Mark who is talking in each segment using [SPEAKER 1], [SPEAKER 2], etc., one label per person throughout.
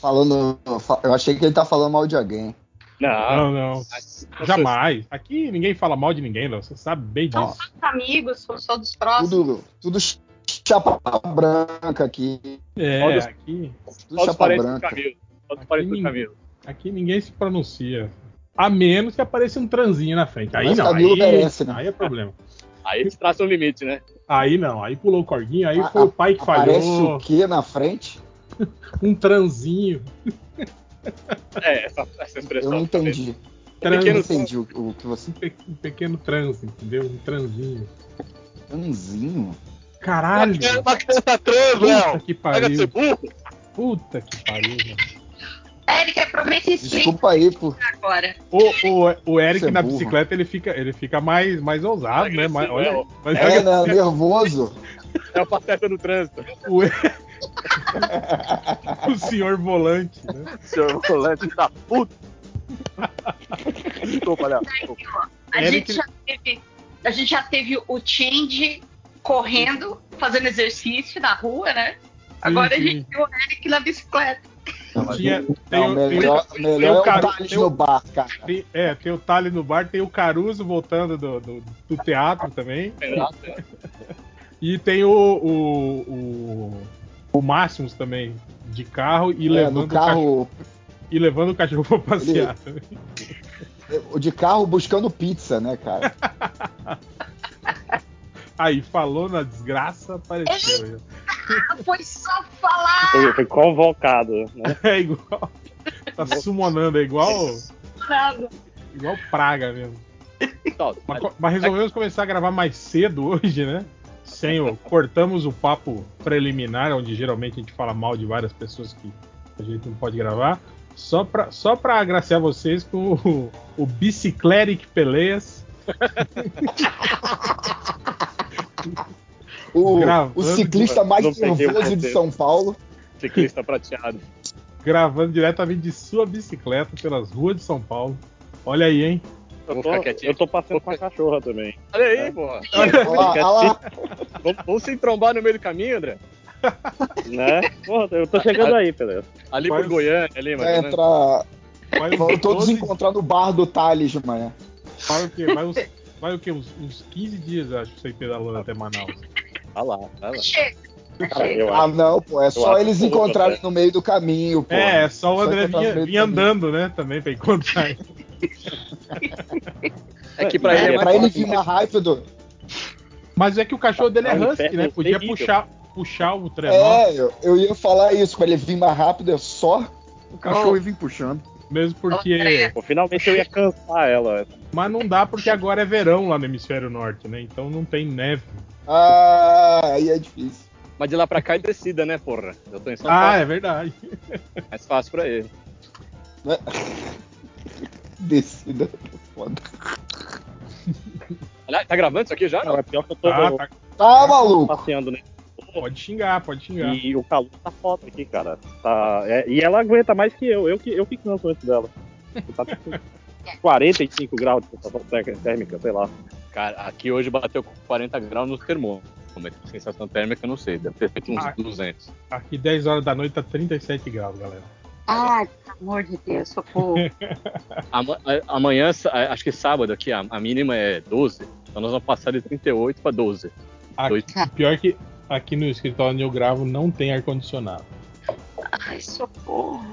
[SPEAKER 1] falando. Eu achei que ele tá falando mal de alguém.
[SPEAKER 2] Não,
[SPEAKER 3] Ah,
[SPEAKER 4] Não, não.
[SPEAKER 2] Mas-
[SPEAKER 4] Jamais. Aqui ninguém fala mal de ninguém, Léo. Você sabe bem
[SPEAKER 5] São
[SPEAKER 4] disso.
[SPEAKER 5] todos amigos, são todos próximos.
[SPEAKER 1] Tudo, tudo chapa branca aqui.
[SPEAKER 4] É,
[SPEAKER 2] Olha-
[SPEAKER 4] aqui,
[SPEAKER 1] Tudo
[SPEAKER 2] Olha os
[SPEAKER 1] chapa
[SPEAKER 2] parentes do
[SPEAKER 1] branca.
[SPEAKER 2] Camilo. Olha os parentes do
[SPEAKER 4] Aqui-
[SPEAKER 2] Camilo.
[SPEAKER 4] aqui ninguém se pronuncia. A menos que apareça um transinho na frente. Aí
[SPEAKER 1] Mas
[SPEAKER 4] não.
[SPEAKER 1] Camilo
[SPEAKER 4] Aí,
[SPEAKER 1] merece, né?
[SPEAKER 4] aí é problema.
[SPEAKER 2] Aí eles traçam o limite, né?
[SPEAKER 4] Aí não. Aí pulou o corguinho, aí
[SPEAKER 1] A-
[SPEAKER 4] foi o pai que
[SPEAKER 1] Aparece
[SPEAKER 4] falhou.
[SPEAKER 1] o que na frente?
[SPEAKER 4] Um transinho.
[SPEAKER 2] É, essa, essa
[SPEAKER 1] Eu
[SPEAKER 2] expressão.
[SPEAKER 1] não entendi.
[SPEAKER 4] Trans,
[SPEAKER 1] Eu não
[SPEAKER 2] Pequeno-
[SPEAKER 1] entendi o, o que você.
[SPEAKER 4] um, pe- um pequeno trans, entendeu? Um transinho.
[SPEAKER 1] tá Transinho?
[SPEAKER 4] Caralho!
[SPEAKER 2] Uma criança trans,
[SPEAKER 4] Puta
[SPEAKER 2] Léo!
[SPEAKER 4] que
[SPEAKER 2] Pega de ser
[SPEAKER 4] pariu.
[SPEAKER 2] burro!
[SPEAKER 4] Puta que pariu, mano.
[SPEAKER 5] Érica, promete explicar
[SPEAKER 1] Desculpa aí, por
[SPEAKER 5] agora.
[SPEAKER 4] O, o, o Eric
[SPEAKER 1] Você é
[SPEAKER 4] na
[SPEAKER 1] burro.
[SPEAKER 4] bicicleta ele fica, ele fica mais, mais ousado, né? Mas, olha, mas
[SPEAKER 1] É,
[SPEAKER 4] olha-
[SPEAKER 1] né? Nervoso.
[SPEAKER 2] É o pateta do trânsito.
[SPEAKER 4] O, o senhor volante, né?
[SPEAKER 2] Seu volante tá puto. Desculpa, Léo. desculpa.
[SPEAKER 5] A
[SPEAKER 4] Érica-
[SPEAKER 5] gente, já teve, a gente já teve o Change correndo, fazendo exercício na rua, né? Agora
[SPEAKER 4] sim.
[SPEAKER 5] a gente viu o Eric na bicicleta.
[SPEAKER 4] Tinha- tem,
[SPEAKER 1] Não,
[SPEAKER 4] o-
[SPEAKER 1] melhor,
[SPEAKER 4] tem
[SPEAKER 1] melhor
[SPEAKER 4] o
[SPEAKER 1] é o
[SPEAKER 4] cara-
[SPEAKER 1] Thales
[SPEAKER 4] tem um- o-
[SPEAKER 1] no bar, cara.
[SPEAKER 4] tem- é, tem o Tali no bar, tem o Caruso voltando do, do, do teatro também. E tem o, o, o, o Máximos também, de carro e,
[SPEAKER 1] É,
[SPEAKER 4] levando,
[SPEAKER 1] no
[SPEAKER 4] o cachorro,
[SPEAKER 1] carro,
[SPEAKER 4] e levando o cachorro pra passear. também.
[SPEAKER 1] o de carro buscando pizza, né, cara?
[SPEAKER 4] Aí falou na desgraça, apareceu.
[SPEAKER 5] Ah, foi só falar!
[SPEAKER 3] Foi, foi convocado, né?
[SPEAKER 4] É igual. Tá sumonando, é igual,
[SPEAKER 5] nada.
[SPEAKER 4] igual praga mesmo.
[SPEAKER 2] Então,
[SPEAKER 4] Mas, co- mas resolvemos começar a gravar mais cedo hoje, né? Sem o. Cortamos o papo preliminar, onde geralmente a gente fala mal de várias pessoas que a gente não pode gravar. Só pra, só pra agraciar vocês com o, o Bicicleric Peleias.
[SPEAKER 1] O,
[SPEAKER 4] Gravando,
[SPEAKER 1] o ciclista
[SPEAKER 2] mano.
[SPEAKER 1] mais
[SPEAKER 2] Não peguei o
[SPEAKER 1] nervoso de
[SPEAKER 2] contexto.
[SPEAKER 1] São Paulo.
[SPEAKER 2] Ciclista prateado.
[SPEAKER 4] gravando diretamente de sua bicicleta pelas ruas de São Paulo. Olha aí, hein?
[SPEAKER 2] Eu
[SPEAKER 3] Eu
[SPEAKER 2] tô,
[SPEAKER 3] tô, eu tô passando com a cachorra também.
[SPEAKER 2] Olha aí, porra.
[SPEAKER 1] Olha lá, olha lá.
[SPEAKER 2] Vamos, vamos se trombar no meio do caminho, André?
[SPEAKER 3] Né? Porra, eu tô chegando aí, Pelé.
[SPEAKER 2] Ali
[SPEAKER 4] Quase.
[SPEAKER 2] por Goiânia, ali,
[SPEAKER 1] Vai
[SPEAKER 2] mano.
[SPEAKER 1] entrar.
[SPEAKER 4] Vai uns
[SPEAKER 1] Vão todos
[SPEAKER 4] 12
[SPEAKER 1] encontrar no bar do Thales, mano.
[SPEAKER 4] Vai o quê? Vai uns, vai o quê? Uns, uns 15 dias, acho, sem pedalando até Manaus.
[SPEAKER 2] Tá lá, tá lá.
[SPEAKER 5] Chega,
[SPEAKER 3] Cara, eu
[SPEAKER 1] Ah,
[SPEAKER 3] acho.
[SPEAKER 1] não, pô. É só
[SPEAKER 3] acho
[SPEAKER 1] eles
[SPEAKER 3] que eu vou
[SPEAKER 1] encontrarem
[SPEAKER 3] também.
[SPEAKER 1] no meio do caminho, pô.
[SPEAKER 4] É, só o
[SPEAKER 1] Só
[SPEAKER 4] André
[SPEAKER 1] encontrar no
[SPEAKER 4] vinha,
[SPEAKER 1] meio do
[SPEAKER 4] vinha
[SPEAKER 1] caminho.
[SPEAKER 4] andando, né? Também pra encontrar. ele.
[SPEAKER 2] É que pra
[SPEAKER 1] É,
[SPEAKER 2] ele é
[SPEAKER 1] pra
[SPEAKER 2] mais
[SPEAKER 1] ele vir mais rápido.
[SPEAKER 4] Mas é que o cachorro dele
[SPEAKER 3] Tá
[SPEAKER 4] é
[SPEAKER 3] um
[SPEAKER 4] husky, né?
[SPEAKER 3] inferno
[SPEAKER 4] Podia
[SPEAKER 3] terrível.
[SPEAKER 4] puxar, puxar o trenó,
[SPEAKER 1] É, eu, eu ia falar isso. Pra ele vir mais rápido é só o cachorro vir puxando.
[SPEAKER 4] mesmo porque.
[SPEAKER 5] Olha.
[SPEAKER 3] Pô, finalmente eu ia cansar ela.
[SPEAKER 4] Mas não dá porque agora é verão lá no hemisfério norte, né? Então não tem neve.
[SPEAKER 1] Ah, aí é difícil.
[SPEAKER 2] Mas de lá pra cá é descida, né, porra? Eu tô em São
[SPEAKER 4] Ah,
[SPEAKER 2] Paulo. é
[SPEAKER 4] é verdade.
[SPEAKER 2] Mais fácil pra ele.
[SPEAKER 1] Descida. Foda.
[SPEAKER 2] Aliás, tá gravando isso aqui já?
[SPEAKER 3] Não, é pior que eu tô
[SPEAKER 4] Ah, tá.
[SPEAKER 3] É.
[SPEAKER 1] Tá, maluco.
[SPEAKER 3] passeando, né?
[SPEAKER 4] Pode xingar, pode xingar.
[SPEAKER 3] E o calor tá foda aqui, cara. Tá, é- e ela aguenta mais que eu. Eu que, eu que canso antes dela. Tá tipo 45 graus de sensação tec- térmica, sei lá.
[SPEAKER 2] Cara, aqui hoje bateu 40 graus no termômetro. Sensação térmica, eu não sei. Deve ter feito uns
[SPEAKER 4] Ah.
[SPEAKER 2] 200.
[SPEAKER 4] Aqui 10 horas da noite tá 37 graus, galera.
[SPEAKER 5] Ai, pelo amor de Deus, socorro.
[SPEAKER 2] Ama- a- Amanhã, sa- a- acho que sábado aqui, a, a mínima é 12. Então nós vamos passar de 38 pra 12.
[SPEAKER 4] Aqui, pior que aqui no escritório onde eu gravo não tem ar-condicionado.
[SPEAKER 5] Ai, socorro.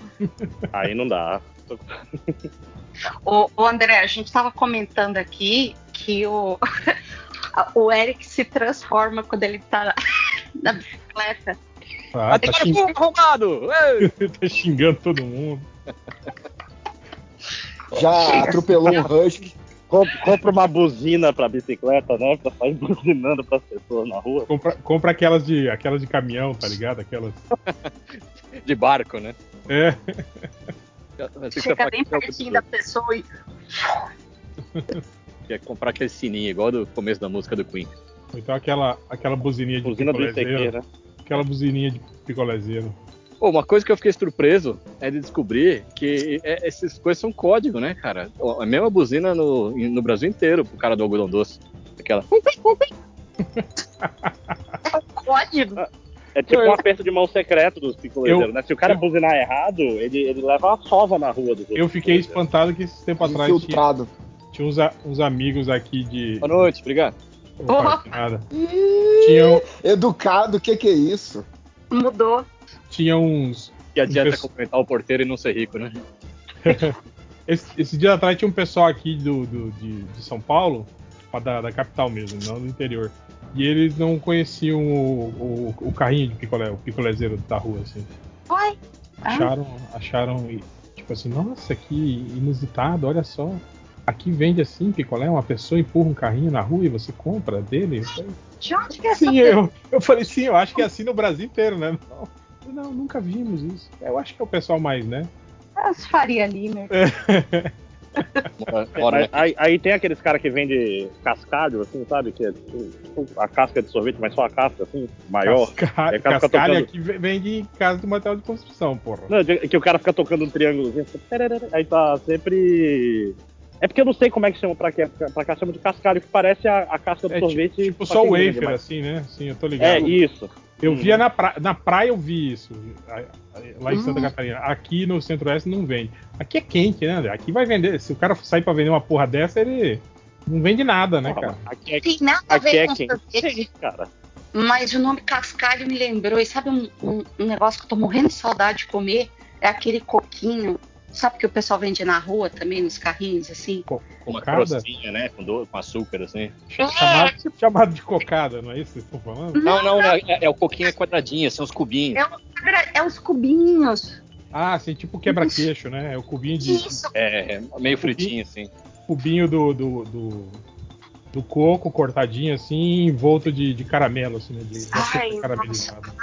[SPEAKER 3] Aí não dá.
[SPEAKER 5] Ô, ô, André, a gente estava comentando aqui que o, a- o Eric se transforma quando ele tá na, na bicicleta.
[SPEAKER 4] Ah, tá,
[SPEAKER 2] Agora, pô,
[SPEAKER 4] xing-
[SPEAKER 2] roubado! Ei!
[SPEAKER 4] tá xingando todo mundo.
[SPEAKER 3] É.
[SPEAKER 1] Já atropelou um husky.
[SPEAKER 3] Com- Compra uma buzina pra bicicleta, né? Pra sair buzinando pras pessoas na rua.
[SPEAKER 4] Compra, compra aquelas, de, aquelas de caminhão, tá ligado? Aquelas.
[SPEAKER 2] De barco, né? tá
[SPEAKER 4] É,
[SPEAKER 5] Chega bem pertinho da pessoa e
[SPEAKER 2] Quer comprar aquele sininho, igual do começo da música do Queen.
[SPEAKER 4] então aquela, aquela buzininha de
[SPEAKER 3] Buzina do ICQ,
[SPEAKER 4] picolézeiro.
[SPEAKER 3] né?
[SPEAKER 4] Aquela buzininha de picolézeiro.
[SPEAKER 2] Pô, uma coisa que eu fiquei surpreso é de descobrir que é- essas coisas são código, né, cara? Ó, A mesma buzina no, em- no Brasil inteiro pro cara do algodão doce. Aquela.
[SPEAKER 5] código.
[SPEAKER 3] É tipo um aperto de mão secreto dos picolezeiros,
[SPEAKER 4] Eu-
[SPEAKER 3] né? Se o cara
[SPEAKER 4] eu-
[SPEAKER 3] buzinar errado, ele, ele leva uma sova na rua dos outros.
[SPEAKER 4] Eu fiquei
[SPEAKER 3] picolezeiros.
[SPEAKER 4] espantado que esse tempo atrás tinha,
[SPEAKER 1] Infiltrado.
[SPEAKER 4] tinha uns, a- uns amigos aqui de.
[SPEAKER 6] Boa noite, obrigado.
[SPEAKER 4] Opa, que nada. Tinham,
[SPEAKER 1] Educado, o que, que é isso?
[SPEAKER 5] Mudou.
[SPEAKER 4] tinha uns.
[SPEAKER 6] E adianta
[SPEAKER 4] Isso.
[SPEAKER 6] cumprimentar o porteiro e não ser rico, né?
[SPEAKER 4] Esse, esse dia atrás tinha um pessoal aqui do, do- de, de São Paulo, lá da, da capital mesmo, não do interior. E eles não conheciam o, o, o carrinho de picolé, o picolézeiro da rua, assim.
[SPEAKER 5] Oi? Ah,
[SPEAKER 4] acharam, acharam e, tipo assim, nossa, que inusitado, olha só. Aqui vende assim, picolé, uma pessoa empurra um carrinho na rua e você compra dele. Eu falei,
[SPEAKER 5] de onde que é essa
[SPEAKER 4] Sim, eu, eu falei, sim, eu acho que é assim no Brasil inteiro, né? Não, não, nunca vimos isso. Eu acho que é o pessoal mais, né?
[SPEAKER 5] As Faria né? Limer.
[SPEAKER 6] Mora,
[SPEAKER 3] É,
[SPEAKER 6] mora
[SPEAKER 3] mas
[SPEAKER 6] naquele-
[SPEAKER 3] aí, aí tem aqueles caras que vendem cascalho, assim, sabe? Que é tipo a casca de sorvete, mas só a casca, assim, maior.
[SPEAKER 4] Casca-
[SPEAKER 3] É que ela fica
[SPEAKER 4] cascalho
[SPEAKER 3] tocando.
[SPEAKER 4] aqui vende em casa de motel de construção, porra.
[SPEAKER 3] Não, de- que o cara fica tocando um triângulo. Aí tá sempre. É porque eu não sei como é que chama pra, que, pra cá, chama de cascalho, que parece a, a casca do
[SPEAKER 4] É,
[SPEAKER 3] sorvete.
[SPEAKER 4] tipo, tipo
[SPEAKER 3] só
[SPEAKER 4] só
[SPEAKER 3] que
[SPEAKER 4] o
[SPEAKER 3] grande
[SPEAKER 4] wafer,
[SPEAKER 3] demais.
[SPEAKER 4] assim, né? Sim, eu tô ligado.
[SPEAKER 3] É, isso.
[SPEAKER 4] Eu
[SPEAKER 3] Hum.
[SPEAKER 4] via na, pra... na praia, eu vi isso. Lá em Santa Catarina. Aqui no Centro-Oeste não vende. Aqui é quente, né, André? Aqui vai vender. Se o cara sair pra vender uma porra dessa, ele não vende nada, né,
[SPEAKER 3] Porra,
[SPEAKER 4] cara?
[SPEAKER 3] mas aqui é,
[SPEAKER 5] Tem nada a
[SPEAKER 3] aqui
[SPEAKER 5] ver
[SPEAKER 3] é
[SPEAKER 5] com sorvete,
[SPEAKER 3] quente, cara.
[SPEAKER 5] mas o nome cascalho me lembrou. E sabe um, um- um negócio que eu tô morrendo de saudade de comer? É aquele coquinho. Sabe que o pessoal vende na rua também, nos carrinhos, assim?
[SPEAKER 4] Co-
[SPEAKER 6] com uma
[SPEAKER 4] Cocada?
[SPEAKER 6] crossinha, né? Com, do- com açúcar, assim.
[SPEAKER 4] Chamado, chamado de cocada, não é isso que vocês estão falando?
[SPEAKER 6] Não, não, não, é, é o coquinho é quadradinho, são os cubinhos.
[SPEAKER 5] Cara, É os cubinhos.
[SPEAKER 4] Ah, assim, tipo quebra-queixo, né? É o cubinho de
[SPEAKER 5] Isso.
[SPEAKER 6] É, é meio fritinho, assim.
[SPEAKER 4] cubinho do, do, do, do coco cortadinho, assim, envolto de, de caramelo, assim, né? De, de açúcar
[SPEAKER 5] Ai,
[SPEAKER 4] caramelizado.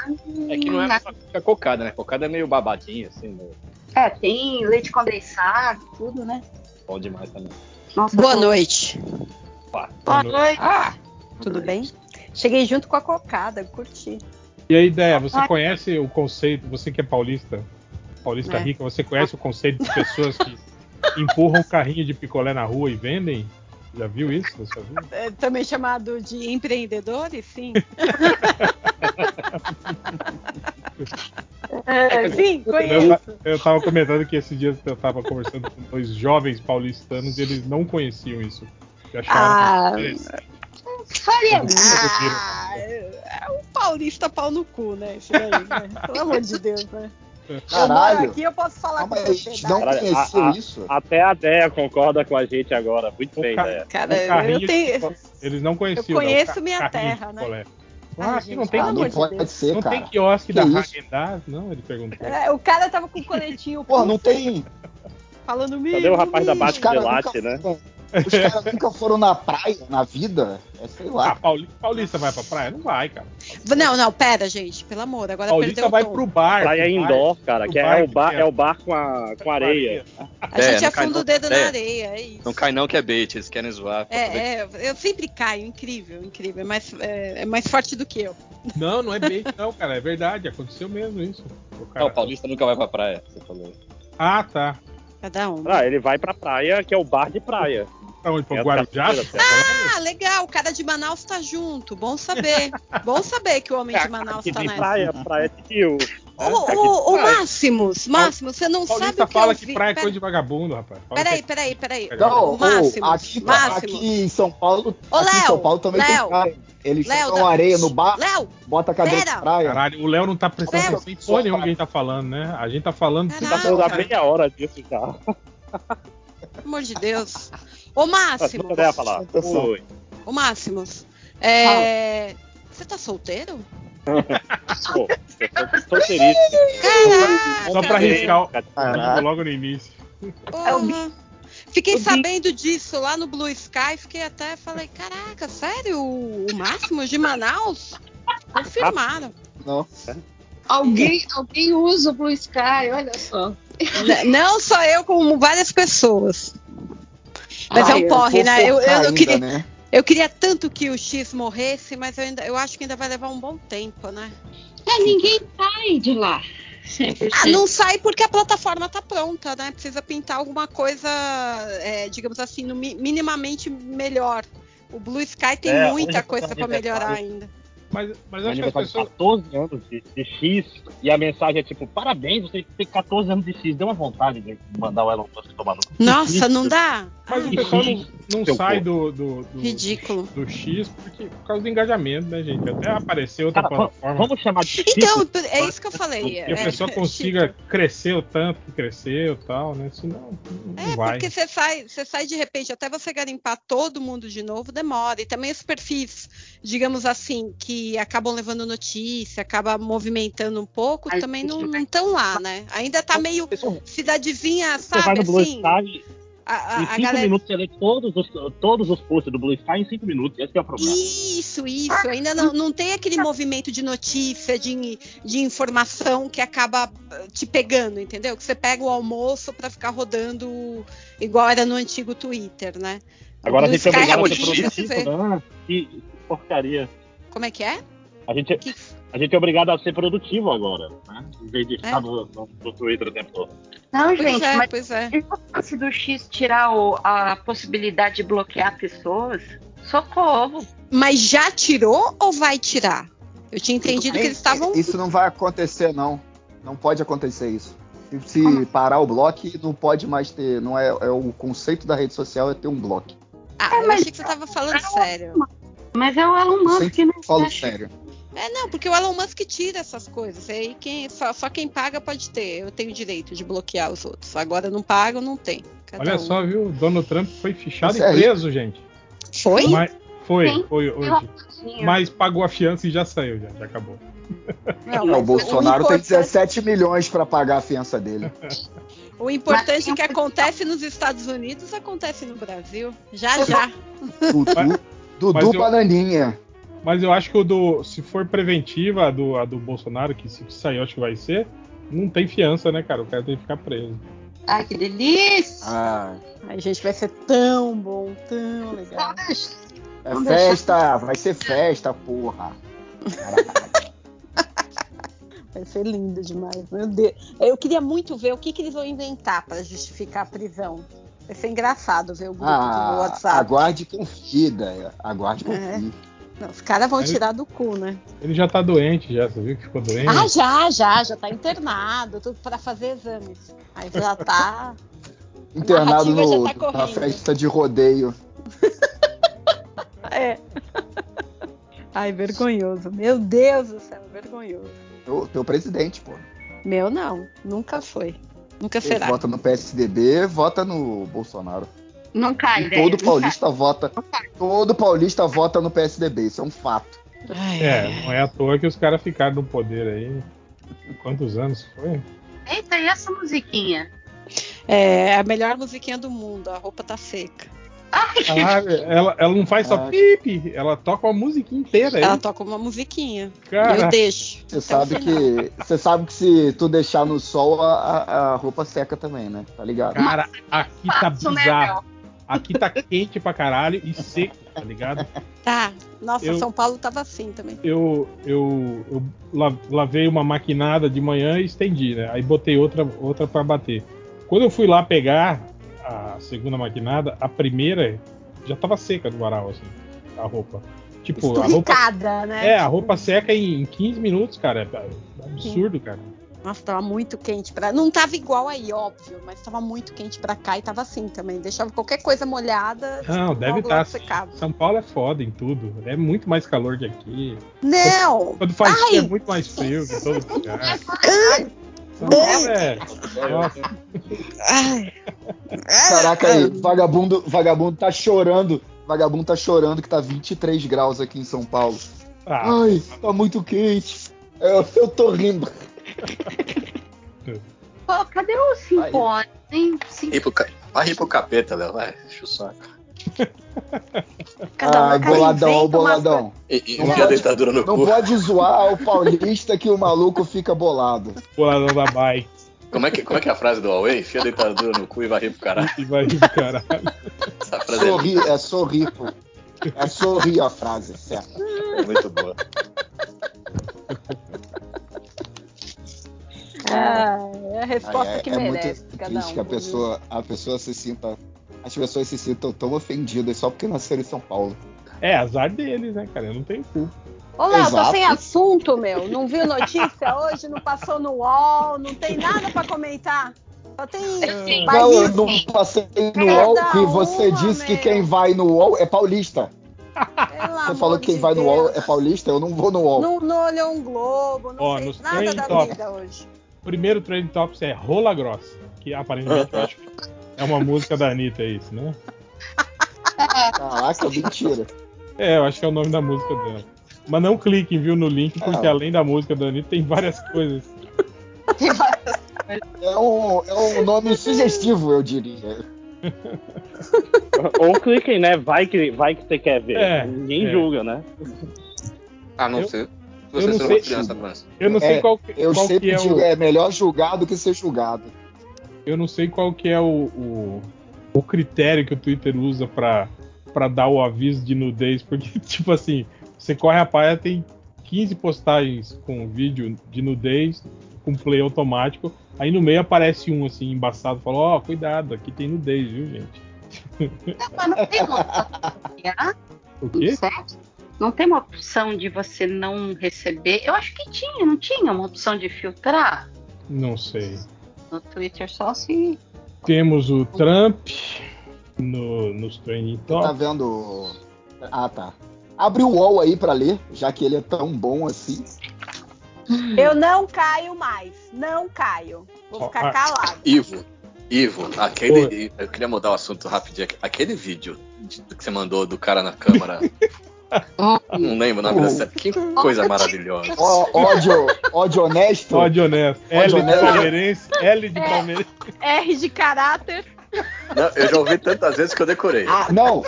[SPEAKER 6] É que não é só a cocada, né? Cocada é meio babadinho, assim, né?
[SPEAKER 5] É, tem leite condensado, tudo, né?
[SPEAKER 6] bom demais também.
[SPEAKER 5] Nossa,
[SPEAKER 7] Boa
[SPEAKER 5] tô-
[SPEAKER 7] noite, Ah,
[SPEAKER 5] Boa noite.
[SPEAKER 7] tudo bem? Cheguei junto com a cocada, curti.
[SPEAKER 4] E aí, ideia, você
[SPEAKER 5] Ah.
[SPEAKER 4] conhece o conceito, você que é paulista, paulista
[SPEAKER 7] É.
[SPEAKER 4] rica, você conhece o conceito de pessoas que empurram um carrinho de picolé na rua e vendem? Já viu isso na sua vida?
[SPEAKER 7] É, também chamado de empreendedores, sim.
[SPEAKER 5] É,
[SPEAKER 7] sim,
[SPEAKER 4] Eu,
[SPEAKER 7] conheço.
[SPEAKER 4] ta- eu tava comentando que esses dias eu tava conversando com dois jovens paulistanos e eles não conheciam isso. E
[SPEAKER 7] Ah,
[SPEAKER 4] acharam que é
[SPEAKER 5] Faria
[SPEAKER 4] Não,
[SPEAKER 7] Ah, é o paulista pau no cu, né? Isso daí, né? Pelo amor de Deus, né? Eu moro
[SPEAKER 1] Caralho.
[SPEAKER 7] aqui, eu posso falar
[SPEAKER 1] Calma
[SPEAKER 7] com tá?
[SPEAKER 1] aí, a gente não
[SPEAKER 7] propriedade.
[SPEAKER 3] Caralho,
[SPEAKER 1] conhecia
[SPEAKER 3] a- a-
[SPEAKER 1] isso?
[SPEAKER 3] Até a Dea concorda com a gente agora. Muito
[SPEAKER 4] O
[SPEAKER 3] bem,
[SPEAKER 4] cara-
[SPEAKER 3] Dea.
[SPEAKER 7] Cara,
[SPEAKER 4] o um carrinho
[SPEAKER 7] eu
[SPEAKER 4] de
[SPEAKER 7] tenho.
[SPEAKER 4] picolé- eles não conheciam. né,
[SPEAKER 7] Eu
[SPEAKER 4] o
[SPEAKER 7] conheço
[SPEAKER 4] ca-
[SPEAKER 7] minha
[SPEAKER 4] carrinho de
[SPEAKER 7] terra, né?
[SPEAKER 4] picolé.
[SPEAKER 7] Ai,
[SPEAKER 4] Ah, aqui
[SPEAKER 7] gente,
[SPEAKER 4] não tem,
[SPEAKER 7] pelo
[SPEAKER 1] Ah,
[SPEAKER 7] amor
[SPEAKER 1] não
[SPEAKER 7] de
[SPEAKER 1] pode
[SPEAKER 7] Deus.
[SPEAKER 1] ser,
[SPEAKER 4] não tem
[SPEAKER 1] cara.
[SPEAKER 4] quiosque
[SPEAKER 1] Que
[SPEAKER 4] da
[SPEAKER 1] isso?
[SPEAKER 4] Haagen-Dazs? Não, ele perguntou.
[SPEAKER 7] É, o cara tava com o coletinho
[SPEAKER 1] Porra, não tem.
[SPEAKER 7] falando mil.
[SPEAKER 3] Cadê o rapaz da Bate
[SPEAKER 1] Os caras
[SPEAKER 3] Gelate, né?
[SPEAKER 1] nunca, os caras nunca foram na praia, na vida. É, sei
[SPEAKER 4] Ah,
[SPEAKER 1] lá.
[SPEAKER 4] Pauli- paulista vai pra praia? Não vai, cara.
[SPEAKER 7] Não, não, pera, gente, pelo amor, agora perdeu
[SPEAKER 4] Paulista
[SPEAKER 7] o
[SPEAKER 4] vai
[SPEAKER 7] tom.
[SPEAKER 4] pro bar.
[SPEAKER 3] Praia
[SPEAKER 4] pro
[SPEAKER 3] indoor, cara,
[SPEAKER 4] o
[SPEAKER 3] que é
[SPEAKER 4] bar
[SPEAKER 3] o bar,
[SPEAKER 4] que
[SPEAKER 3] é o bar com a, com areia.
[SPEAKER 7] A
[SPEAKER 6] É,
[SPEAKER 7] gente
[SPEAKER 6] não cai
[SPEAKER 7] afunda
[SPEAKER 6] não,
[SPEAKER 7] o dedo
[SPEAKER 6] é.
[SPEAKER 7] na areia, é isso.
[SPEAKER 6] Não cai não que é bait, eles querem zoar.
[SPEAKER 7] É, é, eu sempre caio, incrível, incrível. É mais, é, é mais forte do que eu.
[SPEAKER 4] Não, não é bait, não, cara. É verdade, aconteceu mesmo isso. O
[SPEAKER 3] É
[SPEAKER 4] cara-
[SPEAKER 6] Não, o paulista nunca vai pra praia, você falou.
[SPEAKER 4] Ah, tá.
[SPEAKER 7] Cada um.
[SPEAKER 3] Ah, ele vai pra praia, que é o bar de praia.
[SPEAKER 4] Pra onde? Pro
[SPEAKER 3] É
[SPEAKER 4] Guarujá?
[SPEAKER 3] terça-feira,
[SPEAKER 4] Tá falando?
[SPEAKER 7] Ah, legal, o cara de Manaus tá junto. Bom saber. Bom saber que o homem de Manaus
[SPEAKER 3] Aqui
[SPEAKER 7] tá
[SPEAKER 3] tem
[SPEAKER 7] nessa.
[SPEAKER 3] praia, praia de rio.
[SPEAKER 7] Ô, ô, ô, Máximos, Máximos, você não Ah, sabe
[SPEAKER 4] Paulista
[SPEAKER 7] o que
[SPEAKER 4] fala
[SPEAKER 7] eu
[SPEAKER 4] que
[SPEAKER 7] vi.
[SPEAKER 4] praia é
[SPEAKER 7] Pera-
[SPEAKER 4] coisa de vagabundo, rapaz. Fala
[SPEAKER 7] Peraí,
[SPEAKER 4] que-
[SPEAKER 7] peraí, peraí.
[SPEAKER 1] Não, ô,
[SPEAKER 7] Máximo,
[SPEAKER 1] aqui, tá,
[SPEAKER 7] máximo.
[SPEAKER 1] aqui em São Paulo.
[SPEAKER 7] Ô,
[SPEAKER 1] aqui em
[SPEAKER 7] Léo,
[SPEAKER 1] São Paulo também
[SPEAKER 7] Léo,
[SPEAKER 1] tem praia. Eles
[SPEAKER 7] Léo,
[SPEAKER 1] jogam
[SPEAKER 7] dá-
[SPEAKER 1] areia no bar,
[SPEAKER 7] Léo,
[SPEAKER 1] bota a cadeira
[SPEAKER 7] pera.
[SPEAKER 1] de praia.
[SPEAKER 4] é Caralho, o Léo não tá prestando
[SPEAKER 7] Léo.
[SPEAKER 4] atenção em porra nenhuma que a gente tá falando, né? A gente tá falando.
[SPEAKER 7] Caraca.
[SPEAKER 3] Dá meia hora disso já.
[SPEAKER 7] pelo amor de Deus. Ô, Máximo,
[SPEAKER 3] Deixa eu falar.
[SPEAKER 1] Atenção.
[SPEAKER 3] Oi.
[SPEAKER 7] ô, Máximos, é, Você tá solteiro?
[SPEAKER 3] Pô, eu sou solteiríssimo.
[SPEAKER 7] Caraca!
[SPEAKER 4] Só pra riscar o-
[SPEAKER 1] Caralho.
[SPEAKER 4] logo no início.
[SPEAKER 7] Porra. Fiquei
[SPEAKER 5] Eu vi.
[SPEAKER 7] sabendo disso lá no Blue Sky, fiquei até falei, caraca, sério? O Máximo de Manaus? Confirmaram.
[SPEAKER 1] Não.
[SPEAKER 5] Alguém, alguém usa o Blue Sky, olha só.
[SPEAKER 7] N- Não só eu, como várias pessoas. Mas
[SPEAKER 5] Ai,
[SPEAKER 7] é um
[SPEAKER 5] eu
[SPEAKER 7] porre, né? Eu, eu,
[SPEAKER 1] Confortar
[SPEAKER 7] não
[SPEAKER 1] ainda,
[SPEAKER 7] queria,
[SPEAKER 1] né?
[SPEAKER 7] eu queria tanto que o X morresse, mas eu, ainda, eu acho que ainda vai levar um bom tempo, né?
[SPEAKER 5] É, ninguém sai de lá.
[SPEAKER 7] Ah, não sai porque a plataforma tá pronta, né? Precisa pintar alguma coisa, é, digamos assim, no mi- minimamente melhor. O Blue Sky tem
[SPEAKER 3] É, hoje
[SPEAKER 7] muita
[SPEAKER 3] eu tô
[SPEAKER 7] coisa
[SPEAKER 3] fazendo
[SPEAKER 7] pra melhorar
[SPEAKER 3] detalhe.
[SPEAKER 7] ainda.
[SPEAKER 4] Mas, mas
[SPEAKER 3] Meu
[SPEAKER 4] acho que as
[SPEAKER 3] aniversário de
[SPEAKER 4] pessoas.
[SPEAKER 3] 14 anos de, de X, e a mensagem é tipo, parabéns, você tem 14 anos de X. Deu uma vontade de mandar o Elon Musk tomar no cu.
[SPEAKER 7] Nossa, não dá?
[SPEAKER 4] Mas o
[SPEAKER 7] Ai,
[SPEAKER 4] pessoal não, não
[SPEAKER 3] Seu
[SPEAKER 4] sai do, do, do-
[SPEAKER 7] Ridículo.
[SPEAKER 4] do X porque, por causa do engajamento, né, gente? Até aparecer outra
[SPEAKER 3] Cara, vamos,
[SPEAKER 4] plataforma.
[SPEAKER 3] vamos chamar de X.
[SPEAKER 7] Então, é isso que eu falei.
[SPEAKER 4] E a
[SPEAKER 7] é,
[SPEAKER 4] pessoa consiga crescer o tanto que cresceu e tal, né? Senão não
[SPEAKER 7] É,
[SPEAKER 4] vai.
[SPEAKER 7] porque você sai, você sai de repente, até você garimpar todo mundo de novo, demora. E também os perfis, digamos assim, que acabam levando notícia, acaba movimentando um pouco,
[SPEAKER 5] Ai,
[SPEAKER 7] também
[SPEAKER 5] gente,
[SPEAKER 7] não
[SPEAKER 5] vai.
[SPEAKER 7] estão lá, né? Ainda tá meio cidadezinha,
[SPEAKER 3] Você vai
[SPEAKER 7] sabe?
[SPEAKER 3] no Blue
[SPEAKER 7] Assim,
[SPEAKER 3] Sky,
[SPEAKER 7] a, a-
[SPEAKER 3] em
[SPEAKER 7] a
[SPEAKER 3] 5
[SPEAKER 7] galera.
[SPEAKER 3] minutos você lê todos os, todos os posts do Blue Sky em 5 minutos. Esse que é o problema.
[SPEAKER 7] Isso, isso. Ainda não, não tem aquele movimento de notícia, de, de informação que acaba eh, te pegando, entendeu? Que você pega o almoço pra ficar rodando igual era no antigo Twitter, né?
[SPEAKER 3] Agora a
[SPEAKER 7] Blue
[SPEAKER 3] gente é
[SPEAKER 7] Sky
[SPEAKER 3] obrigado a
[SPEAKER 7] hoje em
[SPEAKER 3] ser
[SPEAKER 7] dia você vê.
[SPEAKER 3] produtivo, né? Que que porcaria.
[SPEAKER 7] Como é que é?
[SPEAKER 3] A gente,
[SPEAKER 7] Que-
[SPEAKER 3] a gente é obrigado a ser produtivo agora, né? Em vez de ficar
[SPEAKER 7] É.
[SPEAKER 3] no, no, no Twitter o tempo todo.
[SPEAKER 5] Não,
[SPEAKER 7] Pois
[SPEAKER 5] gente,
[SPEAKER 7] é,
[SPEAKER 5] mas
[SPEAKER 7] pois é.
[SPEAKER 5] se do X tirar o- a possibilidade de bloquear pessoas, socorro.
[SPEAKER 7] Mas já tirou ou vai tirar? Eu tinha entendido que eles estavam.
[SPEAKER 3] é,
[SPEAKER 1] Isso não vai acontecer, não. Não pode acontecer isso. Se, se parar o bloco, não pode mais ter. Não é, é o conceito da rede social é ter um bloco.
[SPEAKER 7] Ah, eu
[SPEAKER 5] É, mas-
[SPEAKER 7] achei que você estava falando sério.
[SPEAKER 5] Mas é o Elon
[SPEAKER 1] Eu
[SPEAKER 5] Musk, né?
[SPEAKER 1] Falo sério.
[SPEAKER 7] É, não, porque o Elon Musk tira essas coisas. Aí quem, só, só quem paga pode ter. Eu tenho direito de bloquear os outros. Agora não pagam, não tem. Cada
[SPEAKER 4] Olha
[SPEAKER 7] um.
[SPEAKER 4] só, viu? O Donald Trump foi fichado
[SPEAKER 1] Isso é
[SPEAKER 4] e preso, gente.
[SPEAKER 7] Foi?
[SPEAKER 4] Mas- foi,
[SPEAKER 5] Sim.
[SPEAKER 4] foi hoje.
[SPEAKER 5] Sim.
[SPEAKER 4] Mas pagou a fiança e já saiu, já, já acabou.
[SPEAKER 7] Não,
[SPEAKER 1] É,
[SPEAKER 7] mas
[SPEAKER 1] o Bolsonaro tem
[SPEAKER 7] importante-
[SPEAKER 1] 17 milhões para pagar a fiança dele.
[SPEAKER 7] O importante é
[SPEAKER 5] Mas-
[SPEAKER 7] que acontece nos Estados Unidos acontece no Brasil. Já, já.
[SPEAKER 1] Dudu, Dudu
[SPEAKER 4] mas eu-
[SPEAKER 1] Bananinha.
[SPEAKER 4] Mas eu acho que o do. Se for preventiva a do, a do Bolsonaro, que se sair, eu acho que vai ser, não tem fiança, né, cara? O cara tem que ficar preso.
[SPEAKER 5] Ai, que delícia!
[SPEAKER 1] Ah,
[SPEAKER 7] Ai, gente, vai ser tão bom, tão legal.
[SPEAKER 1] é
[SPEAKER 5] Vamos
[SPEAKER 1] festa, vai ser festa, porra.
[SPEAKER 7] Vai ser lindo demais, meu Deus. Eu queria muito ver o que, que eles vão inventar para justificar a prisão. Vai ser engraçado ver o grupo do
[SPEAKER 1] Ah,
[SPEAKER 7] WhatsApp.
[SPEAKER 1] aguarde e confie, Daya. Aguarde e
[SPEAKER 7] É.
[SPEAKER 1] confie.
[SPEAKER 7] Não, os caras vão
[SPEAKER 4] Aí-
[SPEAKER 7] tirar do cu, né?
[SPEAKER 4] Ele já tá doente, já, você viu que ficou doente?
[SPEAKER 7] Ah, já, já, já tá internado, tudo para fazer exames. Aí já tá.
[SPEAKER 1] Internado
[SPEAKER 7] narrativa
[SPEAKER 1] no,
[SPEAKER 7] já tá
[SPEAKER 1] na
[SPEAKER 7] correndo.
[SPEAKER 1] festa de rodeio.
[SPEAKER 7] É. Ai, vergonhoso. Meu Deus do céu, vergonhoso.
[SPEAKER 1] Teu, teu presidente, pô.
[SPEAKER 7] Meu não, nunca foi. Nunca
[SPEAKER 1] Ele
[SPEAKER 7] será.
[SPEAKER 1] vota no PSDB, vota no Bolsonaro.
[SPEAKER 5] Não cai, né?
[SPEAKER 1] E
[SPEAKER 5] velho,
[SPEAKER 7] é
[SPEAKER 1] todo
[SPEAKER 5] não
[SPEAKER 1] paulista vota. Todo paulista vota no PSDB, isso é um fato.
[SPEAKER 7] Ai,
[SPEAKER 4] É, não é à toa que os caras ficaram no poder aí. Quantos anos foi?
[SPEAKER 5] cai. Eita, e essa musiquinha?
[SPEAKER 7] É a melhor musiquinha do mundo, a roupa tá seca.
[SPEAKER 4] Caralho, ela, ela não faz só
[SPEAKER 1] Ah.
[SPEAKER 4] pipi, ela toca uma música inteira aí.
[SPEAKER 7] Ela toca uma musiquinha. Eu
[SPEAKER 4] Cara,
[SPEAKER 7] deixo.
[SPEAKER 1] Você
[SPEAKER 7] até o
[SPEAKER 1] sabe
[SPEAKER 7] final.
[SPEAKER 1] que. Você sabe que se tu deixar no sol, a, a- a roupa seca também, né? Tá ligado?
[SPEAKER 4] cara, aqui tá
[SPEAKER 5] Faço, né,
[SPEAKER 4] bizarro. Aqui tá quente pra caralho e seco, tá ligado?
[SPEAKER 7] Tá. Nossa,
[SPEAKER 4] Eu-
[SPEAKER 7] São Paulo tava assim também.
[SPEAKER 4] eu, eu, eu la- lavei uma maquinada de manhã e estendi, né? Aí botei outra, outra para bater. Quando eu fui lá pegar a segunda maquinada, a primeira já tava seca do varal, assim, a roupa. Tipo, a roupa.
[SPEAKER 7] Esturricada, né?
[SPEAKER 4] É, a roupa seca em 15 minutos, cara. É absurdo, cara.
[SPEAKER 7] Nossa, tava muito quente pra. Não tava igual aí, óbvio, mas tava muito quente pra cá e tava assim também. Deixava qualquer coisa molhada.
[SPEAKER 4] Não, deve tá.
[SPEAKER 7] logo logo
[SPEAKER 4] estar.
[SPEAKER 7] secava.
[SPEAKER 4] São Paulo é foda em tudo. É muito mais calor que aqui.
[SPEAKER 7] Não!
[SPEAKER 4] Quando faz
[SPEAKER 7] Ai!
[SPEAKER 4] frio, é muito mais frio que todo lugar. São Paulo é. Nossa,
[SPEAKER 7] Ai.
[SPEAKER 5] É,
[SPEAKER 1] Caraca aí, vagabundo, vagabundo tá chorando. Vagabundo tá chorando que tá 23 graus aqui em São Paulo.
[SPEAKER 4] ah,
[SPEAKER 1] Ai, tá muito quente. Eu, eu tô rindo.
[SPEAKER 5] Pô, cadê os
[SPEAKER 1] Aí.
[SPEAKER 5] cinco horas, hein? Cinco
[SPEAKER 6] Ri pro ca- Vai rir pro capeta, Léo, vai, deixa o saco.
[SPEAKER 5] cada
[SPEAKER 1] ah,
[SPEAKER 5] um, cada
[SPEAKER 1] boladão, ó,
[SPEAKER 5] inventa
[SPEAKER 1] o
[SPEAKER 5] umas
[SPEAKER 1] boladão.
[SPEAKER 6] E, e
[SPEAKER 1] Não
[SPEAKER 6] enfia a
[SPEAKER 1] pode-
[SPEAKER 6] dentadura no
[SPEAKER 1] Não
[SPEAKER 6] cu.
[SPEAKER 1] pode zoar o paulista que o maluco fica bolado.
[SPEAKER 4] boladão da bike.
[SPEAKER 6] Como é, que, como é que é a frase do Huawei? Enfia a dentadura no cu e vai rir pro caralho.
[SPEAKER 4] E vai rir do caralho.
[SPEAKER 6] Essa frase é
[SPEAKER 1] Sorri, é sorrir, pô. É sorrir a frase, é certo?
[SPEAKER 6] muito boa.
[SPEAKER 7] Ai, é a resposta
[SPEAKER 1] Ai, é-
[SPEAKER 7] que
[SPEAKER 1] é
[SPEAKER 7] merece
[SPEAKER 1] muito
[SPEAKER 7] cada
[SPEAKER 1] triste
[SPEAKER 7] um.
[SPEAKER 1] que a pessoa, a pessoa se sinta. As pessoas se sintam tão ofendidas só porque nasceram em São Paulo.
[SPEAKER 4] É azar deles, né, cara? Eu não tenho culpa.
[SPEAKER 7] Ô, Léo, tô
[SPEAKER 1] Exato.
[SPEAKER 7] sem assunto, meu. Não viu notícia hoje, não passou no UOL, não tem nada pra comentar. Só tem
[SPEAKER 5] Eu sei.
[SPEAKER 1] Não, eu
[SPEAKER 7] Bahia.
[SPEAKER 1] não passei no
[SPEAKER 7] Cada
[SPEAKER 1] UOL e
[SPEAKER 5] um,
[SPEAKER 1] você
[SPEAKER 7] uma,
[SPEAKER 1] disse que
[SPEAKER 7] meu.
[SPEAKER 1] quem vai no UOL é paulista. Você falou que quem vai no UOL
[SPEAKER 7] UOL
[SPEAKER 1] é paulista, eu não vou no UOL.
[SPEAKER 7] Não, não olhou um Globo, não
[SPEAKER 4] Ó, nos
[SPEAKER 7] fez nada
[SPEAKER 4] trending
[SPEAKER 7] da
[SPEAKER 4] topics.
[SPEAKER 7] vida hoje.
[SPEAKER 4] Primeiro Trend Tops é Rola Grossa, que aparentemente eu acho que é uma música da Anitta, é isso, né?
[SPEAKER 1] Caraca, mentira.
[SPEAKER 4] É, eu acho que é o nome da música dela. Mas não cliquem, viu, no link, porque
[SPEAKER 1] Ah.
[SPEAKER 4] além da música da Anitta tem várias coisas.
[SPEAKER 1] É um, é um nome sugestivo, eu diria.
[SPEAKER 3] Ou cliquem, né? Vai que, vai que você quer ver.
[SPEAKER 4] É,
[SPEAKER 3] Ninguém
[SPEAKER 4] é.
[SPEAKER 3] julga, né?
[SPEAKER 6] A Ah, não
[SPEAKER 4] Eu-
[SPEAKER 6] ser se
[SPEAKER 4] eu
[SPEAKER 6] você
[SPEAKER 4] não
[SPEAKER 6] ser uma
[SPEAKER 4] sei-
[SPEAKER 6] criança trans.
[SPEAKER 4] Eu não sei
[SPEAKER 1] É,
[SPEAKER 4] qual, que-
[SPEAKER 1] Eu
[SPEAKER 4] qual que
[SPEAKER 1] sempre
[SPEAKER 4] é
[SPEAKER 1] digo,
[SPEAKER 4] o,
[SPEAKER 1] é melhor julgar do que ser julgado.
[SPEAKER 4] eu não sei qual que é o, o, o critério que o Twitter usa pra, pra dar o aviso de nudez, porque, tipo assim, você corre a página, tem 15 postagens com vídeo de nudez, com play automático, aí no meio aparece um, assim, embaçado, fala, ó, cuidado, aqui tem nudez, viu, gente?
[SPEAKER 5] Não, mas não tem uma opção, né?
[SPEAKER 4] O quê?
[SPEAKER 5] certo? Não tem uma opção de você não receber. Eu acho que tinha, não tinha uma opção de filtrar
[SPEAKER 4] Não sei.
[SPEAKER 5] no Twitter só se.
[SPEAKER 4] Temos o Trump no, nos training
[SPEAKER 1] Tá
[SPEAKER 4] tops.
[SPEAKER 1] vendo? Ah, tá. Abre o UOL aí pra ler, já que ele é tão bom assim.
[SPEAKER 7] Eu
[SPEAKER 8] Uhum.
[SPEAKER 7] não caio mais, não caio. Vou
[SPEAKER 4] Ó,
[SPEAKER 7] ficar
[SPEAKER 4] ah.
[SPEAKER 7] calado.
[SPEAKER 6] Ivo, Ivo, aquele. Eu queria mudar o assunto rapidinho. aqui. Aquele vídeo de- que você mandou do cara na câmara. não lembro o nome da série. Que coisa maravilhosa.
[SPEAKER 1] Ó, ódio, ódio honesto.
[SPEAKER 4] Ó, de honesto. L de
[SPEAKER 1] honesto.
[SPEAKER 4] palmeirense. L de palmeirense.
[SPEAKER 7] R de caráter.
[SPEAKER 6] Não, eu já ouvi tantas vezes que eu decorei.
[SPEAKER 1] Ah, não.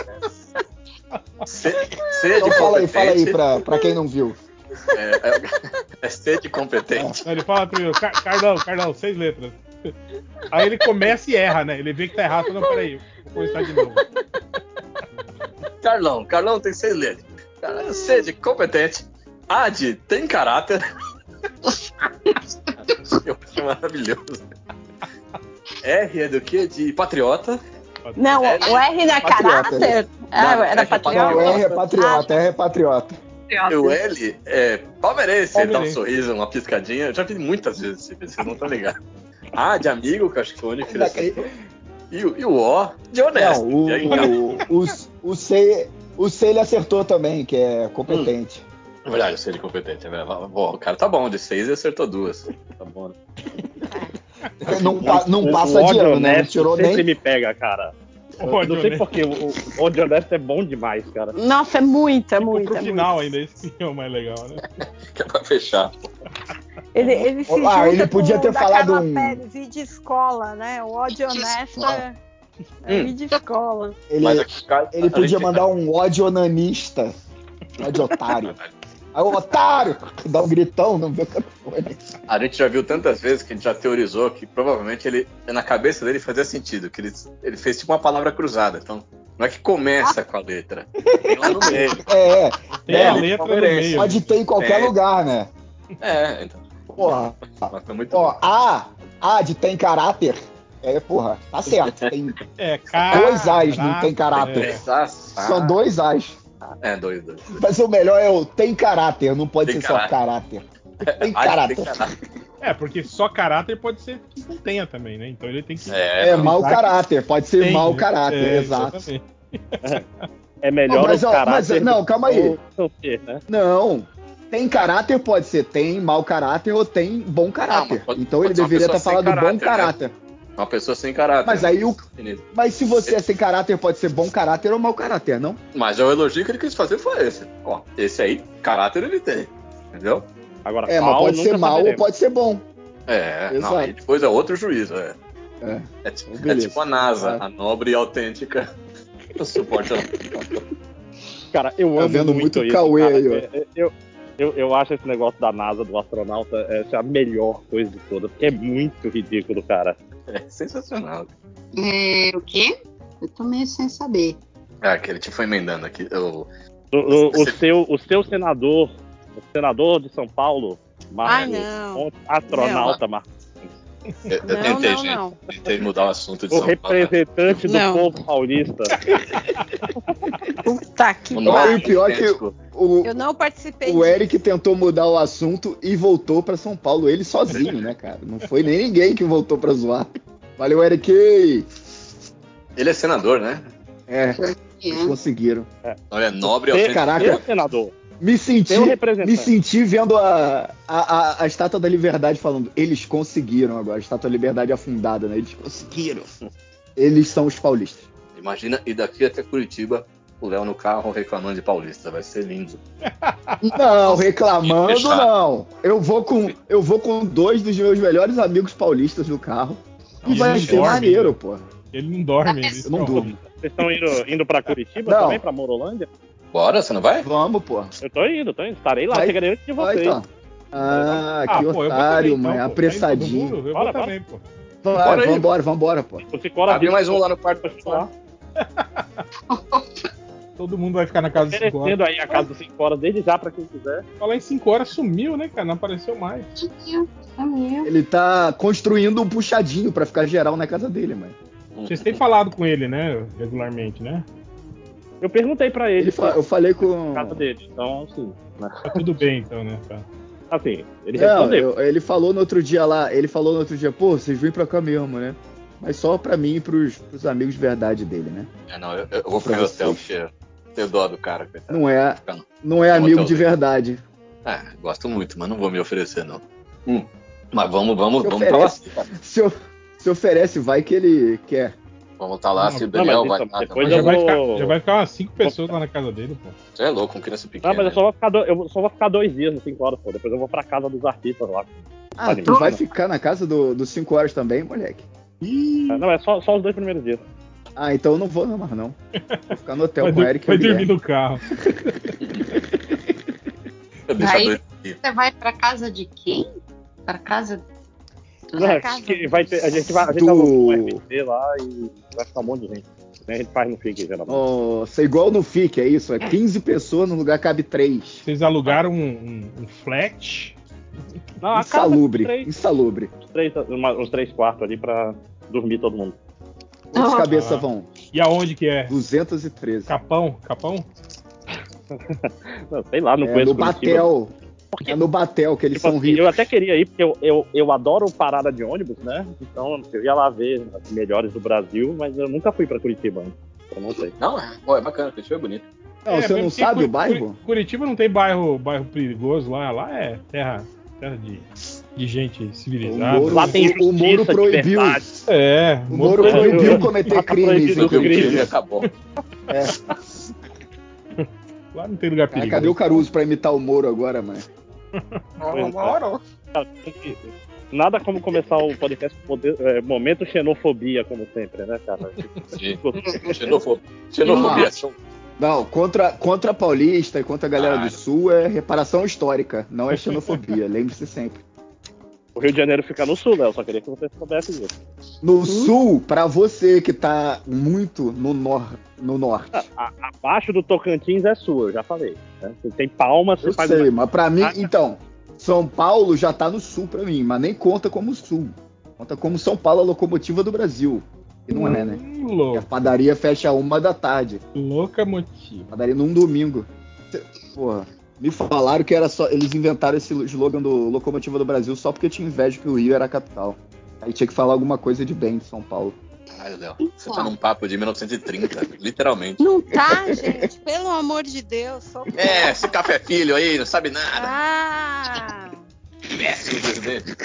[SPEAKER 6] C, é
[SPEAKER 1] Então
[SPEAKER 6] de
[SPEAKER 1] fala aí,
[SPEAKER 6] competente.
[SPEAKER 1] fala aí pra, pra quem não viu.
[SPEAKER 6] É, é, é C de competente.
[SPEAKER 4] Aí ele fala primeiro, "Car- Carlão, Carlão, seis letras. Aí ele começa e erra, né? Ele vê que tá errado, fala, não, peraí, vou começar de novo.
[SPEAKER 6] Carlão, Carlão tem seis letras. Cara, C de competente. A de tem caráter. Eu achei maravilhoso. R é do quê? De patriota.
[SPEAKER 7] Não,
[SPEAKER 6] É,
[SPEAKER 7] o R não é
[SPEAKER 1] patriota,
[SPEAKER 7] caráter? Ah,
[SPEAKER 6] Não,
[SPEAKER 7] era
[SPEAKER 6] é
[SPEAKER 7] patriota.
[SPEAKER 1] Não, R é patriota, R é patriota.
[SPEAKER 6] E o L é palmeirense. Ele dá um
[SPEAKER 4] Palmeirense.
[SPEAKER 6] sorriso, uma piscadinha. Eu já vi muitas vezes esse vídeo, vocês não estão ligados. A de amigo, que eu acho que foi o único que ele acertou. E, o- e o O de honesto. é
[SPEAKER 1] Não, o,
[SPEAKER 6] E aí, cara,
[SPEAKER 1] o, o, o, C, o C ele acertou também, que é competente.
[SPEAKER 6] Na É verdade, eu sei de competente. né? Bom, o cara tá bom, de seis e acertou duas. Tá bom, né?
[SPEAKER 1] Não, pa- não
[SPEAKER 3] O-
[SPEAKER 1] passa
[SPEAKER 3] o
[SPEAKER 1] de
[SPEAKER 3] ódio
[SPEAKER 1] ano, né? Não
[SPEAKER 3] honesto
[SPEAKER 1] tirou
[SPEAKER 3] sempre
[SPEAKER 1] nem.
[SPEAKER 3] me pega, cara. Eu
[SPEAKER 4] Ódio
[SPEAKER 3] não sei
[SPEAKER 4] honesto.
[SPEAKER 3] porquê, o o ódio honesto é bom demais, cara.
[SPEAKER 7] Nossa, é muita, é
[SPEAKER 4] Tipo,
[SPEAKER 7] muita.
[SPEAKER 4] pro
[SPEAKER 7] é
[SPEAKER 4] final
[SPEAKER 7] muita.
[SPEAKER 4] ainda, esse que é o mais legal, né?
[SPEAKER 6] Que é pra fechar.
[SPEAKER 7] Ele, ele se
[SPEAKER 1] Ah,
[SPEAKER 7] junta
[SPEAKER 1] ele podia
[SPEAKER 7] com
[SPEAKER 1] ter
[SPEAKER 7] o da
[SPEAKER 1] falado
[SPEAKER 7] Carla
[SPEAKER 1] um-
[SPEAKER 7] Pérez e de escola, né? O ódio honesto é, é ir de escola.
[SPEAKER 1] Ele,
[SPEAKER 6] Mas aqui, cara,
[SPEAKER 1] ele
[SPEAKER 6] a
[SPEAKER 1] podia
[SPEAKER 6] gente-
[SPEAKER 1] mandar um ódio onanista. Ódio otário. Aí o otário dá um gritão, não vê o telefone.
[SPEAKER 6] A gente já viu tantas vezes que a gente já teorizou que provavelmente ele, na cabeça dele fazia sentido, que ele, ele fez tipo uma palavra cruzada. Então, não é que começa com a letra. Tem lá no meio.
[SPEAKER 1] É, é.
[SPEAKER 4] Tem
[SPEAKER 1] É,
[SPEAKER 4] a letra no
[SPEAKER 6] palmeirense.
[SPEAKER 4] meio.
[SPEAKER 1] Pode ter em qualquer
[SPEAKER 6] É.
[SPEAKER 1] lugar, né?
[SPEAKER 6] É, então.
[SPEAKER 1] Porra.
[SPEAKER 6] Mas tá muito
[SPEAKER 1] Ó, A, A de tem caráter. É, porra, tá certo. Tem
[SPEAKER 4] É, cara.
[SPEAKER 1] Dois A's, não tem
[SPEAKER 6] bom.
[SPEAKER 1] caráter.
[SPEAKER 4] É.
[SPEAKER 6] Pensaço.
[SPEAKER 1] só dois A's.
[SPEAKER 6] tá, É, dois, dois.
[SPEAKER 1] Mas o melhor é o tem caráter, não pode
[SPEAKER 6] Tem
[SPEAKER 1] ser só caráter. Tem
[SPEAKER 6] Ah,
[SPEAKER 1] caráter.
[SPEAKER 6] tem caráter.
[SPEAKER 4] É, porque só caráter pode ser que não tenha também, né? Então ele tem que.
[SPEAKER 1] É,
[SPEAKER 6] É, não.
[SPEAKER 1] mau
[SPEAKER 4] Isaac
[SPEAKER 1] caráter, pode ser
[SPEAKER 4] Tem,
[SPEAKER 1] mau
[SPEAKER 4] né?
[SPEAKER 1] caráter,
[SPEAKER 4] É,
[SPEAKER 1] exato.
[SPEAKER 4] exatamente.
[SPEAKER 3] É melhor
[SPEAKER 1] Mas,
[SPEAKER 3] o
[SPEAKER 1] ó,
[SPEAKER 3] caráter.
[SPEAKER 1] mas, não, calma aí.
[SPEAKER 3] do que o quê, né?
[SPEAKER 1] Não. Tem caráter pode ser tem mau caráter ou tem bom
[SPEAKER 6] Não,
[SPEAKER 1] caráter.
[SPEAKER 6] mas pode-
[SPEAKER 1] então
[SPEAKER 6] pode
[SPEAKER 1] ele
[SPEAKER 6] ser uma
[SPEAKER 1] deveria
[SPEAKER 6] pessoa
[SPEAKER 1] estar falando
[SPEAKER 6] sem
[SPEAKER 1] bom
[SPEAKER 6] caráter, né?
[SPEAKER 1] caráter.
[SPEAKER 6] Uma pessoa sem caráter.
[SPEAKER 1] Mas aí o
[SPEAKER 6] Beleza.
[SPEAKER 1] mas se você é sem caráter pode ser bom caráter ou mau caráter, não?
[SPEAKER 6] Mas o elogio que ele quis fazer foi esse. Ó, esse aí, caráter ele tem. Entendeu?
[SPEAKER 3] Agora,
[SPEAKER 1] É, mas
[SPEAKER 3] mal,
[SPEAKER 1] pode ser
[SPEAKER 3] nunca
[SPEAKER 1] mal ou
[SPEAKER 3] saberemos.
[SPEAKER 1] pode ser bom.
[SPEAKER 6] É,
[SPEAKER 1] Exato.
[SPEAKER 6] não, aí depois é outro juízo. É,
[SPEAKER 1] É.
[SPEAKER 6] É ti- é
[SPEAKER 1] Beleza.
[SPEAKER 6] tipo a NASA,
[SPEAKER 1] Ah.
[SPEAKER 6] a nobre e autêntica. O suporte.
[SPEAKER 3] Cara, eu
[SPEAKER 1] Tá
[SPEAKER 3] amo
[SPEAKER 1] vendo muito
[SPEAKER 3] muito isso,
[SPEAKER 1] Cauê
[SPEAKER 3] cara.
[SPEAKER 1] aí, ó.
[SPEAKER 3] É, é, Eu, eu, eu acho esse negócio da NASA, do astronauta, essa é a melhor coisa de toda, porque é muito ridículo, cara.
[SPEAKER 6] é sensacional.
[SPEAKER 5] É, o quê? Eu tô meio sem saber.
[SPEAKER 6] É, que ele te foi emendando aqui. Eu,
[SPEAKER 3] O, o, o
[SPEAKER 6] Você-
[SPEAKER 3] seu, o seu senador, o senador de São Paulo,
[SPEAKER 7] Ai,
[SPEAKER 3] Marcos,
[SPEAKER 7] não.
[SPEAKER 3] um astronauta, Marcos.
[SPEAKER 6] Eu, eu
[SPEAKER 8] Não,
[SPEAKER 6] tentei,
[SPEAKER 8] não,
[SPEAKER 6] gente.
[SPEAKER 8] não.
[SPEAKER 6] Tentei mudar o assunto de
[SPEAKER 3] O
[SPEAKER 6] São Paulo.
[SPEAKER 3] representante do
[SPEAKER 8] Não.
[SPEAKER 3] povo paulista.
[SPEAKER 8] Puta que
[SPEAKER 6] Não
[SPEAKER 1] Olha,
[SPEAKER 6] dá,
[SPEAKER 1] e o pior é que
[SPEAKER 6] idêntico.
[SPEAKER 1] O,
[SPEAKER 8] Eu não participei.
[SPEAKER 1] o Eric tentou mudar o assunto e voltou pra São Paulo, ele sozinho, né, cara? Não foi nem ninguém que voltou pra zoar. Valeu, Eric!
[SPEAKER 6] Ele é senador, né?
[SPEAKER 1] É, eles conseguiram.
[SPEAKER 6] Olha, nobre
[SPEAKER 3] Você-
[SPEAKER 6] autêntico.
[SPEAKER 1] Caraca.
[SPEAKER 3] Meu senador.
[SPEAKER 1] Me senti,
[SPEAKER 3] Tem um
[SPEAKER 1] me
[SPEAKER 3] representante.
[SPEAKER 1] senti vendo a, a, a, a Estátua da Liberdade falando, eles conseguiram agora, a Estátua da Liberdade afundada, né? Eles conseguiram. Eles são os paulistas.
[SPEAKER 6] Imagina, e daqui até Curitiba, o Léo no carro reclamando de paulista. Vai ser lindo.
[SPEAKER 1] Não, reclamando
[SPEAKER 6] Fechado.
[SPEAKER 1] não. Eu vou com eu vou com dois dos meus melhores amigos paulistas no carro. E
[SPEAKER 4] Ele
[SPEAKER 1] vai
[SPEAKER 4] não
[SPEAKER 1] ser
[SPEAKER 4] dorme.
[SPEAKER 1] maneiro, pô.
[SPEAKER 4] Ele não dorme.
[SPEAKER 5] Eu
[SPEAKER 4] Ele
[SPEAKER 1] Eu não
[SPEAKER 4] dorme.
[SPEAKER 1] durmo.
[SPEAKER 3] Vocês estão indo, indo pra Curitiba
[SPEAKER 1] Não.
[SPEAKER 3] também, pra Morolândia?
[SPEAKER 6] Bora, você não vai?
[SPEAKER 1] Vamos, pô.
[SPEAKER 3] Eu tô indo, tô indo. Estarei lá,
[SPEAKER 1] Vai-
[SPEAKER 3] chegarei antes de
[SPEAKER 1] Vai,
[SPEAKER 3] vocês.
[SPEAKER 1] então. Ah, que
[SPEAKER 4] pô, eu vou
[SPEAKER 1] otário,
[SPEAKER 4] também,
[SPEAKER 1] mãe.
[SPEAKER 4] então, pô. Tá indo todo mundo?
[SPEAKER 1] Apressadinho.
[SPEAKER 4] Eu
[SPEAKER 3] Bora,
[SPEAKER 4] vou também, pô.
[SPEAKER 1] Vai,
[SPEAKER 6] Bora aí.
[SPEAKER 1] vambora, vambora, pô.
[SPEAKER 3] O Cicora
[SPEAKER 6] Abre mais um lá no quarto
[SPEAKER 3] pra
[SPEAKER 6] pra falar.
[SPEAKER 3] falar.
[SPEAKER 4] Todo mundo vai ficar na casa de 5 horas.
[SPEAKER 3] Oferecendo aí a casa do Cicora desde já pra quem quiser.
[SPEAKER 4] Falar em 5 horas sumiu, né, cara? Não apareceu mais.
[SPEAKER 1] Ele tá construindo um puxadinho pra ficar geral na casa dele, mãe.
[SPEAKER 4] Vocês têm falado com ele, né? Regularmente, né?
[SPEAKER 3] Eu perguntei pra ele,
[SPEAKER 1] Ele fa- eu falei com.
[SPEAKER 3] a casa dele. Então, assim, né?
[SPEAKER 4] Tá tudo bem, então, né, cara?
[SPEAKER 3] assim ele
[SPEAKER 1] Não,
[SPEAKER 3] respondeu.
[SPEAKER 1] eu- ele falou no outro dia lá, ele falou no outro dia, pô, vocês vêm pra cá mesmo, né? Mas só pra mim e pros, pros amigos de verdade dele, né?
[SPEAKER 6] É, não, eu, eu vou ficar no hotel, porque eu tenho dó do cara. coitado.
[SPEAKER 1] Não é,
[SPEAKER 3] Tá.
[SPEAKER 6] Ficar no-
[SPEAKER 1] não é
[SPEAKER 6] No
[SPEAKER 3] então
[SPEAKER 1] amigo de
[SPEAKER 6] hotelzinho.
[SPEAKER 1] verdade.
[SPEAKER 6] Ah, gosto muito, mas não vou me oferecer, não. Hum, Mas vamos, vamos,
[SPEAKER 1] Se
[SPEAKER 6] vamos pra lá.
[SPEAKER 1] oferece. Se, o- se oferece, vai que ele quer.
[SPEAKER 6] Vamos estar lá,
[SPEAKER 4] Não,
[SPEAKER 6] se o
[SPEAKER 3] não,
[SPEAKER 6] Belial
[SPEAKER 3] mas
[SPEAKER 6] vai
[SPEAKER 3] então,
[SPEAKER 6] lá.
[SPEAKER 3] depois
[SPEAKER 4] Mas
[SPEAKER 6] também.
[SPEAKER 4] já,
[SPEAKER 3] eu
[SPEAKER 4] vai
[SPEAKER 3] vou-
[SPEAKER 4] ficar, já vai ficar umas 5 pessoas lá na casa dele, pô.
[SPEAKER 6] Você é louco, um criança
[SPEAKER 3] Não,
[SPEAKER 6] pequena.
[SPEAKER 3] Ah, mas eu só vou ficar dois, eu só vou ficar dois dias no 5 horas, pô. Depois eu vou pra casa dos artistas lá.
[SPEAKER 1] Ah,
[SPEAKER 3] Olha, então-
[SPEAKER 1] tu vai
[SPEAKER 3] não.
[SPEAKER 1] ficar na casa do- dos 5 horas também, moleque?
[SPEAKER 3] Não, é só, só os dois primeiros dias.
[SPEAKER 1] Ah, então eu não vou não, mais não. Vou ficar no hotel
[SPEAKER 4] Vai,
[SPEAKER 1] com o
[SPEAKER 4] dur-
[SPEAKER 1] um Eric é. e
[SPEAKER 4] vai
[SPEAKER 1] o
[SPEAKER 4] dormir
[SPEAKER 1] Guilherme.
[SPEAKER 4] no carro.
[SPEAKER 6] né? Eu deixo
[SPEAKER 5] Aí-
[SPEAKER 6] dois aqui.
[SPEAKER 5] Você vai pra casa de quem? Pra casa dos
[SPEAKER 3] Não,
[SPEAKER 5] da
[SPEAKER 3] é
[SPEAKER 5] casa?
[SPEAKER 3] que vai ter, a gente vai, a gente
[SPEAKER 1] Do-
[SPEAKER 3] vai um RPG lá e vai ficar um monte de gente. Né, A gente faz no FIG, geralmente.
[SPEAKER 1] Nossa, igual no FIC, é isso? É 15 pessoas, no lugar cabe 3.
[SPEAKER 4] Vocês alugaram um, um- um flat.
[SPEAKER 3] Não, a casa
[SPEAKER 1] Insalubre,
[SPEAKER 3] tem três,
[SPEAKER 1] insalubre.
[SPEAKER 3] três, uma- uns três quartos ali pra dormir todo mundo.
[SPEAKER 1] Quantas
[SPEAKER 7] Ah.
[SPEAKER 1] cabeças vão?
[SPEAKER 4] E aonde que é?
[SPEAKER 1] 213.
[SPEAKER 4] Capão? Capão?
[SPEAKER 3] Não, sei lá, não
[SPEAKER 1] É
[SPEAKER 3] conheço
[SPEAKER 1] no Batel. É no Batel que eles
[SPEAKER 3] Tipo
[SPEAKER 1] são
[SPEAKER 3] assim,
[SPEAKER 1] ricos.
[SPEAKER 3] eu até queria ir, porque eu, eu, eu adoro parada de ônibus, né? Então eu ia lá ver as melhores do Brasil, mas eu nunca fui pra Curitiba. né? Eu não sei.
[SPEAKER 6] Não, é, pô, é bacana, Curitiba é bonito.
[SPEAKER 1] Não,
[SPEAKER 4] É,
[SPEAKER 1] você
[SPEAKER 4] mas
[SPEAKER 1] não
[SPEAKER 4] porque
[SPEAKER 1] sabe
[SPEAKER 4] Curi-
[SPEAKER 1] o bairro?
[SPEAKER 4] Curi- Curitiba não tem bairro, bairro perigoso lá. Lá é terra, terra de, de gente civilizada.
[SPEAKER 1] O Moro-
[SPEAKER 3] Lá tem
[SPEAKER 1] o Moro
[SPEAKER 3] justiça,
[SPEAKER 1] proibiu.
[SPEAKER 3] liberdade.
[SPEAKER 4] É,
[SPEAKER 1] O Moro
[SPEAKER 3] Moro-
[SPEAKER 1] proibiu
[SPEAKER 3] Moro-
[SPEAKER 1] cometer
[SPEAKER 3] Moro-
[SPEAKER 1] crimes.
[SPEAKER 3] Moro-
[SPEAKER 1] em
[SPEAKER 6] No Rio
[SPEAKER 1] Curitiba.
[SPEAKER 6] Grande acabou.
[SPEAKER 1] É.
[SPEAKER 4] Lá não tem lugar
[SPEAKER 1] Cara,
[SPEAKER 4] perigoso.
[SPEAKER 1] Ah, cadê o Caruso pra imitar o Moro agora, mano?
[SPEAKER 3] Nada como começar o podcast com poder- é, momento xenofobia, como sempre, né, cara?
[SPEAKER 6] Sim. Xenofo- Xenofobia. são-
[SPEAKER 1] Não, contra, contra a Paulista e contra a galera do
[SPEAKER 6] Caralho.
[SPEAKER 1] Sul é reparação histórica, não é xenofobia, lembre-se sempre.
[SPEAKER 3] O Rio de Janeiro fica no sul, Léo. Só queria que você soubesse disso.
[SPEAKER 1] No Sul, pra você que tá muito no, nor no Norte,
[SPEAKER 3] A- abaixo do Tocantins é sul, eu já falei. né? Você tem palma, você
[SPEAKER 1] eu
[SPEAKER 3] faz
[SPEAKER 1] sei, mas pra mim,
[SPEAKER 3] Ah, tá.
[SPEAKER 1] então, São Paulo já tá no Sul pra mim, mas nem conta como Sul. Conta como São Paulo a locomotiva do Brasil. E não é, né?
[SPEAKER 4] Hum,
[SPEAKER 1] E a
[SPEAKER 4] Louco,
[SPEAKER 1] padaria fecha uma da tarde.
[SPEAKER 4] louca motivo.
[SPEAKER 1] Padaria num domingo. Cê- Porra. Me falaram que era só. Eles inventaram esse slogan do Locomotiva do Brasil só porque tinha inveja que o Rio era a capital. Aí tinha que falar alguma coisa de bem de São Paulo.
[SPEAKER 6] Caralho, Léo. Você tá num papo de 1930, literalmente.
[SPEAKER 8] Não tá, gente. Pelo amor de Deus. sou-
[SPEAKER 6] É, esse café filho aí, não sabe nada.
[SPEAKER 8] Ah!
[SPEAKER 6] Péssimo presidente.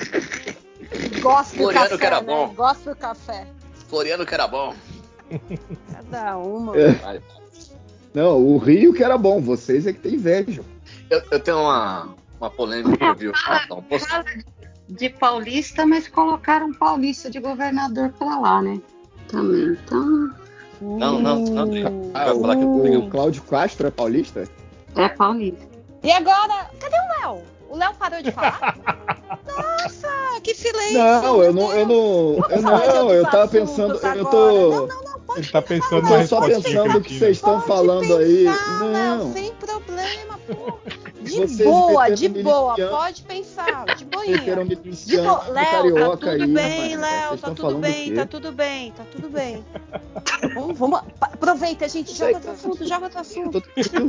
[SPEAKER 7] Gosto do
[SPEAKER 6] Floriano
[SPEAKER 7] café,
[SPEAKER 6] que era
[SPEAKER 7] né?
[SPEAKER 6] bom.
[SPEAKER 7] Gosto do café.
[SPEAKER 6] Floriano que era bom.
[SPEAKER 7] Cada uma.
[SPEAKER 1] É.
[SPEAKER 6] Vai, vai.
[SPEAKER 1] Não, o Rio que era bom, vocês é que tem inveja.
[SPEAKER 6] Eu, eu tenho uma, uma polêmica que eu vi o Chato almoço.
[SPEAKER 5] Casa de paulista, mas colocaram paulista de governador pra lá, né? Também. Então,
[SPEAKER 6] Não, não, não, André.
[SPEAKER 7] Hum.
[SPEAKER 1] Ah,
[SPEAKER 6] Vai falar que eu tô
[SPEAKER 1] o, o
[SPEAKER 6] brigando.
[SPEAKER 1] Cláudio Castro é paulista?
[SPEAKER 5] é paulista.
[SPEAKER 7] E agora, cadê o Léo? O Léo parou de falar?
[SPEAKER 8] Ah, que silêncio.
[SPEAKER 1] Não, eu não, eu não. Eu
[SPEAKER 7] Vamos falar de
[SPEAKER 1] não, eu
[SPEAKER 7] outros
[SPEAKER 1] tava
[SPEAKER 7] assuntos
[SPEAKER 1] pensando. Eu
[SPEAKER 7] agora.
[SPEAKER 1] tô.
[SPEAKER 7] Não, não, não,
[SPEAKER 4] Ele tá
[SPEAKER 1] Eu
[SPEAKER 4] pensando na
[SPEAKER 1] tô só
[SPEAKER 4] resposta né?
[SPEAKER 1] pensando o que vocês estão
[SPEAKER 7] Pode
[SPEAKER 1] falando aí.
[SPEAKER 7] pensar, Léo,
[SPEAKER 1] Não.
[SPEAKER 7] sem problema, pô. De
[SPEAKER 1] Vocês
[SPEAKER 7] boa,
[SPEAKER 1] metendo
[SPEAKER 7] de boa,
[SPEAKER 1] miliciano.
[SPEAKER 7] pode pensar. De boa,
[SPEAKER 1] meteram me
[SPEAKER 7] Digo,
[SPEAKER 1] Cristiano
[SPEAKER 7] Léo, tá
[SPEAKER 1] Carioca
[SPEAKER 7] tudo
[SPEAKER 1] aí.
[SPEAKER 7] bem,
[SPEAKER 1] rapaz.
[SPEAKER 7] Léo,
[SPEAKER 1] Vocês
[SPEAKER 7] tá
[SPEAKER 1] tão
[SPEAKER 7] tudo
[SPEAKER 1] falando do
[SPEAKER 7] bem,
[SPEAKER 1] quê?
[SPEAKER 7] tá tudo bem, tá tudo bem. vamos, vamos, pa- aproveita, gente,
[SPEAKER 1] Sei
[SPEAKER 7] joga
[SPEAKER 1] que
[SPEAKER 7] outro
[SPEAKER 1] tá-
[SPEAKER 7] assunto, joga outro
[SPEAKER 1] Eu
[SPEAKER 7] assunto,
[SPEAKER 1] tô tranquilo.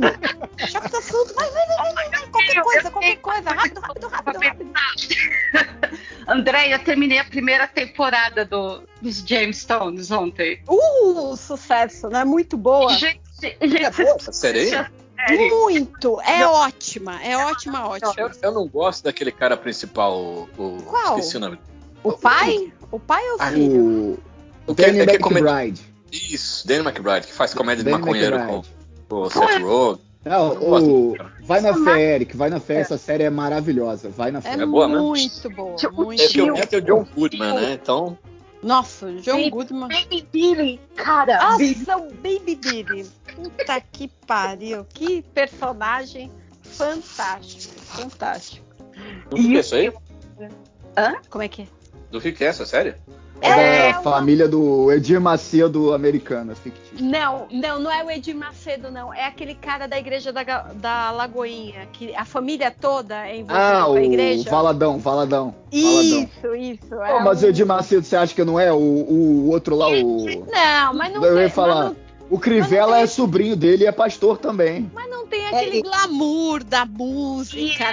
[SPEAKER 7] joga outro assunto, tá vai, vai, vai, vai, vai, vai, qualquer coisa, qualquer coisa, rápido, rápido, rápido, rápido.
[SPEAKER 5] André, eu terminei a primeira temporada do, dos Jamestones ontem.
[SPEAKER 7] Uh, sucesso, né? Muito boa.
[SPEAKER 5] Gente, gente, vocês
[SPEAKER 6] Essa série aí?
[SPEAKER 5] sério?
[SPEAKER 8] Muito! É ótima, é ótima, ótima.
[SPEAKER 6] Eu, eu não gosto daquele cara principal, o. o-
[SPEAKER 8] Qual?
[SPEAKER 6] Esqueci o nome.
[SPEAKER 8] O pai? O pai ou o
[SPEAKER 6] Ah,
[SPEAKER 8] filho?
[SPEAKER 1] O
[SPEAKER 6] O que
[SPEAKER 1] Danny
[SPEAKER 6] é que comenta-
[SPEAKER 1] McBride.
[SPEAKER 6] Isso, Danny McBride, que faz comédia de
[SPEAKER 1] Danny
[SPEAKER 6] maconheiro
[SPEAKER 1] McBride.
[SPEAKER 6] com o Seth Rogen.
[SPEAKER 1] Não,
[SPEAKER 6] Eu gosto
[SPEAKER 1] Ah, o-
[SPEAKER 6] desse cara.
[SPEAKER 1] Vai na fé, Eric, vai na fé, essa série é maravilhosa. Vai na
[SPEAKER 8] É,
[SPEAKER 1] fé.
[SPEAKER 6] É boa, né?
[SPEAKER 8] muito boa,
[SPEAKER 5] Tio-
[SPEAKER 8] muito
[SPEAKER 6] É que
[SPEAKER 5] tio-
[SPEAKER 6] eu
[SPEAKER 8] boa.
[SPEAKER 6] é o John Goodman, né? Então,
[SPEAKER 8] Nossa, o John
[SPEAKER 5] Sim.
[SPEAKER 8] Goodman.
[SPEAKER 5] Baby Billy, cara.
[SPEAKER 7] Nossa, o Baby Billy. Puta que pariu. Que personagem fantástico. Fantástico.
[SPEAKER 6] do que é isso aí?
[SPEAKER 8] Como é que é?
[SPEAKER 6] Do que que é essa série?
[SPEAKER 1] É
[SPEAKER 7] É,
[SPEAKER 1] da
[SPEAKER 7] uma-
[SPEAKER 1] família do Edir Macedo americana, fictício.
[SPEAKER 7] Não, não, não é o Edir Macedo, não. É aquele cara da igreja da, Ga- da Lagoinha, que a família toda é envolvida
[SPEAKER 1] Ah,
[SPEAKER 7] com a
[SPEAKER 1] o
[SPEAKER 7] igreja.
[SPEAKER 1] Valadão, Valadão. Valadão.
[SPEAKER 7] Isso, isso. é
[SPEAKER 1] Pô, mas o
[SPEAKER 7] um-
[SPEAKER 1] Edir Macedo, você acha que não é o, o outro lá, o.
[SPEAKER 7] Não, mas não,
[SPEAKER 1] Eu
[SPEAKER 7] tem,
[SPEAKER 1] ia falar.
[SPEAKER 7] Mas, não,
[SPEAKER 1] O Crivella é sobrinho dele e é pastor também.
[SPEAKER 7] mas não tem
[SPEAKER 8] Aquele
[SPEAKER 7] aquele.
[SPEAKER 8] glamour da música,
[SPEAKER 5] É.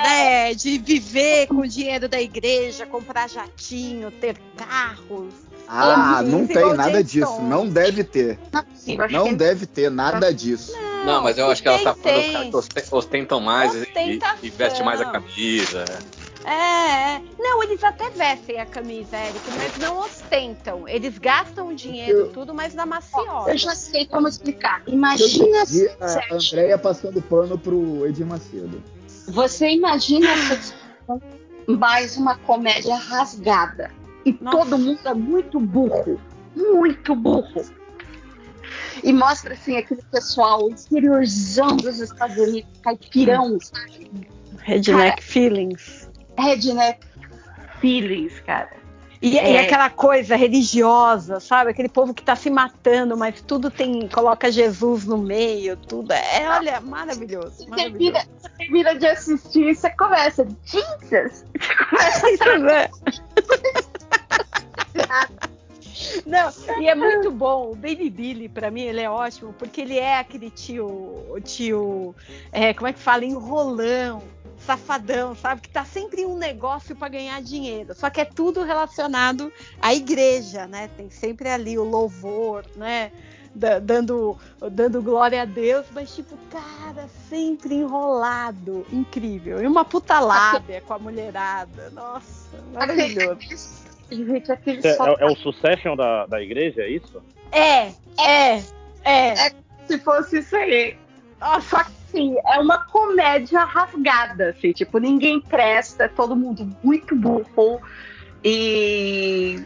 [SPEAKER 8] né? De viver com o dinheiro da igreja, comprar jatinho, ter carros.
[SPEAKER 1] Ah,
[SPEAKER 7] Sim,
[SPEAKER 1] não
[SPEAKER 7] igual
[SPEAKER 1] tem
[SPEAKER 7] o
[SPEAKER 1] nada
[SPEAKER 7] James
[SPEAKER 1] disso.
[SPEAKER 7] Bond.
[SPEAKER 1] Não deve ter.
[SPEAKER 5] assim, Eu acho
[SPEAKER 1] Não
[SPEAKER 5] que-
[SPEAKER 1] deve ter nada disso.
[SPEAKER 6] Não, mas eu
[SPEAKER 7] que
[SPEAKER 6] acho que ela tá
[SPEAKER 7] tem,
[SPEAKER 6] falando do cara
[SPEAKER 7] tem.
[SPEAKER 6] que osten- ostentam mais e- e,
[SPEAKER 7] Ostentação.
[SPEAKER 6] e veste mais a camisa.
[SPEAKER 7] É, é. Não, eles até vestem a camisa, Eric, mas não ostentam. Eles gastam o dinheiro,
[SPEAKER 1] Eu-
[SPEAKER 7] tudo, mas na maciota.
[SPEAKER 5] Eu já sei como explicar.
[SPEAKER 1] Eu ah,
[SPEAKER 5] Imagina
[SPEAKER 1] entendi
[SPEAKER 7] assim,
[SPEAKER 1] a
[SPEAKER 5] Sete.
[SPEAKER 1] Andréia passando pano pro Edir Macedo.
[SPEAKER 5] Você imagina essa discussão, mais uma comédia rasgada. E
[SPEAKER 8] Nossa.
[SPEAKER 5] todo mundo é muito burro. Muito burro. E mostra assim aquele pessoal, o interiorzão dos Estados Unidos, caipirão, sabe?
[SPEAKER 8] Redneck feelings.
[SPEAKER 5] Redneck feelings, cara.
[SPEAKER 7] E,
[SPEAKER 5] É.
[SPEAKER 7] e aquela coisa religiosa, sabe? Aquele povo que tá se matando, mas tudo tem. coloca Jesus no meio, tudo. É, olha, maravilhoso.
[SPEAKER 5] Você
[SPEAKER 7] maravilhoso.
[SPEAKER 5] vira, você vira de assistir e você começa. Jesus!
[SPEAKER 7] é Não, e é muito bom. O Baby Billy, pra mim, ele é ótimo, porque ele é aquele tio, o tio, é, como é que fala? Enrolão, safadão, sabe? Que tá sempre em um negócio pra ganhar dinheiro. Só que é tudo relacionado à igreja, né? Tem sempre ali o louvor, né? Da- dando, dando glória a Deus, mas tipo, cara, sempre enrolado. Incrível. E uma puta lábia com a mulherada. Nossa, maravilhoso.
[SPEAKER 5] Gente, aquele
[SPEAKER 3] É,
[SPEAKER 5] só
[SPEAKER 3] é- é o Succession da, da igreja, é isso?
[SPEAKER 7] É, é, é.
[SPEAKER 5] se fosse isso aí. Ó, só que assim, é uma comédia rasgada, assim, tipo, ninguém presta, é todo mundo muito burro. E.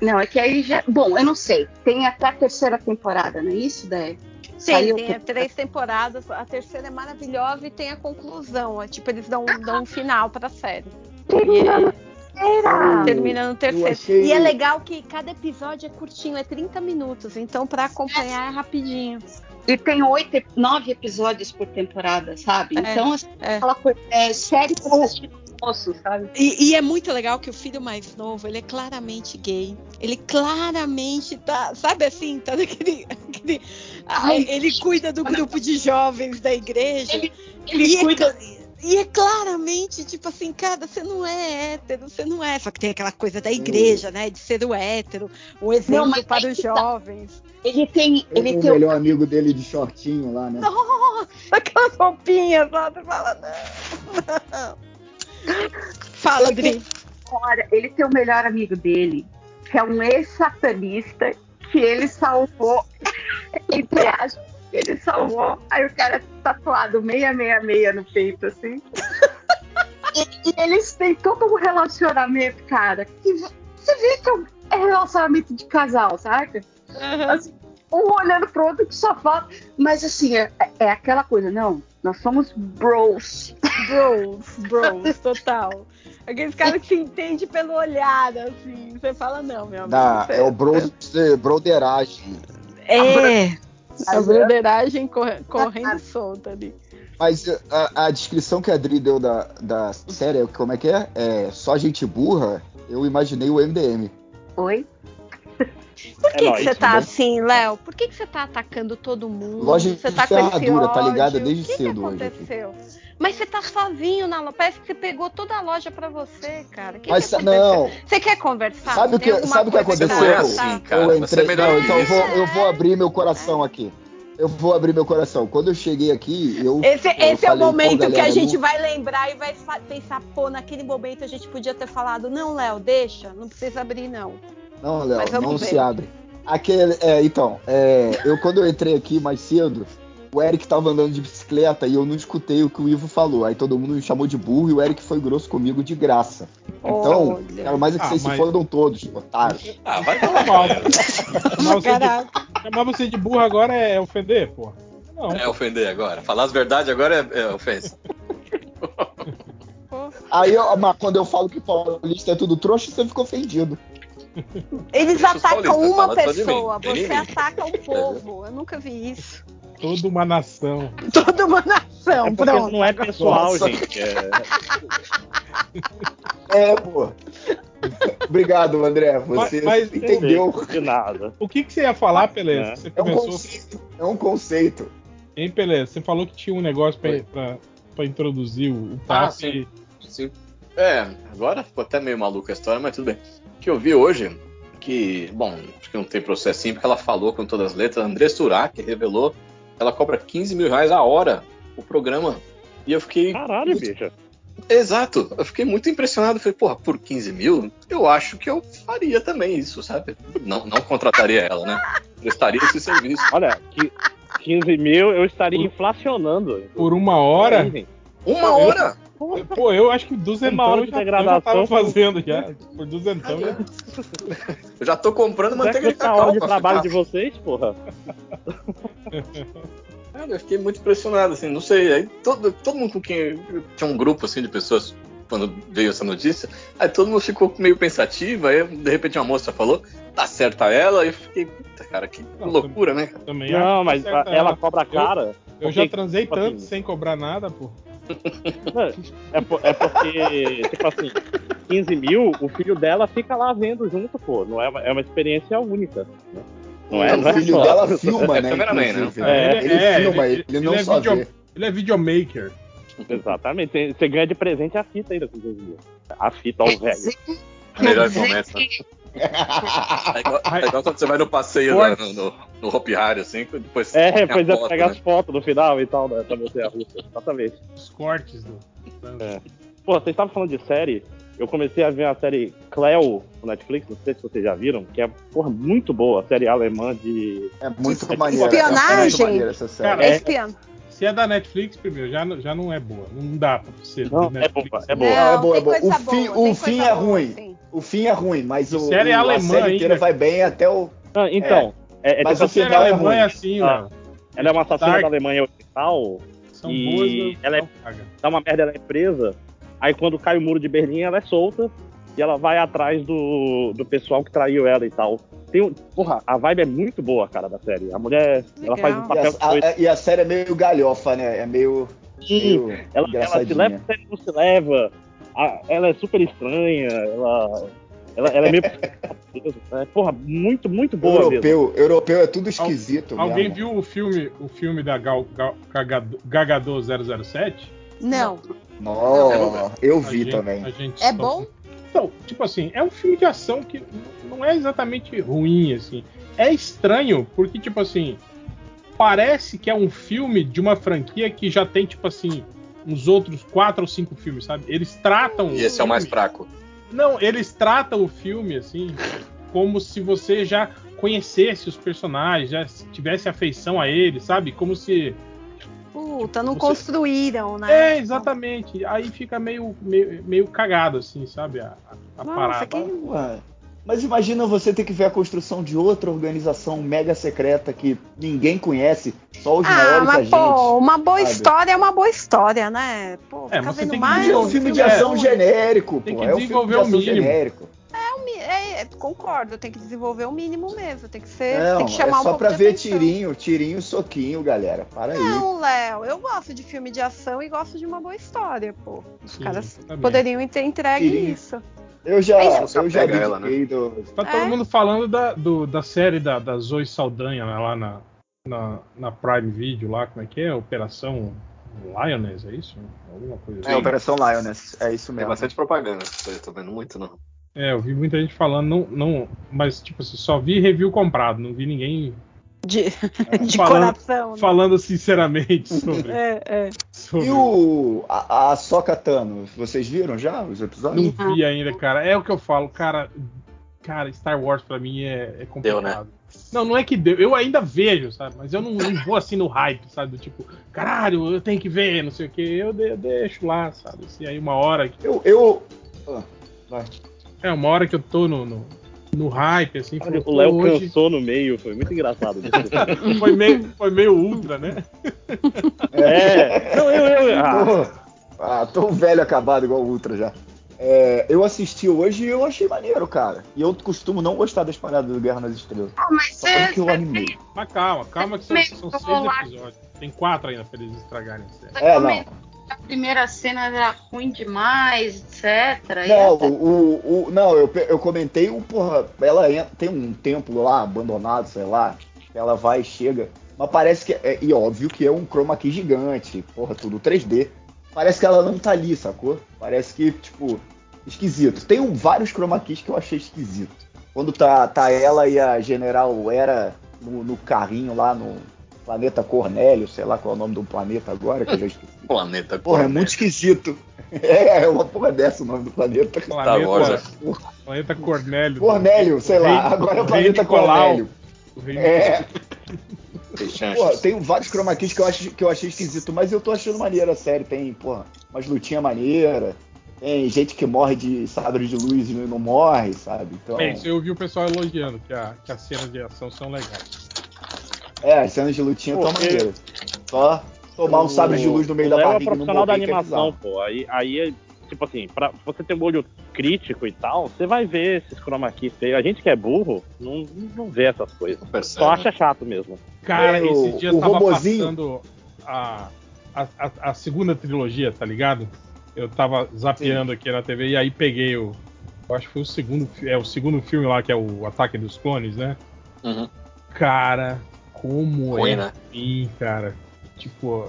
[SPEAKER 5] Não, é que aí já. Bom, eu não sei. Tem até a terceira temporada, não é isso, Dé?
[SPEAKER 8] Tá
[SPEAKER 7] Sim,
[SPEAKER 5] Saiu
[SPEAKER 7] tem
[SPEAKER 5] que-
[SPEAKER 7] a três temporadas, a terceira é maravilhosa e tem a conclusão. É, tipo, eles dão, dão um final pra série.
[SPEAKER 8] Ah,
[SPEAKER 1] Eu-
[SPEAKER 7] Termina no terceiro.
[SPEAKER 1] achei-
[SPEAKER 7] E é legal que cada episódio é curtinho, é 30 minutos, então pra acompanhar é rapidinho.
[SPEAKER 5] E tem oito, ep- nove episódios por temporada, sabe?
[SPEAKER 8] É,
[SPEAKER 5] então, assim,
[SPEAKER 8] é.
[SPEAKER 5] aquela coisa. É série pra assistir com moço, sabe?
[SPEAKER 8] E, e é muito legal que o filho mais novo, ele é claramente gay. Ele claramente tá, sabe assim, tá naquele. aquele- ah, ele cuida do grupo de jovens da igreja.
[SPEAKER 5] Ele- ele
[SPEAKER 8] e
[SPEAKER 5] cuida-
[SPEAKER 8] É, cla- e é claramente, tipo assim, cara, você não é hétero, você não é. Só que tem aquela coisa da igreja, né? De ser o hétero, o exemplo
[SPEAKER 5] mas
[SPEAKER 8] para
[SPEAKER 5] aí
[SPEAKER 8] os
[SPEAKER 5] que tá.
[SPEAKER 8] jovens.
[SPEAKER 5] Ele tem. Ele
[SPEAKER 1] o
[SPEAKER 5] tem
[SPEAKER 1] melhor amigo dele de shortinho lá, né?
[SPEAKER 8] Aquelas roupinhas, sabe? Fala, não, não. Fala, Dri.
[SPEAKER 5] Ora, ele tem o melhor amigo dele, que é um ex-satanista, que ele salvou, entre aspas, ele salvou. Aí o cara tá tatuado 666 no peito, assim. E, e eles têm todo um relacionamento, cara, que v- você vê que é um- é relacionamento de casal, saca? Assim, um olhando pro outro que só fala. Mas assim, é, é aquela coisa, não, nós somos bros.
[SPEAKER 7] Bros, bros, total. Aqueles caras que se entende pelo olhar, assim. Você fala, não, meu amigo.
[SPEAKER 1] Da,
[SPEAKER 7] você-
[SPEAKER 1] é o bros, broderagem.
[SPEAKER 7] É, a
[SPEAKER 5] Mas, Tá
[SPEAKER 7] broderagem corre- correndo solta ali.
[SPEAKER 1] Mas uh, a, a descrição que a Adri deu da, da série, é como é que é? é? Só gente burra, eu imaginei o MDM.
[SPEAKER 5] Oi?
[SPEAKER 7] Por que, que
[SPEAKER 3] nóis,
[SPEAKER 7] você tá
[SPEAKER 1] né?
[SPEAKER 7] assim, Léo? Por que, que você tá atacando todo mundo?
[SPEAKER 1] Loja
[SPEAKER 7] você
[SPEAKER 1] de
[SPEAKER 7] tá com esse
[SPEAKER 1] ferradura, tá ligada
[SPEAKER 7] ódio?
[SPEAKER 1] desde
[SPEAKER 7] o que que
[SPEAKER 1] cedo hoje aqui.
[SPEAKER 7] aconteceu? Mas você tá sozinho na loja. Parece que você pegou toda a loja pra você, cara. O Que
[SPEAKER 1] Mas
[SPEAKER 7] que
[SPEAKER 1] sa-
[SPEAKER 7] aconteceu?
[SPEAKER 1] não,
[SPEAKER 7] Você quer conversar?
[SPEAKER 1] Sabe o
[SPEAKER 7] Tem
[SPEAKER 1] que-
[SPEAKER 7] alguma
[SPEAKER 1] sabe o que
[SPEAKER 7] coisa
[SPEAKER 1] aconteceu? Você
[SPEAKER 7] pra
[SPEAKER 1] é
[SPEAKER 7] contar?
[SPEAKER 6] assim, cara.
[SPEAKER 1] eu
[SPEAKER 6] você é
[SPEAKER 1] entrei.
[SPEAKER 6] melhor
[SPEAKER 1] não,
[SPEAKER 6] que
[SPEAKER 1] então eu
[SPEAKER 6] isso.
[SPEAKER 1] vou, eu vou abrir meu coração aqui. Eu vou abrir meu coração. Quando eu cheguei aqui, eu.
[SPEAKER 7] Esse,
[SPEAKER 1] eu
[SPEAKER 7] esse é o
[SPEAKER 1] falei, pô,
[SPEAKER 7] momento que
[SPEAKER 1] galera,
[SPEAKER 7] a gente
[SPEAKER 1] não-
[SPEAKER 7] vai lembrar e vai fa- pensar, pô, naquele momento a gente podia ter falado, não, Léo, deixa, não precisa abrir, não.
[SPEAKER 1] Não,
[SPEAKER 7] Mas
[SPEAKER 1] Léo,
[SPEAKER 7] vamos
[SPEAKER 1] não
[SPEAKER 7] ver.
[SPEAKER 1] se abre. Aquele, é, então, é, eu quando eu entrei aqui mais cedo, o Eric tava andando de bicicleta e eu não escutei o que o Ivo falou. Aí todo mundo me chamou de burro e o Eric foi grosso comigo de graça. Então,
[SPEAKER 7] Olha.
[SPEAKER 1] quero mais é que
[SPEAKER 4] Ah,
[SPEAKER 1] vocês
[SPEAKER 4] mas-
[SPEAKER 1] se fodam todos, otários.
[SPEAKER 6] Ah, vai tomar
[SPEAKER 4] Normal.
[SPEAKER 6] banho.
[SPEAKER 4] Chamar você, de, chamar você de burro agora é ofender, pô. Não.
[SPEAKER 6] É ofender agora. Falar as verdades agora é, é ofensa.
[SPEAKER 1] Aí, eu- mas quando eu falo que paulista é tudo trouxa, você fica ofendido.
[SPEAKER 7] Eles
[SPEAKER 6] Deixa os
[SPEAKER 7] atacam
[SPEAKER 6] paulistas
[SPEAKER 7] uma
[SPEAKER 6] falar só tá de mim,
[SPEAKER 7] pessoa,
[SPEAKER 6] tem
[SPEAKER 7] você
[SPEAKER 6] ninguém. É.
[SPEAKER 7] ataca o povo. Eu nunca vi isso.
[SPEAKER 4] Toda uma nação.
[SPEAKER 7] Toda uma nação,
[SPEAKER 3] É porque
[SPEAKER 7] pronto.
[SPEAKER 3] não é pessoal,
[SPEAKER 1] Nossa.
[SPEAKER 3] gente. É,
[SPEAKER 1] É, pô. Obrigado, André. Você
[SPEAKER 4] Mas- mas-
[SPEAKER 1] entendeu.
[SPEAKER 3] De nada.
[SPEAKER 4] O que, que você ia falar, Pelé?
[SPEAKER 3] É.
[SPEAKER 4] Você
[SPEAKER 1] É um
[SPEAKER 4] começou.
[SPEAKER 1] conceito. É um conceito.
[SPEAKER 4] Hein, Pelé? Você falou que tinha um negócio pra,
[SPEAKER 6] Oi.
[SPEAKER 4] pra, pra introduzir o, o
[SPEAKER 6] Ah,
[SPEAKER 4] passe.
[SPEAKER 6] Sim. É, agora ficou até meio maluca a história, mas tudo bem. O que eu vi hoje, que, bom, acho que não tem processinho, porque ela falou com todas as letras, André Surak revelou que ela cobra 15 mil reais a hora o programa. E eu fiquei.
[SPEAKER 3] Caralho, bicho.
[SPEAKER 6] Exato, eu fiquei muito impressionado. Falei, porra, por 15 mil, eu acho que eu faria também isso, sabe? Não, não contrataria ela, né? Prestaria esse serviço.
[SPEAKER 3] Olha, que 15 mil eu estaria inflacionando.
[SPEAKER 4] por uma hora.
[SPEAKER 3] Aí, gente.
[SPEAKER 6] Uma hora!
[SPEAKER 4] Pô, eu acho que duzentão
[SPEAKER 3] Uma hora
[SPEAKER 4] eu
[SPEAKER 3] de
[SPEAKER 4] já, eu já
[SPEAKER 3] degradação.
[SPEAKER 4] tava fazendo já. Por duzentão. já.
[SPEAKER 6] Eu já tô comprando
[SPEAKER 3] Como é
[SPEAKER 6] manteiga
[SPEAKER 3] que
[SPEAKER 6] de
[SPEAKER 3] tá a
[SPEAKER 6] cacau.
[SPEAKER 3] hora de
[SPEAKER 6] pra
[SPEAKER 3] trabalho
[SPEAKER 6] ficar.
[SPEAKER 3] de vocês, porra?
[SPEAKER 6] Cara, eu fiquei muito impressionado, assim, não sei. Aí todo, todo mundo com quem. Tinha um grupo assim de pessoas quando veio essa notícia. Aí todo mundo ficou meio pensativo. Aí de repente uma moça falou, tá certa ela, e eu fiquei, puta, cara, que
[SPEAKER 4] Não,
[SPEAKER 6] loucura, né? cara?
[SPEAKER 4] Também acho
[SPEAKER 3] Não,
[SPEAKER 4] que
[SPEAKER 3] mas
[SPEAKER 4] acerta
[SPEAKER 3] a- ela cobra cara.
[SPEAKER 4] Eu já
[SPEAKER 3] porque,
[SPEAKER 4] transei
[SPEAKER 3] tipo
[SPEAKER 4] tanto
[SPEAKER 3] assim,
[SPEAKER 4] sem cobrar nada, pô.
[SPEAKER 3] É, po- é porque, tipo assim, 15 mil, o filho dela fica lá vendo junto, pô. Não é, uma- é uma experiência única. né? Não é,
[SPEAKER 1] o
[SPEAKER 3] não é
[SPEAKER 1] filho
[SPEAKER 3] só.
[SPEAKER 1] dela filma, né?
[SPEAKER 6] cameraman,
[SPEAKER 1] inclusive,
[SPEAKER 3] né?
[SPEAKER 1] né?
[SPEAKER 3] É,
[SPEAKER 1] ele
[SPEAKER 4] é,
[SPEAKER 1] filma,
[SPEAKER 4] ele-
[SPEAKER 1] ele, não
[SPEAKER 4] ele é
[SPEAKER 1] só
[SPEAKER 4] video-
[SPEAKER 1] vê.
[SPEAKER 4] Ele é videomaker.
[SPEAKER 3] Exatamente. Tem- Você ganha de presente a fita ainda com 15 mil. A fita, ó, o velho.
[SPEAKER 6] Melhor
[SPEAKER 5] dizer
[SPEAKER 6] momento. né?
[SPEAKER 5] que-
[SPEAKER 6] É igual, é igual quando você vai no passeio né, no, no, no Hopi Hari, assim, que depois. tem
[SPEAKER 3] É,
[SPEAKER 6] a
[SPEAKER 3] pois é,
[SPEAKER 6] foto,
[SPEAKER 3] pega
[SPEAKER 6] né?
[SPEAKER 3] as fotos no final e tal, né? Pra você a russa. Exatamente.
[SPEAKER 4] Os cortes do.
[SPEAKER 3] É. Pô, vocês estavam falando de série. Eu comecei a ver a série Cleo no Netflix, não sei se vocês já viram, que é, porra, muito boa, a série alemã de.
[SPEAKER 1] É muito
[SPEAKER 3] Espionagem.
[SPEAKER 1] maneiro. É muito maneiro essa série.
[SPEAKER 4] Cara,
[SPEAKER 3] É.
[SPEAKER 7] Espiando.
[SPEAKER 4] Se é da Netflix, primeiro, já, não- já não é boa. Não dá pra ser.
[SPEAKER 3] Não,
[SPEAKER 4] da
[SPEAKER 3] é
[SPEAKER 4] Netflix. né?
[SPEAKER 3] boa, é
[SPEAKER 7] Não,
[SPEAKER 3] boa.
[SPEAKER 1] é boa, é boa. O
[SPEAKER 7] tem coisa
[SPEAKER 1] fim-
[SPEAKER 7] boa,
[SPEAKER 1] o
[SPEAKER 7] tem
[SPEAKER 1] fim
[SPEAKER 7] coisa
[SPEAKER 1] é
[SPEAKER 7] boa,
[SPEAKER 1] ruim.
[SPEAKER 7] sim.
[SPEAKER 1] O fim é ruim, mas o,
[SPEAKER 4] Série
[SPEAKER 1] o- a
[SPEAKER 4] alemã
[SPEAKER 1] série inteira
[SPEAKER 4] ainda.
[SPEAKER 1] vai bem até o.
[SPEAKER 3] Ah, então, é, é,
[SPEAKER 1] Mas
[SPEAKER 3] tipo
[SPEAKER 1] o
[SPEAKER 3] assim,
[SPEAKER 4] Série
[SPEAKER 1] Não, é
[SPEAKER 4] alemã é,
[SPEAKER 1] ruim.
[SPEAKER 4] assim,
[SPEAKER 3] Ah.
[SPEAKER 4] ó.
[SPEAKER 3] ela é uma assassina
[SPEAKER 4] Dark.
[SPEAKER 3] da Alemanha Oriental,
[SPEAKER 4] São
[SPEAKER 3] E
[SPEAKER 4] boas, mas
[SPEAKER 3] ela é-
[SPEAKER 4] não paga.
[SPEAKER 3] dá uma merda, ela é presa. Aí quando cai o muro de Berlim, ela é solta e ela vai atrás do, do pessoal que traiu ela e tal. Tem, um- porra, a vibe é muito boa, cara, da série. A mulher,
[SPEAKER 7] Legal.
[SPEAKER 3] ela faz um
[SPEAKER 1] E
[SPEAKER 3] papel.
[SPEAKER 1] a, a- e a série é meio galhofa, né? É meio. meio
[SPEAKER 3] Ela, é ela se
[SPEAKER 1] engraçadinha.
[SPEAKER 3] leva, mas não se leva. A- ela é super estranha. Ela, ela, ela é meio. é, porra, muito, muito boa mesmo.
[SPEAKER 1] europeu, europeu é tudo esquisito.
[SPEAKER 4] Alguém
[SPEAKER 1] mesmo.
[SPEAKER 4] viu o filme, o filme da Gal, Gal, Gagado- Gagador 007?
[SPEAKER 7] Não,
[SPEAKER 1] Não, eu
[SPEAKER 4] A
[SPEAKER 1] vi
[SPEAKER 4] gente-
[SPEAKER 1] também.
[SPEAKER 4] a gente só-
[SPEAKER 7] é bom?
[SPEAKER 4] Então, tipo assim, é um filme de ação que n- não é exatamente ruim, assim. É estranho, porque, tipo assim, parece que é um filme de uma franquia que já tem, tipo assim, uns outros quatro ou cinco filmes, sabe? Eles tratam.
[SPEAKER 6] E esse é o mais
[SPEAKER 4] filme-
[SPEAKER 6] fraco.
[SPEAKER 4] Não, eles tratam o filme, assim, como se você já conhecesse os personagens, já tivesse afeição a eles, sabe? Como se.
[SPEAKER 7] Puta, não
[SPEAKER 4] Você-
[SPEAKER 7] construíram, né?
[SPEAKER 4] É, exatamente. Aí fica meio, meio, meio cagado, assim, sabe? A, a
[SPEAKER 7] Nossa,
[SPEAKER 4] parada.
[SPEAKER 1] é
[SPEAKER 7] que-
[SPEAKER 1] Ué, Mas imagina você ter que ver a construção de outra organização mega secreta que ninguém conhece, só os
[SPEAKER 7] Ah,
[SPEAKER 1] maiores
[SPEAKER 7] mas
[SPEAKER 1] agentes.
[SPEAKER 7] pô, uma boa
[SPEAKER 1] sabe?
[SPEAKER 7] história é uma boa história, né? Pô,
[SPEAKER 4] É,
[SPEAKER 7] fica
[SPEAKER 4] você
[SPEAKER 7] vendo
[SPEAKER 4] tem que
[SPEAKER 7] mais.
[SPEAKER 1] E é um
[SPEAKER 4] Ai,
[SPEAKER 1] filme
[SPEAKER 4] filme
[SPEAKER 1] de ação
[SPEAKER 7] ruim.
[SPEAKER 1] genérico,
[SPEAKER 4] Tem
[SPEAKER 1] pô.
[SPEAKER 4] que
[SPEAKER 1] É um filme
[SPEAKER 4] desenvolver
[SPEAKER 1] de
[SPEAKER 4] o
[SPEAKER 1] ação
[SPEAKER 4] mínimo.
[SPEAKER 1] genérico.
[SPEAKER 7] É, é, concordo, tem que desenvolver o mínimo mesmo, tem que ser,
[SPEAKER 1] Não,
[SPEAKER 7] tem que chamar
[SPEAKER 1] é só
[SPEAKER 7] um pouco
[SPEAKER 1] pra
[SPEAKER 7] de
[SPEAKER 1] ver
[SPEAKER 7] atenção.
[SPEAKER 1] tirinho, tirinho, soquinho, galera. Para aí.
[SPEAKER 7] Não, Léo, eu gosto de filme de ação e gosto de uma boa história, pô. Os
[SPEAKER 4] Sim,
[SPEAKER 7] caras
[SPEAKER 4] também.
[SPEAKER 7] poderiam ter entregue
[SPEAKER 1] Tirinho.
[SPEAKER 7] isso.
[SPEAKER 1] Eu já,
[SPEAKER 7] É
[SPEAKER 6] isso.
[SPEAKER 1] eu já
[SPEAKER 6] Pega ela, né?
[SPEAKER 1] abdiquei do.
[SPEAKER 4] Tá
[SPEAKER 7] É.
[SPEAKER 4] todo mundo falando da, do- da série da, da Zoe Saldanha né, lá na, na, na Prime Video, lá, como é que é? Operação Lioness, é isso? Alguma coisa
[SPEAKER 1] É,
[SPEAKER 6] Sim.
[SPEAKER 4] assim.
[SPEAKER 1] Operação Lioness. É isso
[SPEAKER 6] Tem
[SPEAKER 1] mesmo.
[SPEAKER 6] bastante propaganda. Eu tô vendo muito, não.
[SPEAKER 4] É, eu vi muita gente falando, não, não, mas tipo assim, só vi review comprado, não vi ninguém é,
[SPEAKER 7] De, de
[SPEAKER 4] Falando-
[SPEAKER 7] coração. né?
[SPEAKER 4] falando sinceramente sobre.
[SPEAKER 7] É, é.
[SPEAKER 4] sobre-
[SPEAKER 1] E o. A, a Soca Tano, vocês viram já os episódios?
[SPEAKER 4] Não vi ainda, cara. É o que eu falo, cara. Cara, Star Wars pra mim é, é complicado.
[SPEAKER 6] Deu, né?
[SPEAKER 4] Não, não é que deu. Eu ainda vejo, sabe? Mas eu não, não vou assim no hype, sabe? Do tipo, caralho, eu tenho que ver, não sei o quê. Eu, de- eu deixo lá, sabe? Assim, aí uma hora. que-
[SPEAKER 1] Eu. eu... Ah, vai.
[SPEAKER 4] É, uma hora que eu tô no, no, no hype, assim.
[SPEAKER 3] Olha,
[SPEAKER 4] falo,
[SPEAKER 3] o Léo
[SPEAKER 4] pô, hoje
[SPEAKER 3] cansou no meio, foi muito engraçado. desculpa.
[SPEAKER 4] foi meio, foi meio ultra, né?
[SPEAKER 3] é, não, eu, eu, eu. Ah,
[SPEAKER 1] Tô- Ah, tô um velho acabado igual o Ultra já. É, eu assisti hoje e eu achei maneiro, cara. E eu costumo não gostar das paradas do Guerra nas Estrelas.
[SPEAKER 5] Ah, mas
[SPEAKER 1] Só porque
[SPEAKER 5] você,
[SPEAKER 1] eu animei.
[SPEAKER 4] Mas calma, calma, que são, são seis episódios. Tem quatro ainda pra eles estragarem a série.
[SPEAKER 1] É, não.
[SPEAKER 5] a primeira cena era ruim demais, etc. E
[SPEAKER 1] Não,
[SPEAKER 5] até-
[SPEAKER 1] o, o- não eu, pe- eu comentei o porra. Ela en- tem um templo lá abandonado, sei lá. Ela vai e chega. Mas parece que. É, e óbvio que é um chroma key gigante. Porra, tudo 3D. Parece que ela não tá ali, sacou? Parece que, tipo, esquisito. Tem um- vários chroma keys que eu achei esquisito. Quando tá, tá ela e a General Era no, no carrinho lá no planeta Cornélio, sei lá qual é o nome do planeta agora, que eu já esqueci.
[SPEAKER 6] Planeta
[SPEAKER 1] Porra, é
[SPEAKER 6] Cornélio.
[SPEAKER 1] muito esquisito. É, é uma porra dessa o nome do planeta.
[SPEAKER 6] Star Wars,
[SPEAKER 4] Planeta, planeta Cornélio.
[SPEAKER 1] Cornélio, sei lá,
[SPEAKER 4] Rei-
[SPEAKER 1] agora é o
[SPEAKER 4] Rei
[SPEAKER 1] planeta
[SPEAKER 4] Nicolau.
[SPEAKER 1] Cornélio.
[SPEAKER 4] O Rei
[SPEAKER 1] É,
[SPEAKER 6] é, tem chances.
[SPEAKER 1] porra, tem vários chroma keys que eu, acho, que eu achei esquisito, mas eu tô achando maneiro a série. Tem, porra, umas lutinhas maneiras, tem gente que morre de sabre de luz e não morre, sabe? Então,
[SPEAKER 4] É, isso eu vi o pessoal elogiando, que, a, que as cenas de ação são legais.
[SPEAKER 1] é, as cenas de lutinha tão
[SPEAKER 3] Pô, eu-
[SPEAKER 1] maneiras. Só tomar um sabre de luz no meio
[SPEAKER 3] o
[SPEAKER 1] da
[SPEAKER 3] Léo
[SPEAKER 1] barriga
[SPEAKER 3] é
[SPEAKER 1] e não
[SPEAKER 3] profissional da
[SPEAKER 1] morrer, que é
[SPEAKER 3] animação,
[SPEAKER 1] bizarro.
[SPEAKER 3] pô. Aí, aí é, tipo assim, pra você ter um olho crítico e tal, você vai ver esses chroma key feios. A gente que é burro, não, não vê essas coisas.
[SPEAKER 6] Não percebe.
[SPEAKER 3] Só acha chato mesmo.
[SPEAKER 4] Cara,
[SPEAKER 1] É, o-
[SPEAKER 4] esses dias
[SPEAKER 1] o
[SPEAKER 4] tava
[SPEAKER 1] robozinho.
[SPEAKER 4] passando a, a, a- a segunda trilogia, tá ligado? Eu tava zapeando aqui na TV e aí peguei o. Eu acho que foi o segundo, fi- é, o segundo filme lá, que é o Ataque dos Clones, né?
[SPEAKER 6] Uhum.
[SPEAKER 4] Cara, como
[SPEAKER 6] Ruim,
[SPEAKER 4] é
[SPEAKER 6] né?
[SPEAKER 4] Sim, cara. Tipo,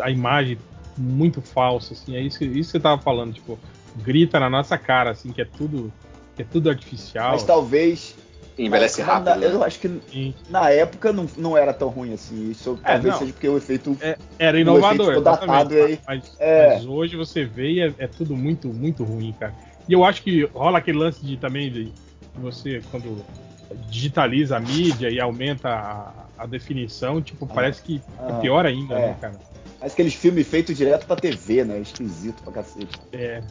[SPEAKER 4] a imagem muito falsa, assim. É isso, que- isso que você tava falando, tipo, grita na nossa cara, assim, que é tudo, que é tudo artificial.
[SPEAKER 1] Mas tá- talvez.
[SPEAKER 6] Envelhece
[SPEAKER 1] mas na-
[SPEAKER 6] rápido. né?
[SPEAKER 1] Eu acho que
[SPEAKER 4] assim.
[SPEAKER 1] na época não, não era tão ruim assim. Isso
[SPEAKER 4] É,
[SPEAKER 1] talvez
[SPEAKER 4] não.
[SPEAKER 1] seja porque o efeito.
[SPEAKER 4] Era
[SPEAKER 1] efeito
[SPEAKER 4] inovador,
[SPEAKER 1] ficou datado
[SPEAKER 4] exatamente. Mas,
[SPEAKER 1] É.
[SPEAKER 4] mas hoje você vê e é, é tudo muito, muito ruim, cara. E eu acho que rola aquele lance de também de você quando digitaliza a mídia e aumenta a, a definição, tipo, parece que fica
[SPEAKER 1] É. Ah,
[SPEAKER 4] pior ainda,
[SPEAKER 1] é.
[SPEAKER 4] né, cara?
[SPEAKER 1] Mas aqueles filmes feitos direto pra TV, né? Esquisito pra cacete.
[SPEAKER 4] É,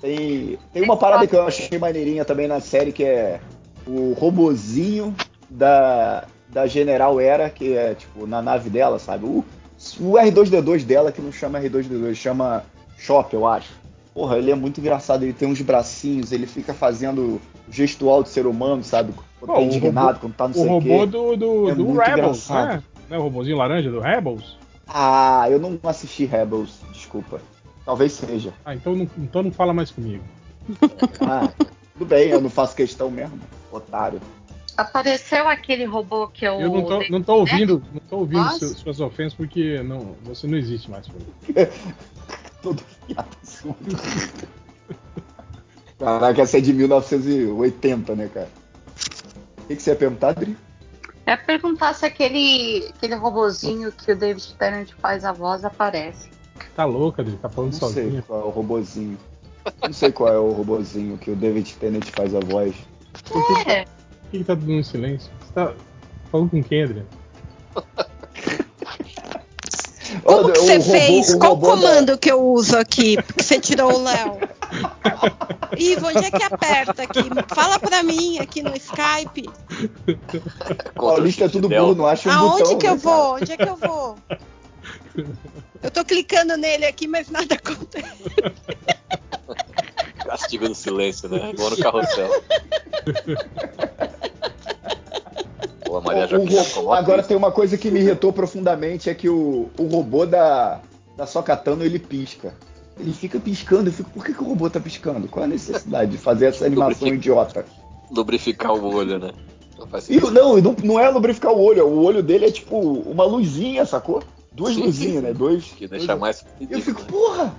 [SPEAKER 1] Tem, tem uma parada que eu achei maneirinha também na série, que é o robozinho da, da General Era, que é tipo na nave dela, sabe? O, o R2D2 dela, que não chama R2D2, chama Shop, eu acho. Porra, ele é muito engraçado, ele tem uns bracinhos, ele fica fazendo gestual de ser humano, sabe? Quando
[SPEAKER 4] Pô,
[SPEAKER 1] tá
[SPEAKER 4] o
[SPEAKER 1] indignado, quando tá não
[SPEAKER 4] o
[SPEAKER 1] sei o
[SPEAKER 4] robô
[SPEAKER 1] quê.
[SPEAKER 4] do, do,
[SPEAKER 1] É
[SPEAKER 4] do
[SPEAKER 1] muito
[SPEAKER 4] Rebels, né?
[SPEAKER 1] engraçado.
[SPEAKER 4] Não é o robôzinho laranja do Rebels?
[SPEAKER 1] Ah, eu não assisti Rebels, desculpa. Talvez seja.
[SPEAKER 4] Ah, então não, então não fala mais comigo.
[SPEAKER 1] Ah, tudo bem, eu não faço questão mesmo, otário.
[SPEAKER 5] Apareceu aquele robô que eu.
[SPEAKER 4] Eu não tô, não tô ouvindo, não tô ouvindo
[SPEAKER 5] Nossa.
[SPEAKER 4] seu- suas ofensas porque não, você não existe mais pra mim.
[SPEAKER 1] Todo fiado assunto. Caraca, essa é de 1980, né, cara? O que, que você ia perguntar, Adri?
[SPEAKER 5] É perguntar se aquele, aquele robozinho que o David Tennant faz a voz aparece.
[SPEAKER 4] Tá louca, Adri, tá falando
[SPEAKER 1] Não sei
[SPEAKER 4] sozinha.
[SPEAKER 1] qual é o robozinho. Não sei qual é o robozinho que o David Tennant faz a voz.
[SPEAKER 5] É,
[SPEAKER 4] Por que, que tá todo mundo em silêncio? Você tá falando com quem, Adri?
[SPEAKER 1] Ó,
[SPEAKER 8] Como que
[SPEAKER 1] o
[SPEAKER 8] você
[SPEAKER 1] robô-
[SPEAKER 8] fez?
[SPEAKER 1] o
[SPEAKER 8] Qual o
[SPEAKER 1] robô da-
[SPEAKER 8] comando que eu uso aqui? Que você tirou o Léo. Ivo, onde é que aperta aqui? Fala pra mim aqui no Skype.
[SPEAKER 1] Paulista é tudo burro, não acha um
[SPEAKER 8] Aonde
[SPEAKER 1] botão,
[SPEAKER 8] que eu
[SPEAKER 1] né, cara?
[SPEAKER 8] vou? Onde é que eu vou? Eu tô clicando nele aqui, mas nada acontece.
[SPEAKER 6] Castigo do silêncio, né? Igual no carrossel. Pô, a
[SPEAKER 1] O-
[SPEAKER 6] Maria um
[SPEAKER 1] o
[SPEAKER 6] Joaquina
[SPEAKER 1] robô-
[SPEAKER 6] coloca
[SPEAKER 1] agora
[SPEAKER 6] isso.
[SPEAKER 1] tem uma coisa que me irritou profundamente, é que o, o robô da, da Sokatano, ele pisca. Ele fica piscando, eu fico, por que, que o robô tá piscando? Qual a necessidade de fazer essa animação idiota?
[SPEAKER 6] lubrificar o olho, né? Não faz
[SPEAKER 1] E
[SPEAKER 6] sentido.
[SPEAKER 1] o- não, e não, não é lubrificar o olho, o olho dele é tipo uma luzinha, sacou? Duas
[SPEAKER 6] Sim, sim,
[SPEAKER 1] luzinhas,
[SPEAKER 6] sim.
[SPEAKER 1] né? Dois.
[SPEAKER 6] Que
[SPEAKER 1] dois-
[SPEAKER 6] deixa mais
[SPEAKER 1] Eu
[SPEAKER 6] ridículo,
[SPEAKER 1] fico,
[SPEAKER 6] né?
[SPEAKER 1] porra!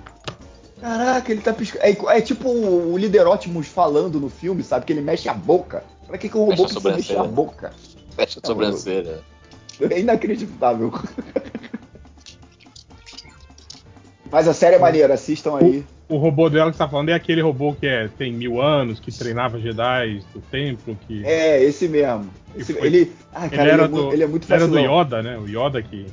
[SPEAKER 1] Caraca, ele tá piscando. É, é tipo o, o líder Optimus falando no filme, sabe? Que ele mexe a boca. Pra que, que o
[SPEAKER 6] Mexe
[SPEAKER 1] robô
[SPEAKER 6] a
[SPEAKER 1] precisa mexer a
[SPEAKER 6] sobrancelha.
[SPEAKER 1] boca?
[SPEAKER 6] Fecha
[SPEAKER 1] Tá
[SPEAKER 6] a sobrancelha.
[SPEAKER 1] É inacreditável. Mas a série é maneira, assistam aí.
[SPEAKER 4] O robô dela que você tá falando é aquele robô que é, tem mil anos, que treinava Jedi do templo, que.
[SPEAKER 1] É, esse mesmo. Esse-
[SPEAKER 4] E foi-
[SPEAKER 1] ele, ai,
[SPEAKER 4] ele
[SPEAKER 1] cara, ele,
[SPEAKER 4] era
[SPEAKER 1] é, mu-
[SPEAKER 4] do-
[SPEAKER 1] ele é muito
[SPEAKER 4] ele era do
[SPEAKER 1] fascinante.
[SPEAKER 4] Yoda, né? O Yoda que.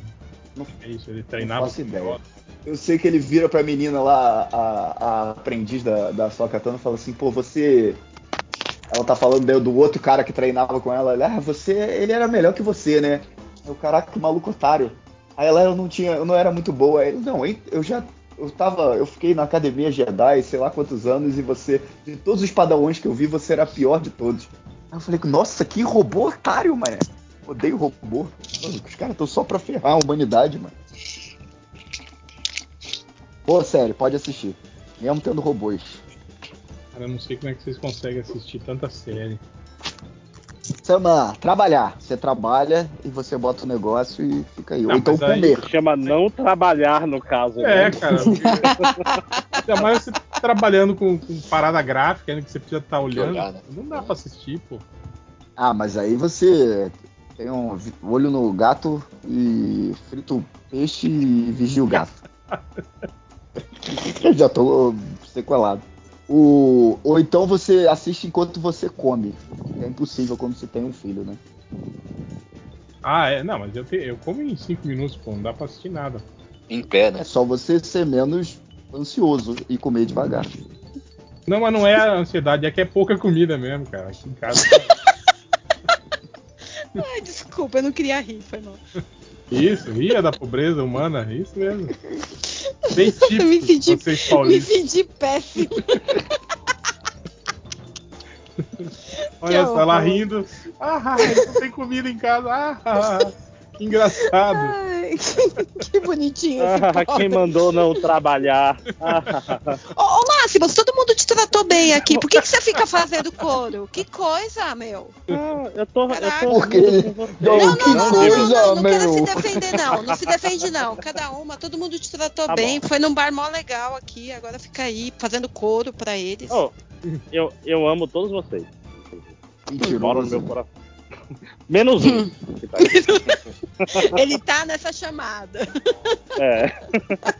[SPEAKER 1] Não-
[SPEAKER 4] É isso, ele treinava
[SPEAKER 1] faço
[SPEAKER 4] com o
[SPEAKER 1] ideia.
[SPEAKER 4] Yoda.
[SPEAKER 1] Eu sei que ele vira pra menina lá, a, a aprendiz da, da Sokatano, e fala assim, pô, você. Ela tá falando do, do outro cara que treinava com ela. Ela, ah, você. Ele era melhor que você, né? Eu, caraca, que maluco otário. Aí ela eu não tinha. Eu não era muito boa. Aí, ele, não, hein, eu já. Eu tava. Eu fiquei na academia Jedi, sei lá quantos anos, e você. De todos os padawans que eu vi, você era a pior de todos. Aí eu falei, nossa, que robô otário, mané. Odeio robô. Mano, os caras estão só pra ferrar a humanidade, mano. Pô, sério, pode assistir. Mesmo tendo robôs.
[SPEAKER 4] Cara, eu não sei como é que vocês conseguem assistir tanta série.
[SPEAKER 1] Sama, trabalhar. Você trabalha e você bota o negócio e fica aí.
[SPEAKER 4] Não,
[SPEAKER 1] Ou então
[SPEAKER 4] mas aí-
[SPEAKER 1] comer.
[SPEAKER 3] Chama não trabalhar, no caso. né?
[SPEAKER 4] É, cara. porque- Ainda mais você trabalhando com, com parada gráfica, né, que você precisa estar olhando.
[SPEAKER 6] olhar, né?
[SPEAKER 4] Não dá pra assistir, pô.
[SPEAKER 1] Ah, mas aí você tem um vi- olho no gato e frita o peixe e vigia o gato. Eu já tô sequelado. O... Ou então você assiste enquanto você come. É impossível quando você tem um filho, né?
[SPEAKER 4] Ah, é. Não, mas eu, te- eu como em 5 minutos, pô. Não dá pra assistir nada.
[SPEAKER 6] Em pé, né?
[SPEAKER 1] É só você ser menos ansioso e comer devagar.
[SPEAKER 4] Não, mas não é a ansiedade, é que é pouca comida mesmo, cara. Aqui em casa. tá-
[SPEAKER 8] Ai, desculpa, eu não queria rir, foi mal.
[SPEAKER 4] Isso, ria da pobreza humana, é isso mesmo. Bem
[SPEAKER 8] Me
[SPEAKER 4] típico de
[SPEAKER 8] senti-
[SPEAKER 4] vocês
[SPEAKER 8] Me
[SPEAKER 4] paulistas.
[SPEAKER 8] senti péssimo.
[SPEAKER 4] Olha só, ela
[SPEAKER 8] horror.
[SPEAKER 4] rindo. Ah, não tem comida em casa. Ah, que engraçado.
[SPEAKER 8] Ai, que bonitinho esse
[SPEAKER 3] Ah,
[SPEAKER 8] pobre.
[SPEAKER 3] quem mandou não trabalhar? Ah,
[SPEAKER 8] Ô, ô Máximos, todo mundo te tratou bem aqui. Por que, que você fica fazendo couro? Que coisa, meu.
[SPEAKER 3] eu tô, eu
[SPEAKER 8] Caraca.
[SPEAKER 3] tô
[SPEAKER 1] Porque
[SPEAKER 3] rindo com você.
[SPEAKER 1] Não,
[SPEAKER 8] Não, não, não, não, não, não, não quero se
[SPEAKER 1] meu.
[SPEAKER 8] defender, não. Não se defende, não. Cada uma, todo mundo te tratou
[SPEAKER 3] Tá
[SPEAKER 8] bem.
[SPEAKER 3] bom.
[SPEAKER 8] Foi num bar mó legal aqui, agora fica aí fazendo couro pra eles.
[SPEAKER 3] Ô, eu, eu amo todos vocês. Vocês moram no meu
[SPEAKER 1] Mentiroso.
[SPEAKER 3] coração. Menos um. que tá aí.
[SPEAKER 8] Ele tá nessa chamada.
[SPEAKER 3] É.
[SPEAKER 6] Desculpa,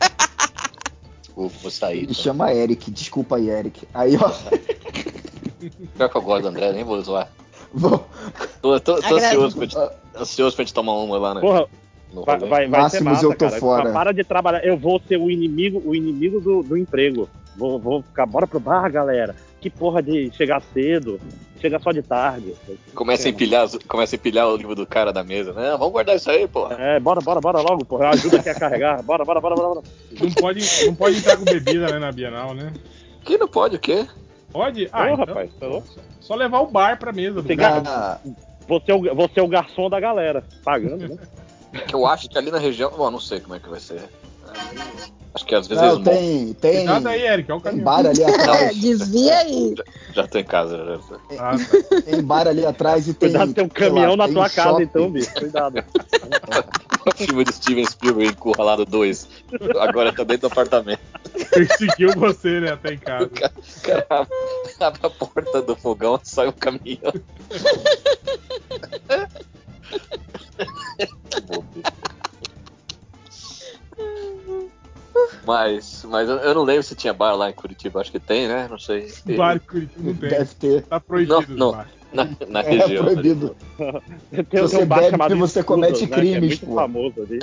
[SPEAKER 6] Tipo, vou sair.
[SPEAKER 1] Ele chama Eric, desculpa aí, Eric. Aí, ó,
[SPEAKER 6] Pior que eu gosto do André, nem vou zoar.
[SPEAKER 1] vou-
[SPEAKER 6] Tô, tô- tô
[SPEAKER 8] Agradeço.
[SPEAKER 6] ansioso, pra, gente- ansioso pra gente tomar uma lá, né?
[SPEAKER 3] Porra,
[SPEAKER 6] No
[SPEAKER 3] vai,
[SPEAKER 6] rolê.
[SPEAKER 3] vai, vai ser
[SPEAKER 1] Máximos,
[SPEAKER 3] massa,
[SPEAKER 1] eu tô
[SPEAKER 3] cara. Tipo,
[SPEAKER 1] fora.
[SPEAKER 3] Para de trabalhar. Eu vou ser o inimigo, o inimigo do, do emprego. Vou, vou ficar, bora pro bar, galera. Que porra de chegar cedo, chega só de tarde.
[SPEAKER 6] Começa a empilhar, as- começa a empilhar o livro do cara da mesa, né? Vamos guardar isso aí, porra.
[SPEAKER 3] É, bora, bora, bora logo, porra. Ajuda aqui a carregar. Bora, bora, bora, bora. bora.
[SPEAKER 4] Não pode, não pode entrar com bebida né, na Bienal, né?
[SPEAKER 6] Que não pode, o quê?
[SPEAKER 4] Pode?
[SPEAKER 3] Ô,
[SPEAKER 4] Ah, então,
[SPEAKER 3] rapaz, tá louco?
[SPEAKER 4] Só levar o bar pra mesa. do
[SPEAKER 3] Tem
[SPEAKER 4] cara.
[SPEAKER 1] Ah,
[SPEAKER 3] Você é, o, você é o garçom da galera. Pagando, né?
[SPEAKER 6] Que eu acho que é ali na região. Bom, não sei como é que vai ser. "Ah, Acho que às vezes
[SPEAKER 1] não,
[SPEAKER 6] eles montam.
[SPEAKER 1] tem, tem,
[SPEAKER 4] Cuidado aí, Eric. Olha o
[SPEAKER 1] tem
[SPEAKER 4] caminho.
[SPEAKER 1] bar ali atrás.
[SPEAKER 8] Desvia aí.
[SPEAKER 6] Já tô em casa, já- já.
[SPEAKER 4] Ah, tá.
[SPEAKER 1] Tem bar ali atrás e tem.
[SPEAKER 3] Cuidado, tem um
[SPEAKER 1] sei lá,
[SPEAKER 3] caminhão na
[SPEAKER 1] tem
[SPEAKER 3] tua
[SPEAKER 1] shopping.
[SPEAKER 3] casa, então, bicho. Cuidado.
[SPEAKER 6] O filme de Steven Spielberg, Encurralado 2. Agora tá dentro do apartamento.
[SPEAKER 4] Perseguiu você, né? Até em casa.
[SPEAKER 6] O cara abre- abre a porta do fogão, sai um caminhão. Que bobeira. Mas, mas eu- eu não lembro se tinha bar lá em Curitiba, acho que tem, né? Não sei. se-
[SPEAKER 4] Bar em Curitiba não tem.
[SPEAKER 1] Deve ter.
[SPEAKER 4] Tá proibido
[SPEAKER 6] Não, não.
[SPEAKER 4] os bares.
[SPEAKER 6] Na, na
[SPEAKER 1] É
[SPEAKER 6] região. tá
[SPEAKER 1] proibido.
[SPEAKER 3] Tem, um tem
[SPEAKER 1] Você bebe porque você
[SPEAKER 3] Escudas,
[SPEAKER 1] comete
[SPEAKER 3] né, que
[SPEAKER 1] crimes,
[SPEAKER 3] é muito
[SPEAKER 1] pô.
[SPEAKER 3] famoso ali.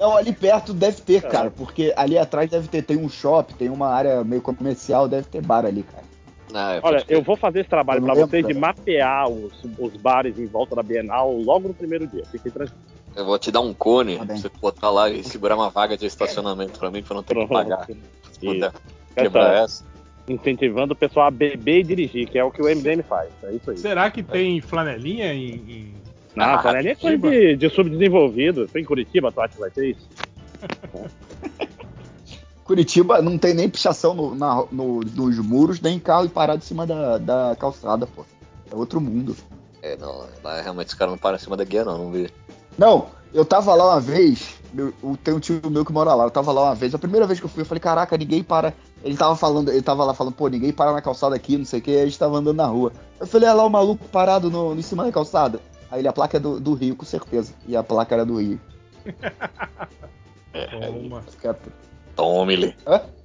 [SPEAKER 1] Não, ali perto deve ter,
[SPEAKER 3] É.
[SPEAKER 1] cara. Porque ali atrás deve ter. Tem um shopping, tem uma área meio comercial, deve ter bar ali, cara.
[SPEAKER 6] Ah, é,
[SPEAKER 3] Olha,
[SPEAKER 6] pode
[SPEAKER 3] eu vou fazer esse trabalho
[SPEAKER 1] Eu
[SPEAKER 3] pra
[SPEAKER 1] não lembro,
[SPEAKER 3] vocês de
[SPEAKER 1] cara.
[SPEAKER 3] mapear os, os bares em volta da Bienal logo no primeiro dia. Fiquem tranquilos.
[SPEAKER 6] Eu vou te dar um cone
[SPEAKER 1] Tá
[SPEAKER 6] pra
[SPEAKER 1] bem.
[SPEAKER 6] você botar lá e segurar uma vaga de estacionamento pra mim pra eu não ter que pagar.
[SPEAKER 3] Isso.
[SPEAKER 6] Se puder
[SPEAKER 3] Essa-
[SPEAKER 6] quebrar essa.
[SPEAKER 3] tá incentivando o pessoal a beber e dirigir, que é o que o MDM faz. É isso aí.
[SPEAKER 4] Será que tem flanelinha em. em-
[SPEAKER 3] Não, ah, não é nem coisa de, de subdesenvolvido. Tem Curitiba, tu acha que vai ter isso?
[SPEAKER 1] Curitiba não tem nem pichação no- na- no- nos muros, nem carro parado em cima da, da calçada, pô. É outro mundo.
[SPEAKER 6] É, não, lá realmente os caras não param em cima da guia, não, não vi.
[SPEAKER 1] Não, eu tava lá uma vez, meu, o- tem um tio meu que mora lá, eu tava lá uma vez, a primeira vez que eu fui, eu falei, caraca, ninguém para. Ele tava falando, ele tava lá falando, pô, ninguém para na calçada aqui, não sei o que, a gente tava andando na rua. Eu falei, olha lá o maluco parado no, em cima da calçada. Aí ele, a placa é do, do Rio, com certeza. E a placa era do Rio.
[SPEAKER 6] É,
[SPEAKER 4] Toma.
[SPEAKER 1] Fica-
[SPEAKER 6] Tome-lhe.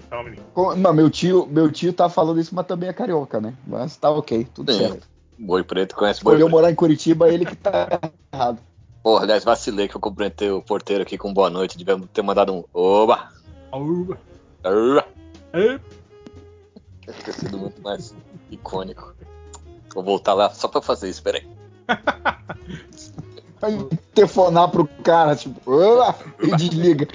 [SPEAKER 4] Calma, menino.
[SPEAKER 1] Com- Não, meu tio, meu tio tá falando isso, mas também é carioca, né? Mas tá ok, tudo
[SPEAKER 6] É.
[SPEAKER 1] certo.
[SPEAKER 6] Boi preto conhece boi
[SPEAKER 1] Escolheu
[SPEAKER 6] preto.
[SPEAKER 1] morar em Curitiba, ele que tá errado.
[SPEAKER 6] Porra, aliás, vacilei que eu cumprimentei o porteiro aqui com boa noite. Devia ter mandado um. Oba!
[SPEAKER 4] Aú.
[SPEAKER 6] Arra!
[SPEAKER 4] Ê,
[SPEAKER 6] Deve ter sido muito mais icônico. Vou voltar lá só pra fazer isso, peraí.
[SPEAKER 1] Vai telefonar pro cara, tipo, "Olá", e desliga.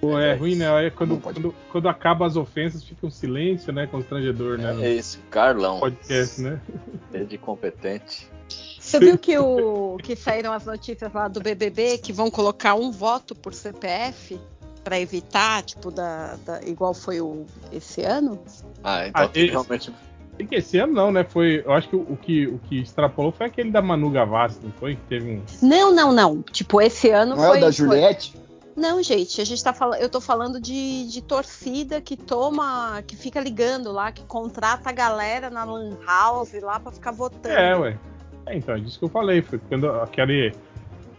[SPEAKER 4] Pô, é ruim, né? É quando, quando, quando acaba as ofensas, fica um silêncio, né? Constrangedor, né?
[SPEAKER 6] É
[SPEAKER 4] No
[SPEAKER 6] isso, Carlão.
[SPEAKER 4] podcast, né?
[SPEAKER 6] Desde competente.
[SPEAKER 8] Você viu que, o, que saíram as notícias lá do BBB que vão colocar um voto por CPF para evitar, tipo, da, da- igual foi o, esse ano?
[SPEAKER 6] Ah, então
[SPEAKER 4] Ah,
[SPEAKER 6] tem
[SPEAKER 4] esse-
[SPEAKER 6] realmente.
[SPEAKER 4] Tem que esse ano não, né? Foi, eu acho que o, o que o que extrapolou foi aquele da Manu Gavassi, não foi? Que Teve um.
[SPEAKER 8] Não, não, não. Tipo, esse ano
[SPEAKER 1] Não,
[SPEAKER 8] foi.
[SPEAKER 1] é o da
[SPEAKER 8] foi-
[SPEAKER 1] Juliette?
[SPEAKER 8] Não, gente, a gente tá falando. Eu tô falando de, de torcida que toma, que fica ligando lá, que contrata a galera na Lan House lá pra ficar votando.
[SPEAKER 4] É, ué. É, então, é disso que eu falei. Foi quando aquele.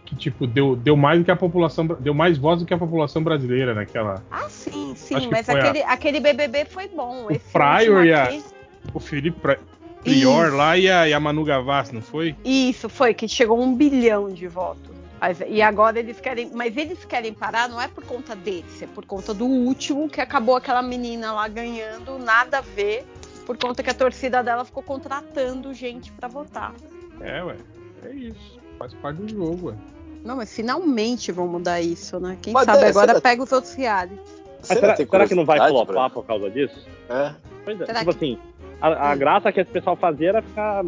[SPEAKER 4] Que, tipo, deu, deu mais do que a população. bra- Deu mais voz do que a população brasileira né? naquela.
[SPEAKER 8] Ah, sim, sim,
[SPEAKER 4] Acho que
[SPEAKER 8] mas
[SPEAKER 4] foi a-
[SPEAKER 8] aquele, aquele BBB foi bom.
[SPEAKER 4] O
[SPEAKER 8] esse
[SPEAKER 4] Prior
[SPEAKER 8] último
[SPEAKER 4] e a-
[SPEAKER 8] aqui-
[SPEAKER 4] O Felipe Pri- Prior lá e a, e a Manu Gavassi, não foi?
[SPEAKER 8] Isso, foi que chegou um bilhão de votos. Mas- e agora eles querem. Mas eles querem parar, não é por conta desse, é por conta do último que acabou aquela menina lá ganhando, nada a ver, por conta que a torcida dela ficou contratando gente pra votar.
[SPEAKER 4] É, ué. É isso. Faz parte do jogo, ué.
[SPEAKER 8] Não, mas finalmente vão mudar isso, né? Quem
[SPEAKER 6] Mas
[SPEAKER 8] sabe
[SPEAKER 6] é,
[SPEAKER 8] agora
[SPEAKER 6] será-
[SPEAKER 8] pega os outros realities.
[SPEAKER 3] Mas será,
[SPEAKER 6] tem
[SPEAKER 3] será que não vai
[SPEAKER 6] curiosidade
[SPEAKER 3] flopar por causa disso?
[SPEAKER 6] pra- É.
[SPEAKER 3] Pois é,
[SPEAKER 8] Será
[SPEAKER 3] tipo assim, a, a
[SPEAKER 8] Hum.
[SPEAKER 3] graça que esse pessoal fazia era ficar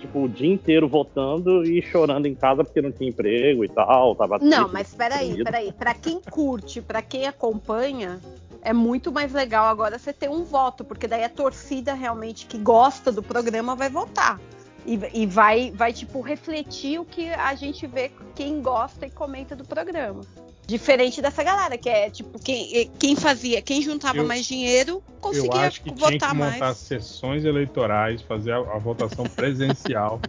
[SPEAKER 3] tipo, o dia inteiro votando e chorando em casa porque não tinha emprego e tal. Tava
[SPEAKER 8] Não,
[SPEAKER 3] triste,
[SPEAKER 8] mas peraí,
[SPEAKER 3] deprimido.
[SPEAKER 8] peraí. Pra quem curte, pra quem acompanha, é muito mais legal agora você ter um voto, porque daí a torcida realmente que gosta do programa vai votar. E, e vai, vai, tipo, refletir o que a gente vê quem gosta e comenta do programa. Diferente dessa galera, que é, tipo, quem, quem fazia, quem juntava
[SPEAKER 4] Eu-
[SPEAKER 8] mais dinheiro
[SPEAKER 4] Eu
[SPEAKER 8] conseguia
[SPEAKER 4] acho que tinha que
[SPEAKER 8] votar
[SPEAKER 4] montar
[SPEAKER 8] mais,
[SPEAKER 4] sessões eleitorais, fazer a, a votação presencial.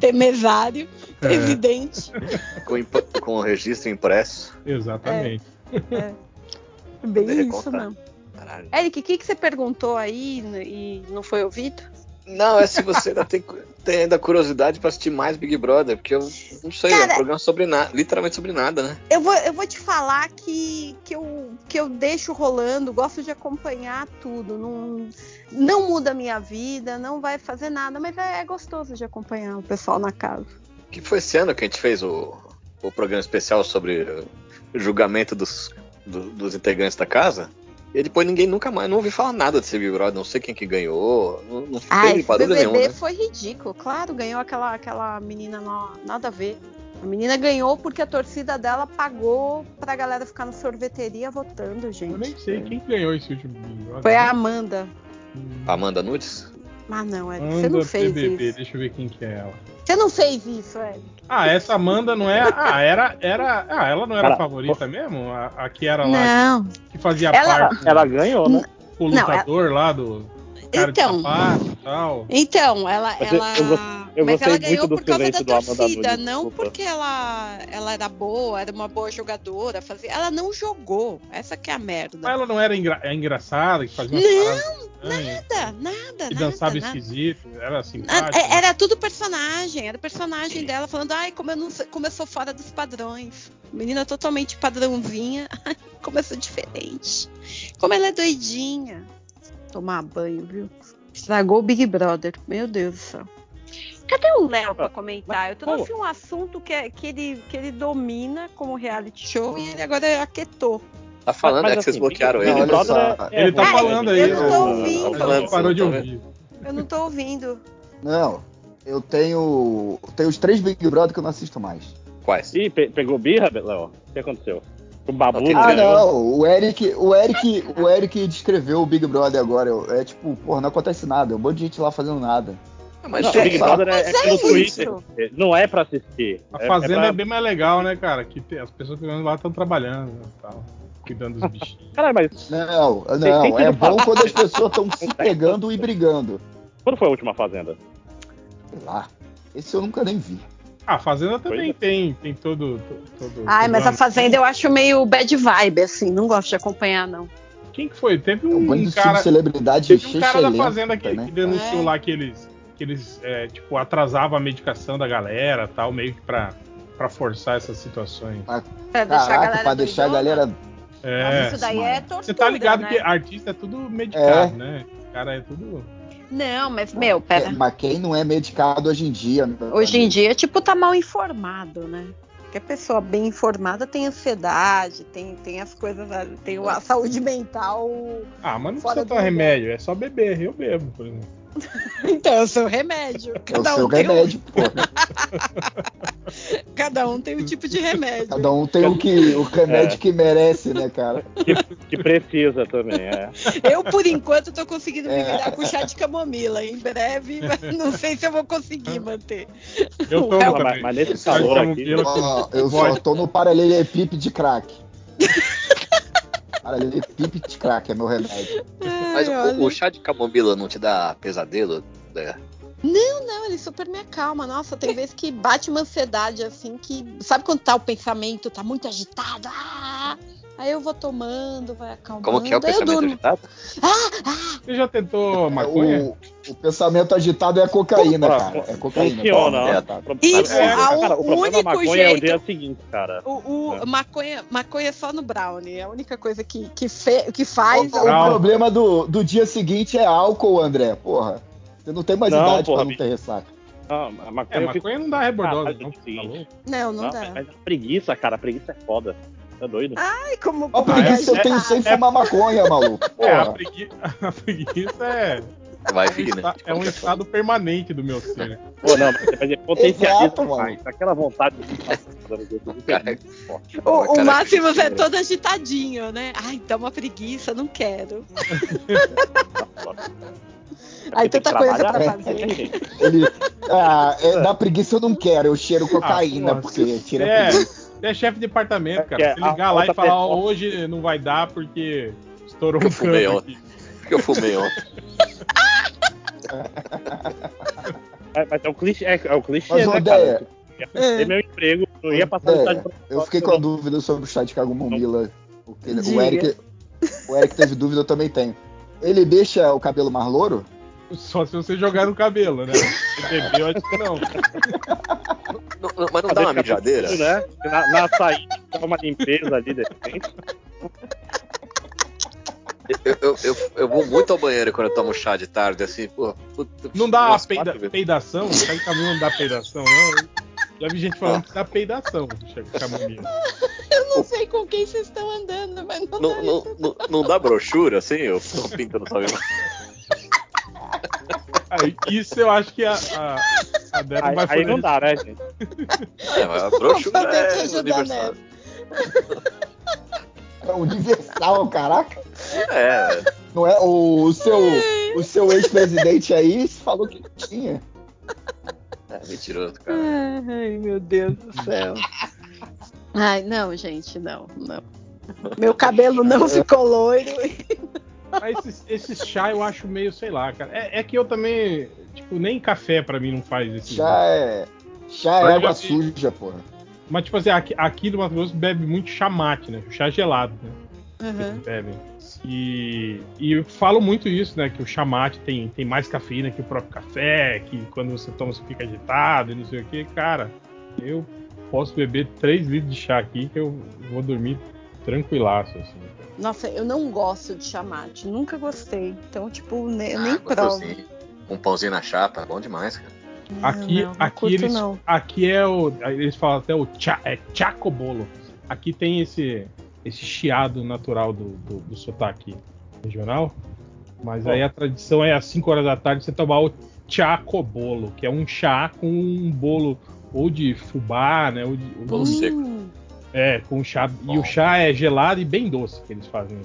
[SPEAKER 8] ter mesário,
[SPEAKER 4] É.
[SPEAKER 8] presidente.
[SPEAKER 6] Com, imp- com o registro impresso.
[SPEAKER 4] É, Exatamente.
[SPEAKER 8] Bem
[SPEAKER 6] Poderia
[SPEAKER 8] isso
[SPEAKER 6] contar.
[SPEAKER 8] mesmo.
[SPEAKER 6] Caralho.
[SPEAKER 8] Eric, o que, que você perguntou aí n- e não foi ouvido?
[SPEAKER 6] Não, é se você ainda tem, tem ainda curiosidade pra assistir mais Big Brother, porque eu não sei, é
[SPEAKER 8] Cara-
[SPEAKER 6] um programa sobre nada, literalmente sobre nada, né?
[SPEAKER 8] Eu vou, eu vou te falar que, que, eu, que eu deixo rolando, gosto de acompanhar tudo. Não, não muda a minha vida, não vai fazer nada, mas é, é gostoso de acompanhar o pessoal na casa.
[SPEAKER 6] Que foi esse ano que a gente fez o, o programa especial sobre eh, o julgamento dos, do- dos integrantes da casa. E depois ninguém nunca mais, não ouvi falar nada desse Big Brother, não sei quem que ganhou, não, não teve
[SPEAKER 8] Ah, esse
[SPEAKER 6] barulho
[SPEAKER 8] BBB
[SPEAKER 6] nenhum, né?
[SPEAKER 8] foi ridículo, claro, ganhou aquela, aquela menina lá, nada a ver. A menina ganhou porque a torcida dela pagou pra galera ficar na sorveteria votando,
[SPEAKER 4] Eu nem
[SPEAKER 8] gente.
[SPEAKER 4] sei quem é. ganhou esse último Big Brother.
[SPEAKER 8] Foi a Amanda.
[SPEAKER 6] Amanda Nunes?
[SPEAKER 8] Mas não, Eric, você
[SPEAKER 4] Amanda
[SPEAKER 8] não fez
[SPEAKER 4] BBB,
[SPEAKER 8] isso.
[SPEAKER 4] deixa eu ver quem que é ela.
[SPEAKER 8] Você não fez isso, Eric.
[SPEAKER 4] Ah, essa Amanda não é. Ah, era. era ah, ela não era
[SPEAKER 3] Cara,
[SPEAKER 4] a favorita mesmo? A, a que era tá lá,
[SPEAKER 8] Não.
[SPEAKER 4] que fazia
[SPEAKER 8] Ela-
[SPEAKER 4] parte
[SPEAKER 3] Ela ganhou,
[SPEAKER 8] Hum.
[SPEAKER 3] né?
[SPEAKER 4] o
[SPEAKER 8] Não,
[SPEAKER 4] lutador lá do cara
[SPEAKER 8] Então.
[SPEAKER 4] de sapato e tal.
[SPEAKER 8] Então, ela.
[SPEAKER 3] Mas eu-
[SPEAKER 8] ela
[SPEAKER 3] eu gos- eu
[SPEAKER 8] mas
[SPEAKER 3] gostei
[SPEAKER 8] ela
[SPEAKER 3] muito
[SPEAKER 8] ganhou
[SPEAKER 3] do
[SPEAKER 8] por causa da
[SPEAKER 3] silêncio do Amanda
[SPEAKER 8] torcida,
[SPEAKER 3] Nunes,
[SPEAKER 8] não
[SPEAKER 3] desculpa.
[SPEAKER 8] porque ela, ela era boa, era uma boa jogadora. Fazia, ela não jogou. Essa que é a merda.
[SPEAKER 4] Mas ela não era engra- é engraçada, que fazia umas
[SPEAKER 8] Não,
[SPEAKER 4] paradas estranhas,
[SPEAKER 8] Nada, nada,
[SPEAKER 4] que
[SPEAKER 8] nada.
[SPEAKER 4] dançava
[SPEAKER 8] nada.
[SPEAKER 4] esquisito, era assim,
[SPEAKER 8] Ah,
[SPEAKER 4] simpática.
[SPEAKER 8] é- Era tudo personagem, era personagem dela falando, ai, como eu, não, sou- como eu sou fora dos padrões. Menina totalmente padrãozinha, ai, como eu sou diferente. Como ela é doidinha. Tomar banho, viu? Estragou o Big Brother, meu Deus do céu. Cadê o Léo pra comentar? Eu trouxe é, um assunto que, é- que ele, que ele domina como reality show e ele agora aquietou.
[SPEAKER 6] Tá falando
[SPEAKER 3] Mas,
[SPEAKER 6] é que
[SPEAKER 3] assim,
[SPEAKER 6] vocês bloquearam
[SPEAKER 3] Big-
[SPEAKER 6] ele.
[SPEAKER 3] Big
[SPEAKER 1] Olha
[SPEAKER 3] Brother
[SPEAKER 1] só.
[SPEAKER 3] é- é
[SPEAKER 4] Ele tá
[SPEAKER 3] ruim.
[SPEAKER 4] falando aí.
[SPEAKER 8] eu não tô
[SPEAKER 4] ó.
[SPEAKER 8] ouvindo.
[SPEAKER 4] Ele
[SPEAKER 6] Falando,
[SPEAKER 4] parou de
[SPEAKER 6] tá vendo?
[SPEAKER 4] ouvir.
[SPEAKER 8] Eu não tô ouvindo.
[SPEAKER 1] Não, eu tenho. Tenho os três Big Brother que eu não assisto mais.
[SPEAKER 6] Quais?
[SPEAKER 3] Ih, pe- pegou birra, Léo? O que aconteceu? O babu
[SPEAKER 6] Não, tem
[SPEAKER 1] Ah,
[SPEAKER 6] Entendeu?
[SPEAKER 1] não, o Eric, o Eric, o Eric descreveu o Big Brother agora. eu- É tipo, porra, não acontece nada. Um monte de gente lá fazendo nada.
[SPEAKER 6] Ah, mas
[SPEAKER 3] Não,
[SPEAKER 6] gente,
[SPEAKER 3] Big Brother é,
[SPEAKER 8] Mas
[SPEAKER 3] é pelo
[SPEAKER 8] é isso.
[SPEAKER 3] Twitter. Não é pra assistir.
[SPEAKER 4] A
[SPEAKER 3] É- é
[SPEAKER 4] fazenda é,
[SPEAKER 3] pra-
[SPEAKER 4] bem mais legal, né, cara? Que te- as pessoas que vão lá estão trabalhando e tal. Cuidando dos bichinhos.
[SPEAKER 3] Caralho, mas
[SPEAKER 1] Não,
[SPEAKER 3] tem
[SPEAKER 1] não,
[SPEAKER 3] que
[SPEAKER 1] é bom quando as pessoas estão se pegando e brigando.
[SPEAKER 3] quando foi a última fazenda?
[SPEAKER 1] Sei lá. Esse eu nunca nem vi.
[SPEAKER 4] Ah, a fazenda também
[SPEAKER 3] Pois
[SPEAKER 4] tem, tem todo, to- todo.
[SPEAKER 8] Ai,
[SPEAKER 4] todo
[SPEAKER 8] mas a
[SPEAKER 4] ano.
[SPEAKER 8] Fazenda eu acho meio bad vibe, assim. Não gosto de acompanhar, não.
[SPEAKER 4] Quem que foi? Teve
[SPEAKER 1] É um
[SPEAKER 4] um
[SPEAKER 1] bando de
[SPEAKER 4] cara.
[SPEAKER 1] subcelebridade
[SPEAKER 4] Teve um cara da
[SPEAKER 1] xixelenta,
[SPEAKER 4] fazenda que,
[SPEAKER 1] né?
[SPEAKER 4] que denunciou
[SPEAKER 8] É.
[SPEAKER 4] lá que eles, que eles é, tipo, atrasavam a medicação da galera tal, meio que pra, pra forçar essas situações.
[SPEAKER 8] Pra deixar a
[SPEAKER 1] Caraca,
[SPEAKER 8] galera
[SPEAKER 1] pra deixar a
[SPEAKER 8] doidona.
[SPEAKER 1] galera. Ah,
[SPEAKER 4] É,
[SPEAKER 7] Mas isso daí é tortura,
[SPEAKER 4] você tá ligado
[SPEAKER 7] né?
[SPEAKER 4] que artista é tudo medicado, né? O cara é tudo.
[SPEAKER 7] Não, mas, meu, pera.
[SPEAKER 1] É, Mas quem não é medicado hoje em dia? né? meu
[SPEAKER 8] Hoje em
[SPEAKER 1] amigo?
[SPEAKER 8] dia, tipo, tá mal informado, né? Porque a pessoa bem informada tem ansiedade, tem, tem as coisas, tem a saúde mental.
[SPEAKER 4] Ah, mas não
[SPEAKER 8] Fora
[SPEAKER 4] precisa
[SPEAKER 8] do
[SPEAKER 4] tomar
[SPEAKER 8] lugar.
[SPEAKER 4] remédio, é só beber, eu bebo, por exemplo.
[SPEAKER 8] Então, é o seu remédio.
[SPEAKER 1] É o
[SPEAKER 8] Cada,
[SPEAKER 1] seu
[SPEAKER 8] um, tem
[SPEAKER 1] remédio, pô.
[SPEAKER 8] um, cada um tem um tipo de remédio.
[SPEAKER 1] Cada um tem o, que, o
[SPEAKER 3] É.
[SPEAKER 1] remédio que merece, né, cara?
[SPEAKER 3] Que precisa também, é.
[SPEAKER 8] Eu, por enquanto, tô conseguindo me
[SPEAKER 1] É.
[SPEAKER 8] virar com chá de camomila. Em breve, não sei se eu vou conseguir manter.
[SPEAKER 4] Eu tomo
[SPEAKER 8] Ué,
[SPEAKER 3] Mas-
[SPEAKER 4] também.
[SPEAKER 3] É, mas nesse
[SPEAKER 4] Chá de
[SPEAKER 3] calor aqui.
[SPEAKER 4] camomila com-
[SPEAKER 1] Ó, eu só tô no paralelepípedo de crack. Paralelepípedo de crack é meu remédio.
[SPEAKER 6] Mas
[SPEAKER 8] Ai,
[SPEAKER 6] o,
[SPEAKER 8] É, olha.
[SPEAKER 6] o chá de camomila não te dá pesadelo? né?
[SPEAKER 8] Não, ele super me acalma. Nossa, tem vezes que bate uma ansiedade assim que. Sabe quando tá o pensamento, tá muito agitado? Ah! Aí eu vou tomando, vai acalmando.
[SPEAKER 6] Como que é o
[SPEAKER 8] aí eu
[SPEAKER 6] pensamento
[SPEAKER 8] durmo.
[SPEAKER 6] agitado?
[SPEAKER 4] Você já tentou maconha?
[SPEAKER 1] É, O, o pensamento agitado é a cocaína,
[SPEAKER 3] Pô,
[SPEAKER 1] cara. É cocaína.
[SPEAKER 3] Funciona,
[SPEAKER 1] cara.
[SPEAKER 3] ó.
[SPEAKER 6] É,
[SPEAKER 3] Tá.
[SPEAKER 8] Isso,
[SPEAKER 3] É,
[SPEAKER 8] a-
[SPEAKER 3] cara,
[SPEAKER 8] o
[SPEAKER 3] o problema da
[SPEAKER 8] único
[SPEAKER 3] maconha é o
[SPEAKER 8] jeito-
[SPEAKER 3] dia seguinte, cara.
[SPEAKER 8] O, o-
[SPEAKER 3] É.
[SPEAKER 8] maconha, maconha é só no brownie. É a única coisa que, que, fe- que faz.
[SPEAKER 1] O, o problema do, do dia seguinte é álcool, André. Porra. Você não tem mais
[SPEAKER 3] Não,
[SPEAKER 1] idade
[SPEAKER 3] porra,
[SPEAKER 1] pra não ter ressaca.
[SPEAKER 3] Não, a maconha
[SPEAKER 4] É,
[SPEAKER 3] eu fico-
[SPEAKER 4] maconha não dá rebordose,
[SPEAKER 3] Ah,
[SPEAKER 4] não.
[SPEAKER 3] é o seguinte.
[SPEAKER 4] Tá louco?
[SPEAKER 8] Não, não,
[SPEAKER 3] Não,
[SPEAKER 8] dá.
[SPEAKER 3] Ah, Mas a preguiça, cara, a preguiça é foda. É doido.
[SPEAKER 8] Ai, como.
[SPEAKER 3] Ah,
[SPEAKER 1] Ó, preguiça
[SPEAKER 4] é-
[SPEAKER 1] eu tenho sem fumar maconha, maluco.
[SPEAKER 4] É, a
[SPEAKER 1] Porra.
[SPEAKER 4] pregui- a preguiça é,
[SPEAKER 6] Vai
[SPEAKER 4] é um
[SPEAKER 6] vir, né?
[SPEAKER 4] esta- é um estado permanente do meu ser. né?
[SPEAKER 3] Pô, não, mas mas é potencializa
[SPEAKER 1] Exato, mano.
[SPEAKER 3] mais. Aquela vontade de fazer é muito forte.
[SPEAKER 8] O,
[SPEAKER 6] Cara,
[SPEAKER 8] o
[SPEAKER 6] que
[SPEAKER 8] Máximos é
[SPEAKER 6] dinheiro.
[SPEAKER 8] todo agitadinho, né? Ai, dá uma preguiça, não quero. Aí
[SPEAKER 3] Tem que
[SPEAKER 8] tanta coisa
[SPEAKER 3] trabalhar,
[SPEAKER 8] pra
[SPEAKER 3] né?
[SPEAKER 8] fazer.
[SPEAKER 3] Tem jeito.
[SPEAKER 1] Ele, ah, é, da preguiça eu não quero, eu
[SPEAKER 3] Ah,
[SPEAKER 1] cheiro cocaína,
[SPEAKER 4] porra,
[SPEAKER 1] porque tira
[SPEAKER 4] é,
[SPEAKER 1] preguiça.
[SPEAKER 4] Você é chefe de departamento,
[SPEAKER 3] É,
[SPEAKER 4] cara. Se ligar
[SPEAKER 3] a-
[SPEAKER 4] lá
[SPEAKER 3] outra
[SPEAKER 4] e falar, ó,
[SPEAKER 3] pessoa-
[SPEAKER 4] hoje não vai dar porque estourou
[SPEAKER 6] Eu
[SPEAKER 4] um
[SPEAKER 6] fumei
[SPEAKER 4] cano
[SPEAKER 6] ontem.
[SPEAKER 4] aqui.
[SPEAKER 6] Porque eu fumei ontem.
[SPEAKER 3] É, mas é o clichê, é, é o clichê,
[SPEAKER 1] Mas,
[SPEAKER 3] né,
[SPEAKER 1] Odeia,
[SPEAKER 3] cara? Eu ia
[SPEAKER 8] É.
[SPEAKER 3] perder meu emprego, não ia passar
[SPEAKER 1] Odeia,
[SPEAKER 3] metade do
[SPEAKER 1] É, Eu fiquei com a dúvida sobre o chá de cagumomila. O, que ele- o
[SPEAKER 8] Diga.
[SPEAKER 1] Eric, o Eric teve dúvida, eu também tenho. Ele deixa o cabelo mais louro?
[SPEAKER 4] Só se você jogar no cabelo, né? Você bebeu, acho que não.
[SPEAKER 6] Não- não- mas não dá uma mijadeira?
[SPEAKER 3] né? Na, na saída, dá uma limpeza ali, de repente.
[SPEAKER 6] Eu, eu, eu, eu vou muito ao banheiro quando eu tomo chá de tarde, assim, pô. puta,
[SPEAKER 4] Não dá
[SPEAKER 6] umas
[SPEAKER 4] peida-
[SPEAKER 6] quatro vezes.
[SPEAKER 4] peidação? O chá de camomila não dá peidação, não? Já vi gente falando que dá peidação o chá de camomila.
[SPEAKER 8] Eu não sei com quem vocês estão andando, mas não,
[SPEAKER 6] Não,
[SPEAKER 8] dá.
[SPEAKER 6] não, não, não dá brochura, assim? Eu tô pintando só
[SPEAKER 4] Aí, isso eu acho que a, a, a Débora
[SPEAKER 3] Aí,
[SPEAKER 4] vai
[SPEAKER 3] aí
[SPEAKER 4] fazer
[SPEAKER 3] não dá, né, gente?
[SPEAKER 6] É, mas a brochura
[SPEAKER 8] Vou poder te
[SPEAKER 6] é
[SPEAKER 8] ajudar
[SPEAKER 6] universal.
[SPEAKER 1] É universal, caraca.
[SPEAKER 6] É,
[SPEAKER 1] Não é? O, o seu, o seu ex-presidente aí falou que tinha.
[SPEAKER 6] é mentiroso, cara.
[SPEAKER 8] Ai, meu Deus do céu. Ai, não, gente, não, não. Meu cabelo
[SPEAKER 3] É.
[SPEAKER 8] não ficou loiro.
[SPEAKER 4] Mas esses, esses chá eu acho meio, sei lá, cara. É, é que eu também, tipo, nem café pra mim não faz esse.
[SPEAKER 1] Chá é. Chá é
[SPEAKER 4] Mas
[SPEAKER 1] água
[SPEAKER 4] já vi.
[SPEAKER 1] suja, porra.
[SPEAKER 4] Mas, tipo assim, aqui, aqui do Mato Grosso bebe muito chá mate, né? Chá gelado, né?
[SPEAKER 8] Uhum.
[SPEAKER 4] Bebem. E, e eu falo muito isso, né? Que o chamate tem, tem mais cafeína que o próprio café, que quando você toma você fica agitado e não sei o que. Cara, eu posso beber 3 litros de chá aqui que eu vou dormir tranquilaço, assim.
[SPEAKER 8] Nossa, eu não gosto de chamate, nunca gostei. Então, tipo, ne- eu nem
[SPEAKER 6] Ah,
[SPEAKER 8] provo.
[SPEAKER 6] gostosinho. Um pãozinho na chapa, bom demais, cara.
[SPEAKER 8] Não,
[SPEAKER 4] Aqui,
[SPEAKER 8] não, não
[SPEAKER 4] aqui,
[SPEAKER 8] curto,
[SPEAKER 4] eles,
[SPEAKER 8] não.
[SPEAKER 4] aqui é o. Eles falam até o cha, é chacobolo. Aqui tem esse. esse chiado natural do, do, do sotaque regional. Mas aí a tradição é às 5 horas da tarde você tomar o chacobolo, que é um chá com um bolo ou de fubá, né? Ou de, ou de-
[SPEAKER 8] Hum.
[SPEAKER 6] Bolo seco.
[SPEAKER 4] é, com chá. E o
[SPEAKER 6] Bom.
[SPEAKER 4] chá é gelado e bem doce que eles fazem.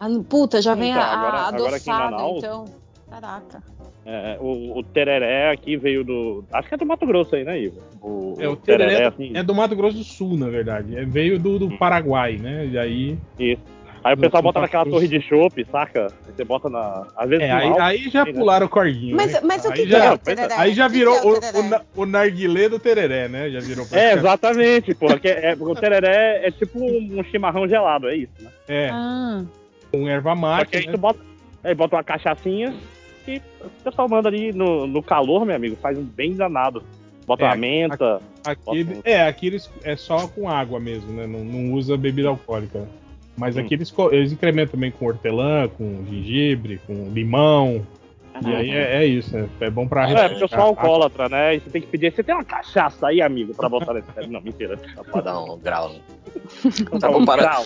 [SPEAKER 9] Ah, puta, já vem
[SPEAKER 3] Então,
[SPEAKER 9] a, a
[SPEAKER 3] agora- agora aqui em
[SPEAKER 9] adoçada,
[SPEAKER 3] Manaus-
[SPEAKER 9] então. Caraca.
[SPEAKER 3] É, o, o tereré aqui veio do. Acho que é do Mato Grosso aí, né, Ivo? O,
[SPEAKER 4] É, o tereré é do-
[SPEAKER 3] assim.
[SPEAKER 4] É do Mato Grosso do Sul, na verdade. É, veio do, do Paraguai, né? E aí.
[SPEAKER 3] Aí o pessoal bota
[SPEAKER 4] do-
[SPEAKER 3] naquela
[SPEAKER 4] do-
[SPEAKER 3] torre de chopp, saca? Aí Você bota na. Às vezes
[SPEAKER 4] É,
[SPEAKER 3] no
[SPEAKER 4] aí,
[SPEAKER 3] alto,
[SPEAKER 4] aí já
[SPEAKER 3] né?
[SPEAKER 4] pularam o corguinho.
[SPEAKER 9] Mas,
[SPEAKER 4] né?
[SPEAKER 9] mas o
[SPEAKER 4] Aí
[SPEAKER 9] que, que
[SPEAKER 4] já-
[SPEAKER 9] é
[SPEAKER 3] não,
[SPEAKER 9] o tereré?
[SPEAKER 4] Aí já
[SPEAKER 9] O que que
[SPEAKER 4] virou
[SPEAKER 9] é
[SPEAKER 4] o,
[SPEAKER 9] o
[SPEAKER 4] o,
[SPEAKER 9] tereré?
[SPEAKER 4] na- o narguilé do tereré, né? Já virou pra
[SPEAKER 3] É, exatamente, porra. Que é, é- o tereré é tipo um chimarrão gelado, é isso, né?
[SPEAKER 4] É,
[SPEAKER 9] Ah,
[SPEAKER 4] com erva
[SPEAKER 3] Só
[SPEAKER 4] mate.
[SPEAKER 3] que aí
[SPEAKER 4] Né?
[SPEAKER 3] tu bota, aí bota uma cachaçinha e o pessoal manda ali no, no calor, meu amigo, faz um bem danado. Bota
[SPEAKER 4] É,
[SPEAKER 3] uma menta.
[SPEAKER 4] Aqui, é, aqui eles, é só com água mesmo, né? Não, não usa bebida alcoólica.
[SPEAKER 3] Hum.
[SPEAKER 4] Mas aqui eles, co- eles incrementam também com hortelã, com gengibre, com limão.
[SPEAKER 9] Ah,
[SPEAKER 4] E
[SPEAKER 9] tá.
[SPEAKER 4] aí é, é isso, né? É bom pra
[SPEAKER 3] É,
[SPEAKER 6] ah,
[SPEAKER 3] porque eu sou
[SPEAKER 4] refrescar.
[SPEAKER 3] alcoólatra, né? E você tem que pedir. Você tem uma cachaça aí, amigo, pra botar nesse. Não, mentira.
[SPEAKER 6] Só pra dar um grau. né?
[SPEAKER 3] Não
[SPEAKER 6] Tá bom, para.
[SPEAKER 3] Não,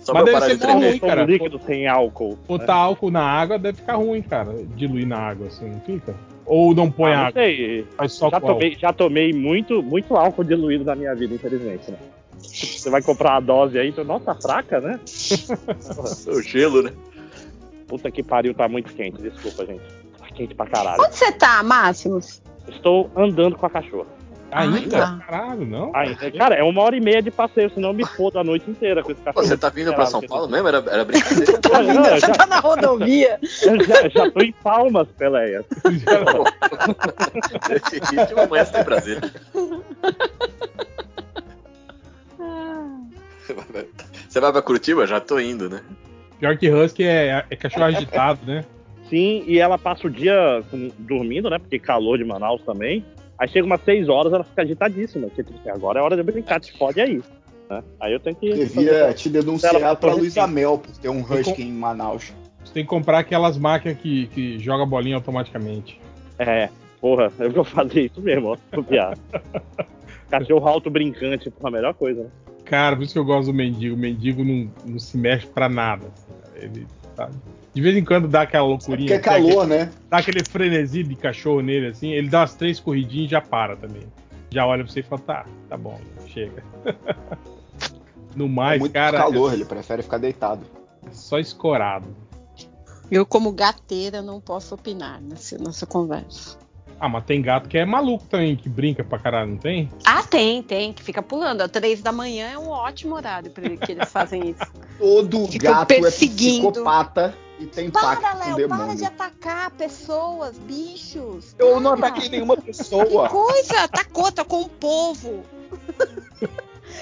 [SPEAKER 6] Só
[SPEAKER 4] Um Mas
[SPEAKER 6] pra eu
[SPEAKER 4] deve
[SPEAKER 6] parar
[SPEAKER 4] ser
[SPEAKER 6] de
[SPEAKER 4] bom,
[SPEAKER 6] tremer.
[SPEAKER 4] hein, cara?
[SPEAKER 3] um líquido sem álcool.
[SPEAKER 4] Botar álcool na água deve ficar ruim, cara. Diluir na água, assim, não fica? Ou não põe
[SPEAKER 3] Ah, não
[SPEAKER 4] água,
[SPEAKER 3] sei.
[SPEAKER 4] faz só
[SPEAKER 3] já
[SPEAKER 4] com álcool.
[SPEAKER 3] tomei, já tomei muito, muito álcool diluído na minha vida, infelizmente, né? Você vai comprar a dose aí, então, nossa, fraca, né?
[SPEAKER 6] O gelo, né?
[SPEAKER 3] Puta que pariu, tá muito quente, desculpa, gente. Tá quente pra caralho.
[SPEAKER 8] Onde você tá, Máximos?
[SPEAKER 3] Estou andando com a cachorra.
[SPEAKER 4] Ainda?
[SPEAKER 9] Ah,
[SPEAKER 4] Caralho, não?
[SPEAKER 3] Ai, cara, é uma hora e meia de passeio, senão eu me foda a noite inteira com esse
[SPEAKER 6] Pô,
[SPEAKER 3] cachorro.
[SPEAKER 6] você tá vindo pra São Paulo mesmo? Era, era brincadeira.
[SPEAKER 3] Não, não, eu já,
[SPEAKER 9] tá na rodovia.
[SPEAKER 3] eu já, já tô em palmas, Peleia.
[SPEAKER 6] Esse ritmo amanhã você Tipo, tem Brasília. Você vai pra Curitiba? Já tô indo, né?
[SPEAKER 4] Pior que Husky é, é cachorro agitado, né?
[SPEAKER 3] Sim, e ela passa o dia com- dormindo, né? Porque calor de Manaus também. Aí chega umas seis horas, ela fica agitadíssima. Porque tipo, assim, agora é hora de eu brincar, te fode aí. né? Aí eu tenho que.
[SPEAKER 1] Devia te denunciar
[SPEAKER 3] Ela-
[SPEAKER 1] pra Luísa Mel por ter um Husky em Manaus.
[SPEAKER 4] Você tem que comprar aquelas máquinas que, que joga bolinha automaticamente.
[SPEAKER 3] É, porra, eu vou fazer isso mesmo, ó. Copiar. Cachorro alto brincante, porra, a melhor coisa, né?
[SPEAKER 4] Cara, por isso que eu gosto do mendigo. O mendigo não, não se mexe pra nada. assim, cara. Ele, sabe? De vez em quando dá aquela loucurinha.
[SPEAKER 1] Porque é
[SPEAKER 4] dá aquele-
[SPEAKER 1] calor, né?
[SPEAKER 4] Dá aquele frenesi de cachorro nele, assim. Ele dá umas três corridinhas e já para também. Já olha pra você e fala, tá, tá bom, chega. No mais,
[SPEAKER 1] é muito
[SPEAKER 4] cara,
[SPEAKER 1] calor, ele prefere ficar deitado.
[SPEAKER 4] é só escorado.
[SPEAKER 8] Eu, como gateira, não posso opinar nessa nossa conversa.
[SPEAKER 4] Ah, mas tem gato que é maluco também, que brinca pra caralho, não tem?
[SPEAKER 8] Ah, tem, tem, que fica pulando. Às três da manhã é um ótimo horário pra ele- que eles fazem isso.
[SPEAKER 1] Todo
[SPEAKER 8] Fica
[SPEAKER 1] gato é
[SPEAKER 8] perseguindo.
[SPEAKER 1] psicopata e tem pacto com o demônio.
[SPEAKER 8] atacar pessoas, bichos.
[SPEAKER 1] Eu não ataquei nenhuma
[SPEAKER 8] Que
[SPEAKER 1] pessoa.
[SPEAKER 8] coisa! Atacou, atacou um povo.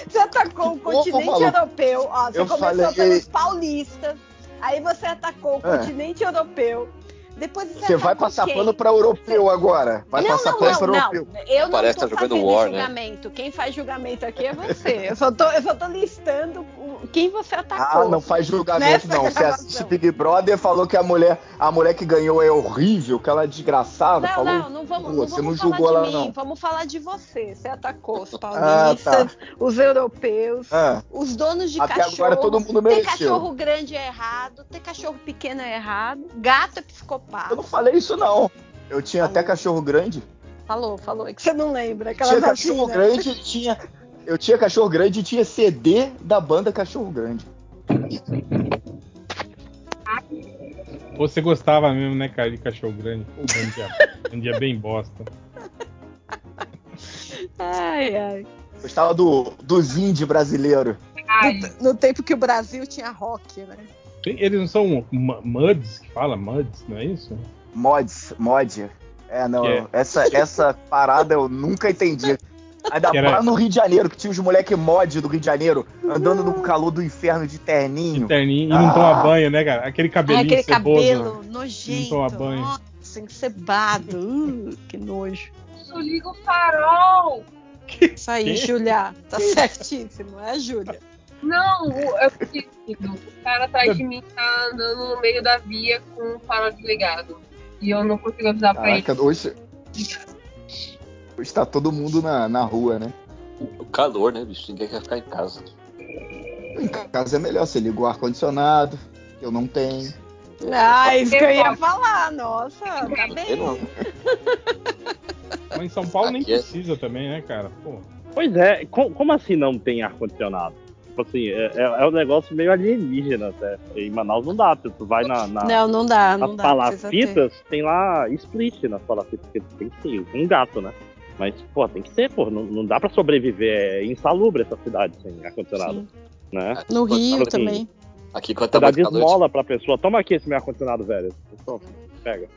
[SPEAKER 7] Você atacou o
[SPEAKER 1] Ô, ô,
[SPEAKER 7] continente
[SPEAKER 1] maluco.
[SPEAKER 7] europeu. Ó, você
[SPEAKER 1] Eu
[SPEAKER 7] começou
[SPEAKER 1] falei-
[SPEAKER 7] pelos paulistas, aí você atacou o
[SPEAKER 1] É.
[SPEAKER 7] continente europeu. Depois você,
[SPEAKER 1] Você vai
[SPEAKER 7] atacou
[SPEAKER 1] passar
[SPEAKER 7] quem?
[SPEAKER 1] pano pra europeu agora. Vai
[SPEAKER 7] não,
[SPEAKER 1] passar
[SPEAKER 7] não,
[SPEAKER 1] pano
[SPEAKER 7] não,
[SPEAKER 1] pra
[SPEAKER 7] não.
[SPEAKER 1] europeu.
[SPEAKER 7] Eu não
[SPEAKER 6] Parece
[SPEAKER 7] tô
[SPEAKER 6] tá jogando
[SPEAKER 7] fazendo
[SPEAKER 6] War, né?
[SPEAKER 7] julgamento. Quem faz julgamento aqui é você. Eu só tô, eu só tô listando o- quem você atacou.
[SPEAKER 1] Ah, não faz julgamento,
[SPEAKER 7] Tá Nessa
[SPEAKER 1] não. Você
[SPEAKER 7] gravação.
[SPEAKER 1] assiste Big Brother falou que a mulher, a mulher que ganhou é horrível, que ela é desgraçada.
[SPEAKER 7] Não,
[SPEAKER 1] falou.
[SPEAKER 7] não, não vamos, não
[SPEAKER 1] Pô,
[SPEAKER 7] vamos
[SPEAKER 1] você não
[SPEAKER 7] falar
[SPEAKER 1] julgou
[SPEAKER 7] de
[SPEAKER 1] ela,
[SPEAKER 7] mim,
[SPEAKER 1] não.
[SPEAKER 7] vamos falar de você. Você atacou os
[SPEAKER 1] Ah,
[SPEAKER 7] paulistas,
[SPEAKER 1] tá.
[SPEAKER 7] os europeus,
[SPEAKER 1] Ah,
[SPEAKER 7] os donos de
[SPEAKER 1] até
[SPEAKER 7] cachorro.
[SPEAKER 1] agora todo mundo
[SPEAKER 7] ter
[SPEAKER 1] mereceu.
[SPEAKER 7] cachorro grande é errado, ter cachorro pequeno é errado, gato é psicopata.
[SPEAKER 1] Eu não falei isso, não. Eu tinha até cachorro grande.
[SPEAKER 7] Falou, falou. É que você não lembra.
[SPEAKER 1] Tinha
[SPEAKER 7] Aquelas
[SPEAKER 1] cachorro
[SPEAKER 7] assim, né?
[SPEAKER 1] grande, e tinha. Eu tinha cachorro grande e tinha CD da banda Cachorro Grande.
[SPEAKER 4] Você gostava mesmo, né, cara, de cachorro grande? Pô, um dia, um dia bem bosta.
[SPEAKER 7] Ai, ai.
[SPEAKER 1] Gostava do, dos indie brasileiro.
[SPEAKER 8] No tempo que o Brasil tinha rock, né?
[SPEAKER 4] Tem- Eles não são mu- muds que fala? Muds, não é isso?
[SPEAKER 1] Mods, mod. É, não.
[SPEAKER 4] Que é?
[SPEAKER 1] Essa, essa parada eu nunca entendi. Ainda
[SPEAKER 4] Que era-
[SPEAKER 1] lá no Rio de Janeiro, que tinha os moleque mod do Rio de Janeiro, andando no calor do inferno de
[SPEAKER 4] De
[SPEAKER 1] terninho.
[SPEAKER 4] terninho e não toma banho, né, cara? Aquele
[SPEAKER 8] Ah,
[SPEAKER 4] cabelinho
[SPEAKER 8] aquele
[SPEAKER 4] ceboso.
[SPEAKER 8] cabelo
[SPEAKER 4] Não toma
[SPEAKER 8] nojento.
[SPEAKER 4] banho.
[SPEAKER 8] Nossa, encebado. Uh, que nojo.
[SPEAKER 9] Isso liga o farol.
[SPEAKER 8] Isso aí,
[SPEAKER 4] Que?
[SPEAKER 8] Júlia. Tá certíssimo, é, Júlia?
[SPEAKER 9] Não, o- eu preciso. O cara atrás de mim tá andando no meio da via com o farol desligado. E eu não consigo avisar pra ele.
[SPEAKER 1] Caraca, hoje. Hoje tá todo mundo na, na rua, né?
[SPEAKER 6] O calor, né, bicho? Ninguém quer ficar em casa.
[SPEAKER 1] Em casa é melhor, você liga o ar-condicionado, eu não tenho.
[SPEAKER 8] Ah, isso que eu ia falar, nossa, tá bem.
[SPEAKER 4] Mas em São Paulo nem
[SPEAKER 6] Aqui é-
[SPEAKER 4] precisa também, né, cara? Pô,
[SPEAKER 3] Pois é, co- como assim não tem ar-condicionado? Tipo assim, é, é- é um negócio meio alienígena até. Em Manaus não dá, tu tu vai na, na,
[SPEAKER 8] Não, não dá, não
[SPEAKER 3] nas
[SPEAKER 8] dá. precisa ter.
[SPEAKER 3] palafitas, tem lá split nas palafitas, porque tem que ter um gato, né? Mas, pô, tem que ter, pô, não, não dá pra sobreviver, é insalubre essa cidade sem ar-condicionado,
[SPEAKER 8] Sim.
[SPEAKER 6] Ah,
[SPEAKER 3] né?
[SPEAKER 8] No
[SPEAKER 6] Quando
[SPEAKER 8] Rio
[SPEAKER 6] tava
[SPEAKER 8] também.
[SPEAKER 6] Aqui quando tá
[SPEAKER 3] Tá dá
[SPEAKER 6] muito calor,
[SPEAKER 3] esmola pra pessoa, toma aqui esse meu ar-condicionado, velho. Toma, Pega.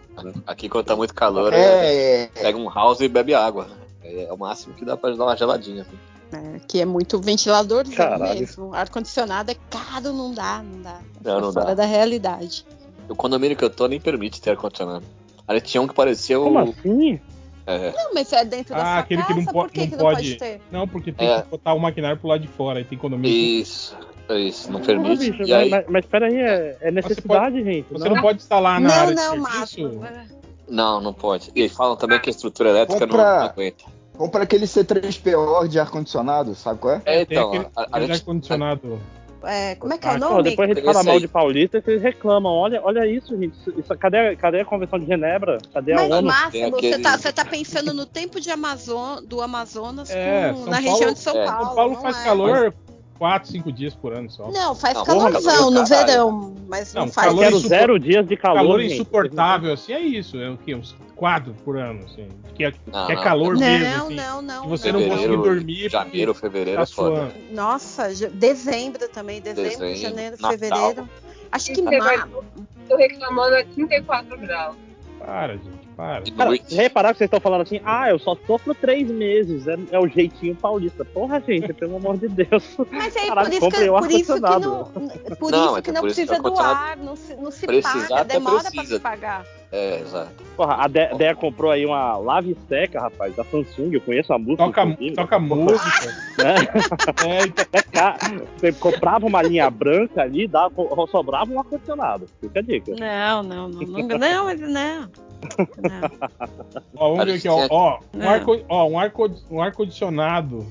[SPEAKER 6] aqui quando tá muito calor, é,
[SPEAKER 1] É, é,
[SPEAKER 6] pega um house e bebe água. É, é o máximo que dá pra dar uma geladinha. assim.
[SPEAKER 8] É, que é muito ventilador
[SPEAKER 3] Caralho.
[SPEAKER 8] mesmo. Ar-condicionado é caro, não dá, não dá. É
[SPEAKER 6] Não, não
[SPEAKER 8] fora
[SPEAKER 6] dá.
[SPEAKER 8] da realidade.
[SPEAKER 6] O condomínio que eu tô nem permite ter ar-condicionado. Ali tinha um que parecia
[SPEAKER 3] Como
[SPEAKER 6] o.
[SPEAKER 3] assim?
[SPEAKER 6] É,
[SPEAKER 8] Não, mas é dentro da
[SPEAKER 4] Ah,
[SPEAKER 8] sua
[SPEAKER 4] aquele
[SPEAKER 8] casa,
[SPEAKER 4] que não po-
[SPEAKER 8] por que
[SPEAKER 4] não
[SPEAKER 8] que não pode,
[SPEAKER 4] pode-
[SPEAKER 8] ter?
[SPEAKER 4] não, porque tem
[SPEAKER 6] É.
[SPEAKER 4] que botar o maquinário pro lado de fora, aí tem economia.
[SPEAKER 6] isso, isso, não
[SPEAKER 3] Porra,
[SPEAKER 6] permite.
[SPEAKER 8] assim?
[SPEAKER 3] bicho, né?
[SPEAKER 6] E aí,
[SPEAKER 3] mas, mas peraí, é, é necessidade, gente.
[SPEAKER 4] Você não, pode instalar na
[SPEAKER 8] Não,
[SPEAKER 4] área
[SPEAKER 8] não,
[SPEAKER 4] de serviço?
[SPEAKER 8] Márcio.
[SPEAKER 6] não, não pode. E aí falam também que a estrutura elétrica não,
[SPEAKER 1] Compra-
[SPEAKER 6] não aguenta.
[SPEAKER 1] Compra aquele C3PO de ar-condicionado, sabe qual é?
[SPEAKER 6] É,
[SPEAKER 4] tem
[SPEAKER 6] então,
[SPEAKER 4] aquele,
[SPEAKER 6] a- a
[SPEAKER 4] aquele
[SPEAKER 6] gente-
[SPEAKER 4] ar-condicionado.
[SPEAKER 8] É, como é que é
[SPEAKER 4] Ah,
[SPEAKER 8] o
[SPEAKER 3] Pô,
[SPEAKER 8] nome?
[SPEAKER 3] depois a gente
[SPEAKER 6] Tem
[SPEAKER 3] fala
[SPEAKER 6] esse
[SPEAKER 3] mal
[SPEAKER 6] aí.
[SPEAKER 3] de paulista e vocês reclamam. Olha, olha isso, gente. Isso, isso- cadê, a- cadê a Convenção de Genebra? Cadê a
[SPEAKER 8] Mas,
[SPEAKER 3] ONU?
[SPEAKER 6] tem
[SPEAKER 8] Máximo, você,
[SPEAKER 6] aquele-
[SPEAKER 8] tá, você tá pensando no tempo de Amazon, do Amazonas
[SPEAKER 4] É,
[SPEAKER 8] com-
[SPEAKER 4] São
[SPEAKER 8] na
[SPEAKER 4] Paulo-
[SPEAKER 8] região de São
[SPEAKER 6] é.
[SPEAKER 8] Paulo.
[SPEAKER 4] São Paulo
[SPEAKER 8] não
[SPEAKER 4] faz
[SPEAKER 8] é.
[SPEAKER 4] calor 4, 5 dias por ano só.
[SPEAKER 8] Não, faz
[SPEAKER 6] Não,
[SPEAKER 8] calorzão
[SPEAKER 6] calor,
[SPEAKER 8] no
[SPEAKER 6] caralho.
[SPEAKER 8] verão, mas não,
[SPEAKER 4] Não,
[SPEAKER 8] faz.
[SPEAKER 4] calor é
[SPEAKER 3] Quero
[SPEAKER 4] insupo-
[SPEAKER 3] zero dias de calor.
[SPEAKER 4] calor,
[SPEAKER 3] gente.
[SPEAKER 4] insuportável, assim, é isso. É o quê? Uns 4 por ano, assim. Que é,
[SPEAKER 6] Não,
[SPEAKER 4] que é
[SPEAKER 6] não.
[SPEAKER 4] calor mesmo,
[SPEAKER 8] Não,
[SPEAKER 4] assim.
[SPEAKER 8] não, não.
[SPEAKER 4] Se você não
[SPEAKER 8] não,
[SPEAKER 4] conseguir
[SPEAKER 6] Fevereiro,
[SPEAKER 4] dormir,
[SPEAKER 6] janeiro, fevereiro
[SPEAKER 4] tá
[SPEAKER 6] é foda.
[SPEAKER 4] suando.
[SPEAKER 8] Nossa, ja- dezembro também, dezembro,
[SPEAKER 6] Dezembro,
[SPEAKER 8] janeiro,
[SPEAKER 6] Natal.
[SPEAKER 8] fevereiro. Acho que
[SPEAKER 9] Você vai-
[SPEAKER 8] mar...
[SPEAKER 9] Tô reclamando a 34 graus.
[SPEAKER 4] Para, gente, para.
[SPEAKER 6] De
[SPEAKER 3] Cara,
[SPEAKER 6] noite.
[SPEAKER 3] reparar que vocês estão falando assim, ah, eu só sofro três meses, é, é o jeitinho paulista. Porra, gente, pelo amor de Deus.
[SPEAKER 8] Mas aí
[SPEAKER 3] Caralho,
[SPEAKER 8] por isso,
[SPEAKER 3] comprei
[SPEAKER 8] que,
[SPEAKER 3] um
[SPEAKER 8] por isso que não,
[SPEAKER 3] ar-condicionado.
[SPEAKER 8] por
[SPEAKER 6] Não,
[SPEAKER 8] isso
[SPEAKER 6] mas
[SPEAKER 8] que
[SPEAKER 6] é
[SPEAKER 8] não
[SPEAKER 6] por isso que
[SPEAKER 8] precisa do
[SPEAKER 6] ar-condicionado-
[SPEAKER 8] ar, não se, não se
[SPEAKER 6] Precisar
[SPEAKER 8] paga,
[SPEAKER 6] até
[SPEAKER 8] demora para
[SPEAKER 6] precisa.
[SPEAKER 8] se pagar.
[SPEAKER 6] É, exato.
[SPEAKER 3] Porra, a De- Dea comprou aí uma lave seca, rapaz, da Samsung, eu conheço a música.
[SPEAKER 4] Toca,
[SPEAKER 3] inclusive,
[SPEAKER 4] toca música.
[SPEAKER 3] né?
[SPEAKER 4] É, então,
[SPEAKER 3] É ca- Você comprava uma linha branca ali, dava, sobrava um ar-condicionado. Fica a dica.
[SPEAKER 8] Não, não, não, não, não, ele não. Não.
[SPEAKER 4] ó, vamos
[SPEAKER 6] A
[SPEAKER 4] ver
[SPEAKER 6] gente
[SPEAKER 4] aqui, ó.
[SPEAKER 6] tem-
[SPEAKER 4] Ó, um
[SPEAKER 8] Não.
[SPEAKER 4] arco- ó, um arco- um ar-condicionado.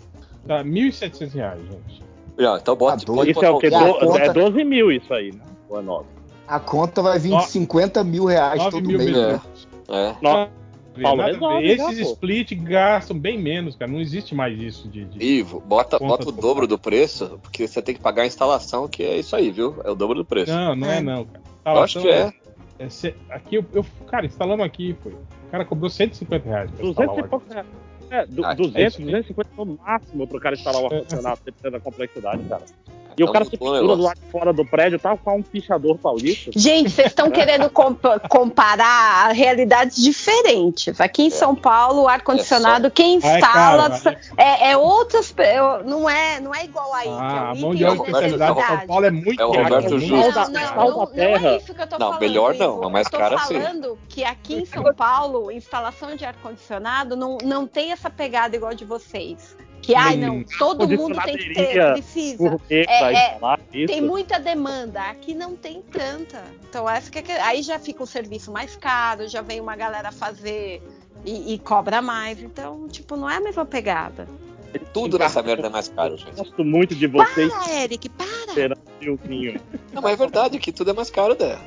[SPEAKER 4] tá R$ 1.700 reais, gente.
[SPEAKER 6] Não, então bota
[SPEAKER 1] Tá
[SPEAKER 6] tipo,
[SPEAKER 1] doido.
[SPEAKER 6] pode
[SPEAKER 3] Isso é o quê?
[SPEAKER 1] E a
[SPEAKER 6] botar um-
[SPEAKER 3] Do-
[SPEAKER 1] conta?
[SPEAKER 3] É 12 mil isso aí, né? Ou é 9?
[SPEAKER 1] A conta vai vir
[SPEAKER 4] Ó,
[SPEAKER 1] de 50 mil reais
[SPEAKER 4] 9
[SPEAKER 1] todo
[SPEAKER 4] mil
[SPEAKER 1] mês.
[SPEAKER 4] mesmo.
[SPEAKER 1] né?
[SPEAKER 6] É.
[SPEAKER 4] Ah,
[SPEAKER 3] Não. Paulo,
[SPEAKER 4] Nada a ver.
[SPEAKER 3] resolve já,
[SPEAKER 4] Esses
[SPEAKER 3] pô.
[SPEAKER 4] split gastam bem menos, cara. Não existe mais isso de. de-
[SPEAKER 6] Ivo, bota,
[SPEAKER 4] Conta
[SPEAKER 6] bota
[SPEAKER 4] do
[SPEAKER 6] o dobro
[SPEAKER 4] pacote.
[SPEAKER 6] do preço, porque você tem que pagar a instalação, que é isso aí, viu? É o dobro do preço.
[SPEAKER 4] Não, não é, não, cara.
[SPEAKER 6] Eu acho que é.
[SPEAKER 4] É cê- aqui eu, eu- Cara, instalamos aqui, foi. O cara cobrou 150 reais pra instalar
[SPEAKER 3] 200
[SPEAKER 4] o
[SPEAKER 3] e poucos
[SPEAKER 4] ar.
[SPEAKER 3] reais. É, du-
[SPEAKER 6] Ah,
[SPEAKER 3] 200,
[SPEAKER 4] isso aí.
[SPEAKER 3] 250 no é máximo pro cara instalar o ar-condicionado, dependendo da complexidade, cara. E
[SPEAKER 6] Então,
[SPEAKER 3] o cara se
[SPEAKER 6] bom
[SPEAKER 3] pendura do
[SPEAKER 6] negócio.
[SPEAKER 3] lado de fora do prédio, tá com um pichador paulista.
[SPEAKER 8] Gente, vocês estão querendo compa- comparar realidades diferentes. Aqui em São Paulo, o ar-condicionado, quem
[SPEAKER 4] Ah, é
[SPEAKER 8] instala
[SPEAKER 4] caro, né?
[SPEAKER 8] é, é outras. pe- é- Não é, não é igual aí.
[SPEAKER 4] Ah, a
[SPEAKER 8] que é um
[SPEAKER 4] mão
[SPEAKER 8] item
[SPEAKER 4] de obra
[SPEAKER 6] de
[SPEAKER 4] especializada de São
[SPEAKER 8] necessidade.
[SPEAKER 4] Paulo é muito
[SPEAKER 6] É o
[SPEAKER 4] cara,
[SPEAKER 6] Roberto
[SPEAKER 4] é muito-
[SPEAKER 3] Júlio.
[SPEAKER 8] Não,
[SPEAKER 3] da-
[SPEAKER 8] não,
[SPEAKER 3] sal da
[SPEAKER 8] não, não
[SPEAKER 3] terra.
[SPEAKER 8] é isso que eu tô
[SPEAKER 6] Não,
[SPEAKER 8] falando.
[SPEAKER 6] melhor não,
[SPEAKER 8] Ivo.
[SPEAKER 6] mas mais assim.
[SPEAKER 8] eu tô
[SPEAKER 6] caro, sim.
[SPEAKER 8] falando que aqui em São Paulo, instalação de ar-condicionado não, não tem essa pegada igual de vocês. Que, ai, não,
[SPEAKER 4] Hum.
[SPEAKER 8] todo mundo tem que ter,
[SPEAKER 3] Condicionaderia,
[SPEAKER 8] precisa.
[SPEAKER 3] Gourmet
[SPEAKER 8] É,
[SPEAKER 3] pra
[SPEAKER 8] é,
[SPEAKER 3] instalar isso.
[SPEAKER 8] Tem muita demanda, aqui não tem tanta. Então, essa que é que- aí já fica o serviço mais caro, já vem uma galera fazer e, e cobra mais. Então, tipo, não é a mesma pegada.
[SPEAKER 6] Tudo nessa merda é mais caro, gente.
[SPEAKER 3] Gosto muito de vocês,
[SPEAKER 8] Para, Ah, Eric, para!
[SPEAKER 3] Silvinho.
[SPEAKER 6] Não, mas é verdade, que tudo é mais caro, né?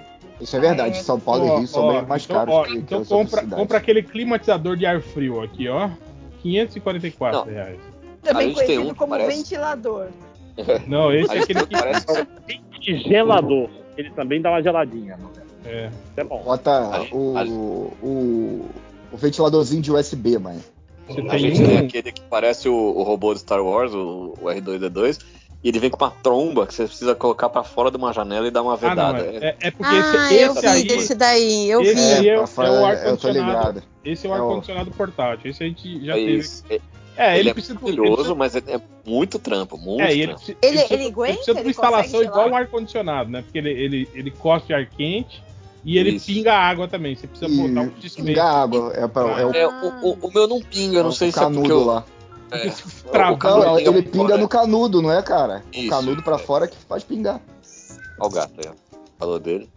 [SPEAKER 1] Isso é verdade. São Paulo
[SPEAKER 4] Ó,
[SPEAKER 1] e Rio são
[SPEAKER 4] ó,
[SPEAKER 1] bem mais
[SPEAKER 4] então,
[SPEAKER 1] caros
[SPEAKER 4] ó,
[SPEAKER 1] que,
[SPEAKER 4] então
[SPEAKER 1] que as outras
[SPEAKER 4] compra,
[SPEAKER 1] cidades.
[SPEAKER 4] compra aquele climatizador de ar frio aqui, ó. 544
[SPEAKER 6] Não.
[SPEAKER 4] reais.
[SPEAKER 6] A
[SPEAKER 8] Também
[SPEAKER 6] gente tem
[SPEAKER 8] conhecido
[SPEAKER 6] um que
[SPEAKER 8] como
[SPEAKER 6] parece-
[SPEAKER 8] ventilador.
[SPEAKER 4] Não, esse
[SPEAKER 6] Aí
[SPEAKER 4] é aquele
[SPEAKER 6] tudo
[SPEAKER 4] que.
[SPEAKER 6] parece que você-
[SPEAKER 3] E gelador. Ele também dá uma geladinha. né?
[SPEAKER 6] um-
[SPEAKER 4] É.
[SPEAKER 3] Isso é bom.
[SPEAKER 1] Bota
[SPEAKER 6] Ali-
[SPEAKER 1] o,
[SPEAKER 6] ali.
[SPEAKER 1] o, o ventiladorzinho de USB, mano.
[SPEAKER 4] Você
[SPEAKER 6] A
[SPEAKER 4] tem
[SPEAKER 6] gente tem
[SPEAKER 4] um.
[SPEAKER 6] aquele que parece o, o robô do Star Wars, o, o R2D2, e ele vem com uma tromba que você precisa colocar pra fora de uma janela e dar uma
[SPEAKER 4] Ah, não,
[SPEAKER 6] vedada. É-
[SPEAKER 4] é, é porque
[SPEAKER 8] ah,
[SPEAKER 4] esse,
[SPEAKER 8] eu
[SPEAKER 4] esse
[SPEAKER 8] vi
[SPEAKER 4] aí.
[SPEAKER 8] desse daí, eu
[SPEAKER 4] esse
[SPEAKER 8] vi.
[SPEAKER 4] aí é, o-
[SPEAKER 1] Rafael,
[SPEAKER 4] é o
[SPEAKER 1] eu tô
[SPEAKER 4] ar-condicionado.
[SPEAKER 1] ligado.
[SPEAKER 4] Esse é o
[SPEAKER 1] É o-
[SPEAKER 4] ar-condicionado portátil. Esse a gente já
[SPEAKER 6] é
[SPEAKER 4] teve.
[SPEAKER 6] isso. É-
[SPEAKER 4] É, ele,
[SPEAKER 6] ele, é
[SPEAKER 4] precisa. ele
[SPEAKER 6] maravilhoso, mas é, é muito trampo, muito
[SPEAKER 4] É, e ele,
[SPEAKER 6] trampo.
[SPEAKER 4] precisa,
[SPEAKER 8] Ele-
[SPEAKER 4] precisa-
[SPEAKER 8] ele aguenta?
[SPEAKER 4] precisa de uma
[SPEAKER 8] Ele
[SPEAKER 4] instalação
[SPEAKER 8] consegue
[SPEAKER 4] igual
[SPEAKER 8] gelar?
[SPEAKER 4] um ar-condicionado, né? Porque ele, ele, ele coça de ar quente e ele
[SPEAKER 6] Isso.
[SPEAKER 4] pinga água também. Você precisa botar um
[SPEAKER 1] E
[SPEAKER 4] display.
[SPEAKER 1] pingar água. É, pra, é o,
[SPEAKER 6] É, o, o- o meu não pinga, eu não
[SPEAKER 1] é o
[SPEAKER 6] sei se é porque
[SPEAKER 1] canudo
[SPEAKER 6] eu...
[SPEAKER 1] lá.
[SPEAKER 6] É,
[SPEAKER 4] Trava.
[SPEAKER 6] o canudo
[SPEAKER 1] Não, ele
[SPEAKER 6] pra
[SPEAKER 1] pinga
[SPEAKER 6] fora,
[SPEAKER 1] no canudo, não é, cara?
[SPEAKER 6] Isso. é.
[SPEAKER 1] o canudo pra fora que faz pingar.
[SPEAKER 6] né? Olha o gato aí, ó. Falou dele.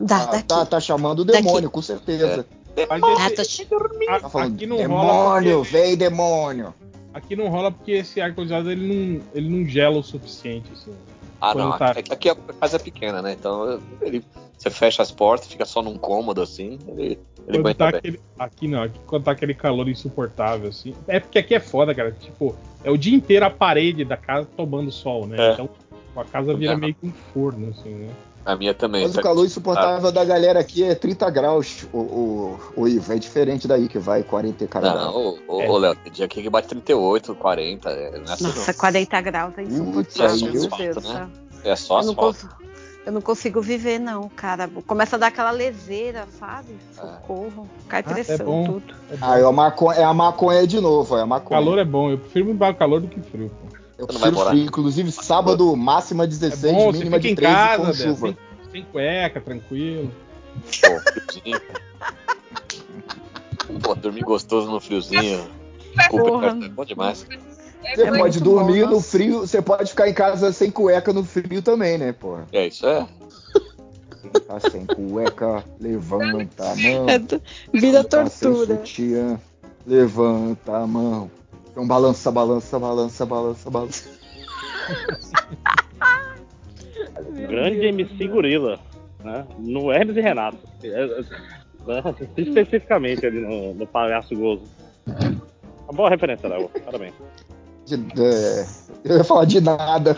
[SPEAKER 8] Dá,
[SPEAKER 1] Ah,
[SPEAKER 8] daqui.
[SPEAKER 1] tá, tá chamando o
[SPEAKER 8] Daqui.
[SPEAKER 1] demônio, com
[SPEAKER 6] É.
[SPEAKER 1] certeza.
[SPEAKER 4] Mas
[SPEAKER 8] Dá,
[SPEAKER 4] esse-
[SPEAKER 8] tá-
[SPEAKER 4] a-
[SPEAKER 1] Tá falando,
[SPEAKER 4] aqui não rola.
[SPEAKER 1] demônio, vem demônio.
[SPEAKER 4] Aqui não rola porque esse ar-condicionado ele não, ele não gela o suficiente, assim.
[SPEAKER 6] Ah,
[SPEAKER 4] Quando
[SPEAKER 6] não.
[SPEAKER 4] tá-
[SPEAKER 6] Aqui, aqui a casa é pequena, né? Então ele, você fecha as portas, fica só num cômodo assim, ele, ele
[SPEAKER 4] Quando
[SPEAKER 6] aguenta
[SPEAKER 4] tá
[SPEAKER 6] bem.
[SPEAKER 4] aquele, aqui não, aqui quando tá aquele calor insuportável, assim. É porque aqui é foda, cara. Tipo, é o dia inteiro a parede da casa tomando sol, né?
[SPEAKER 6] É.
[SPEAKER 4] Então a casa vira
[SPEAKER 6] É.
[SPEAKER 4] meio que um forno, assim, né?
[SPEAKER 6] A minha também.
[SPEAKER 1] Mas o
[SPEAKER 6] sabe?
[SPEAKER 1] calor
[SPEAKER 6] Ah.
[SPEAKER 1] insuportável da galera aqui é 30 graus, o, o, o Ivo. É diferente daí que vai 40 e caralho.
[SPEAKER 6] Não, ô, ô,
[SPEAKER 4] É.
[SPEAKER 6] ô, Léo, tem dia aqui que bate 38, 40. É, não é assim,
[SPEAKER 8] Nossa, 40 graus
[SPEAKER 6] Hum,
[SPEAKER 8] é
[SPEAKER 1] Putz,
[SPEAKER 8] insuportável,
[SPEAKER 1] aí
[SPEAKER 8] meu
[SPEAKER 6] falta,
[SPEAKER 8] Deus. do
[SPEAKER 6] né?
[SPEAKER 8] céu.
[SPEAKER 6] não. É só
[SPEAKER 8] eu, não
[SPEAKER 6] asfalto.
[SPEAKER 8] consigo, eu não consigo viver, não, cara. Começa a dar aquela leseira, sabe?
[SPEAKER 6] É.
[SPEAKER 8] Socorro. Cai
[SPEAKER 3] é
[SPEAKER 8] pressão,
[SPEAKER 4] bom.
[SPEAKER 8] tudo.
[SPEAKER 1] Ah, é a, maconha, é a maconha de novo, é a maconha.
[SPEAKER 4] Calor é bom, eu prefiro me embalar calor do que frio, pô.
[SPEAKER 1] Eu
[SPEAKER 6] Não vai
[SPEAKER 1] prefiro
[SPEAKER 6] morar.
[SPEAKER 1] frio. Inclusive, sábado, máxima
[SPEAKER 4] É
[SPEAKER 1] 16,
[SPEAKER 4] bom, você
[SPEAKER 1] mínima
[SPEAKER 4] fica
[SPEAKER 1] de
[SPEAKER 4] em
[SPEAKER 1] 13
[SPEAKER 4] casa,
[SPEAKER 1] com
[SPEAKER 4] Bé,
[SPEAKER 1] chuva.
[SPEAKER 4] sem, sem cueca, tranquilo.
[SPEAKER 6] Pô, friozinho. Pô, dormir gostoso no friozinho. Desculpa,
[SPEAKER 8] Porra.
[SPEAKER 6] cara, é bom demais.
[SPEAKER 9] É
[SPEAKER 1] Você
[SPEAKER 9] bom.
[SPEAKER 1] pode
[SPEAKER 8] muito
[SPEAKER 1] dormir
[SPEAKER 8] bom,
[SPEAKER 1] no
[SPEAKER 8] nossa.
[SPEAKER 1] frio, você pode ficar em casa sem cueca no frio também, né, porra?
[SPEAKER 6] É isso, é.
[SPEAKER 1] Tá sem cueca, levanta a mão.
[SPEAKER 8] É, t- vira
[SPEAKER 1] Tá sem
[SPEAKER 8] tortura.
[SPEAKER 1] sutiã, levanta a mão. Então balança, balança, balança, balança, balança.
[SPEAKER 3] Grande MC Gorila, né? No Hermes e Renato. É, é, né? Especificamente ali no, no Palhaço Gozo. Uma boa referência, Léo. Parabéns.
[SPEAKER 1] De- é, eu ia falar de nada.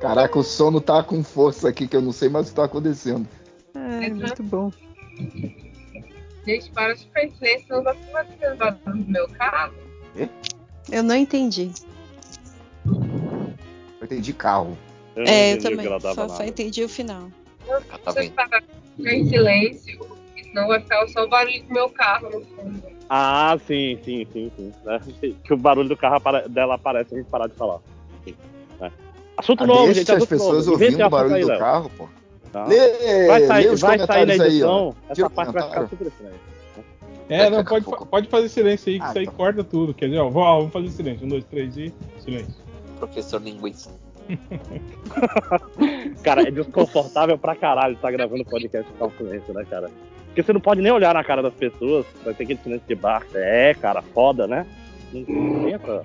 [SPEAKER 1] Caraca, o sono tá com força aqui, que eu não sei mais o que tá acontecendo.
[SPEAKER 8] É, muito bom.
[SPEAKER 9] Gente, para de perder, senão vai ficar fazendo barulho no meu carro.
[SPEAKER 8] Eu não entendi.
[SPEAKER 1] Eu entendi carro.
[SPEAKER 3] Eu não
[SPEAKER 8] É, eu
[SPEAKER 3] entendi o que
[SPEAKER 8] também.
[SPEAKER 3] ela tava
[SPEAKER 8] Só,
[SPEAKER 3] lá. né?
[SPEAKER 8] só entendi o final.
[SPEAKER 6] Ela tá
[SPEAKER 9] Vocês
[SPEAKER 6] bem.
[SPEAKER 9] parar em silêncio, senão vai ficar só o barulho do meu carro no fundo.
[SPEAKER 3] Ah, sim, sim, sim, sim. né? Que o barulho do carro apare- dela aparece a gente parar de falar. Sim, né? Assunto
[SPEAKER 1] Ah,
[SPEAKER 3] novo,
[SPEAKER 1] deixa
[SPEAKER 3] gente.
[SPEAKER 1] as
[SPEAKER 3] Assunto
[SPEAKER 1] pessoas
[SPEAKER 3] novo.
[SPEAKER 1] ouvindo o
[SPEAKER 3] Inventa assunto
[SPEAKER 1] barulho
[SPEAKER 3] aí,
[SPEAKER 1] do
[SPEAKER 3] Léo.
[SPEAKER 1] carro, pô.
[SPEAKER 3] Tá.
[SPEAKER 1] Lê,
[SPEAKER 3] Vai sair,
[SPEAKER 1] É, lê os
[SPEAKER 3] vai sair na
[SPEAKER 1] comentários aí, ó.
[SPEAKER 3] edição.
[SPEAKER 1] Tira
[SPEAKER 3] essa
[SPEAKER 1] o
[SPEAKER 3] parte vai ficar
[SPEAKER 1] comentário.
[SPEAKER 3] super estranha.
[SPEAKER 4] É,
[SPEAKER 6] É,
[SPEAKER 4] não,
[SPEAKER 6] daqui a
[SPEAKER 4] pode,
[SPEAKER 6] pouco.
[SPEAKER 4] pode fazer silêncio aí, que
[SPEAKER 1] Ah,
[SPEAKER 4] isso aí
[SPEAKER 1] tá.
[SPEAKER 4] corta tudo. Quer dizer, ó, vó, ó, vamos fazer silêncio. Um, dois, três e silêncio.
[SPEAKER 6] Professor linguista.
[SPEAKER 3] Cara, é desconfortável pra caralho estar gravando podcast com silêncio, né, cara? Porque você não pode nem olhar na cara das pessoas, vai ter aquele silêncio de bar. É, cara, foda, né? Não tem essa.